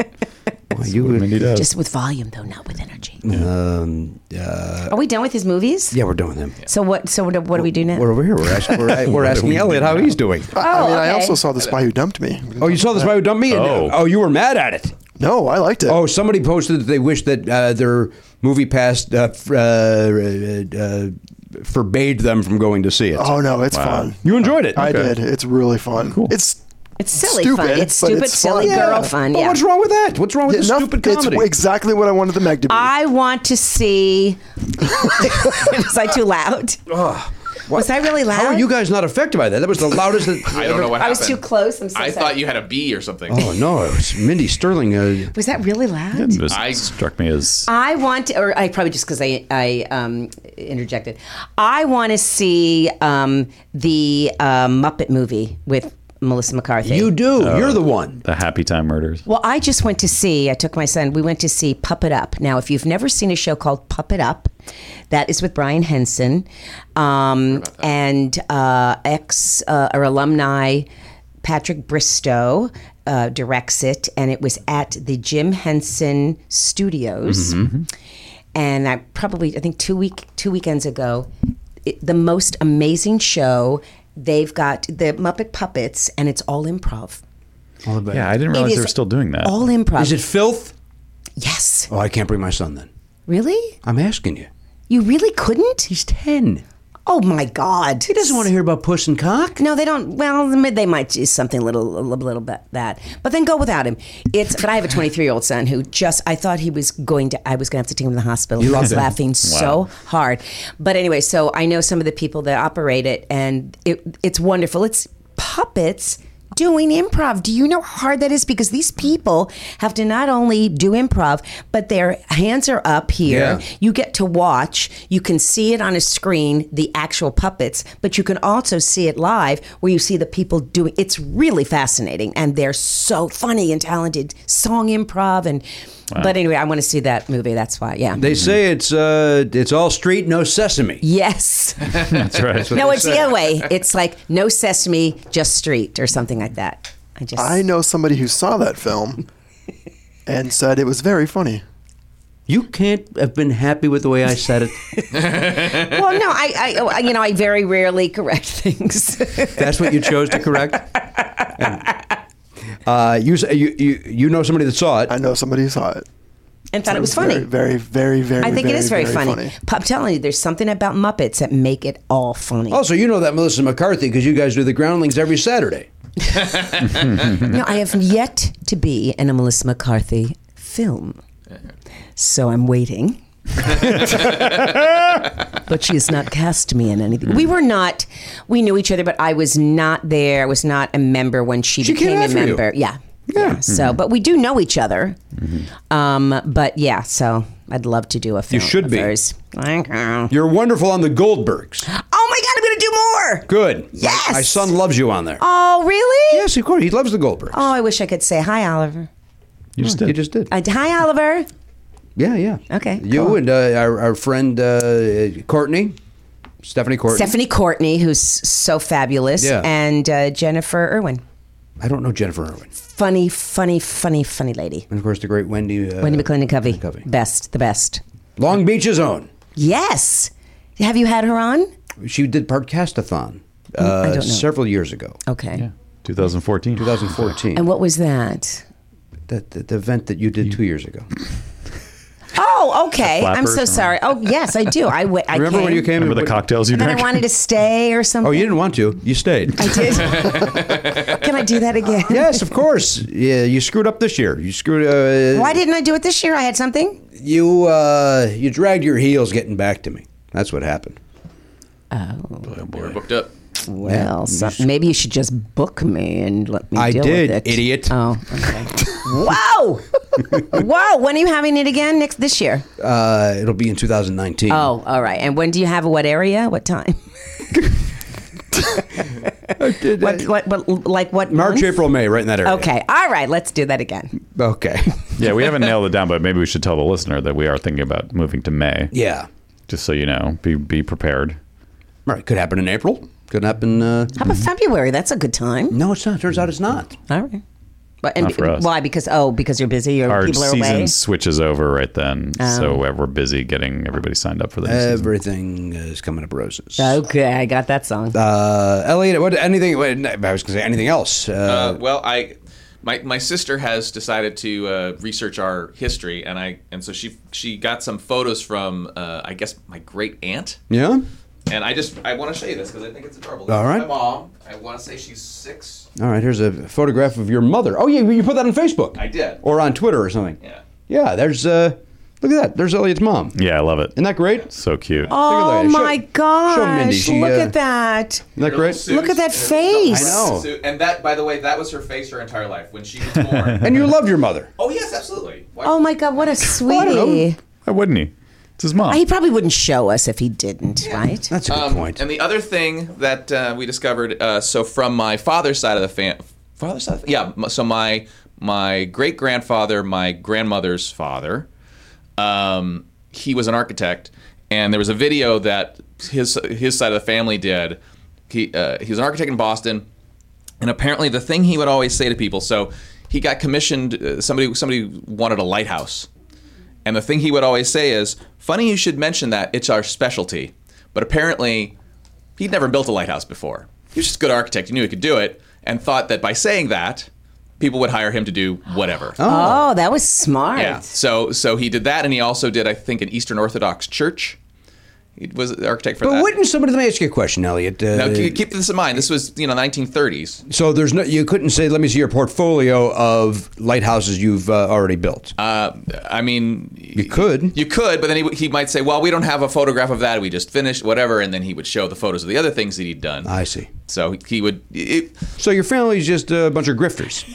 Speaker 2: Why, you would-
Speaker 10: Just with volume, though, not with energy.
Speaker 2: um, uh,
Speaker 10: Are we done with his movies?
Speaker 2: yeah, we're doing them.
Speaker 10: So what? So what, do- what do we do
Speaker 2: <laughs>
Speaker 10: now?
Speaker 2: We're over here. We're, ask, we're, we're asking Elliot how he's doing.
Speaker 6: I mean, I
Speaker 10: Oh, okay.
Speaker 6: also saw The Spy Who Dumped Me.
Speaker 2: Oh, you saw this? Why you dumped me? in there?
Speaker 1: Oh.
Speaker 2: oh, you were mad at it.
Speaker 6: No, I liked it.
Speaker 2: Oh, somebody posted that they wish that uh, their movie pass uh, f- uh, uh, forbade them from going to see it.
Speaker 6: Oh, no, it's fun.
Speaker 2: You enjoyed it.
Speaker 6: I did. It's really fun. It's
Speaker 10: It's silly
Speaker 6: stupid,
Speaker 10: fun. It's
Speaker 6: but
Speaker 10: stupid,
Speaker 6: it's
Speaker 10: silly
Speaker 6: fun.
Speaker 10: girl
Speaker 6: Yeah.
Speaker 10: fun.
Speaker 2: But
Speaker 10: Yeah.
Speaker 2: what's wrong with that? What's wrong with this
Speaker 6: enough-
Speaker 2: stupid
Speaker 6: it's
Speaker 2: comedy?
Speaker 6: exactly what I wanted the Meg to be.
Speaker 10: I want to see. <laughs> Was I too loud? Was I really loud?
Speaker 2: How are you guys not affected by that? That was the loudest. That
Speaker 7: I don't know what
Speaker 10: I
Speaker 7: happened.
Speaker 10: was too close. I'm so
Speaker 7: I
Speaker 10: sorry.
Speaker 7: thought you had a bee or something.
Speaker 2: Oh no, it was Mindy Sterling.
Speaker 10: <laughs>
Speaker 2: Uh,
Speaker 10: Was that really loud?
Speaker 1: It was-
Speaker 7: I-
Speaker 1: struck me as
Speaker 10: I want, to, or I probably just because I I um, interjected. I want to see um, the uh, Muppet movie with Melissa McCarthy.
Speaker 2: you do. You're the one.
Speaker 1: the Happy Time Murders.
Speaker 10: Well, I just went to see, I took my son, we went to see Puppet Up. Now, if you've never seen a show called Puppet Up, that is with Brian Henson um, and uh, ex uh, or alumni Patrick Bristow. Uh, directs it, and it was at the Jim Henson Studios,
Speaker 1: Mm-hmm,
Speaker 10: and I probably I think two week two weekends ago, it, the most amazing show. They've got the Muppet puppets, and it's all improv.
Speaker 1: Yeah, I didn't realize
Speaker 10: is
Speaker 1: they were Oh, still doing that.
Speaker 10: All improv.
Speaker 2: Is it filth?
Speaker 10: Yes.
Speaker 2: Oh, I can't bring my son then.
Speaker 10: Really?
Speaker 2: I'm asking you.
Speaker 10: You really couldn't?
Speaker 2: He's ten.
Speaker 10: Oh my God.
Speaker 2: He doesn't want to hear about puss and cock.
Speaker 10: No, they don't. Well, they might do something little, a little, little bit that, but then go without him. It's. But I have a 23 year old son who just. I thought he was going to. I was going to have to take him to the hospital. He
Speaker 2: <laughs>
Speaker 10: was laughing so hard. But anyway, so I know some of the people that operate it, and it, it's wonderful. It's puppets doing improv. Do you know how hard that is? Because these people have to not only do improv, but their hands are up here.
Speaker 2: Yeah.
Speaker 10: You get to watch, you can see it on a screen, the actual puppets, but you can also see it live where you see the people doing it's really fascinating and they're so funny and talented. Song improv and but anyway, I want to see that movie. That's why. Yeah.
Speaker 2: They say it's uh, it's all street, no sesame. <laughs>
Speaker 10: yes.
Speaker 1: That's right.
Speaker 10: no, it's the other way. It's like no sesame, just street or something like that. I just
Speaker 6: I know somebody who saw that
Speaker 10: <laughs>
Speaker 6: film and said it was very funny.
Speaker 2: You can't have been happy with the way I said it.
Speaker 10: Well, no, I, I oh, you know, I very rarely correct <laughs> things.
Speaker 2: That's what you chose to correct. And, uh, you, s- you you you know somebody that saw it.
Speaker 6: I know somebody who saw it.
Speaker 10: and thought it was funny.
Speaker 6: Very, very, very, very.
Speaker 10: I think it is very, funny.
Speaker 6: funny.
Speaker 10: P- I'm telling you, there's something about Muppets that make it all funny.
Speaker 2: Also, you know that Melissa McCarthy because you guys do the Groundlings every Saturday.
Speaker 10: No, I have
Speaker 8: <laughs>
Speaker 10: yet to be in a Melissa McCarthy film, so I'm waiting. but she has not cast me in anything. We were not. We knew each other, but I was not there. I was not a member when she,
Speaker 2: She came
Speaker 10: became a
Speaker 2: after you.
Speaker 10: member. Yeah. Yeah. So,
Speaker 8: Mm-hmm.
Speaker 10: but we do know each other. Um, but yeah, so I'd love to do a film.
Speaker 8: You should
Speaker 10: of
Speaker 8: be.
Speaker 10: hers. Thank you.
Speaker 8: You're wonderful on the Goldbergs.
Speaker 10: Oh my God, I'm going to do more.
Speaker 8: Good. Yes. My son loves you on there.
Speaker 10: Oh, really?
Speaker 8: Yes, of course. He loves the Goldbergs.
Speaker 10: Oh, I wish I could say hi, Oliver.
Speaker 8: You just did. You just did.
Speaker 10: Uh, hi, Oliver.
Speaker 2: Yeah, yeah.
Speaker 10: Okay.
Speaker 2: You
Speaker 10: cool.
Speaker 2: and uh, our, our friend uh, Courtney, Stephanie Courtney.
Speaker 10: Stephanie Courtney, who's so fabulous,
Speaker 2: Yeah.
Speaker 10: and uh, Jennifer Irwin.
Speaker 2: I don't know Jennifer Irwin.
Speaker 10: Funny, funny, funny, funny lady.
Speaker 2: And of course, the great Wendy. Uh,
Speaker 10: Wendy McClendon Covey. Best, the best.
Speaker 2: Long Beach's own.
Speaker 10: Yes. Have you had her on?
Speaker 2: She did Podcastathon uh,
Speaker 10: Mm, I don't know.
Speaker 2: several years ago.
Speaker 10: Okay.
Speaker 1: 2014.
Speaker 2: 2014.
Speaker 10: And what was that?
Speaker 2: That the, the event that you did two years ago.
Speaker 10: Oh, okay.
Speaker 2: The
Speaker 10: I'm so
Speaker 2: flappers or-
Speaker 10: sorry. Oh, yes, I do. I, w- I
Speaker 2: Remember
Speaker 10: came.
Speaker 2: when you came?
Speaker 1: Remember the cocktails you
Speaker 10: And then
Speaker 1: drank?
Speaker 10: I wanted to stay or something.
Speaker 2: Oh, you didn't want to. You stayed.
Speaker 10: I did. Can I do that again?
Speaker 2: <laughs> yes, of course. Yeah, you screwed up this year. You screwed. Uh,
Speaker 10: Why didn't I do it this year? I had something.
Speaker 2: you? Uh, you dragged your heels getting back to me. That's what happened.
Speaker 7: We're booked up.
Speaker 10: Well, so- maybe you should just book me and let me
Speaker 2: I
Speaker 10: deal
Speaker 2: did,
Speaker 10: with it.
Speaker 2: idiot.
Speaker 10: Oh, okay. Whoa! Whoa! When are you having it again? Next this year?
Speaker 2: Uh, it'll be in 2019.
Speaker 10: Oh, all right. And when do you have what area? What time? <laughs> what, what, what, like what?
Speaker 8: March,
Speaker 10: month?
Speaker 8: April, May, right in that area.
Speaker 10: Okay. All right. Let's do that again.
Speaker 2: Okay. <laughs>
Speaker 1: yeah,
Speaker 10: <laughs>
Speaker 1: we haven't nailed it down, but maybe we should tell the listener that we are thinking about moving to May.
Speaker 2: Yeah.
Speaker 1: Just so you know, be be prepared.
Speaker 2: Right. Could happen in April. Could happen. Uh,
Speaker 10: How about February? That's a good time.
Speaker 2: no, it's not. Turns out it's not.
Speaker 10: All right. But, and
Speaker 1: Not for us.
Speaker 10: why? Because oh, because you're busy or
Speaker 1: Our
Speaker 10: people are
Speaker 1: season
Speaker 10: away.
Speaker 1: switches over right then, so
Speaker 10: Oh.
Speaker 1: uh, we're busy getting everybody signed up for the new season.
Speaker 2: Everything is coming up roses.
Speaker 10: Okay, I got that song.
Speaker 2: Uh, Elliot, what? Anything? What, I was going to say anything else.
Speaker 7: Uh,
Speaker 2: Uh,
Speaker 7: well, I my my sister has decided to uh, research our history, and I and so she she got some photos from uh, I guess my great aunt,
Speaker 2: yeah.
Speaker 7: and I just I want to show you this because I think it's adorable. This
Speaker 2: All
Speaker 7: is
Speaker 2: right.
Speaker 7: my mom. I want to say she's six.
Speaker 2: All right. Here's a photograph of your mother. Oh yeah, you put that on Facebook.
Speaker 7: I did.
Speaker 2: Or on Twitter or something.
Speaker 7: Yeah.
Speaker 2: Yeah. There's. Uh, look at that. There's Elliot's mom. Isn't
Speaker 1: Yeah, I love it.
Speaker 2: that great?
Speaker 1: So cute.
Speaker 10: Oh
Speaker 2: Show-
Speaker 10: my gosh!
Speaker 2: Mindy, she,
Speaker 10: Look
Speaker 2: uh,
Speaker 10: at that.
Speaker 2: Isn't that great?
Speaker 7: Suits.
Speaker 10: Look at that face.
Speaker 2: I know.
Speaker 7: Suit. And that, by the way, that was her face her entire life when
Speaker 2: <laughs>
Speaker 7: she was born.
Speaker 2: And you love your mother.
Speaker 7: oh yes, absolutely. Why-
Speaker 10: Oh my god! What a
Speaker 2: I don't know.
Speaker 10: sweetie.
Speaker 1: Why wouldn't he? It's his mom.
Speaker 10: he probably wouldn't show us if he didn't, right?
Speaker 2: That's a good
Speaker 7: Um,
Speaker 2: point.
Speaker 7: And the other thing that uh, we discovered, uh, so from my father's side of the fam, father's side, of the, yeah. m- So my my great grandfather, my grandmother's father, um, he was an architect, and there was a video that his his side of the family did. He uh, he was an architect in Boston. And apparently, the thing he would always say to people. So he got commissioned. Uh, somebody somebody wanted a lighthouse, and the thing he would always say is, "Funny you should mention that. It's our specialty." But apparently, he'd never built a lighthouse before. He was just a good architect. He knew he could do it, and thought that by saying that, people would hire him to do
Speaker 2: <gasps>
Speaker 7: whatever.
Speaker 10: Oh, that was smart.
Speaker 7: Yeah. So so he did that, and he also did, I think, an Eastern Orthodox church. He was the architect for
Speaker 2: but
Speaker 7: that.
Speaker 2: wouldn't somebody let me ask you a question, Elliot? Uh,
Speaker 7: now, keep keep this in mind. This was you know 1930s.
Speaker 2: so there's no you couldn't say let me see your portfolio of lighthouses you've uh, already built.
Speaker 7: Uh, I mean, you
Speaker 2: could.
Speaker 7: you could, but then he, he might say, "Well, we don't have a photograph of that. We just finished whatever," and then he would show the photos of the other things that he'd done.
Speaker 2: I see.
Speaker 7: So he would. It,
Speaker 2: So your family's just a bunch of grifters.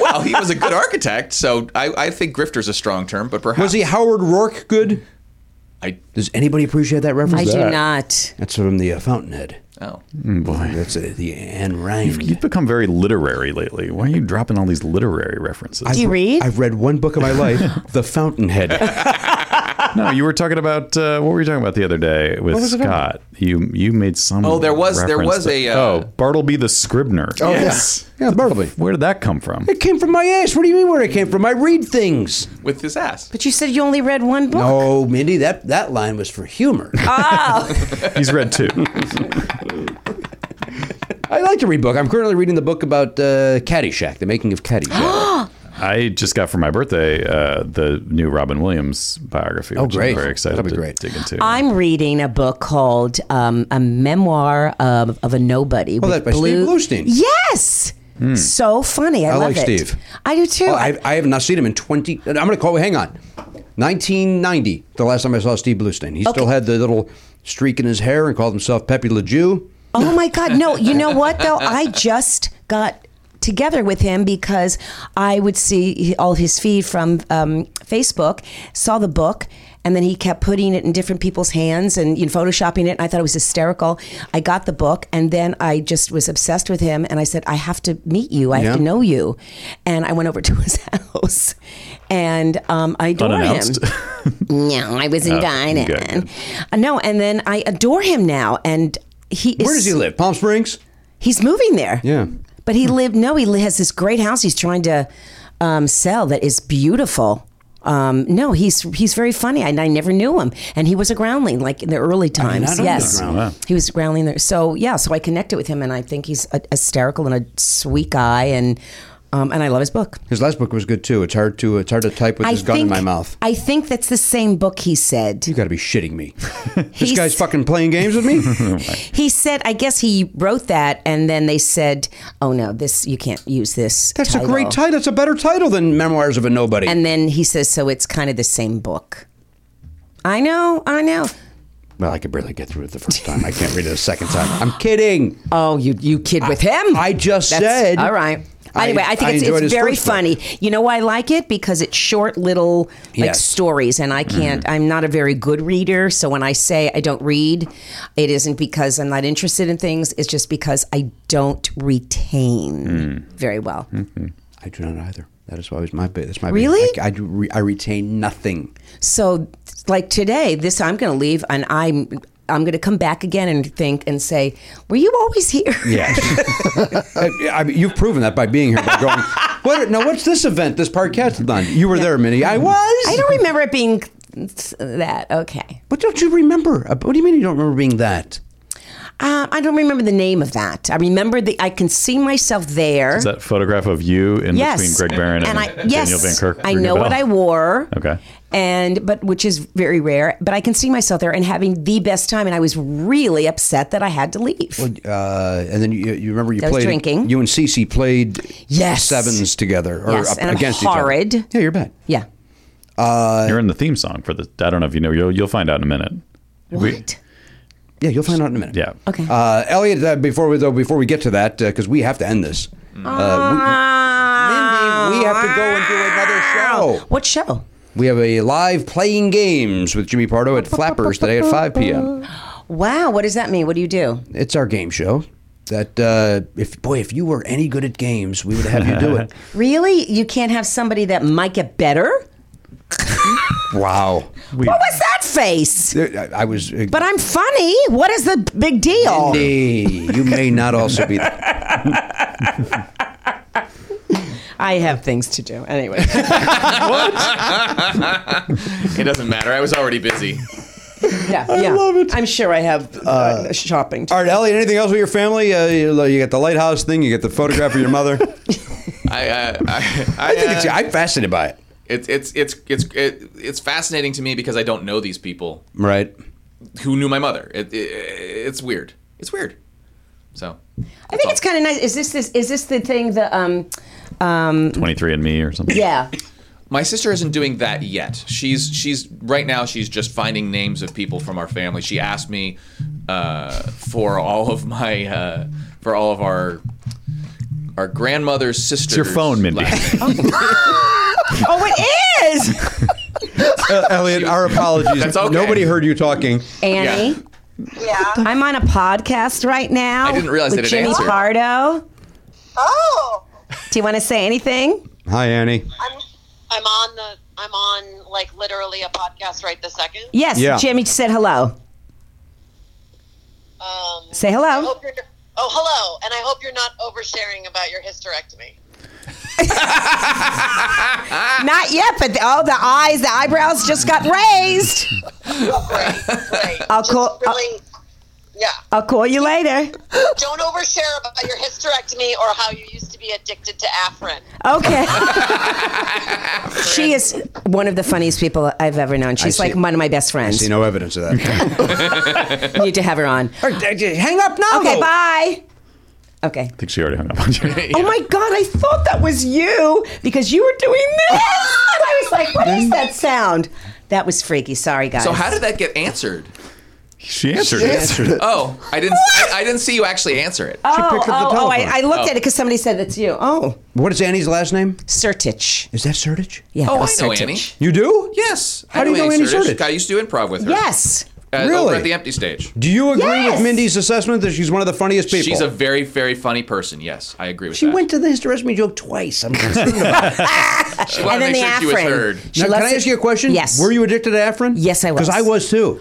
Speaker 7: well, he was a good architect, so I, I think grifter's a strong term, but perhaps
Speaker 2: Was he Howard Rourke good?
Speaker 7: I
Speaker 2: Does anybody appreciate that
Speaker 10: I
Speaker 2: reference?
Speaker 10: do not.
Speaker 2: That's from the uh, Fountainhead.
Speaker 7: oh
Speaker 2: That's uh, the Anne Rand.
Speaker 1: You've become very literary lately. Why are you dropping all these literary references?
Speaker 10: Do you read?
Speaker 2: I've read one book of my
Speaker 10: <laughs>
Speaker 2: life, The Fountainhead.
Speaker 1: no, you were talking about uh, what were you talking about the other day with
Speaker 2: was it about?
Speaker 1: Scott? You you made some.
Speaker 7: Oh, there was- there
Speaker 1: reference
Speaker 7: was
Speaker 1: that-
Speaker 7: a, uh,
Speaker 1: oh Bartleby the Scribner.
Speaker 2: Oh, yeah. Yeah, Bartleby.
Speaker 1: Where did that come from?
Speaker 2: It came from my ass. What do you mean where it came from? I read things.
Speaker 7: with his ass.
Speaker 10: But you said you only read one book.
Speaker 2: No, Mindy, that, that line was for
Speaker 10: <laughs>
Speaker 2: humor.
Speaker 1: He's read two.
Speaker 2: I like to read books. I'm currently reading the book about uh, Caddyshack, the making of
Speaker 10: <gasps>
Speaker 2: Caddyshack. Oh,
Speaker 1: I just got for my birthday uh, the new Robin Williams biography.
Speaker 2: Oh,
Speaker 1: which
Speaker 2: great.
Speaker 1: I'm very excited
Speaker 2: That'll be
Speaker 1: to
Speaker 2: great.
Speaker 1: dig into.
Speaker 10: I'm reading a book called um, "A Memoir of, of a Nobody."
Speaker 2: Oh,
Speaker 10: with
Speaker 2: that's by Steve Bluestein.
Speaker 10: Yes, so funny. I,
Speaker 2: I
Speaker 10: love
Speaker 2: like
Speaker 10: it.
Speaker 2: Steve.
Speaker 10: I do too.
Speaker 2: oh, I, I have not seen him in 20. I'm going to call. Hang on. 1990, the last time I saw Steve Bluestein. He still
Speaker 10: Okay.
Speaker 2: had the little streak in his hair and called himself Pepe Le Jew.
Speaker 10: Oh my God! No, you know what though? I just got together with him because I would see all his feed from um, Facebook, saw the book, and then he kept putting it in different people's hands and you know, photoshopping it. And I thought it was hysterical. I got the book, and then I just was obsessed with him. And I said, I have to meet you. I have to
Speaker 2: Yeah.
Speaker 10: know you. And I went over to his <laughs> house, and um, I adore him.
Speaker 1: Unannounced?
Speaker 10: no, I was in
Speaker 2: Oh,
Speaker 10: dining.
Speaker 2: okay.
Speaker 10: Uh, No, and then I adore him now, and he. Is,
Speaker 2: Where does he live? Palm Springs.
Speaker 10: He's moving there.
Speaker 2: Yeah.
Speaker 10: But he lived, no, he li- has this great house he's trying to um, sell that is beautiful. Um, no, he's he's very funny. I, I never knew him, and he was a groundling like in the early
Speaker 2: I
Speaker 10: times.
Speaker 2: know
Speaker 10: yes,
Speaker 2: the groundling.
Speaker 10: he was a groundling there. So yeah, so I connected with him, and I think he's a, hysterical and a sweet guy, and um, and I love his book.
Speaker 2: His last book was good too. It's hard to it's hard to type with
Speaker 10: I
Speaker 2: his gun in
Speaker 10: think-
Speaker 2: my mouth.
Speaker 10: I think that's the same book he said.
Speaker 2: You got to be shitting
Speaker 10: <laughs>
Speaker 2: me. this guy's fucking playing games with me.
Speaker 10: He said, I guess he wrote that, and then they said, "Oh no, this you can't use this."
Speaker 2: That's a great title. It's a better title than Memoirs of a Nobody.
Speaker 10: And then he says, "So it's kind of the same book." I know, I know.
Speaker 2: well, I could barely get through it the first time. I can't read it a second time. I'm kidding.
Speaker 10: Oh, you you kid with him?
Speaker 2: I just
Speaker 10: That's-
Speaker 2: said.
Speaker 10: all right. Anyway, I, think
Speaker 2: enjoyed his
Speaker 10: it's, it's very
Speaker 2: first book.
Speaker 10: funny. You know why I like it because it's short little like
Speaker 2: Yes. Mm-hmm.
Speaker 10: stories, and I can't. I'm not a very good reader, so when I say I don't read, it isn't because I'm not interested in things. It's just because I don't retain
Speaker 2: Mm.
Speaker 10: very well.
Speaker 2: I do not either. That is always my bit. That's my
Speaker 10: Really?
Speaker 2: Bit. I, I, do re, I retain nothing.
Speaker 10: So, like today, this I'm going to leave, and I'm I'm going to come back again and think and say, "Were you always here?"
Speaker 2: Yeah. I, I mean, you've proven that by being here. By going, what? Now, what's this event? This podcastathon? You were there, Minnie. <laughs>
Speaker 10: Mm-hmm.
Speaker 2: I was.
Speaker 10: I don't remember it being that. Okay,
Speaker 2: What don't you remember? Uh, What do you mean you don't remember being that?
Speaker 10: uh, I don't remember the name of that. I remember the. I can see myself there.
Speaker 1: Is that photograph of you in between Greg Barron and,
Speaker 10: I,
Speaker 1: Daniel Van
Speaker 10: yes,
Speaker 1: Kirk?
Speaker 10: I know what I wore.
Speaker 1: Okay.
Speaker 10: and but which is very rare. But I can see myself there and having the best time. And I was really upset that I had to leave.
Speaker 2: Well, uh, and then you, you remember you
Speaker 10: I was
Speaker 2: played
Speaker 10: drinking.
Speaker 2: You and Cece played
Speaker 10: Yes.
Speaker 2: sevens together or
Speaker 10: Yes,
Speaker 2: up
Speaker 10: and I'm
Speaker 2: against
Speaker 10: horrid.
Speaker 2: each other. Yeah, you're bad.
Speaker 10: yeah.
Speaker 1: You're in the theme song for the. I don't know if you know. You'll you'll find out in a minute. What?
Speaker 2: Yeah, you'll find out in a minute.
Speaker 1: yeah.
Speaker 10: Okay.
Speaker 2: Uh, Elliot, uh, before we though, before we get to that, because we have to end this.
Speaker 10: Oh,
Speaker 2: Uh, we, Mindy, we have to go and do another show.
Speaker 10: What show?
Speaker 2: We have a live playing games with Jimmy Pardo at Flappers today at 5 p.m.
Speaker 10: Wow, what does that mean? What do you do?
Speaker 2: It's our game show. That uh, if boy, if you were any good at games, we would have you do it.
Speaker 10: Really? You can't have somebody that might get better?
Speaker 2: wow. We,
Speaker 10: What was that face?
Speaker 2: I, I was. uh,
Speaker 10: But I'm funny. What is the big deal?
Speaker 2: Mindy, you may not also be. That.
Speaker 10: I have things to do. Anyway.
Speaker 7: it doesn't matter. I was already busy.
Speaker 10: Yeah, I yeah. love it. I'm sure I have uh, shopping.
Speaker 2: All right, Elliot. Anything else with your family? Uh, you, you got the lighthouse thing. You got the photograph of your mother.
Speaker 7: I, uh, I, I,
Speaker 2: I think it's,
Speaker 7: uh,
Speaker 2: I'm fascinated by it.
Speaker 7: it's it's it's it's it, it's fascinating to me because I don't know these people
Speaker 2: Right.
Speaker 7: who knew my mother. It, it, it's weird. It's weird. So
Speaker 10: I think it's kind of nice. Is this this is this the thing the um um
Speaker 1: Twenty three and Me or something.
Speaker 10: yeah.
Speaker 7: my sister isn't doing that yet. She's she's right now she's just finding names of people from our family. She asked me uh, for all of my uh, for all of our our grandmother's sisters.
Speaker 1: your phone, Mindy. <laughs>
Speaker 7: last names.
Speaker 10: Oh, it is.
Speaker 2: Uh, Elliot, our apologies.
Speaker 7: That's okay.
Speaker 2: Nobody heard you talking.
Speaker 10: Annie.
Speaker 11: Yeah.
Speaker 10: I'm on a podcast right now.
Speaker 7: I didn't realize they
Speaker 10: with
Speaker 7: didn't
Speaker 10: Jimmy
Speaker 7: answer.
Speaker 10: Pardo.
Speaker 11: Oh,
Speaker 10: Do you want to say anything?
Speaker 2: Hi, Annie.
Speaker 11: I'm I'm on the I'm on like literally a podcast right this second.
Speaker 10: Yes,
Speaker 2: Yeah.
Speaker 10: Jimmy said hello.
Speaker 11: Um,
Speaker 10: Say
Speaker 11: I
Speaker 10: hello.
Speaker 11: hope you're. Oh, hello, and I hope you're not oversharing about your
Speaker 3: <laughs>
Speaker 11: hysterectomy.
Speaker 10: Not yet, but the, oh, the eyes, the eyebrows just got raised.
Speaker 11: Oh, great, great.
Speaker 10: I'll call-
Speaker 11: Just really, yeah.
Speaker 10: I'll call you later.
Speaker 11: Don't overshare about your hysterectomy or how you used to be addicted to Afrin.
Speaker 10: <laughs> Okay. she is one of the funniest people I've ever known. She's
Speaker 2: see-
Speaker 10: like one of my best friends.
Speaker 2: See no evidence of that.
Speaker 10: Need to have her on.
Speaker 2: All right, uh, Hang up now.
Speaker 10: Okay,
Speaker 2: though.
Speaker 10: bye. Okay.
Speaker 1: I think she already hung up on you.
Speaker 10: Oh my God, I thought that was you because you were doing this. and <laughs> I was like, what is that sound? That was freaky. Sorry, guys.
Speaker 7: So how did that get answered?
Speaker 1: She answered it.
Speaker 10: <laughs>
Speaker 7: Oh, I didn't. I, I didn't see you actually answer
Speaker 2: Uh,
Speaker 7: it.
Speaker 10: Oh, oh, oh, I, I looked
Speaker 7: Oh.
Speaker 10: at it because somebody said it's you. Oh.
Speaker 2: What is Annie's last name?
Speaker 10: Sertich.
Speaker 2: Is that Sertich?
Speaker 10: Yeah.
Speaker 7: Oh, I
Speaker 10: that's
Speaker 7: know
Speaker 10: Sertich.
Speaker 7: Annie.
Speaker 2: You do?
Speaker 7: Yes.
Speaker 2: How do you know Annie
Speaker 7: Sertich.
Speaker 2: Sertich?
Speaker 7: I used to do improv with her.
Speaker 10: Yes.
Speaker 7: Uh,
Speaker 2: Really?
Speaker 7: Over at the empty stage.
Speaker 2: Do you agree
Speaker 10: Yes.
Speaker 2: with Mindy's assessment that she's one of the funniest people?
Speaker 7: She's a very, very funny person. Yes, I agree with
Speaker 2: she
Speaker 7: that.
Speaker 2: went to the hysterectomy joke twice. I'm concerned about
Speaker 7: She wanted to
Speaker 10: And
Speaker 7: make sure
Speaker 10: then the
Speaker 7: she was
Speaker 10: Afrin.
Speaker 7: heard.
Speaker 10: She
Speaker 2: Now, can
Speaker 10: loves
Speaker 2: I
Speaker 10: it-
Speaker 2: ask you a question?
Speaker 10: Yes.
Speaker 2: Were you addicted to Afrin?
Speaker 10: Yes, I was.
Speaker 2: Because I was too.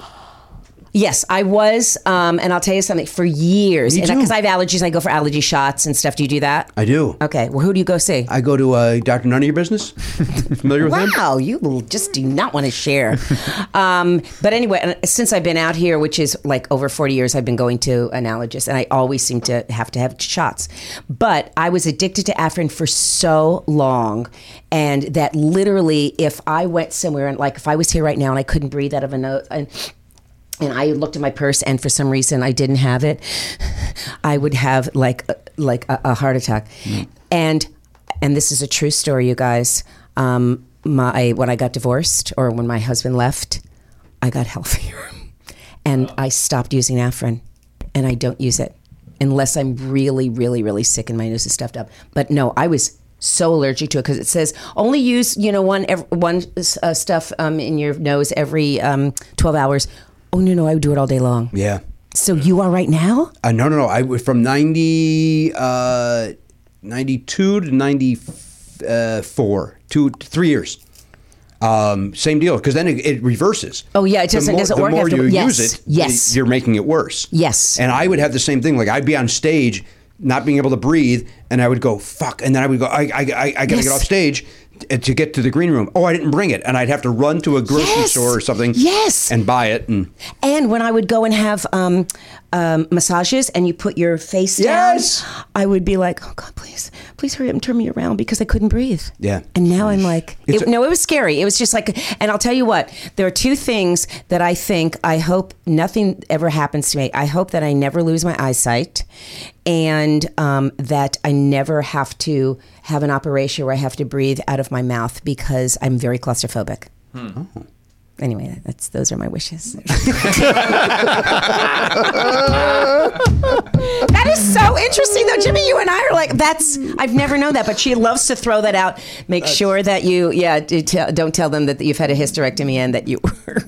Speaker 10: Yes, I was, um, and I'll tell you something. For years,
Speaker 2: Me
Speaker 10: because
Speaker 2: too.
Speaker 10: I have allergies, I go for allergy shots and stuff. Do you do that?
Speaker 2: I do.
Speaker 10: Okay. Well, who do you go see?
Speaker 2: I go to uh, Doctor None of Your
Speaker 10: <laughs>
Speaker 2: Business. Familiar with him?
Speaker 10: Wow, you will just do not want to share. <laughs> um, but anyway, and since I've been out here, which is like over 40 years, I've been going to an allergist, and I always seem to have to have shots. But I was addicted to Afrin for so long, and that literally, if I went somewhere, and like if I was here right now and I couldn't breathe out of a nose, and and I looked at my purse, and for some reason I didn't have it. I would have like a- like a, a heart attack, and and this is a true story, you guys. Um, my when I got divorced, or when my husband left, I got <laughs> healthier, and I stopped using Afrin, and I don't use it unless I'm really, really, really sick and my nose is stuffed up. But no, I was so allergic to it because it says only use you know one ev- one uh, stuff um, in your nose every um, twelve hours. Oh no, no, I would do it all day long.
Speaker 2: Yeah.
Speaker 10: So you are right now.
Speaker 2: Uh, no, no, no. I was from 90, uh, 92 to 94, two, three years. Um, same deal, because then it, it reverses.
Speaker 10: Oh, yeah, it
Speaker 2: The
Speaker 10: doesn't-
Speaker 2: more-
Speaker 10: doesn't
Speaker 2: the
Speaker 10: work
Speaker 2: more
Speaker 10: after-
Speaker 2: you
Speaker 10: yes,
Speaker 2: use it,
Speaker 10: yes.
Speaker 2: y- you're making it worse.
Speaker 10: Yes.
Speaker 2: And I would have the same thing. Like I'd be on stage, not being able to breathe, and I would go fuck, and then I would go, I, I, I, I gotta
Speaker 10: Yes.
Speaker 2: get off stage t- to get to the green room. Oh, I didn't bring it, and I'd have to run to a grocery
Speaker 10: Yes.
Speaker 2: store or something.
Speaker 10: Yes.
Speaker 2: And buy it, and
Speaker 10: And when I would go and have um, um, massages, and you put your face down,
Speaker 2: Yes.
Speaker 10: I would be like, "Oh God, please, please hurry up and turn me around," because I couldn't breathe.
Speaker 2: yeah.
Speaker 10: And now I'm like,
Speaker 2: It's
Speaker 10: it,
Speaker 2: a-
Speaker 10: no, it was scary. It was just like, and I'll tell you what, there are two things that I think I hope nothing ever happens to me. I hope that I never lose my eyesight and um, that I never have to have an operation where I have to breathe out of my mouth because I'm very claustrophobic. Anyway, that's those are
Speaker 2: <laughs>
Speaker 10: my wishes. That is so interesting, though, Jimmy. You and I are like that's. I've never known that, but she loves to throw that out. Make sure that you, yeah, do tell, don't tell them that you've had a hysterectomy and that you <laughs> were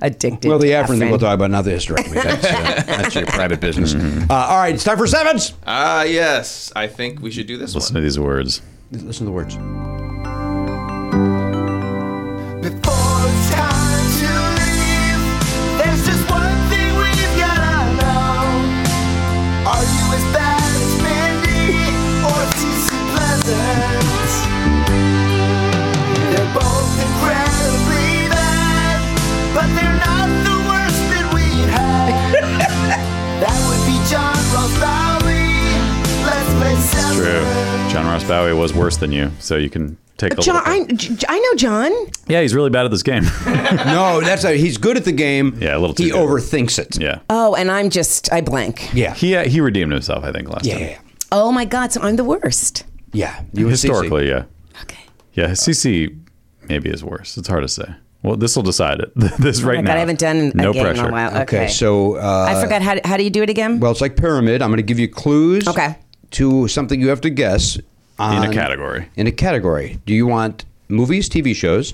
Speaker 10: addicted.
Speaker 2: Well, the
Speaker 10: to
Speaker 2: Afrin thing we'll talk about, not the hysterectomy. That's,
Speaker 10: <laughs>
Speaker 2: uh, that's your private
Speaker 1: Mm-hmm.
Speaker 2: business. Uh, all right, it's time for sevens.
Speaker 1: Uh,
Speaker 7: Ah, yes. I think we should do this
Speaker 1: Listen
Speaker 7: one.
Speaker 1: to these words.
Speaker 2: Listen to the words.
Speaker 3: Before it's time to leave, there's just one thing we've gotta know. Are you as bad as Mindy or decent pleasant? They're both incredibly bad, but they're not the worst that we had. that would be John Ross Bowie. Let's play
Speaker 1: It's
Speaker 3: seven.
Speaker 1: true. John Ross Bowie was worse than you, so you can take a
Speaker 10: John,
Speaker 1: look.
Speaker 10: I, J- I know John.
Speaker 1: yeah, he's really bad at this game.
Speaker 2: <laughs>
Speaker 1: <laughs>
Speaker 2: No, that's a, he's good at the game.
Speaker 1: Yeah, a little
Speaker 2: He
Speaker 1: too good.
Speaker 2: overthinks it.
Speaker 1: yeah.
Speaker 10: Oh, and I'm just I blank.
Speaker 2: Yeah.
Speaker 1: He uh, he redeemed himself, I think, last
Speaker 2: Yeah.
Speaker 1: time.
Speaker 2: Yeah.
Speaker 10: Oh my God, so I'm the worst.
Speaker 2: yeah. You and Cece.
Speaker 1: Historically, yeah.
Speaker 10: Okay.
Speaker 1: Yeah, CC maybe is worse. It's hard to say. Well, this will decide it. <laughs> this right
Speaker 10: Oh my
Speaker 1: now.
Speaker 10: God, I haven't done a
Speaker 1: no
Speaker 10: game
Speaker 1: pressure.
Speaker 10: in a while. Okay.
Speaker 2: Okay, so uh,
Speaker 10: I forgot how, how do you do it again?
Speaker 2: well, it's like pyramid. I'm going to give you clues.
Speaker 10: Okay.
Speaker 2: To something you have to guess on,
Speaker 10: Um,
Speaker 1: In a category.
Speaker 2: In a category. Do you want movies, TV shows?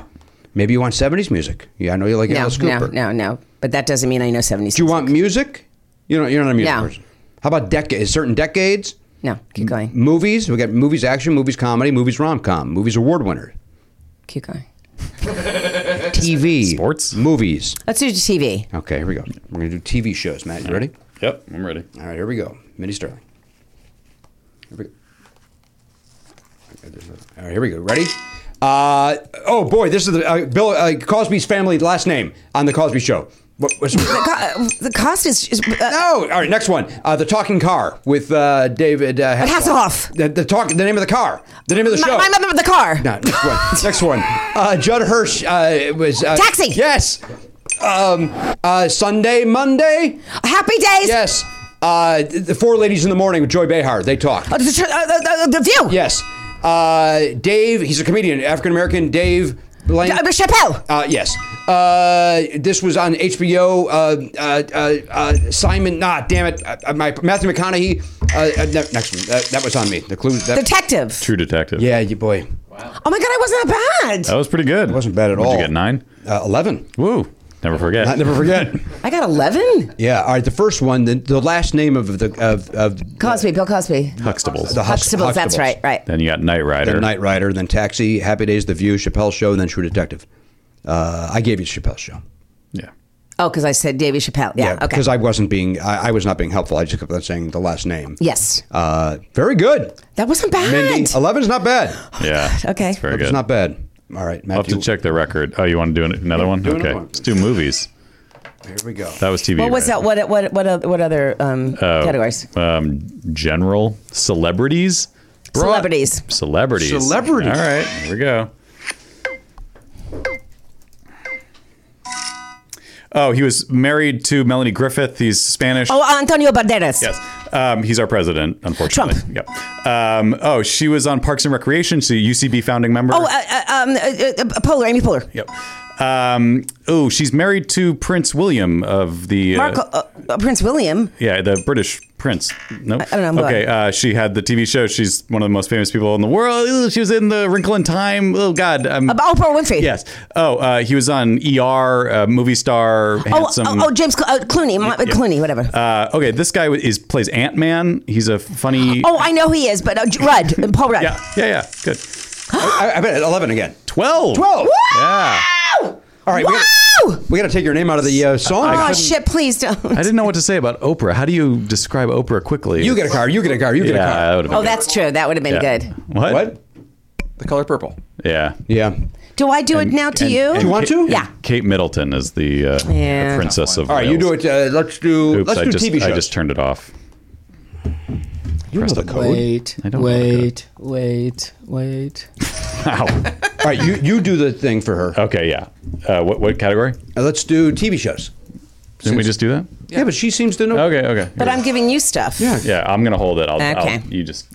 Speaker 2: Maybe you want 70s music. Yeah, I know you like
Speaker 10: no,
Speaker 2: Alice Cooper.
Speaker 10: no, no, no. But that doesn't mean I know 70s.
Speaker 2: Do you want music? You know, you're not a music
Speaker 10: No.
Speaker 2: person. How about decades? Certain decades?
Speaker 10: No, keep going,
Speaker 2: Movies. We got movies, action, movies, comedy, movies, rom com, movies, award winner,
Speaker 10: keep going.
Speaker 2: TV,
Speaker 1: Sports?
Speaker 2: movies.
Speaker 10: Let's do TV.
Speaker 2: Okay, here we go. We're gonna do TV shows. Matt, you ready?
Speaker 1: Yep, I'm ready.
Speaker 2: All right, here we go. Minnie Sterling. Here we go. All right, here we go. Ready? Uh, oh boy, this is the uh, Bill uh, Cosby's family last name on the Cosby Show. What,
Speaker 10: <laughs>
Speaker 2: what's, no,
Speaker 10: Co- uh, the cost is, is uh,
Speaker 2: all right, next one. Uh, the talking car with uh, David uh,
Speaker 10: Hasselhoff.
Speaker 2: The, the talk, the name of the car, the name of the
Speaker 10: my,
Speaker 2: show.
Speaker 10: my mother with the car.
Speaker 2: No, next one. next one. Uh, Judd Hirsch uh, was uh,
Speaker 10: Taxi.
Speaker 2: Yes. Um, uh, Sunday, Monday.
Speaker 10: Happy days.
Speaker 2: Yes. Uh, the Four Ladies in the Morning with Joy Behar. They talk.
Speaker 10: Uh, the, View.
Speaker 2: Yes. Uh, Dave, he's a comedian, African American. Dave. Blaine.
Speaker 10: Chappelle.
Speaker 2: Uh, yes. Uh, this was on HBO. Uh, uh, uh, uh, Simon, nah, damn it. Uh, my Matthew McConaughey. Uh, uh, no, next one. Uh, that was on me. The clue. That,
Speaker 10: Detective.
Speaker 1: True detective.
Speaker 2: Yeah, you boy.
Speaker 10: Oh my God, I wasn't that
Speaker 2: Oh.
Speaker 1: That was pretty good. It wasn't
Speaker 2: bad at
Speaker 1: What'd
Speaker 2: all.
Speaker 1: you get, nine?
Speaker 2: Uh, 11.
Speaker 1: Woo. Never forget.
Speaker 2: I never <laughs> forget.
Speaker 10: bad. I got 11?
Speaker 2: yeah. All right. The first one. The, the last name of the of, of
Speaker 10: Cosby, Bill Cosby.
Speaker 1: Huxtables.
Speaker 2: The Hux-
Speaker 10: Huxtables, that's
Speaker 2: Huxtables.
Speaker 10: right, right.
Speaker 1: Then you got Knight Rider.
Speaker 2: Then Knight Rider, then Taxi, Happy Days, The View, Chappelle Show, and then True Detective. Uh, I gave you Chappelle Show.
Speaker 1: Yeah.
Speaker 10: Oh, because I said Davy Chappelle. Yeah, okay.
Speaker 2: Because I wasn't being, I, I was not being helpful. I just kept on saying the last name.
Speaker 10: Yes.
Speaker 2: Uh, very good.
Speaker 10: That wasn't bad.
Speaker 2: Mindy, 11 is not bad.
Speaker 1: yeah.
Speaker 10: <sighs> Okay.
Speaker 1: It's very
Speaker 2: It's
Speaker 1: good.
Speaker 2: not bad. All right,
Speaker 1: I'll have
Speaker 2: Matthew.
Speaker 1: to check the record. Oh, you want to do an- another one?
Speaker 2: do
Speaker 1: okay.
Speaker 2: another one.
Speaker 1: Let's do movies.
Speaker 2: Here we go.
Speaker 1: That was TV.
Speaker 10: What was that? What what what oth- what other um,
Speaker 2: Oh.
Speaker 1: Uh,
Speaker 10: categories?
Speaker 1: Um, general celebrities.
Speaker 10: Celebrities.
Speaker 1: Celebrities.
Speaker 10: Celebrities.
Speaker 1: All right. Here we go. Oh, he was married to Melanie Griffith. He's Spanish.
Speaker 10: Oh, Antonio Banderas.
Speaker 1: Yes. Um, he's our president, unfortunately. Trump. Yep. Um, oh, she was on Parks and Recreation. She's a UCB founding member.
Speaker 10: Oh, uh, uh, um, uh, uh, Polar, Amy Polar.
Speaker 1: Yep. Um, oh, she's married to Prince William of the. uh,
Speaker 10: Marco, uh, uh, Prince William.
Speaker 1: yeah, the British prince. No,
Speaker 10: I don't know, I'm
Speaker 1: Okay, uh, she had the TV show. She's one of the most famous people in the world. Ooh, She was in the Wrinkle in Time. Oh God, um,
Speaker 10: Uh, Oprah Winfrey.
Speaker 1: yes. Oh, uh, he was on ER, uh, movie star,
Speaker 10: Oh,
Speaker 1: handsome.
Speaker 10: oh, oh, James Clo- uh, Clooney, Mo-
Speaker 1: Yeah.
Speaker 10: Clooney, whatever.
Speaker 1: Uh, okay, this guy is plays Ant Man. He's a funny.
Speaker 10: <gasps> Oh, I know he is, but uh, J- Rudd, Paul Rudd.
Speaker 1: yeah, yeah, yeah. Good.
Speaker 2: I, I bet at 11 again.
Speaker 1: 12.
Speaker 2: 12.
Speaker 1: Yeah.
Speaker 2: All right, we gotta-
Speaker 10: Wow!
Speaker 2: we got to take your name out of the uh, song.
Speaker 10: Oh shit! Please don't.
Speaker 1: I didn't know what to say about Oprah. How do you describe Oprah quickly?
Speaker 2: You get a car, you get a car, you get a
Speaker 1: yeah,
Speaker 2: car.
Speaker 1: that would've been
Speaker 10: Oh, that's true. That would have been
Speaker 1: Yeah.
Speaker 10: good.
Speaker 1: What?
Speaker 2: What?
Speaker 7: The color purple.
Speaker 1: Yeah.
Speaker 2: Yeah.
Speaker 10: Do I do it now to
Speaker 1: And-
Speaker 10: you?
Speaker 1: and Ka- and
Speaker 10: Yeah.
Speaker 1: Kate Middleton is the, uh, the
Speaker 10: Yeah.
Speaker 1: princess of.
Speaker 2: All right, you do it. Uh, let's do.
Speaker 1: Oops,
Speaker 2: let's
Speaker 1: I
Speaker 2: do
Speaker 1: just,
Speaker 2: TV shows.
Speaker 1: I just turned it <laughs> off.
Speaker 2: you know the code.
Speaker 16: Wait,
Speaker 1: I don't know the
Speaker 16: wait, wait, wait.
Speaker 1: Wow.
Speaker 2: All right, you you do the thing for her.
Speaker 1: okay, yeah. Uh, what what category?
Speaker 2: Uh, let's do TV shows.
Speaker 1: Didn't we just do that?
Speaker 2: Yeah. but she seems to know.
Speaker 1: Okay, okay.
Speaker 10: But I'm giving you stuff. Yeah.
Speaker 1: yeah, I'm gonna hold it. I'll,
Speaker 10: Okay.
Speaker 1: I'll you just.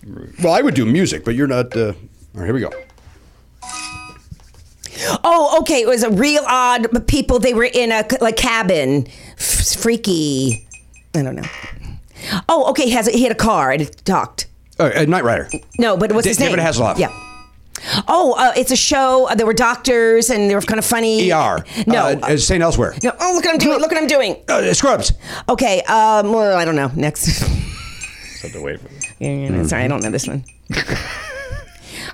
Speaker 2: Well, I would do music, but you're not. Uh, all right, here we go.
Speaker 10: Oh, okay. It was a real odd people. They were in a c- like cabin, F- freaky. I don't know. Oh, okay. He has he had a car and it talked.
Speaker 2: All right, uh, Knight Rider.
Speaker 10: No, but what's
Speaker 2: Da-
Speaker 10: his name?
Speaker 2: David Hasselhoff.
Speaker 10: Yeah. Oh, uh, it's a show. Uh, there were doctors and they were kind of funny.
Speaker 2: ER.
Speaker 10: No.
Speaker 2: Uh, uh, St. Elsewhere.
Speaker 10: no. Oh, look what I'm doing. Look what I'm doing.
Speaker 2: Uh, Scrubs.
Speaker 10: Okay. Um, well, I don't know. Next. <laughs>
Speaker 1: Just have to wait for this.
Speaker 10: Yeah, yeah, yeah. Sorry, I don't know this one.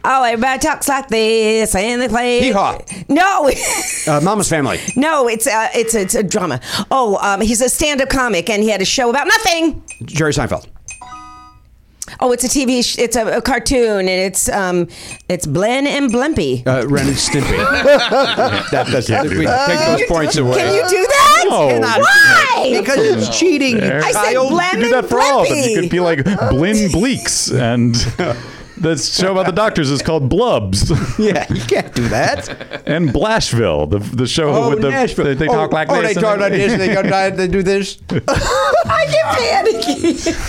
Speaker 10: oh, everybody talks like this and they play.
Speaker 2: Hee haw.
Speaker 10: No. <laughs>
Speaker 2: Uh, Mama's Family.
Speaker 10: No, it's a, it's it's a drama. Oh, um, he's a stand-up comic, and he had a show about nothing.
Speaker 2: Jerry Seinfeld.
Speaker 10: Oh, it's a TV, sh- it's a, a cartoon, and it's um, it's Blen and Blimpy.
Speaker 2: Uh, Ren and Stimpy.
Speaker 10: <laughs>
Speaker 2: that, that's
Speaker 1: Can't do
Speaker 2: We
Speaker 1: that.
Speaker 2: take those points away.
Speaker 10: Can you do that?
Speaker 1: No. Cannot do
Speaker 10: Why?
Speaker 2: Because it's cheating. you
Speaker 1: There.
Speaker 10: I said
Speaker 2: child.
Speaker 1: You
Speaker 10: Blen
Speaker 1: could do
Speaker 10: and
Speaker 1: that for all of them.
Speaker 10: Blimpy.
Speaker 1: You could be like Blin Bleaks, and the show about the doctors is called Blubs,
Speaker 2: yeah, you can't do that.
Speaker 1: and Blashville, the the show
Speaker 2: Oh,
Speaker 1: with the
Speaker 2: Nashville.
Speaker 1: They, they
Speaker 2: oh,
Speaker 1: talk like
Speaker 2: oh,
Speaker 1: this.
Speaker 2: they
Speaker 1: and
Speaker 2: talk
Speaker 1: then-
Speaker 2: like this. They go down. They do this.
Speaker 10: I get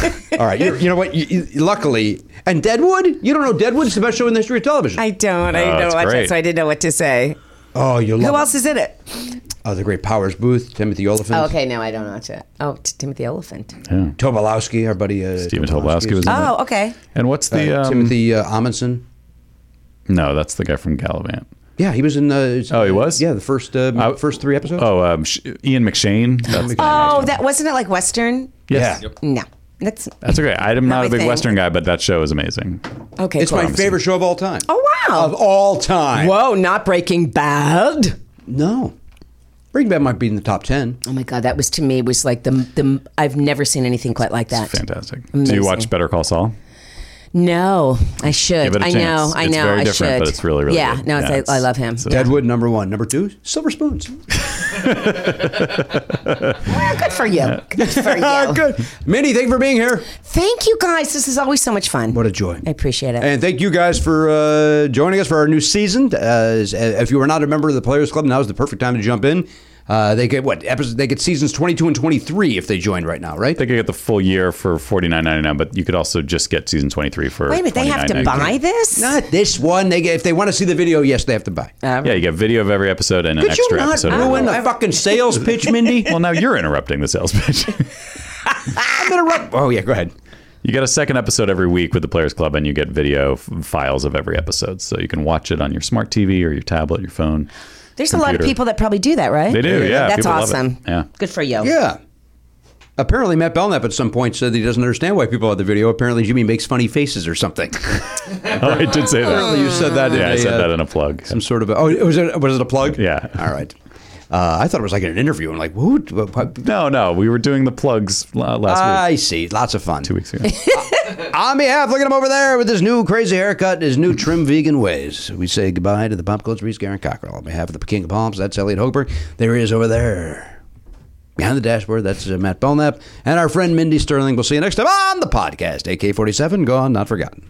Speaker 10: panicky.
Speaker 2: All right. You, you know what? You, you- luckily, and Deadwood. You don't know Deadwood is the best show in the history of television.
Speaker 10: I don't.
Speaker 1: Oh,
Speaker 10: I don't
Speaker 1: that's
Speaker 10: watch
Speaker 1: great.
Speaker 10: it, so I didn't know what to say.
Speaker 2: oh, you love.
Speaker 10: Who
Speaker 2: it.
Speaker 10: else is in it?
Speaker 2: Oh, the great Powers Booth, Timothy Oliphant.
Speaker 10: Oh, okay, no, I don't watch it. Oh, t- Timothy Elephant.
Speaker 2: Tobolowski, our buddy. Uh,
Speaker 1: Stephen Tobolowsky was in
Speaker 10: Oh, okay.
Speaker 1: <laughs> And what's
Speaker 2: Uh,
Speaker 1: the um,
Speaker 2: Timothy uh, Amundsen.
Speaker 1: No, that's the guy from Gallivant.
Speaker 2: Yeah, he was in the.
Speaker 1: Oh, he was?
Speaker 2: Yeah, the first uh,
Speaker 1: I-
Speaker 2: first three episodes.
Speaker 1: Oh, um, Sh- Ian McShane. That's,
Speaker 10: Oh, that wasn't it like Western?
Speaker 2: yeah.
Speaker 10: No, that's
Speaker 1: that's okay. I'm
Speaker 10: Not
Speaker 1: not
Speaker 10: my
Speaker 1: a big
Speaker 10: thing.
Speaker 1: Western guy, but that show is amazing.
Speaker 10: okay.
Speaker 2: It's
Speaker 10: cool.
Speaker 2: my favorite show of all time.
Speaker 10: Oh wow.
Speaker 2: Of all time.
Speaker 10: Whoa, not Breaking Bad.
Speaker 2: No. Breaking Bad might be in the top ten.
Speaker 10: Oh my god, that was to me was like the the I've never seen anything quite like that.
Speaker 1: Fantastic. Do
Speaker 10: Amazing.
Speaker 1: you watch Better Call Saul?
Speaker 10: No, I should.
Speaker 1: Give it a
Speaker 10: I know.
Speaker 1: chance.
Speaker 10: I
Speaker 1: It's
Speaker 10: know.
Speaker 1: very
Speaker 10: I
Speaker 1: different,
Speaker 10: should.
Speaker 1: but it's really, really
Speaker 10: yeah.
Speaker 1: good.
Speaker 10: No, it's,
Speaker 1: Yeah,
Speaker 10: I- I,
Speaker 1: it's-
Speaker 10: love him.
Speaker 1: it's a-
Speaker 10: Yeah.
Speaker 2: Deadwood number one. Number two, Silver Spoons.
Speaker 10: Well, good for you. Oh, Good for <laughs> you.
Speaker 2: Good. Mindy, thank you for being here.
Speaker 10: Thank you guys. This is always so much fun.
Speaker 2: What a joy.
Speaker 10: I appreciate it.
Speaker 2: And thank you guys for uh, joining us for our new season. Uh, as- if you are not a member of the Players Club, now is the perfect time to jump in. Uh, they get what episodes? They get seasons twenty-two and twenty-three if they join right now, right?
Speaker 1: They could get the full year for forty nine ninety nine, but you could also just get season twenty three for.
Speaker 10: Wait a minute, they have to
Speaker 1: $29.99.
Speaker 10: buy this?
Speaker 2: Not this one. They get, if they want to see the video, yes, they have to buy.
Speaker 1: Yeah, you get video of every episode and an
Speaker 2: Could you
Speaker 1: Uh, extra
Speaker 2: not
Speaker 1: episode.
Speaker 2: ruin the fucking sales pitch,
Speaker 1: <laughs>
Speaker 2: Mindy?
Speaker 1: well, now you're interrupting the sales pitch.
Speaker 2: <laughs>
Speaker 1: <laughs>
Speaker 2: I'm gonna rub. Oh yeah, go ahead.
Speaker 1: You get a second episode every week with the Players Club, and you get video f- files of every episode, so you can watch it on your smart TV or your tablet, your phone. <laughs>
Speaker 10: There's a lot of
Speaker 1: computer.
Speaker 10: people that probably do that, right?
Speaker 1: They do, yeah.
Speaker 10: That's
Speaker 1: People love it.
Speaker 10: awesome.
Speaker 1: Yeah.
Speaker 10: Good for you.
Speaker 2: Yeah. Apparently, Matt Belknap at some point said that he doesn't understand why people have the video. Apparently, Jimmy makes funny faces or something. <laughs>
Speaker 1: Oh, I did say that.
Speaker 2: Apparently, you said that. in
Speaker 1: Yeah, I
Speaker 2: a,
Speaker 1: said
Speaker 2: uh,
Speaker 1: that in a plug.
Speaker 2: Some sort of a, oh, was it was it a plug?
Speaker 1: Yeah.
Speaker 2: All right. Uh, I thought it was like in an interview. I'm like, who? What, what?
Speaker 1: No, no, we were doing the plugs la- last
Speaker 2: I
Speaker 1: week,
Speaker 2: see. Lots of fun.
Speaker 1: Ah, two weeks ago.
Speaker 2: On behalf, look at him over there with his new crazy haircut and his new trim vegan ways. We say goodbye to the pop culture Reese Garen Cockrell. On behalf of the King of Palms, that's Elliot Hochberg. There he is over there. Behind the dashboard, that's uh, Matt Belknap. And our friend Mindy Sterling. We'll see you next time on the podcast. AK 47, gone, not forgotten.